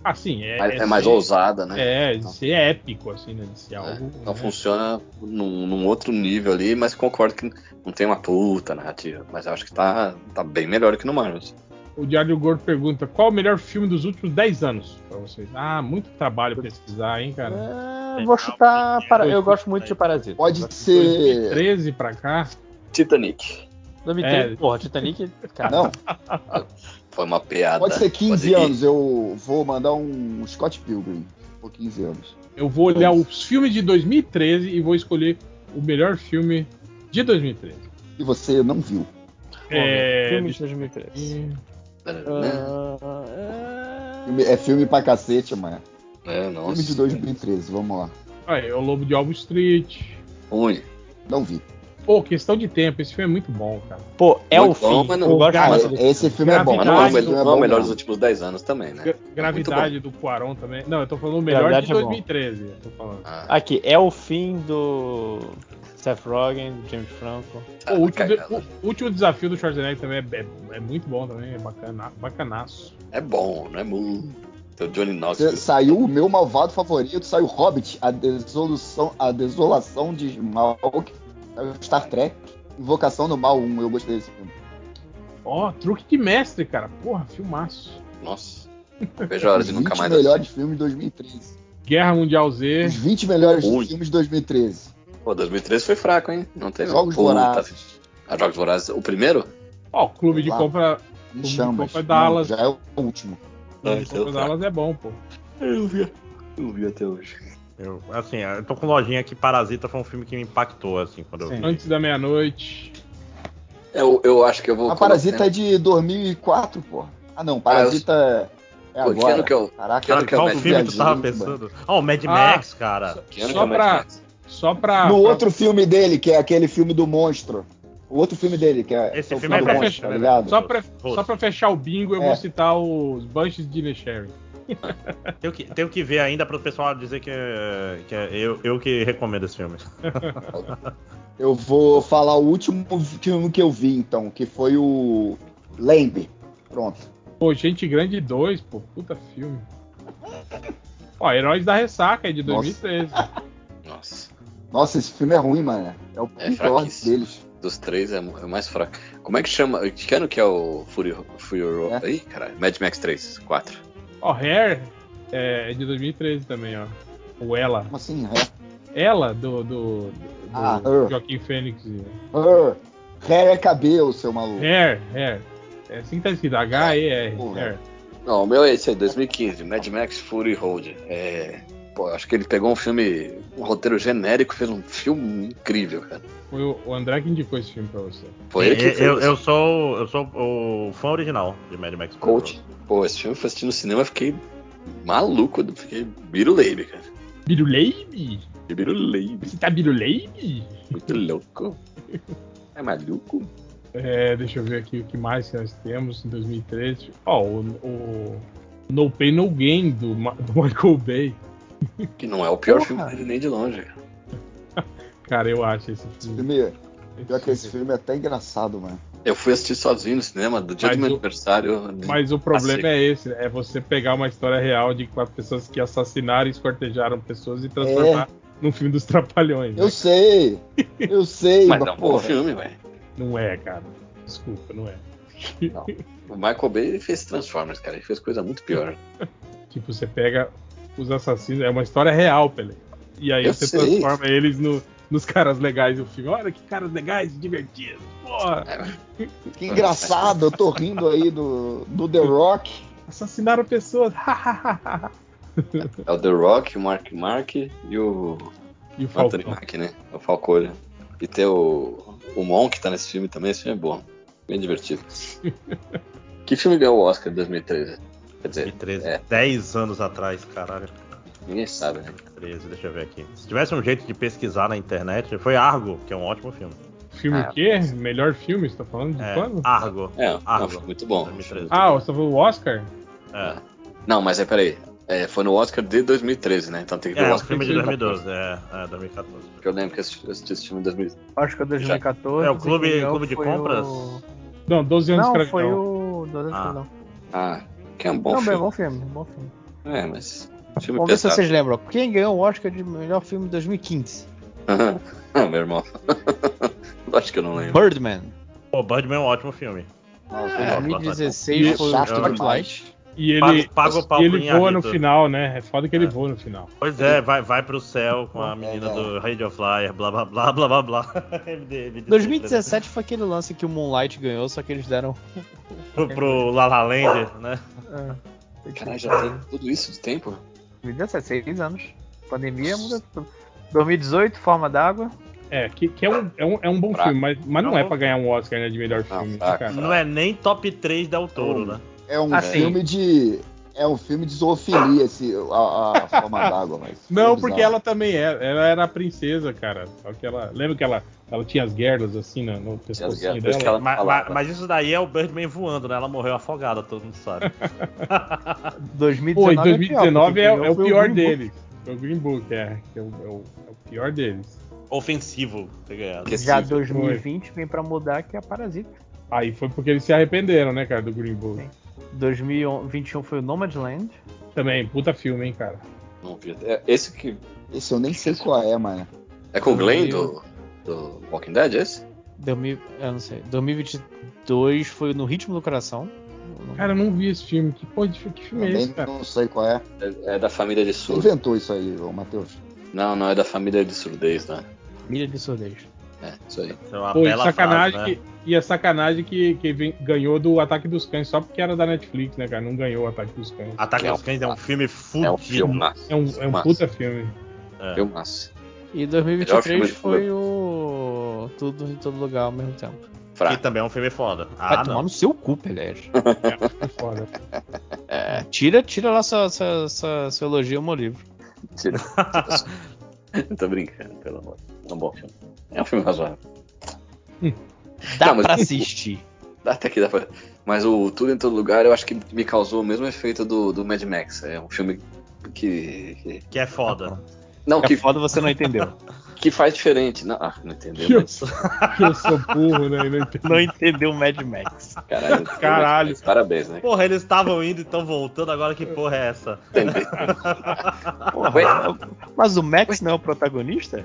[SPEAKER 4] Assim, é...
[SPEAKER 6] mais- é mais ousada, né?
[SPEAKER 4] É, de ser épico, assim, né? De ser algo.
[SPEAKER 6] Então
[SPEAKER 4] né?
[SPEAKER 6] funciona num, num outro nível ali, mas concordo que não tem uma puta narrativa. Mas eu acho que tá, tá bem melhor que no Marvels.
[SPEAKER 4] O Diário do Gordo pergunta: qual o melhor filme dos últimos 10 anos pra vocês? Ah, muito trabalho pesquisar, hein, cara?
[SPEAKER 12] É, vou chutar. Para, eu gosto muito de Parasita.
[SPEAKER 1] Pode ser.
[SPEAKER 4] 13 pra cá.
[SPEAKER 6] Titanic.
[SPEAKER 12] 2013,
[SPEAKER 4] É.
[SPEAKER 12] porra, Titanic, cara.
[SPEAKER 1] Não,
[SPEAKER 6] Foi uma piada.
[SPEAKER 1] pode ser 15
[SPEAKER 6] Pode ir.
[SPEAKER 1] anos. Eu vou mandar um Scott Pilgrim por 15 anos.
[SPEAKER 4] Eu vou olhar os filmes de 2013 e vou escolher o melhor filme de 2013.
[SPEAKER 1] E você não viu.
[SPEAKER 4] É,
[SPEAKER 12] Filme de
[SPEAKER 4] deixa
[SPEAKER 12] 2013.
[SPEAKER 4] eu ver.
[SPEAKER 6] É, né?
[SPEAKER 12] Ah,
[SPEAKER 1] Filme- É filme pra cacete, mano.
[SPEAKER 6] É, nossa.
[SPEAKER 1] Filme de 2013, vamos lá.
[SPEAKER 4] Aí, é o Lobo de Alvo Street.
[SPEAKER 6] Ruim.
[SPEAKER 1] Não vi.
[SPEAKER 4] Pô, questão de tempo, esse filme é muito bom, cara.
[SPEAKER 20] Pô, é
[SPEAKER 4] Muito
[SPEAKER 20] o fim.
[SPEAKER 4] bom, mas não-
[SPEAKER 20] Eu gosto
[SPEAKER 4] Cara,
[SPEAKER 20] muito desse
[SPEAKER 4] esse filme é bom,
[SPEAKER 6] Mas não é o
[SPEAKER 4] Gravidade
[SPEAKER 6] melhor-
[SPEAKER 4] do-
[SPEAKER 6] não é o melhor dos últimos 10 anos também, né?
[SPEAKER 4] Gra- Gravidade do Cuarón também. Não, eu tô falando o melhor
[SPEAKER 20] Gravidade
[SPEAKER 4] de
[SPEAKER 20] é bom.
[SPEAKER 4] 2013. eu tô falando.
[SPEAKER 6] Ah,
[SPEAKER 20] Aqui, é o fim do Seth Rogen, do James Franco.
[SPEAKER 6] tá
[SPEAKER 1] Tá,
[SPEAKER 4] Pô, o, último, o último desafio do Schwarzenegger também é, é- é muito bom também, é bacana, bacanaço.
[SPEAKER 6] É bom, não é muito. Tem o Johnny
[SPEAKER 1] Cê-
[SPEAKER 6] Knoxville.
[SPEAKER 1] Saiu o meu malvado favorito, saiu Hobbit, a desolução, a desolação de Smaug, saiu Star Trek, Invocação do Mal 1, eu gostei desse filme.
[SPEAKER 4] Ó, truque de mestre, cara. Porra, filmaço.
[SPEAKER 6] Nossa. Vejo a hora de nunca
[SPEAKER 1] 20
[SPEAKER 6] mais
[SPEAKER 1] melhores filmes de 2013.
[SPEAKER 4] Guerra Mundial
[SPEAKER 3] É.
[SPEAKER 4] Z.
[SPEAKER 1] Os 20 melhores filmes de 2013.
[SPEAKER 6] Pô, 2013 foi fraco, hein? Não teve.
[SPEAKER 1] Jogos
[SPEAKER 6] Puta.
[SPEAKER 1] Vorazes.
[SPEAKER 6] Ah, Jogos Vorazes. O primeiro?
[SPEAKER 4] Ó, o clube de
[SPEAKER 1] Lá.
[SPEAKER 4] compra.
[SPEAKER 1] Em
[SPEAKER 4] Clube de
[SPEAKER 1] chamas.
[SPEAKER 4] compra
[SPEAKER 1] Não,
[SPEAKER 4] da Alas.
[SPEAKER 1] já é o último.
[SPEAKER 4] Clube de
[SPEAKER 3] esse é o
[SPEAKER 4] compra da
[SPEAKER 3] fraco.
[SPEAKER 1] tá.
[SPEAKER 4] Alas é bom, pô.
[SPEAKER 6] Eu vi. Eu vi até hoje.
[SPEAKER 3] Eu, assim, eu tô com lojinha que Parasita foi um filme que me impactou, assim, quando eu vi.
[SPEAKER 4] Antes da meia-noite.
[SPEAKER 6] Eu, eu acho que eu vou.
[SPEAKER 1] A Parasita é de 2004, porra. Ah não, Parasita é
[SPEAKER 6] Pô, que
[SPEAKER 1] agora.
[SPEAKER 6] ano que eu-
[SPEAKER 1] Caraca,
[SPEAKER 6] que ano que eu
[SPEAKER 3] Qual
[SPEAKER 6] Mad
[SPEAKER 3] filme tu
[SPEAKER 1] Max?
[SPEAKER 3] tava
[SPEAKER 1] Viajei,
[SPEAKER 3] pensando? Ó, o Mad
[SPEAKER 4] Ah,
[SPEAKER 3] Max, cara.
[SPEAKER 6] Que ano que é
[SPEAKER 4] Só
[SPEAKER 6] o Mad
[SPEAKER 4] pra,
[SPEAKER 6] Max?
[SPEAKER 4] só pra.
[SPEAKER 1] No
[SPEAKER 4] pra-
[SPEAKER 1] outro filme dele, que é aquele filme do monstro. O outro filme dele, que é,
[SPEAKER 3] Esse
[SPEAKER 1] que é o filme
[SPEAKER 3] filme é
[SPEAKER 1] do
[SPEAKER 3] bom,
[SPEAKER 1] monstro, tá
[SPEAKER 3] né?
[SPEAKER 1] ligado?
[SPEAKER 4] Só pra,
[SPEAKER 3] Rosto.
[SPEAKER 4] só pra fechar o bingo, eu
[SPEAKER 1] É.
[SPEAKER 4] vou citar os Bunches de Nesherry.
[SPEAKER 3] Tenho que, tenho que ver ainda para o pessoal dizer que, é- que é eu, eu que recomendo esse filme.
[SPEAKER 1] Eu vou falar o último filme que eu vi, então, que foi o Lembre. Pronto.
[SPEAKER 4] Pô, Gente Grande 2, pô, puta filme. Ó, Heróis da Ressaca é de
[SPEAKER 1] Nossa.
[SPEAKER 4] 2013.
[SPEAKER 6] Nossa.
[SPEAKER 1] Nossa, esse filme é ruim, mano. É o
[SPEAKER 6] É
[SPEAKER 1] pior
[SPEAKER 6] fraquíssimo.
[SPEAKER 1] deles.
[SPEAKER 6] Dos três é o é o mais fraco. Como é que chama? Que ano que é o Fury, Fury Road?
[SPEAKER 1] É.
[SPEAKER 6] Ih, caralho. Mad Max 3, 4.
[SPEAKER 4] Ó, Hair é é de 2013 também, ó. O Ela.
[SPEAKER 1] Como assim? É.
[SPEAKER 4] Ela do, do, do
[SPEAKER 1] Ah, Her.
[SPEAKER 4] Joaquim Fênix.
[SPEAKER 1] Her. Hair é cabelo, seu maluco.
[SPEAKER 4] Hair, Hair. É assim que tá escrito, H-E-R.
[SPEAKER 1] Porra.
[SPEAKER 4] Hair.
[SPEAKER 6] Não, o meu é esse aí, 2015. Mad Max Fury Road. É. Pô, eu acho que ele pegou um filme, um roteiro genérico, fez um filme incrível, cara.
[SPEAKER 4] Foi o o André que indicou esse filme pra você.
[SPEAKER 6] Foi ele que fez.
[SPEAKER 3] É, eu, eu sou, eu sou o fã original de Mad Max.
[SPEAKER 6] Coach. Pô, esse filme eu fui assistir no cinema, eu fiquei maluco, eu fiquei biruleibe, cara.
[SPEAKER 4] Biruleibe?
[SPEAKER 6] Fiquei Biruleibe,
[SPEAKER 4] Você tá Biruleibe?
[SPEAKER 6] muito louco. É maluco?
[SPEAKER 4] É, deixa eu ver aqui o que mais que nós temos em 2013. Ó, o, o No Pain No Gain do, Ma- do Michael Bay.
[SPEAKER 6] Que não é o pior
[SPEAKER 1] Porra.
[SPEAKER 6] filme dele nem de longe. cara.
[SPEAKER 4] Cara, eu acho esse
[SPEAKER 1] Esse
[SPEAKER 4] filme.
[SPEAKER 1] filme, pior que esse filme é até engraçado, mano.
[SPEAKER 6] Eu fui assistir sozinho no cinema, do dia
[SPEAKER 4] Mas
[SPEAKER 6] do meu
[SPEAKER 4] o-
[SPEAKER 6] aniversário.
[SPEAKER 4] Mas o problema
[SPEAKER 6] Assim.
[SPEAKER 4] é esse, é você pegar uma história real de quatro pessoas que assassinaram e escortejaram pessoas e transformar num filme dos trapalhões. né?
[SPEAKER 1] É. Eu sei. Eu sei,
[SPEAKER 6] Mas
[SPEAKER 1] mas,
[SPEAKER 6] é um bom
[SPEAKER 1] porra.
[SPEAKER 6] filme, velho.
[SPEAKER 4] Não é, cara. Desculpa, não é.
[SPEAKER 6] Não. O Michael Bay ele fez Transformers, cara. Ele fez coisa muito pior.
[SPEAKER 4] Tipo, você pega os assassinos, é uma história real, Pele. E aí
[SPEAKER 6] Eu
[SPEAKER 4] você
[SPEAKER 6] sei.
[SPEAKER 4] transforma eles no- nos caras legais do filme. Olha que caras legais, divertidos. Porra,
[SPEAKER 1] Que engraçado, eu tô rindo aí do, do The Rock.
[SPEAKER 4] assassinaram pessoas.
[SPEAKER 6] É o The Rock, o Mark Mark e o
[SPEAKER 4] e o
[SPEAKER 6] Anthony
[SPEAKER 4] Falcão.
[SPEAKER 6] Mack, né? O Falcone. E tem o, o Mon que tá nesse filme também. Esse filme é bom. Bem divertido. que filme ganhou o Oscar de 2013? Quer dizer,
[SPEAKER 3] 2013.
[SPEAKER 6] É.
[SPEAKER 3] 10 anos atrás, caralho.
[SPEAKER 6] ninguém sabe, né?
[SPEAKER 3] 13, deixa eu ver aqui. Se tivesse um jeito de pesquisar na internet, foi Argo, que é um ótimo filme.
[SPEAKER 4] Filme
[SPEAKER 6] Ah,
[SPEAKER 4] o quê? Melhor filme? Você tá falando de
[SPEAKER 3] É,
[SPEAKER 4] quando?
[SPEAKER 3] Argo.
[SPEAKER 6] É, não,
[SPEAKER 3] Argo.
[SPEAKER 6] foi muito bom.
[SPEAKER 3] 2013.
[SPEAKER 4] Ah, você tá falando o Oscar?
[SPEAKER 3] É,
[SPEAKER 11] Ah.
[SPEAKER 6] Não, mas é, peraí. É, foi no Oscar de 2013, né? Então tem que ter
[SPEAKER 3] é
[SPEAKER 6] o
[SPEAKER 3] um
[SPEAKER 6] Oscar.
[SPEAKER 3] filme de 2012, é, é 2014.
[SPEAKER 6] Porque eu lembro que eu assisti eu assisti esse filme em 2013.
[SPEAKER 11] Acho que é 2014.
[SPEAKER 3] É, o clube-
[SPEAKER 11] quem ganhou
[SPEAKER 3] clube de
[SPEAKER 11] foi
[SPEAKER 3] compras?
[SPEAKER 11] o-
[SPEAKER 4] Não, 12 anos de
[SPEAKER 11] Não,
[SPEAKER 4] escravidão.
[SPEAKER 11] foi o. 12
[SPEAKER 3] Ah,
[SPEAKER 11] ah, não.
[SPEAKER 6] Ah, que é um bom
[SPEAKER 11] não, bem,
[SPEAKER 6] filme.
[SPEAKER 11] bom filme, bom filme.
[SPEAKER 6] É, mas. Filme
[SPEAKER 11] Vamos ver se
[SPEAKER 6] pesado.
[SPEAKER 11] vocês lembram. Quem ganhou o Oscar de melhor filme de 2015?
[SPEAKER 6] ah, meu irmão. Acho que eu não lembro.
[SPEAKER 11] Birdman.
[SPEAKER 3] Pô, Birdman é um ótimo filme.
[SPEAKER 6] É.
[SPEAKER 1] Nossa,
[SPEAKER 11] 2016 foi o
[SPEAKER 1] chato
[SPEAKER 11] Spotlight.
[SPEAKER 1] demais.
[SPEAKER 4] E
[SPEAKER 3] Paga,
[SPEAKER 4] ele,
[SPEAKER 3] paga o pau
[SPEAKER 4] e
[SPEAKER 3] pro
[SPEAKER 4] ele voa no
[SPEAKER 3] Inharito.
[SPEAKER 4] final, né? É foda que ele
[SPEAKER 3] É.
[SPEAKER 4] voa no final.
[SPEAKER 3] Pois é, vai, vai pro céu com a
[SPEAKER 1] É,
[SPEAKER 3] menina
[SPEAKER 1] é.
[SPEAKER 3] do Radio Flyer, blá blá blá blá blá blá. MD,
[SPEAKER 11] 2017 foi aquele lance que o Moonlight ganhou, só que eles deram.
[SPEAKER 3] Pro, pro La La Land, né?
[SPEAKER 6] Caralho, já tem tudo isso de tempo?
[SPEAKER 11] 2017, seis anos. Pandemia muda tudo. 2018, Forma d'Água.
[SPEAKER 4] É, que, que é, um, é, um, é um bom
[SPEAKER 6] Fraco.
[SPEAKER 4] filme, mas, mas não
[SPEAKER 3] Não.
[SPEAKER 4] é pra ganhar um Oscar né, de melhor
[SPEAKER 6] Não,
[SPEAKER 4] filme,
[SPEAKER 6] fraco.
[SPEAKER 4] cara.
[SPEAKER 3] Não é nem top 3 Del Toro, né?
[SPEAKER 1] É um
[SPEAKER 11] Assim.
[SPEAKER 1] filme de. É um filme de zoofilia, esse, a, a forma d'água, mas.
[SPEAKER 4] Não,
[SPEAKER 1] é
[SPEAKER 4] porque
[SPEAKER 1] bizarro.
[SPEAKER 4] ela também é. Ela era a princesa, cara. Só que ela. Lembra que ela Ela tinha as guerras assim no, no pescocinho
[SPEAKER 3] guerras,
[SPEAKER 4] dela.
[SPEAKER 3] que ela Ma- ma- mas, isso daí é o Birdman voando, né? Ela morreu afogada, todo mundo sabe.
[SPEAKER 4] 2019,
[SPEAKER 3] 2019 é
[SPEAKER 4] é,
[SPEAKER 3] pior, porque
[SPEAKER 4] é o
[SPEAKER 3] foi o
[SPEAKER 4] pior
[SPEAKER 3] Green Book.
[SPEAKER 4] deles. Foi O Green Book, é. que é o- é o- é o pior deles.
[SPEAKER 3] Ofensivo ter ganhado.
[SPEAKER 4] Já
[SPEAKER 3] Já
[SPEAKER 4] Esse 2020
[SPEAKER 11] vem pra mudar que é a Parasita.
[SPEAKER 4] Aí foi porque eles se arrependeram, né, cara, do Green Book.
[SPEAKER 11] 2021 foi o Nomadland.
[SPEAKER 4] Também, puta filme, hein, cara.
[SPEAKER 6] Não vi. É esse que.
[SPEAKER 1] Esse eu nem sei qual é, mano.
[SPEAKER 6] É com o Glenn do, do Walking Dead, é esse?
[SPEAKER 11] 2000, eu não sei. 2022 foi no Ritmo do Coração.
[SPEAKER 4] Cara, eu não vi esse filme. Que porra de fi- que filme é esse, cara?
[SPEAKER 1] Não sei qual é.
[SPEAKER 6] É, é da família de surdo.
[SPEAKER 1] Inventou isso aí, ô Matheus.
[SPEAKER 6] Não, não, é da família de surdez, né?
[SPEAKER 11] Milha de surdez.
[SPEAKER 6] É, isso aí.
[SPEAKER 3] É uma
[SPEAKER 4] Pô, e
[SPEAKER 3] bela
[SPEAKER 4] sacanagem
[SPEAKER 3] frase,
[SPEAKER 4] que,
[SPEAKER 3] né?
[SPEAKER 4] e a sacanagem que, que vem- ganhou do Ataque dos Cães só porque era da Netflix, né, cara? Não ganhou o Ataque dos Cães.
[SPEAKER 3] Ataque dos Cães é um filme fudido.
[SPEAKER 4] É um É um, é um puta filme.
[SPEAKER 6] Filmaço.
[SPEAKER 11] E
[SPEAKER 3] Melhor filme
[SPEAKER 11] 2023
[SPEAKER 3] de
[SPEAKER 11] foi o. Tudo em todo lugar ao mesmo tempo.
[SPEAKER 3] Que também é um filme foda.
[SPEAKER 11] Vai
[SPEAKER 3] Ah,
[SPEAKER 11] tomar
[SPEAKER 3] não.
[SPEAKER 11] no seu cu, Pelé.
[SPEAKER 4] É
[SPEAKER 11] É,
[SPEAKER 4] Foda.
[SPEAKER 11] Tira, tira lá sua, sua, sua, seu elogio ao meu livro.
[SPEAKER 6] Tira. Tô brincando, pelo amor. É um bom filme. É um filme razoável.
[SPEAKER 11] Dá
[SPEAKER 6] mas-
[SPEAKER 11] pra assistir.
[SPEAKER 6] Dá até que dá pra... Mas o Tudo em Todo Lugar eu acho que me causou o mesmo efeito do, do Mad Max. É um filme que. Que,
[SPEAKER 3] é foda.
[SPEAKER 6] Não,
[SPEAKER 11] Que é
[SPEAKER 6] que,
[SPEAKER 11] foda você não entendeu.
[SPEAKER 6] que faz diferente. Não, ah, não entendeu.
[SPEAKER 11] Que eu
[SPEAKER 6] mas-
[SPEAKER 11] sou-
[SPEAKER 4] Que eu sou burro, né? Não entendeu.
[SPEAKER 11] Não entendeu Mad Max.
[SPEAKER 6] Caralho. entendeu,
[SPEAKER 3] Caralho.
[SPEAKER 6] mas Parabéns, né?
[SPEAKER 3] Porra, eles estavam indo e estão voltando, agora que porra é essa?
[SPEAKER 6] Entendi.
[SPEAKER 11] Porra, mas o Max não é o protagonista?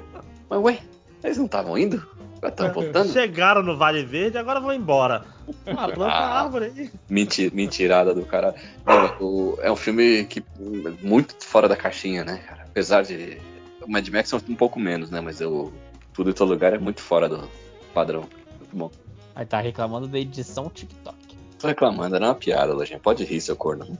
[SPEAKER 6] Mas ué, eles não estavam indo? Agora estão voltando?
[SPEAKER 3] Chegaram no Vale Verde, agora vão embora. Ah, planta
[SPEAKER 6] Ah.
[SPEAKER 3] a árvore.
[SPEAKER 6] Menti- mentirada do cara. Não, o- é um filme que muito fora da caixinha, né, cara? Apesar de o Mad Max é um pouco menos, né? Mas eu tudo em todo lugar é muito fora do padrão. Muito bom.
[SPEAKER 11] Aí tá reclamando da edição TikTok.
[SPEAKER 6] Tô reclamando, era uma piada, Lojinha. Pode rir, seu corno.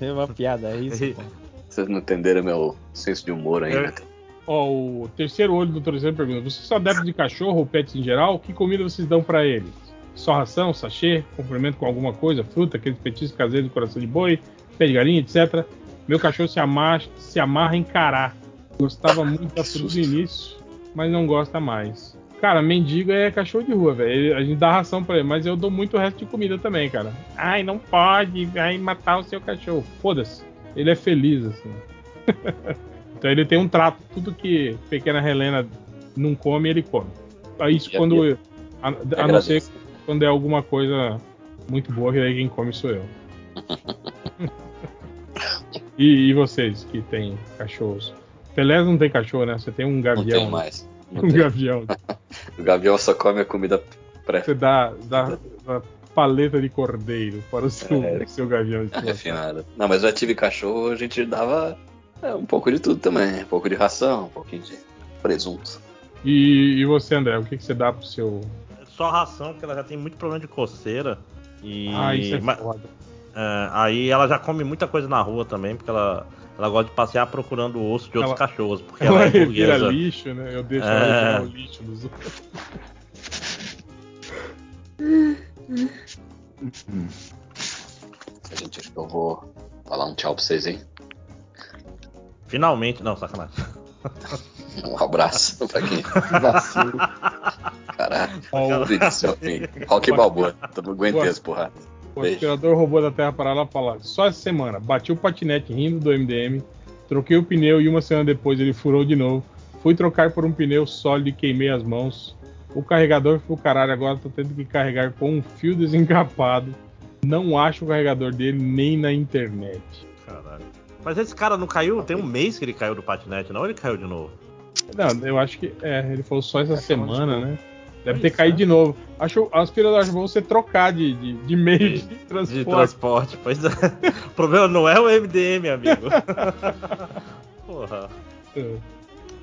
[SPEAKER 11] É uma piada, é isso. pô.
[SPEAKER 6] Vocês não entenderam meu senso de humor ainda.
[SPEAKER 4] É, Ó, o terceiro olho do terceiro pergunta. Vocês são adeptos de cachorro ou pets em geral? Que comida vocês dão pra eles? Só ração, sachê, complemento com alguma coisa, fruta, aqueles petiscos caseiros do coração de boi, pé de galinha, etc. Meu cachorro se amarra, se amarra em cará.
[SPEAKER 6] Ah,
[SPEAKER 4] Gostava muito da fruta no início, mas não gosta mais. Cara, mendigo é cachorro de rua, velho. Ele- A gente dá ração pra ele, mas eu dou muito o resto de comida também, cara. Ai, não pode, vai matar o seu cachorro. Foda-se. Ele é feliz, assim. Então ele tem um trato, tudo que pequena Helena não come, ele come. Ah, Isso
[SPEAKER 6] E a
[SPEAKER 4] quando.
[SPEAKER 6] minha-
[SPEAKER 4] A, a não
[SPEAKER 6] agradeço.
[SPEAKER 4] ser quando é alguma coisa muito boa, que daí quem come sou eu. e, e vocês que têm cachorros? Pelé não tem cachorro, né? Você tem um
[SPEAKER 6] Não
[SPEAKER 4] gavião.
[SPEAKER 6] tenho
[SPEAKER 4] né?
[SPEAKER 6] mais. Não
[SPEAKER 4] Um
[SPEAKER 6] tenho.
[SPEAKER 4] gavião.
[SPEAKER 6] O Gavião só come a comida pré.
[SPEAKER 4] Você dá, dá, dá paleta de cordeiro para o seu,
[SPEAKER 6] É.
[SPEAKER 4] seu gavião. de estimação.
[SPEAKER 6] Refinada. Não, mas eu já tive cachorro, a gente dava é, um pouco de tudo também. Um pouco de ração, um pouquinho de presunto.
[SPEAKER 4] E, e você, André, o que, que você dá pro seu.
[SPEAKER 3] É Só ração, porque ela já tem muito problema de coceira. E...
[SPEAKER 4] Ah, isso é
[SPEAKER 3] ma-
[SPEAKER 4] foda.
[SPEAKER 3] É, aí ela já come muita coisa na rua também, porque ela, ela gosta de passear procurando o osso de outros
[SPEAKER 4] Ela-
[SPEAKER 3] cachorros, porque ela,
[SPEAKER 4] Ela
[SPEAKER 3] é
[SPEAKER 4] revira
[SPEAKER 3] burguesa.
[SPEAKER 4] lixo, né? Eu deixo
[SPEAKER 3] É.
[SPEAKER 4] ela revirar o lixo dos outros.
[SPEAKER 6] Gente, acho que eu vou falar um tchau pra vocês, hein?
[SPEAKER 3] Finalmente, não, sacanagem.
[SPEAKER 6] Um abraço pra quem. Vacilo. Caralho. Vinícius é o fim. Rock Balboa. Tô- Não aguentei as porradas.
[SPEAKER 4] O
[SPEAKER 6] Beijo.
[SPEAKER 4] aspirador roubou da terra para lá falar. Só essa semana, bati o patinete rindo do MDM, troquei o pneu e uma semana depois ele furou de novo. Fui trocar por um pneu sólido e queimei as mãos. O carregador foi pro caralho, agora tô tendo que carregar com um fio desencapado. Não acho o carregador dele nem na internet.
[SPEAKER 3] Caralho. Mas esse cara não caiu, tem um mês que ele caiu do patinete, não? Ou Ele caiu de novo.
[SPEAKER 4] Não, eu acho que é, ele falou só essa semana, né? Deve ter caído de novo. Acho, o aspirador acho bom você trocar de, de, de meio de transporte.
[SPEAKER 3] De transporte, pois é. o problema não é o MDM, amigo. Porra.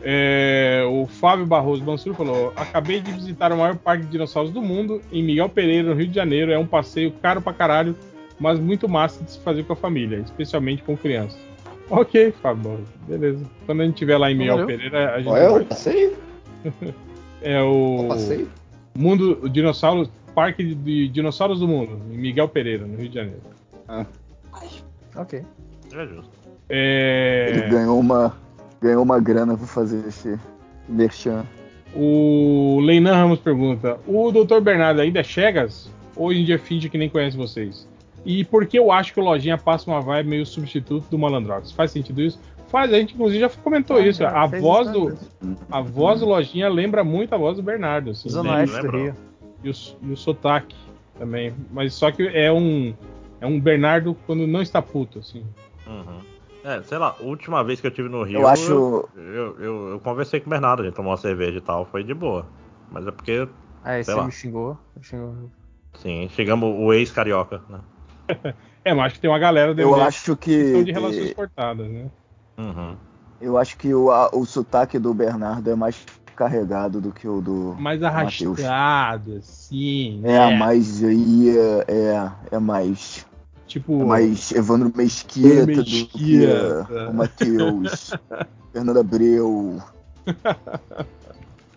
[SPEAKER 4] É, o Fábio Barroso Mansur falou: Acabei de visitar o maior parque de dinossauros do mundo, em Miguel Pereira, no Rio de Janeiro. É um passeio caro pra caralho, mas muito massa de se fazer com a família, especialmente com crianças. Ok, Fábio Barroso, beleza. Quando a gente estiver lá em Miguel
[SPEAKER 1] Valeu.
[SPEAKER 4] Pereira, a gente.
[SPEAKER 1] Qual é
[SPEAKER 4] vai.
[SPEAKER 1] o passeio?
[SPEAKER 4] É o.
[SPEAKER 1] passeio?
[SPEAKER 4] Mundo o Dinossauro, Parque de- de Dinossauros do Mundo, em Miguel Pereira, no Rio de Janeiro.
[SPEAKER 11] Ok.
[SPEAKER 3] É justo.
[SPEAKER 4] É.
[SPEAKER 1] Ele ganhou uma, ganhou uma grana pra fazer esse merchan.
[SPEAKER 4] O Leinan Ramos pergunta: O Dr. Bernardo ainda é Chegas? Ou em dia finge que nem conhece vocês? E por que eu acho que o Lojinha passa uma vibe meio substituto do Malandrox? Faz sentido isso? Faz, a gente inclusive já comentou
[SPEAKER 21] Ah,
[SPEAKER 4] isso.
[SPEAKER 21] já,
[SPEAKER 4] A
[SPEAKER 21] fez
[SPEAKER 4] voz,
[SPEAKER 21] isso
[SPEAKER 4] do, a voz do Lojinha lembra muito a voz do Bernardo. Assim,
[SPEAKER 21] Zona
[SPEAKER 4] né?
[SPEAKER 21] Oeste do Rio.
[SPEAKER 4] E o, s- e o sotaque também. Mas só que é um, é um Bernardo quando não está puto, assim.
[SPEAKER 3] Uhum. É, sei lá, a última vez que eu tive no Rio.
[SPEAKER 4] Eu acho-
[SPEAKER 3] Eu, eu, eu conversei com o Bernardo, a gente tomou uma cerveja e tal, foi de boa. Mas é porque.
[SPEAKER 11] Aí
[SPEAKER 3] sei
[SPEAKER 11] você
[SPEAKER 3] lá.
[SPEAKER 11] me xingou. me xingou.
[SPEAKER 3] Sim, chegamos o ex-carioca, né?
[SPEAKER 4] É, mas acho que tem uma galera
[SPEAKER 3] Eu
[SPEAKER 4] dele
[SPEAKER 3] acho
[SPEAKER 1] que- é
[SPEAKER 4] são de relações cortadas, né?
[SPEAKER 3] Uhum.
[SPEAKER 1] Eu acho que o, a- o sotaque do Bernardo é mais carregado do que o do.
[SPEAKER 4] Mais
[SPEAKER 1] do Matheus.
[SPEAKER 4] arrastado, assim.
[SPEAKER 1] É, mas aí é, é, é mais.
[SPEAKER 4] Tipo.
[SPEAKER 1] É mais Evandro Mesquita, do que
[SPEAKER 4] Mesquita.
[SPEAKER 1] é, o Matheus. Fernando Abreu.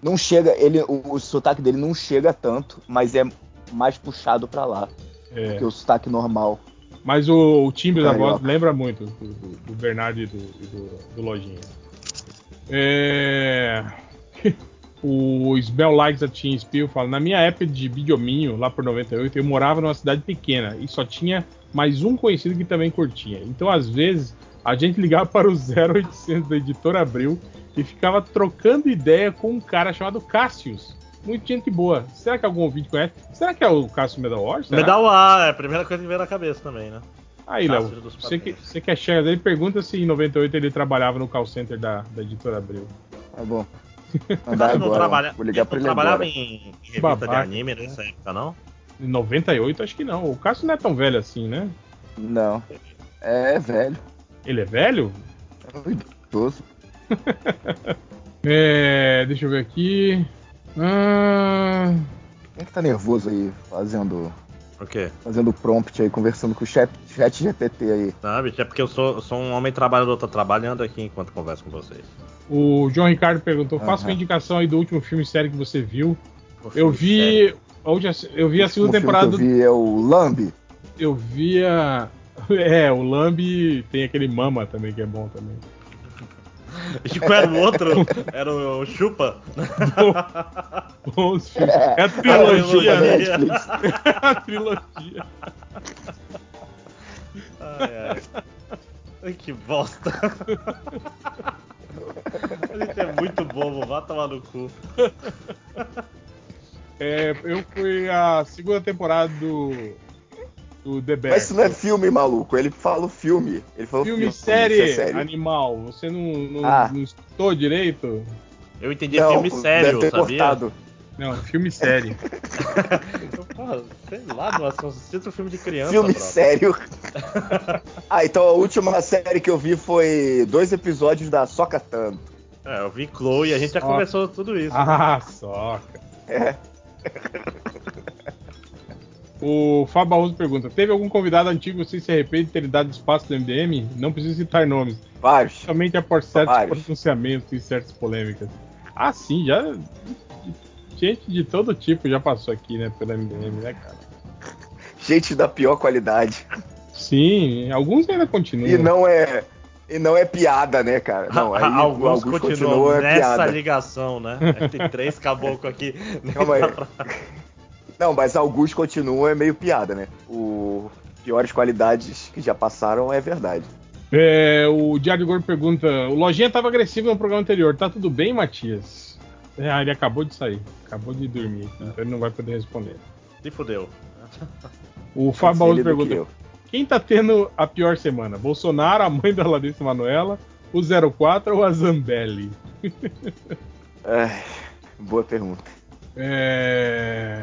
[SPEAKER 1] Não chega, ele, o, o sotaque dele não chega tanto, mas é mais puxado pra lá do
[SPEAKER 4] É.
[SPEAKER 1] que o sotaque normal.
[SPEAKER 4] Mas o, o timbre da
[SPEAKER 1] Carioca.
[SPEAKER 4] voz lembra muito do, do- do Bernardo e do, e do- do Lojinha. É... o Smell Likes a Teen Spill fala: Na minha época de videominho, lá por 98, eu morava numa cidade pequena e só tinha mais um conhecido que também curtia. Então, às vezes, a gente ligava para o 0800 da editora Abril e ficava trocando ideia com um cara chamado Cassius. Muito gente boa. Será que algum ouvinte conhece? Será que é o Cassius Medal Wars?
[SPEAKER 3] Me dá o ar, é a primeira coisa que veio na cabeça também, né?
[SPEAKER 4] Aí, Léo,
[SPEAKER 3] Cássio dos
[SPEAKER 4] você que, você que é chefe dele, pergunta se em 98 ele trabalhava no call center da, da editora Abril.
[SPEAKER 1] Tá bom. Então
[SPEAKER 3] Mandar Ele não agora, trabalha-
[SPEAKER 1] vou ligar ele pra não ele
[SPEAKER 3] trabalhava agora. em- em revista de
[SPEAKER 4] né?
[SPEAKER 3] anime nessa época, não?
[SPEAKER 4] Em 98, acho que não. O Cássio não é tão velho assim, né?
[SPEAKER 1] Não. É velho.
[SPEAKER 4] Ele é velho?
[SPEAKER 1] É idoso.
[SPEAKER 4] É, deixa eu ver aqui. Ah,
[SPEAKER 1] Quem é que tá nervoso aí fazendo.
[SPEAKER 3] O quê?
[SPEAKER 1] Fazendo prompt aí, conversando com o chat, chat GPT aí.
[SPEAKER 3] Não, bicho, é porque eu sou, sou um homem trabalhador, tô trabalhando aqui enquanto converso com vocês.
[SPEAKER 4] o João Ricardo perguntou: faça
[SPEAKER 3] Aham.
[SPEAKER 4] uma indicação aí do último filme e série que você viu. eu vi. a última- Eu vi a
[SPEAKER 1] O
[SPEAKER 4] segunda
[SPEAKER 1] filme
[SPEAKER 4] temporada
[SPEAKER 1] que
[SPEAKER 4] do
[SPEAKER 1] eu vi é o Lambi.
[SPEAKER 4] Eu via. É, o Lambi tem aquele Mama também, que é bom também.
[SPEAKER 3] E qual era o outro? Era o Chupa?
[SPEAKER 4] Bons filmes. É a trilogia, né? É a trilogia.
[SPEAKER 3] Ai, ai. ai. Que bosta. A gente é muito bobo, vá tomar no cu.
[SPEAKER 4] É, eu fui a segunda temporada do. do The Bear.
[SPEAKER 1] Mas isso não é filme, maluco. Ele fala o filme. Ele falou
[SPEAKER 4] Filme,
[SPEAKER 1] isso
[SPEAKER 4] série,
[SPEAKER 1] é série.
[SPEAKER 4] animal. Você não, não,
[SPEAKER 1] Ah.
[SPEAKER 4] não escutou direito?
[SPEAKER 3] Eu entendi filme sério,
[SPEAKER 1] deve ter
[SPEAKER 3] sabia?
[SPEAKER 1] cortado.
[SPEAKER 4] Não, filme série.
[SPEAKER 3] Porra, sei lá, nossa, eu assisto filme de criança.
[SPEAKER 1] filme
[SPEAKER 3] brother.
[SPEAKER 1] sério. ah, então a última série que eu vi foi dois episódios da Soca Tanto.
[SPEAKER 3] É, eu vi Chloe, a gente já
[SPEAKER 1] Ó.
[SPEAKER 3] conversou tudo isso.
[SPEAKER 4] Ah, soca.
[SPEAKER 1] É.
[SPEAKER 4] O Fábio Barroso pergunta: Teve algum convidado antigo que você se arrepende de ter dado espaço do MDM? Não precisa citar nomes.
[SPEAKER 1] Vários.
[SPEAKER 4] Somente após certos
[SPEAKER 1] Vários.
[SPEAKER 4] pronunciamentos e certas polêmicas. Ah, sim, já. Gente de todo tipo já passou aqui, né, pelo MDM, né, cara?
[SPEAKER 1] Gente da pior qualidade.
[SPEAKER 4] Sim, alguns ainda continuam.
[SPEAKER 3] Hum.
[SPEAKER 1] E não é. E não é piada, né, cara? Não, aí
[SPEAKER 3] Ah, alguns, continuam,
[SPEAKER 1] continuam, é
[SPEAKER 3] nessa
[SPEAKER 1] piada.
[SPEAKER 3] ligação, né? É que tem três caboclos aqui.
[SPEAKER 1] Calma aí. Não, mas alguns continuam é meio piada, né? O piores qualidades que já passaram é verdade.
[SPEAKER 4] É, o Diário Gordo pergunta: O Lojinha tava agressivo no programa anterior, tá tudo bem, Matias? É, ah, ele acabou de sair, acabou de dormir,
[SPEAKER 3] É.
[SPEAKER 4] então ele não vai poder responder.
[SPEAKER 3] Se fudeu.
[SPEAKER 4] O Fábio Baúz
[SPEAKER 3] Ele do Tá que
[SPEAKER 4] pergunta:
[SPEAKER 3] eu.
[SPEAKER 4] Quem tá tendo a pior semana? Bolsonaro, a mãe da Larissa Manoela, o 04 ou a Zambelli?
[SPEAKER 1] Ai, boa pergunta.
[SPEAKER 4] É,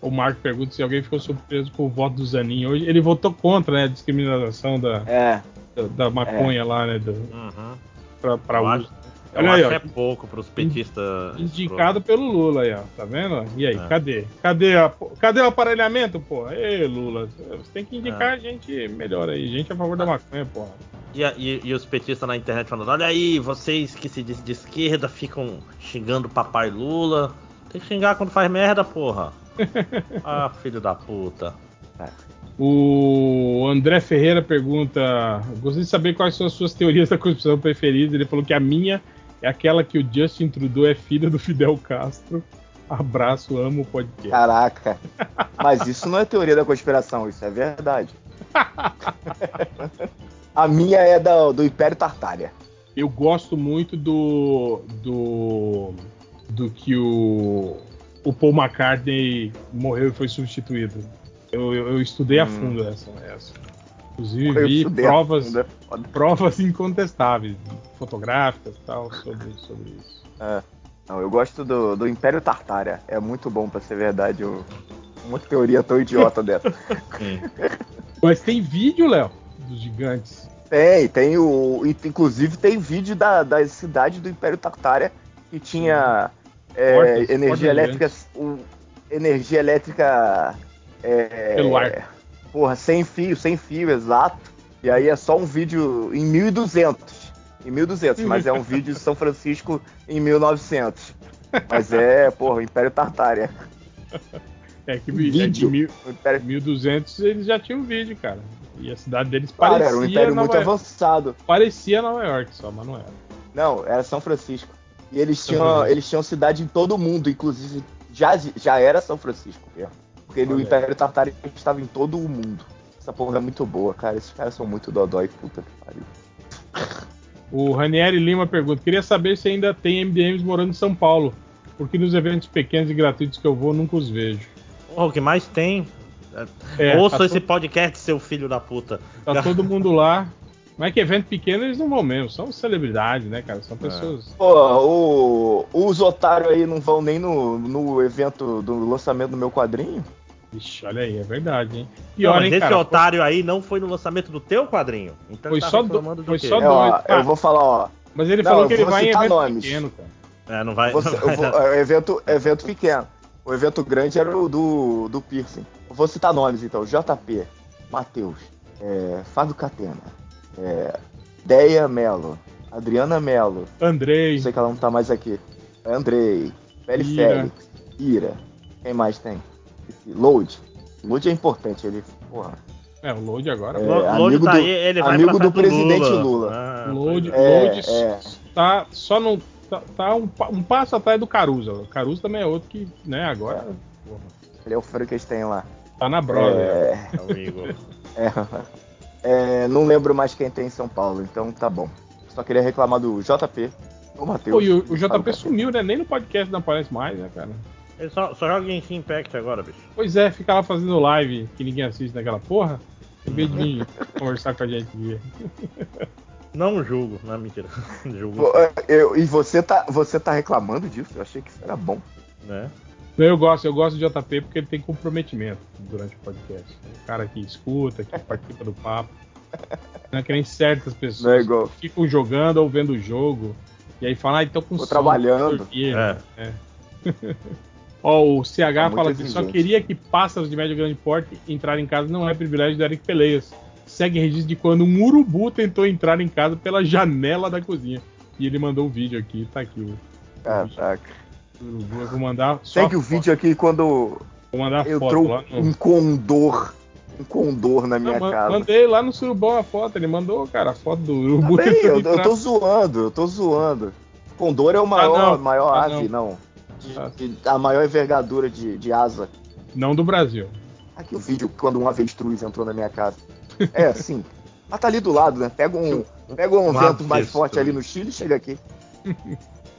[SPEAKER 4] O Marco pergunta se alguém ficou surpreso com o voto do Zanin hoje. Ele votou contra né, a discriminação da,
[SPEAKER 1] É,
[SPEAKER 4] da, da maconha
[SPEAKER 3] É.
[SPEAKER 4] lá, né? Do,
[SPEAKER 3] Uhum.
[SPEAKER 4] pra, pra
[SPEAKER 3] eu
[SPEAKER 4] uso.
[SPEAKER 3] acho, eu
[SPEAKER 4] Olha aí,
[SPEAKER 3] acho
[SPEAKER 4] ó,
[SPEAKER 3] é pouco pros petistas.
[SPEAKER 4] Indicado pelo Lula aí, ó. Tá vendo? E aí, cadê? Cadê, a- cadê o aparelhamento, pô? Ê, Lula, você tem que indicar
[SPEAKER 3] É.
[SPEAKER 4] a gente melhor aí. Gente a favor da maconha, porra.
[SPEAKER 3] E, a- e- e os petistas na internet falando: olha aí, vocês que se dizem de esquerda ficam xingando o papai Lula. Tem que xingar quando faz merda, porra. ah, filho da puta.
[SPEAKER 4] O André Ferreira pergunta: Gostaria de saber quais são as suas teorias da conspiração preferidas. Ele falou que a minha É aquela que o Justin Trudeau é filho do Fidel Castro. Abraço, amo o podcast.
[SPEAKER 1] Caraca. Mas isso não é teoria da conspiração, isso é verdade. A minha é da- do Império Tartária.
[SPEAKER 4] Eu gosto muito do. do. do que o. o Paul McCartney morreu e foi substituído. Eu, eu- eu estudei a
[SPEAKER 16] Hum.
[SPEAKER 4] fundo essa. essa.
[SPEAKER 16] Eu
[SPEAKER 4] Inclusive, vi
[SPEAKER 16] estudei a
[SPEAKER 4] provas,
[SPEAKER 16] fundo, é
[SPEAKER 4] provas incontestáveis, fotográficas e tal, sobre, sobre isso.
[SPEAKER 1] É. Não, eu gosto do, do Império Tartária. É muito bom pra ser verdade. Eu... Uma teoria tão idiota dessa.
[SPEAKER 4] Mas tem vídeo, Léo, dos gigantes.
[SPEAKER 1] Tem, tem o. Inclusive tem vídeo da, da cidade do Império Tartária que tinha é,
[SPEAKER 4] Portas, portas
[SPEAKER 1] energia elétrica. um- energia elétrica. é,
[SPEAKER 4] Pelo ar.
[SPEAKER 1] Porra, sem fio, sem fio, exato. E aí é só um vídeo em 1200. Em 1200, mas é um vídeo de São Francisco em 1900. Mas é, porra, o Império Tartária.
[SPEAKER 4] É que
[SPEAKER 1] Vídeo.
[SPEAKER 4] é de mil, 1200 eles já tinham vídeo, cara. E a cidade deles
[SPEAKER 1] Cara,
[SPEAKER 4] parecia. é?
[SPEAKER 1] era um império
[SPEAKER 4] Nova
[SPEAKER 1] muito
[SPEAKER 4] York.
[SPEAKER 1] avançado.
[SPEAKER 4] Parecia Nova York só, mas não era.
[SPEAKER 1] Não, era São Francisco. E eles
[SPEAKER 4] São
[SPEAKER 1] tinham,
[SPEAKER 4] Francisco.
[SPEAKER 1] eles tinham cidade em todo o mundo, inclusive já, já era São Francisco mesmo. Porque ele- o
[SPEAKER 4] Olha aí.
[SPEAKER 1] Império Tartário estava em todo o mundo. Essa porra é muito boa, cara. Esses caras são muito dodói, puta que pariu.
[SPEAKER 4] O Ranieri Lima pergunta: queria saber se ainda tem MDMs morando em São Paulo. Porque nos eventos pequenos e gratuitos que eu vou, nunca os vejo.
[SPEAKER 22] O que mais tem.
[SPEAKER 4] É,
[SPEAKER 22] Ouça
[SPEAKER 4] tá
[SPEAKER 22] esse
[SPEAKER 4] to-
[SPEAKER 22] podcast, seu filho da puta.
[SPEAKER 4] Tá todo mundo lá. Mas que evento pequeno eles não vão mesmo. São celebridades, né, cara? São
[SPEAKER 1] É.
[SPEAKER 4] pessoas.
[SPEAKER 1] Pô, o, os otários aí não vão nem no, no evento do lançamento do meu quadrinho?
[SPEAKER 4] Ixi, olha aí, é verdade, hein?
[SPEAKER 22] Não, mas esse é
[SPEAKER 1] cara,
[SPEAKER 22] otário aí não foi no lançamento do teu quadrinho. Então
[SPEAKER 1] Foi
[SPEAKER 22] ele tá
[SPEAKER 1] só do-
[SPEAKER 22] reclamando do
[SPEAKER 1] foi
[SPEAKER 22] quê?
[SPEAKER 1] só É, ó, doido, cara. eu vou falar, ó.
[SPEAKER 4] Mas ele
[SPEAKER 1] Não,
[SPEAKER 4] falou
[SPEAKER 1] eu
[SPEAKER 4] que ele
[SPEAKER 1] vou
[SPEAKER 4] vai em
[SPEAKER 1] citar
[SPEAKER 4] evento
[SPEAKER 1] nomes.
[SPEAKER 4] pequeno, cara.
[SPEAKER 22] É, não vai.
[SPEAKER 1] Você- eu vou- é, evento, evento pequeno. O evento grande era o do, do piercing. Eu vou citar nomes então: JP, Matheus, é, Fábio Catena, é, Deia Melo, Adriana Melo,
[SPEAKER 4] Andrei.
[SPEAKER 1] Sei que ela não tá mais aqui. Andrei, Pele
[SPEAKER 4] Ira.
[SPEAKER 1] Félix, Ira. Quem mais tem? Load. Load é importante, ele. Porra.
[SPEAKER 4] É, o Load agora.
[SPEAKER 1] É, Lo- Load amigo tá do- aí, ele vai amigo pra do frente do presidente Lula. Lula. Ah,
[SPEAKER 22] tá
[SPEAKER 4] Load,
[SPEAKER 1] pois é.
[SPEAKER 4] Load
[SPEAKER 1] É, é.
[SPEAKER 4] tá só não tá, tá um, pa- um passo atrás do Caruso. O Caruso também é outro que, né, agora
[SPEAKER 1] Ele é o Frankenstein lá.
[SPEAKER 4] tá na brother.
[SPEAKER 1] É.
[SPEAKER 22] É o Igor.
[SPEAKER 1] É, não lembro mais quem tem em São Paulo, então tá bom. Só queria reclamar do JP, do Matheus.
[SPEAKER 4] Pô, e o, o
[SPEAKER 1] Fábio
[SPEAKER 4] JP
[SPEAKER 1] Catena.
[SPEAKER 4] sumiu, né? Nem no podcast não aparece mais, né, cara?
[SPEAKER 22] Ele só, só joga em Impact agora, bicho.
[SPEAKER 4] Pois é, fica lá fazendo live que ninguém assiste naquela porra. Em vez de vir conversar com a gente.
[SPEAKER 22] Não julgo, não é mentira.
[SPEAKER 4] né?
[SPEAKER 22] julgo.
[SPEAKER 1] Pô, é, eu- e você tá, você tá reclamando disso? Eu achei que isso era bom.
[SPEAKER 22] Né?
[SPEAKER 4] Eu gosto, eu gosto do JP porque ele tem comprometimento durante o podcast. O cara que escuta, que participa do papo. Não é que nem certas pessoas
[SPEAKER 1] Não é igual.
[SPEAKER 4] que ficam jogando ou vendo o jogo. E aí falam, ah, então com
[SPEAKER 1] Tô
[SPEAKER 4] sono,
[SPEAKER 1] trabalhando.
[SPEAKER 4] não sei o quê. É. Ó, o CH
[SPEAKER 1] Tá
[SPEAKER 4] fala
[SPEAKER 1] muito
[SPEAKER 4] aqui, só
[SPEAKER 1] exigente.
[SPEAKER 4] queria que pássaros de médio e grande porte entrar em casa não é privilégio do Eric Peleias. Segue registro de quando um urubu tentou entrar em casa pela janela da cozinha. E ele mandou o vídeo aqui, tá aqui o.
[SPEAKER 1] Caraca.
[SPEAKER 4] Urubu, eu vou mandar. Só
[SPEAKER 1] Ah, tá. Segue o vídeo aqui quando
[SPEAKER 4] Vou mandar a foto
[SPEAKER 1] entrou
[SPEAKER 4] lá no-
[SPEAKER 1] um condor. Um condor na minha
[SPEAKER 4] Não, ma-
[SPEAKER 1] casa.
[SPEAKER 4] Mandei lá no Surubão a foto, ele mandou, cara, a foto
[SPEAKER 1] Tá
[SPEAKER 4] do urubu.
[SPEAKER 1] bem, eu,
[SPEAKER 4] tentando
[SPEAKER 1] eu
[SPEAKER 4] entrar.
[SPEAKER 1] tô zoando, eu tô zoando. Condor é o maior,
[SPEAKER 4] não.
[SPEAKER 1] maior
[SPEAKER 4] Ah,
[SPEAKER 1] ave,
[SPEAKER 4] não. Ah.
[SPEAKER 1] não. De- de- a maior envergadura de, de asa.
[SPEAKER 4] Não do Brasil.
[SPEAKER 1] Aqui o vídeo quando um avestruz entrou na minha casa. É, assim. Mas tá ali do lado, né? Pega um, pega um
[SPEAKER 4] Um
[SPEAKER 1] vento mais
[SPEAKER 4] avestruz.
[SPEAKER 1] forte ali no Chile e chega aqui.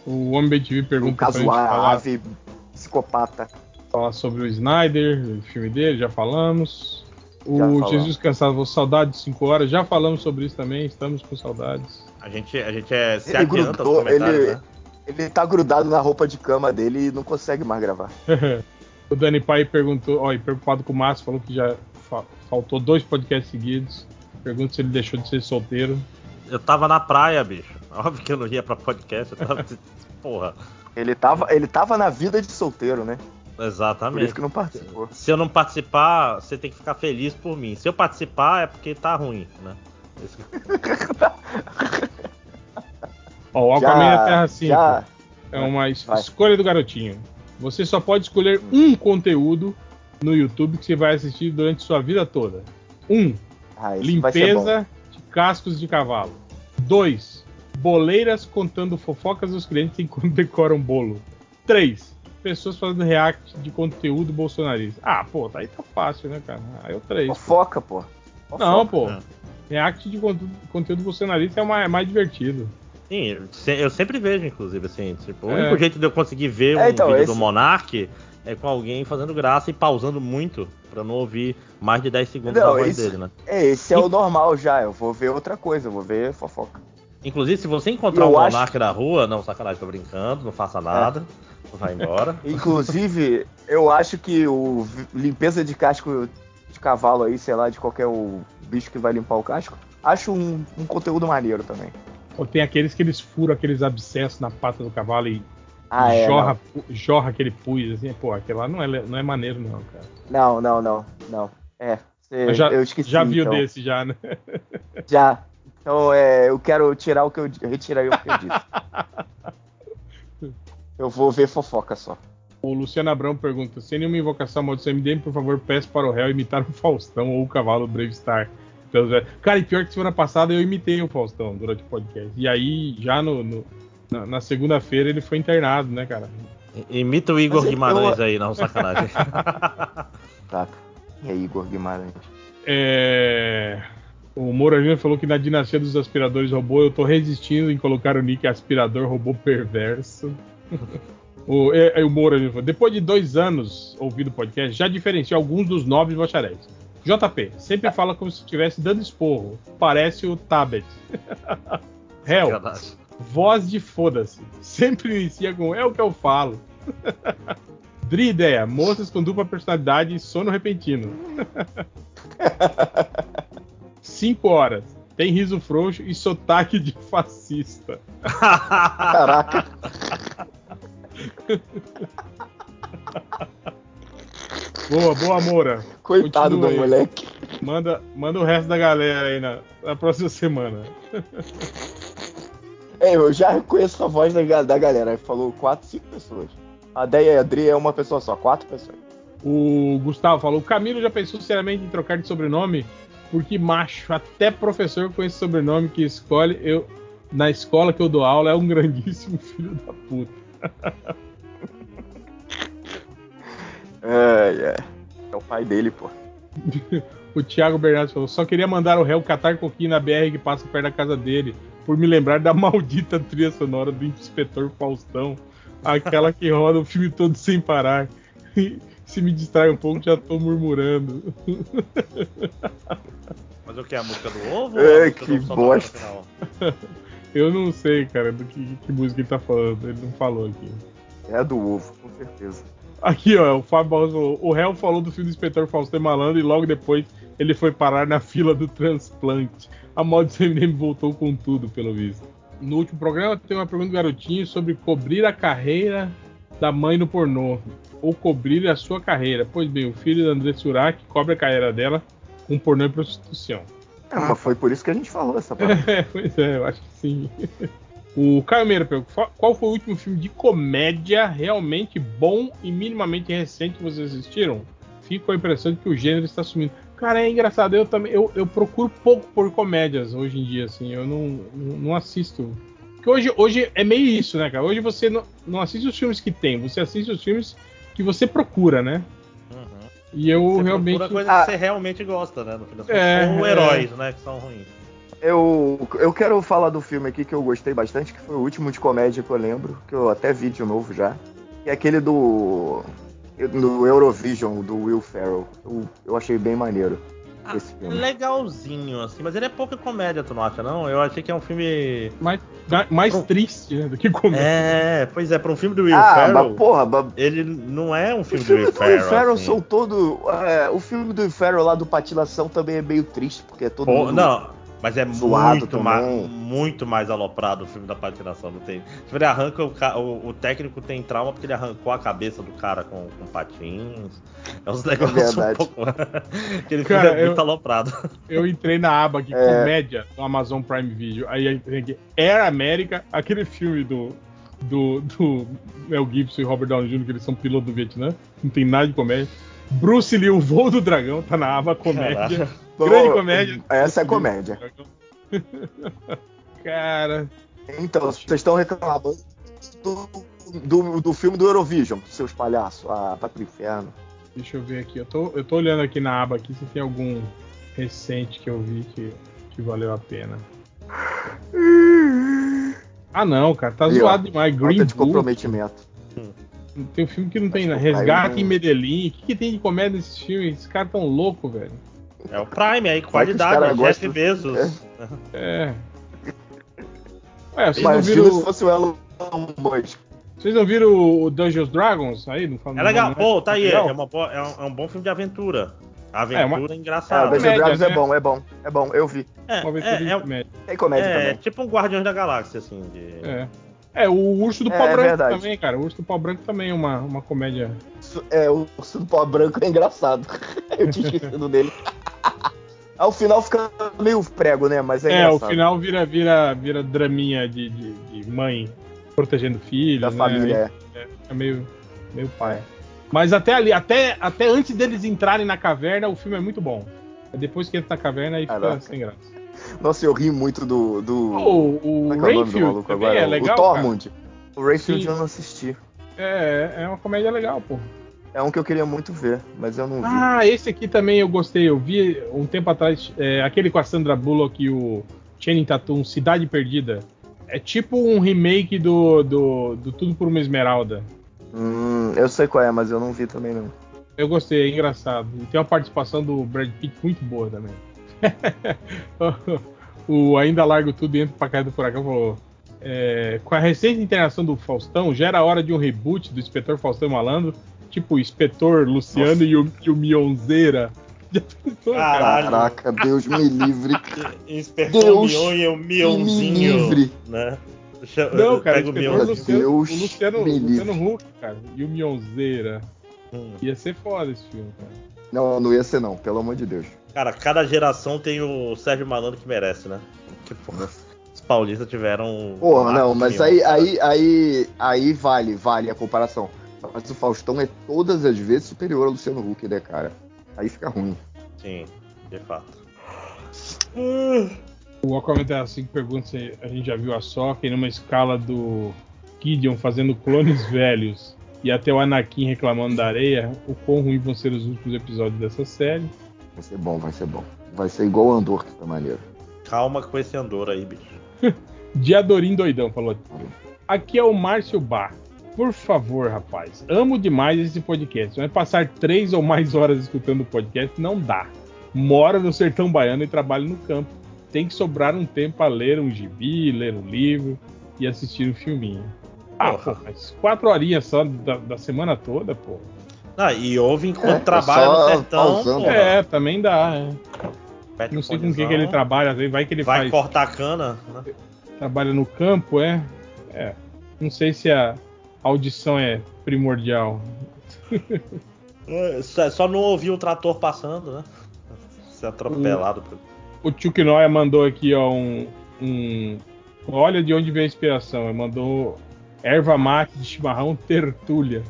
[SPEAKER 4] O Homem Bem TV pergunta pra gente
[SPEAKER 1] Casuar,
[SPEAKER 4] falar,
[SPEAKER 1] ave psicopata.
[SPEAKER 4] falar sobre o Snyder, o filme dele, já falamos. O
[SPEAKER 22] Já falamos.
[SPEAKER 4] Jesus Cansado, vou saudade de 5 horas, já falamos sobre isso também, estamos com saudades.
[SPEAKER 22] A gente, a gente é, se
[SPEAKER 1] Ele
[SPEAKER 22] adianta aos
[SPEAKER 1] grudou,
[SPEAKER 22] comentários,
[SPEAKER 1] ele,
[SPEAKER 22] né?
[SPEAKER 1] ele tá grudado na roupa de cama dele e não consegue mais gravar.
[SPEAKER 4] o Dani Pai perguntou, ó, e preocupado com o Márcio, falou que já fa- faltou dois podcasts seguidos. Pergunta se ele deixou de ser solteiro.
[SPEAKER 22] Eu tava na praia, bicho. Óbvio que eu não ia pra podcast. Eu tava... Porra.
[SPEAKER 1] Ele tava, ele tava na vida de solteiro, né?
[SPEAKER 22] Exatamente.
[SPEAKER 1] Por isso que não participou.
[SPEAKER 22] Se eu não participar, você tem que ficar feliz por mim. Se eu participar, é porque tá ruim, né? Isso que-
[SPEAKER 4] Ó, o
[SPEAKER 22] Já-
[SPEAKER 4] Aquaman e a Terra 5
[SPEAKER 22] já-
[SPEAKER 4] é uma es- escolha do garotinho. Você só pode escolher um conteúdo no YouTube que você vai assistir durante sua vida toda. Um,
[SPEAKER 1] Ah, esse vai ser
[SPEAKER 4] limpeza de cascos de cavalo. Dois, Boleiras contando fofocas dos clientes enquanto decoram bolo. 3. Pessoas fazendo react de conteúdo bolsonarista. Ah, pô, tá aí tá fácil, né, cara? Aí é o 3.
[SPEAKER 1] Fofoca, pô.
[SPEAKER 4] Não, pô. React de contu- conteúdo bolsonarista é, uma- é mais divertido.
[SPEAKER 3] Sim, eu se- eu sempre vejo, inclusive, assim, tipo, o
[SPEAKER 4] É.
[SPEAKER 3] único jeito de eu conseguir ver
[SPEAKER 4] É,
[SPEAKER 3] um
[SPEAKER 4] então,
[SPEAKER 3] vídeo
[SPEAKER 4] esse-
[SPEAKER 3] do Monark é com alguém fazendo graça e pausando muito pra não ouvir mais de 10 segundos da
[SPEAKER 1] Não,
[SPEAKER 3] voz
[SPEAKER 1] esse,
[SPEAKER 3] dele, né?
[SPEAKER 1] é, esse é o normal já. Eu vou ver outra coisa, eu vou ver fofoca.
[SPEAKER 3] Inclusive, se você encontrar
[SPEAKER 1] Eu
[SPEAKER 3] um
[SPEAKER 1] acho- É.
[SPEAKER 3] Monark na rua, não, sacanagem, tô brincando, não faça nada, vai embora.
[SPEAKER 1] Inclusive, eu acho que o vi- limpeza de casco de cavalo aí, sei lá, de qualquer o bicho que vai limpar o casco, acho um, um conteúdo maneiro também.
[SPEAKER 4] Ou tem aqueles que eles furam aqueles abscessos na pata do cavalo e
[SPEAKER 1] Ah, é,
[SPEAKER 4] jorra, pu- jorra aquele pus, assim, pô, aquele lá não é, le- não é maneiro, não, cara.
[SPEAKER 1] Não, não, não, não. É, cê-
[SPEAKER 4] Mas já,
[SPEAKER 1] eu esqueci.
[SPEAKER 4] já viu
[SPEAKER 1] então.
[SPEAKER 4] desse, já, né?
[SPEAKER 1] Já. Então, é, eu quero tirar o que eu di- retirei o que eu disse. eu vou ver fofoca só.
[SPEAKER 4] O Luciano Abrão pergunta: sem nenhuma invocação ao maldição MDM, por favor, peço para o réu imitar o Faustão ou o cavalo Bravestar. Pelos- é, Cara, e pior que semana passada eu imitei o Faustão durante o podcast. E aí, já no, no- na, na segunda-feira, ele foi internado, né, cara?
[SPEAKER 3] Imita o
[SPEAKER 1] é
[SPEAKER 3] Igor Guimarães aí, não, sacanagem.
[SPEAKER 1] Caraca. Tá. E aí, Igor Guimarães?
[SPEAKER 4] É, O Moura Júnior falou que na dinastia dos aspiradores robô eu tô resistindo em colocar o nick aspirador robô perverso. o, é, é, o Moura Júnior falou: depois de dois anos ouvindo o podcast, já diferenciou alguns dos nobres bacharéis. JP, sempre fala como se estivesse dando esporro. Parece o Tabet.
[SPEAKER 3] É,
[SPEAKER 4] Hell, voz de foda-se. Sempre inicia com é o que eu falo. Dri ideia, moças com dupla personalidade e sono repentino. 5 horas. Tem riso frouxo e sotaque de fascista.
[SPEAKER 1] Caraca.
[SPEAKER 4] Boa, boa, Moura.
[SPEAKER 1] Coitado
[SPEAKER 4] Continua
[SPEAKER 1] do
[SPEAKER 4] aí.
[SPEAKER 1] moleque.
[SPEAKER 4] Manda, manda o resto da galera aí na, na próxima semana.
[SPEAKER 1] É, eu já reconheço a voz da, ga- da galera. Falou quatro, cinco pessoas. A Deia e a Adri é uma pessoa só, quatro pessoas.
[SPEAKER 4] O Gustavo falou: o Camilo já pensou seriamente em trocar de sobrenome, porque macho, até professor com esse sobrenome que escolhe, eu na escola que eu dou aula é um grandíssimo filho da puta.
[SPEAKER 1] É, é. É o pai dele, pô.
[SPEAKER 4] O Thiago Bernardes falou: só queria mandar o réu catar coquinho na BR que passa perto da casa dele, por me lembrar da maldita trilha sonora do inspetor Faustão, aquela que roda o filme todo sem parar. E se me distrai um pouco, já tô murmurando.
[SPEAKER 3] Mas o que? A música do ovo?
[SPEAKER 1] É,
[SPEAKER 3] ou a
[SPEAKER 4] Ai,
[SPEAKER 3] música do Bolsonaro, afinal?
[SPEAKER 4] Eu não sei, cara, do que, que música ele tá falando, ele não falou aqui.
[SPEAKER 1] É a do ovo, com certeza.
[SPEAKER 4] Aqui, ó, o Fábio Barroso falou: o réu falou do filme do inspetor Faustão e Malandro e logo depois ele foi parar na fila do transplante. A moda do MDM voltou com tudo, pelo visto. No último programa tem uma pergunta do garotinho sobre cobrir a carreira da mãe no pornô ou cobrir a sua carreira. Pois bem, o filho da André Surak cobre a carreira dela com pornô e prostituição.
[SPEAKER 1] É, mas foi por isso que a gente falou essa parada.
[SPEAKER 4] É, pois é, eu acho que sim. O Caio Meira pergunta: "Fa- qual foi o último filme de comédia realmente bom e minimamente recente que vocês assistiram? Fico com a impressão de que o gênero está sumindo. Cara, é engraçado, eu também. Eu, eu procuro pouco por comédias hoje em dia, assim. Eu não, não não assisto. Porque hoje, hoje é meio isso, né, cara? Hoje você não, não assiste os filmes que tem, você assiste os filmes que você procura, né? E eu realmente.
[SPEAKER 3] é Pura
[SPEAKER 1] Ah.
[SPEAKER 3] coisa que você realmente gosta, né? No fim das contas.
[SPEAKER 4] É,
[SPEAKER 3] Ou
[SPEAKER 4] é.
[SPEAKER 3] heróis, né? Que são ruins.
[SPEAKER 1] Eu, eu quero falar do filme aqui que eu gostei bastante, que foi o último de comédia que eu lembro, que eu até vi de novo já. Que é aquele do. do Eurovision, do Will Ferrell. Eu, eu achei bem maneiro esse
[SPEAKER 4] É.
[SPEAKER 1] filme.
[SPEAKER 3] Legalzinho, assim, mas ele é pouca comédia, tu não acha, não? Eu achei que é um filme.
[SPEAKER 4] Mais, mais triste, né? Do que comédia.
[SPEAKER 3] É, pois é, pra um filme do Will
[SPEAKER 1] Ah,
[SPEAKER 3] Ferrell.
[SPEAKER 1] mas porra,
[SPEAKER 3] ele não é um filme
[SPEAKER 1] Os
[SPEAKER 3] do Will
[SPEAKER 1] filmes do Will
[SPEAKER 3] Ferrell.
[SPEAKER 1] Ferrell
[SPEAKER 3] assim.
[SPEAKER 1] são todo. é, o filme do Will Ferrell lá do Patilação também é meio triste, porque é todo.
[SPEAKER 3] Pô,
[SPEAKER 1] mundo-
[SPEAKER 3] não, mas é
[SPEAKER 1] zoado
[SPEAKER 3] muito,
[SPEAKER 1] também.
[SPEAKER 3] mais, muito mais aloprado o filme da patinação. Não tem. Tipo, ele arranca o, ca- o, o técnico tem trauma porque ele arrancou a cabeça do cara com, com patins. É uns negócios um
[SPEAKER 4] verdade.
[SPEAKER 3] pouco. Aquele
[SPEAKER 4] Cara,
[SPEAKER 3] filme é
[SPEAKER 4] eu-
[SPEAKER 3] muito aloprado.
[SPEAKER 4] Eu entrei na aba aqui,
[SPEAKER 3] É.
[SPEAKER 4] comédia, do Amazon Prime Video. Aí aí tem aqui, Era América, aquele filme do, do, do Mel Gibson e Robert Downey Jr., que eles são piloto do Vietnã. Não tem nada de comédia. Bruce Lee, o voo do dragão, tá na aba comédia.
[SPEAKER 1] Pô, É,
[SPEAKER 4] Grande comédia.
[SPEAKER 1] Essa é comédia.
[SPEAKER 4] Cara,
[SPEAKER 1] Então, vocês estão reclamando do, do, do filme do Eurovision, seus palhaços. Ah, vai pro inferno.
[SPEAKER 4] Deixa eu ver aqui. Eu tô, eu tô olhando aqui na aba aqui se tem algum recente que eu vi que, que valeu a pena. Ah não, cara, tá
[SPEAKER 1] E, ó,
[SPEAKER 4] zoado demais.
[SPEAKER 1] falta
[SPEAKER 4] Green
[SPEAKER 1] de
[SPEAKER 4] Book.
[SPEAKER 1] comprometimento.
[SPEAKER 4] Tem um filme que não tem nada.
[SPEAKER 1] que o
[SPEAKER 4] Resgate
[SPEAKER 1] Prime
[SPEAKER 4] em
[SPEAKER 1] não-
[SPEAKER 4] Medellín. O que, que tem de comédia nesses filmes? Esses caras tão loucos, velho.
[SPEAKER 22] É o Prime aí, qualidade,
[SPEAKER 4] caras
[SPEAKER 22] é Jeff
[SPEAKER 4] gostam-
[SPEAKER 22] Bezos.
[SPEAKER 4] É. Ué, vocês não
[SPEAKER 1] Imagina
[SPEAKER 4] viram.
[SPEAKER 1] se fosse o Elon Musk.
[SPEAKER 4] Vocês não viram o o Dungeons Dragons aí? Não fala-
[SPEAKER 22] É legal,
[SPEAKER 4] não- né?
[SPEAKER 22] pô, tá aí, é,
[SPEAKER 4] Legal?
[SPEAKER 22] uma boa- é um, é um bom filme de aventura.
[SPEAKER 4] É, uma-
[SPEAKER 22] Aventura
[SPEAKER 3] Ah,
[SPEAKER 1] É, o
[SPEAKER 22] engraçada.
[SPEAKER 1] Dungeon Dragons é
[SPEAKER 3] né?
[SPEAKER 1] bom, é bom, é bom, eu vi.
[SPEAKER 22] É, é, é, um-
[SPEAKER 1] Tem comédia
[SPEAKER 22] é,
[SPEAKER 1] também.
[SPEAKER 22] tipo um Guardiões da Galáxia, assim. de-
[SPEAKER 4] É. É, o Urso do
[SPEAKER 1] É,
[SPEAKER 4] Pau
[SPEAKER 1] é
[SPEAKER 4] Branco
[SPEAKER 1] verdade.
[SPEAKER 4] também, cara. O Urso do Pau Branco também é uma, uma comédia.
[SPEAKER 1] É, o urso do pó branco é engraçado. Eu tinha esquecido dele. Ao final fica meio prego, né? Mas é,
[SPEAKER 4] É, o
[SPEAKER 1] engraçado.
[SPEAKER 4] final vira, vira, vira draminha de, de, de mãe protegendo filho.
[SPEAKER 1] Da
[SPEAKER 4] né? É.
[SPEAKER 1] família, é.
[SPEAKER 4] Aí, é. é meio, meio pai. Mas até ali, até, até antes deles entrarem na caverna, o filme é muito bom. É depois que entra na caverna aí fica
[SPEAKER 1] Caraca.
[SPEAKER 4] sem graça.
[SPEAKER 1] Nossa, eu ri muito do. do...
[SPEAKER 4] Pô, o
[SPEAKER 1] Como é que é o nome do
[SPEAKER 4] Oh, Rayfield
[SPEAKER 1] maluco
[SPEAKER 4] também
[SPEAKER 1] agora?
[SPEAKER 4] é
[SPEAKER 1] O-
[SPEAKER 4] legal,
[SPEAKER 1] o Tormund. O Rayfield
[SPEAKER 4] Sim.
[SPEAKER 1] eu não assisti.
[SPEAKER 4] É, é uma comédia legal, pô.
[SPEAKER 1] É um que eu queria muito ver, mas eu não vi.
[SPEAKER 4] Ah, esse aqui também eu gostei. Eu vi um tempo atrás, é, aquele com a Sandra Bullock e o Channing Tatum, Cidade Perdida. É tipo um remake do, do, do Tudo por uma Esmeralda.
[SPEAKER 1] Hum, eu sei qual é, mas eu não vi também não.
[SPEAKER 4] Eu gostei, é engraçado. E tem uma participação do Brad Pitt muito boa também. o Ainda Largo Tudo e Entro Pra Casa do Furacão falou... é, com a recente internação do Faustão, já era hora de um reboot do Inspetor Faustão Malandro, tipo o Inspetor Luciano
[SPEAKER 1] Nossa. Ah,
[SPEAKER 4] e o, e o Mionzeira. Já pensou, cara?
[SPEAKER 1] Caraca, Deus me livre.
[SPEAKER 4] É.
[SPEAKER 22] Inspetor Mion e o Mionzinho.
[SPEAKER 1] me livre.
[SPEAKER 22] Né? Deixa-
[SPEAKER 4] Não, cara,
[SPEAKER 22] pega
[SPEAKER 4] o
[SPEAKER 22] o
[SPEAKER 4] inspetor
[SPEAKER 22] Mion.
[SPEAKER 4] Luciano, o
[SPEAKER 1] Deus
[SPEAKER 4] Luciano,
[SPEAKER 1] me
[SPEAKER 4] Luciano Huck, cara, e o Mionzeira. Ia ser foda esse filme, cara.
[SPEAKER 1] Não, não ia ser não, pelo amor de Deus.
[SPEAKER 22] Cara, cada geração tem o Sérgio Malandro que merece, né? Tipo, os paulistas tiveram.
[SPEAKER 1] Porra,
[SPEAKER 22] Ah,
[SPEAKER 1] não, mas
[SPEAKER 22] Mion.
[SPEAKER 1] aí, aí, aí, aí vale, vale a comparação. Mas o Faustão é todas as vezes superior ao Luciano Huck, né, cara? Aí fica ruim.
[SPEAKER 22] Sim, de fato.
[SPEAKER 4] O Aquaman tem as cinco perguntas, assim, se a gente já viu a Sokka, e numa escala do Gideon fazendo clones velhos e até o Anakin reclamando da areia, o quão ruim vão ser os últimos episódios dessa série.
[SPEAKER 1] Vai ser bom, vai ser bom. Vai ser igual o Andor, que foi maneiro.
[SPEAKER 22] Calma com esse Andor aí, bicho.
[SPEAKER 4] Diadorim Doidão falou: Aqui é o Márcio Bar. Por favor, rapaz, amo demais esse podcast. Mas passar três ou mais horas escutando o podcast não dá. Moro no sertão baiano e trabalho no campo. Tem que sobrar um tempo a ler um gibi, ler um livro e assistir um filminho. Ah, pô, mas quatro horinhas só da, da semana toda, pô.
[SPEAKER 22] Ah, e
[SPEAKER 1] É,
[SPEAKER 22] houve enquanto trabalha no sertão. pô,
[SPEAKER 4] É, também dá. é.
[SPEAKER 22] Pede
[SPEAKER 4] Não sei com o que,
[SPEAKER 22] fonezinho.
[SPEAKER 4] que ele trabalha, às vezes vai que ele
[SPEAKER 22] Vai
[SPEAKER 4] faz.
[SPEAKER 22] cortar a cana, né?
[SPEAKER 4] trabalha no campo, é? É. Não sei se a audição é primordial.
[SPEAKER 22] É, Só só não ouviu o trator passando, né? Ser atropelado. por-
[SPEAKER 4] O Chuck Noia mandou aqui, ó, um, um- Olha de onde veio a inspiração. Ele mandou erva mate de chimarrão tertúlia.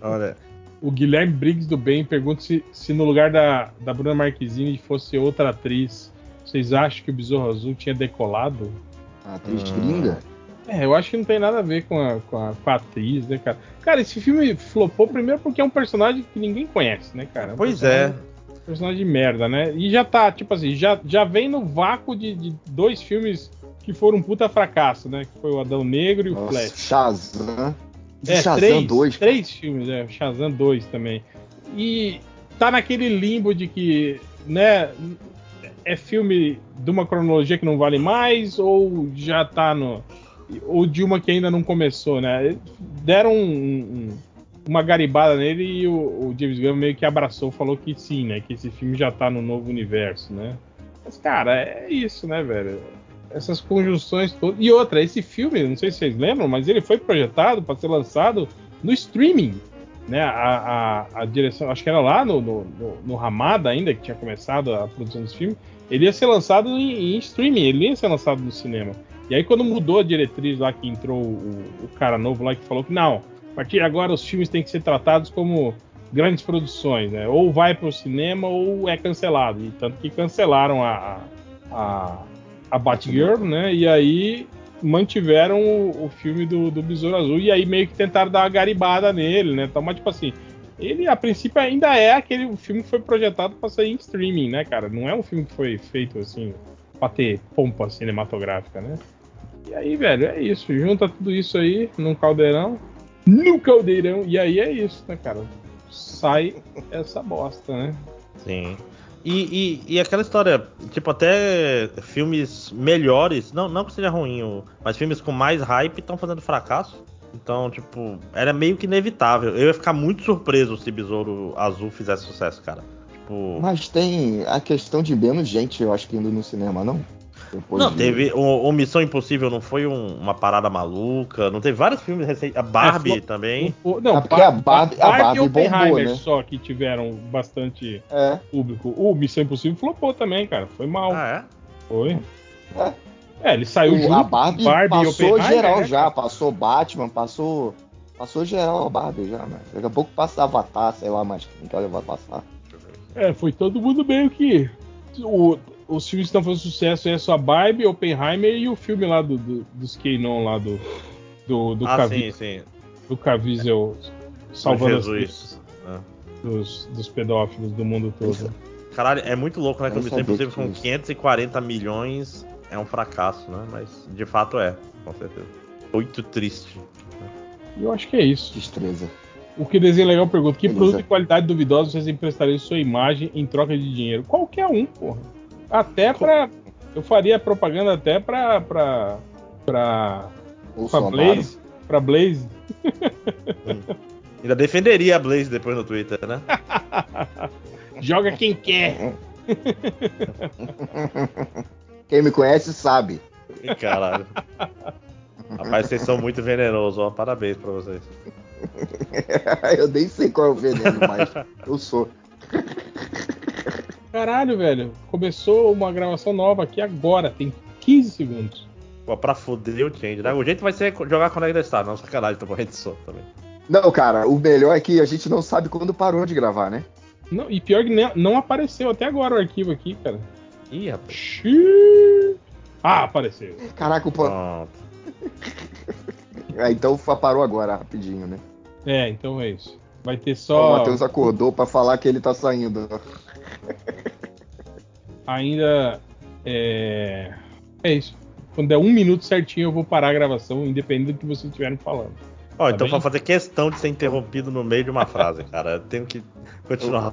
[SPEAKER 22] Olha.
[SPEAKER 4] O Guilherme Briggs do Bem pergunta se, se no lugar da, da Bruna Marquezine fosse outra atriz, vocês acham que o Besouro Azul tinha decolado? Ah,
[SPEAKER 1] A atriz gringa?
[SPEAKER 4] É, eu acho que não tem nada a ver com a, com a, com a atriz, né, cara? Cara, esse filme flopou primeiro porque é um personagem que ninguém conhece, né, cara? Um
[SPEAKER 22] Pois é.
[SPEAKER 4] personagem- um Personagem de merda, né? E já tá, tipo assim, já, já vem no vácuo de, de dois filmes que foram um puta fracasso, né? Que foi o Adão Negro e o
[SPEAKER 1] Nossa,
[SPEAKER 4] Flash.
[SPEAKER 1] Shazam.
[SPEAKER 4] É,
[SPEAKER 1] Shazam
[SPEAKER 4] três,
[SPEAKER 1] 2.
[SPEAKER 4] Três filmes, é, Shazam 2 também. E tá naquele limbo de que, né, é filme de uma cronologia que não vale mais ou já tá no ou de uma que ainda não começou, né? Deram um- um- uma garibada nele e o, o James Gunn meio que abraçou, falou que sim, né, que esse filme já tá no novo universo, né? Mas cara, é isso, né, velho? Essas conjunções todas. E outra, esse filme, não sei se vocês lembram, mas ele foi projetado para ser lançado no streaming. Né, a, a, a direção, acho que era lá no, no, no, no Ramada ainda, que tinha começado a produção desse filme, ele ia ser lançado em, em streaming, ele não ia ser lançado no cinema. E aí quando mudou a diretriz lá, que entrou o, o cara novo lá, que falou que não, a partir de agora os filmes têm que ser tratados como grandes produções, né, ou vai para o cinema ou é cancelado, e tanto que cancelaram a, a, a- a Batgirl, né? E aí mantiveram o, o filme do, do Besouro Azul e aí meio que tentaram dar uma garibada nele, né? Então, mas tipo assim, ele a princípio ainda é aquele filme que foi projetado pra sair em streaming, né, cara? Não é um filme que foi feito assim pra ter pompa cinematográfica, né? E aí, velho, é isso. Junta tudo isso aí num caldeirão. No caldeirão. E aí é isso, né, cara? Sai essa bosta, né?
[SPEAKER 3] Sim. E, e, e aquela história, tipo, até filmes melhores, não, não que seja ruim, o- mas filmes com mais hype estão fazendo fracasso. Então, tipo, era meio que inevitável. Eu ia ficar muito surpreso se Besouro Azul fizesse sucesso, cara. Tipo,
[SPEAKER 1] Mas tem a questão de menos gente, eu acho, que indo no cinema, não? Depois
[SPEAKER 3] não,
[SPEAKER 1] de-
[SPEAKER 3] teve. O, o Missão Impossível não foi um- uma parada maluca. Não teve vários filmes recentes. A Barbie
[SPEAKER 4] É, flo-
[SPEAKER 3] também.
[SPEAKER 4] O- não,
[SPEAKER 3] É porque
[SPEAKER 4] Bar-
[SPEAKER 3] a Barbie- a
[SPEAKER 4] Barbie
[SPEAKER 3] Barbie
[SPEAKER 4] e Oppenheimer
[SPEAKER 3] bombou, né?
[SPEAKER 4] só que tiveram bastante
[SPEAKER 1] É.
[SPEAKER 4] público. O Missão Impossível flopou também, cara. Foi mal.
[SPEAKER 3] Ah,
[SPEAKER 4] é? Foi. É, ele saiu
[SPEAKER 1] O-
[SPEAKER 4] junto.
[SPEAKER 1] A Barbie, passou
[SPEAKER 4] Oppenheimer,
[SPEAKER 1] geral
[SPEAKER 4] né?
[SPEAKER 1] já, passou Batman, passou. Passou geral a Barbie já, né? Daqui a pouco passa Avatar, sei lá, mas quem que ela vai passar.
[SPEAKER 4] É, foi todo mundo meio que. O, os filmes que estão fazendo sucesso é só Barbie, Oppenheimer e o filme lá do, do- dos Keinon lá do. Do, do
[SPEAKER 3] ah, sim,
[SPEAKER 4] Cavi-
[SPEAKER 3] sim.
[SPEAKER 4] Do Caviezel salvando as
[SPEAKER 3] Jesus. Ah.
[SPEAKER 4] dos, dos pedófilos do mundo todo.
[SPEAKER 3] Caralho, é muito louco, né? Que
[SPEAKER 4] Eu
[SPEAKER 3] o
[SPEAKER 4] não
[SPEAKER 3] Missão
[SPEAKER 4] sabia
[SPEAKER 3] Impossível
[SPEAKER 4] que
[SPEAKER 3] com
[SPEAKER 4] tinha isso.
[SPEAKER 3] 540 milhões é um fracasso, né? Mas de fato é, com certeza. Muito triste.
[SPEAKER 4] E eu acho que é isso.
[SPEAKER 1] Destreza.
[SPEAKER 4] O que desenho legal pergunta: que
[SPEAKER 3] Beleza.
[SPEAKER 4] produto de qualidade duvidosa vocês emprestariam sua imagem em troca de dinheiro? Qualquer um, porra. Até pra. Eu faria propaganda até pra. pra. pra. pra
[SPEAKER 3] Bolsonaro.
[SPEAKER 4] Blaze. Pra Blaze.
[SPEAKER 3] Ainda defenderia a Blaze depois no Twitter, né?
[SPEAKER 4] Joga quem quer.
[SPEAKER 1] Quem me conhece sabe.
[SPEAKER 3] Ih, Caralho. Rapaz, vocês são muito venenosos, ó. Parabéns pra vocês.
[SPEAKER 1] eu nem sei qual é o veneno, mas eu sou.
[SPEAKER 4] Caralho, velho. Começou uma gravação nova aqui agora, tem 15 segundos.
[SPEAKER 3] Pô, pra foder o Change, né? O jeito vai ser co- jogar com o Negro Star, não, sacanagem, tô morrendo de sono também.
[SPEAKER 1] Não, cara, o melhor é que a gente não sabe quando parou de gravar, né?
[SPEAKER 4] Não, e pior que ne- não apareceu até agora o arquivo aqui, cara.
[SPEAKER 3] Ih, rapaz.
[SPEAKER 4] Ah, apareceu.
[SPEAKER 1] Caraca, o
[SPEAKER 3] pão.
[SPEAKER 1] Ah, então fa- parou agora, rapidinho, né?
[SPEAKER 4] É, então é isso. Vai ter
[SPEAKER 1] O
[SPEAKER 4] só.
[SPEAKER 1] Matheus acordou pra falar que ele tá saindo.
[SPEAKER 4] ainda é... é isso. Quando der um minuto certinho, eu vou parar a gravação, independente do que vocês estiverem falando.
[SPEAKER 3] Ó,
[SPEAKER 4] Tá
[SPEAKER 3] então
[SPEAKER 4] bem?
[SPEAKER 3] vou fazer questão de ser interrompido no meio de uma frase, cara. Eu tenho que continuar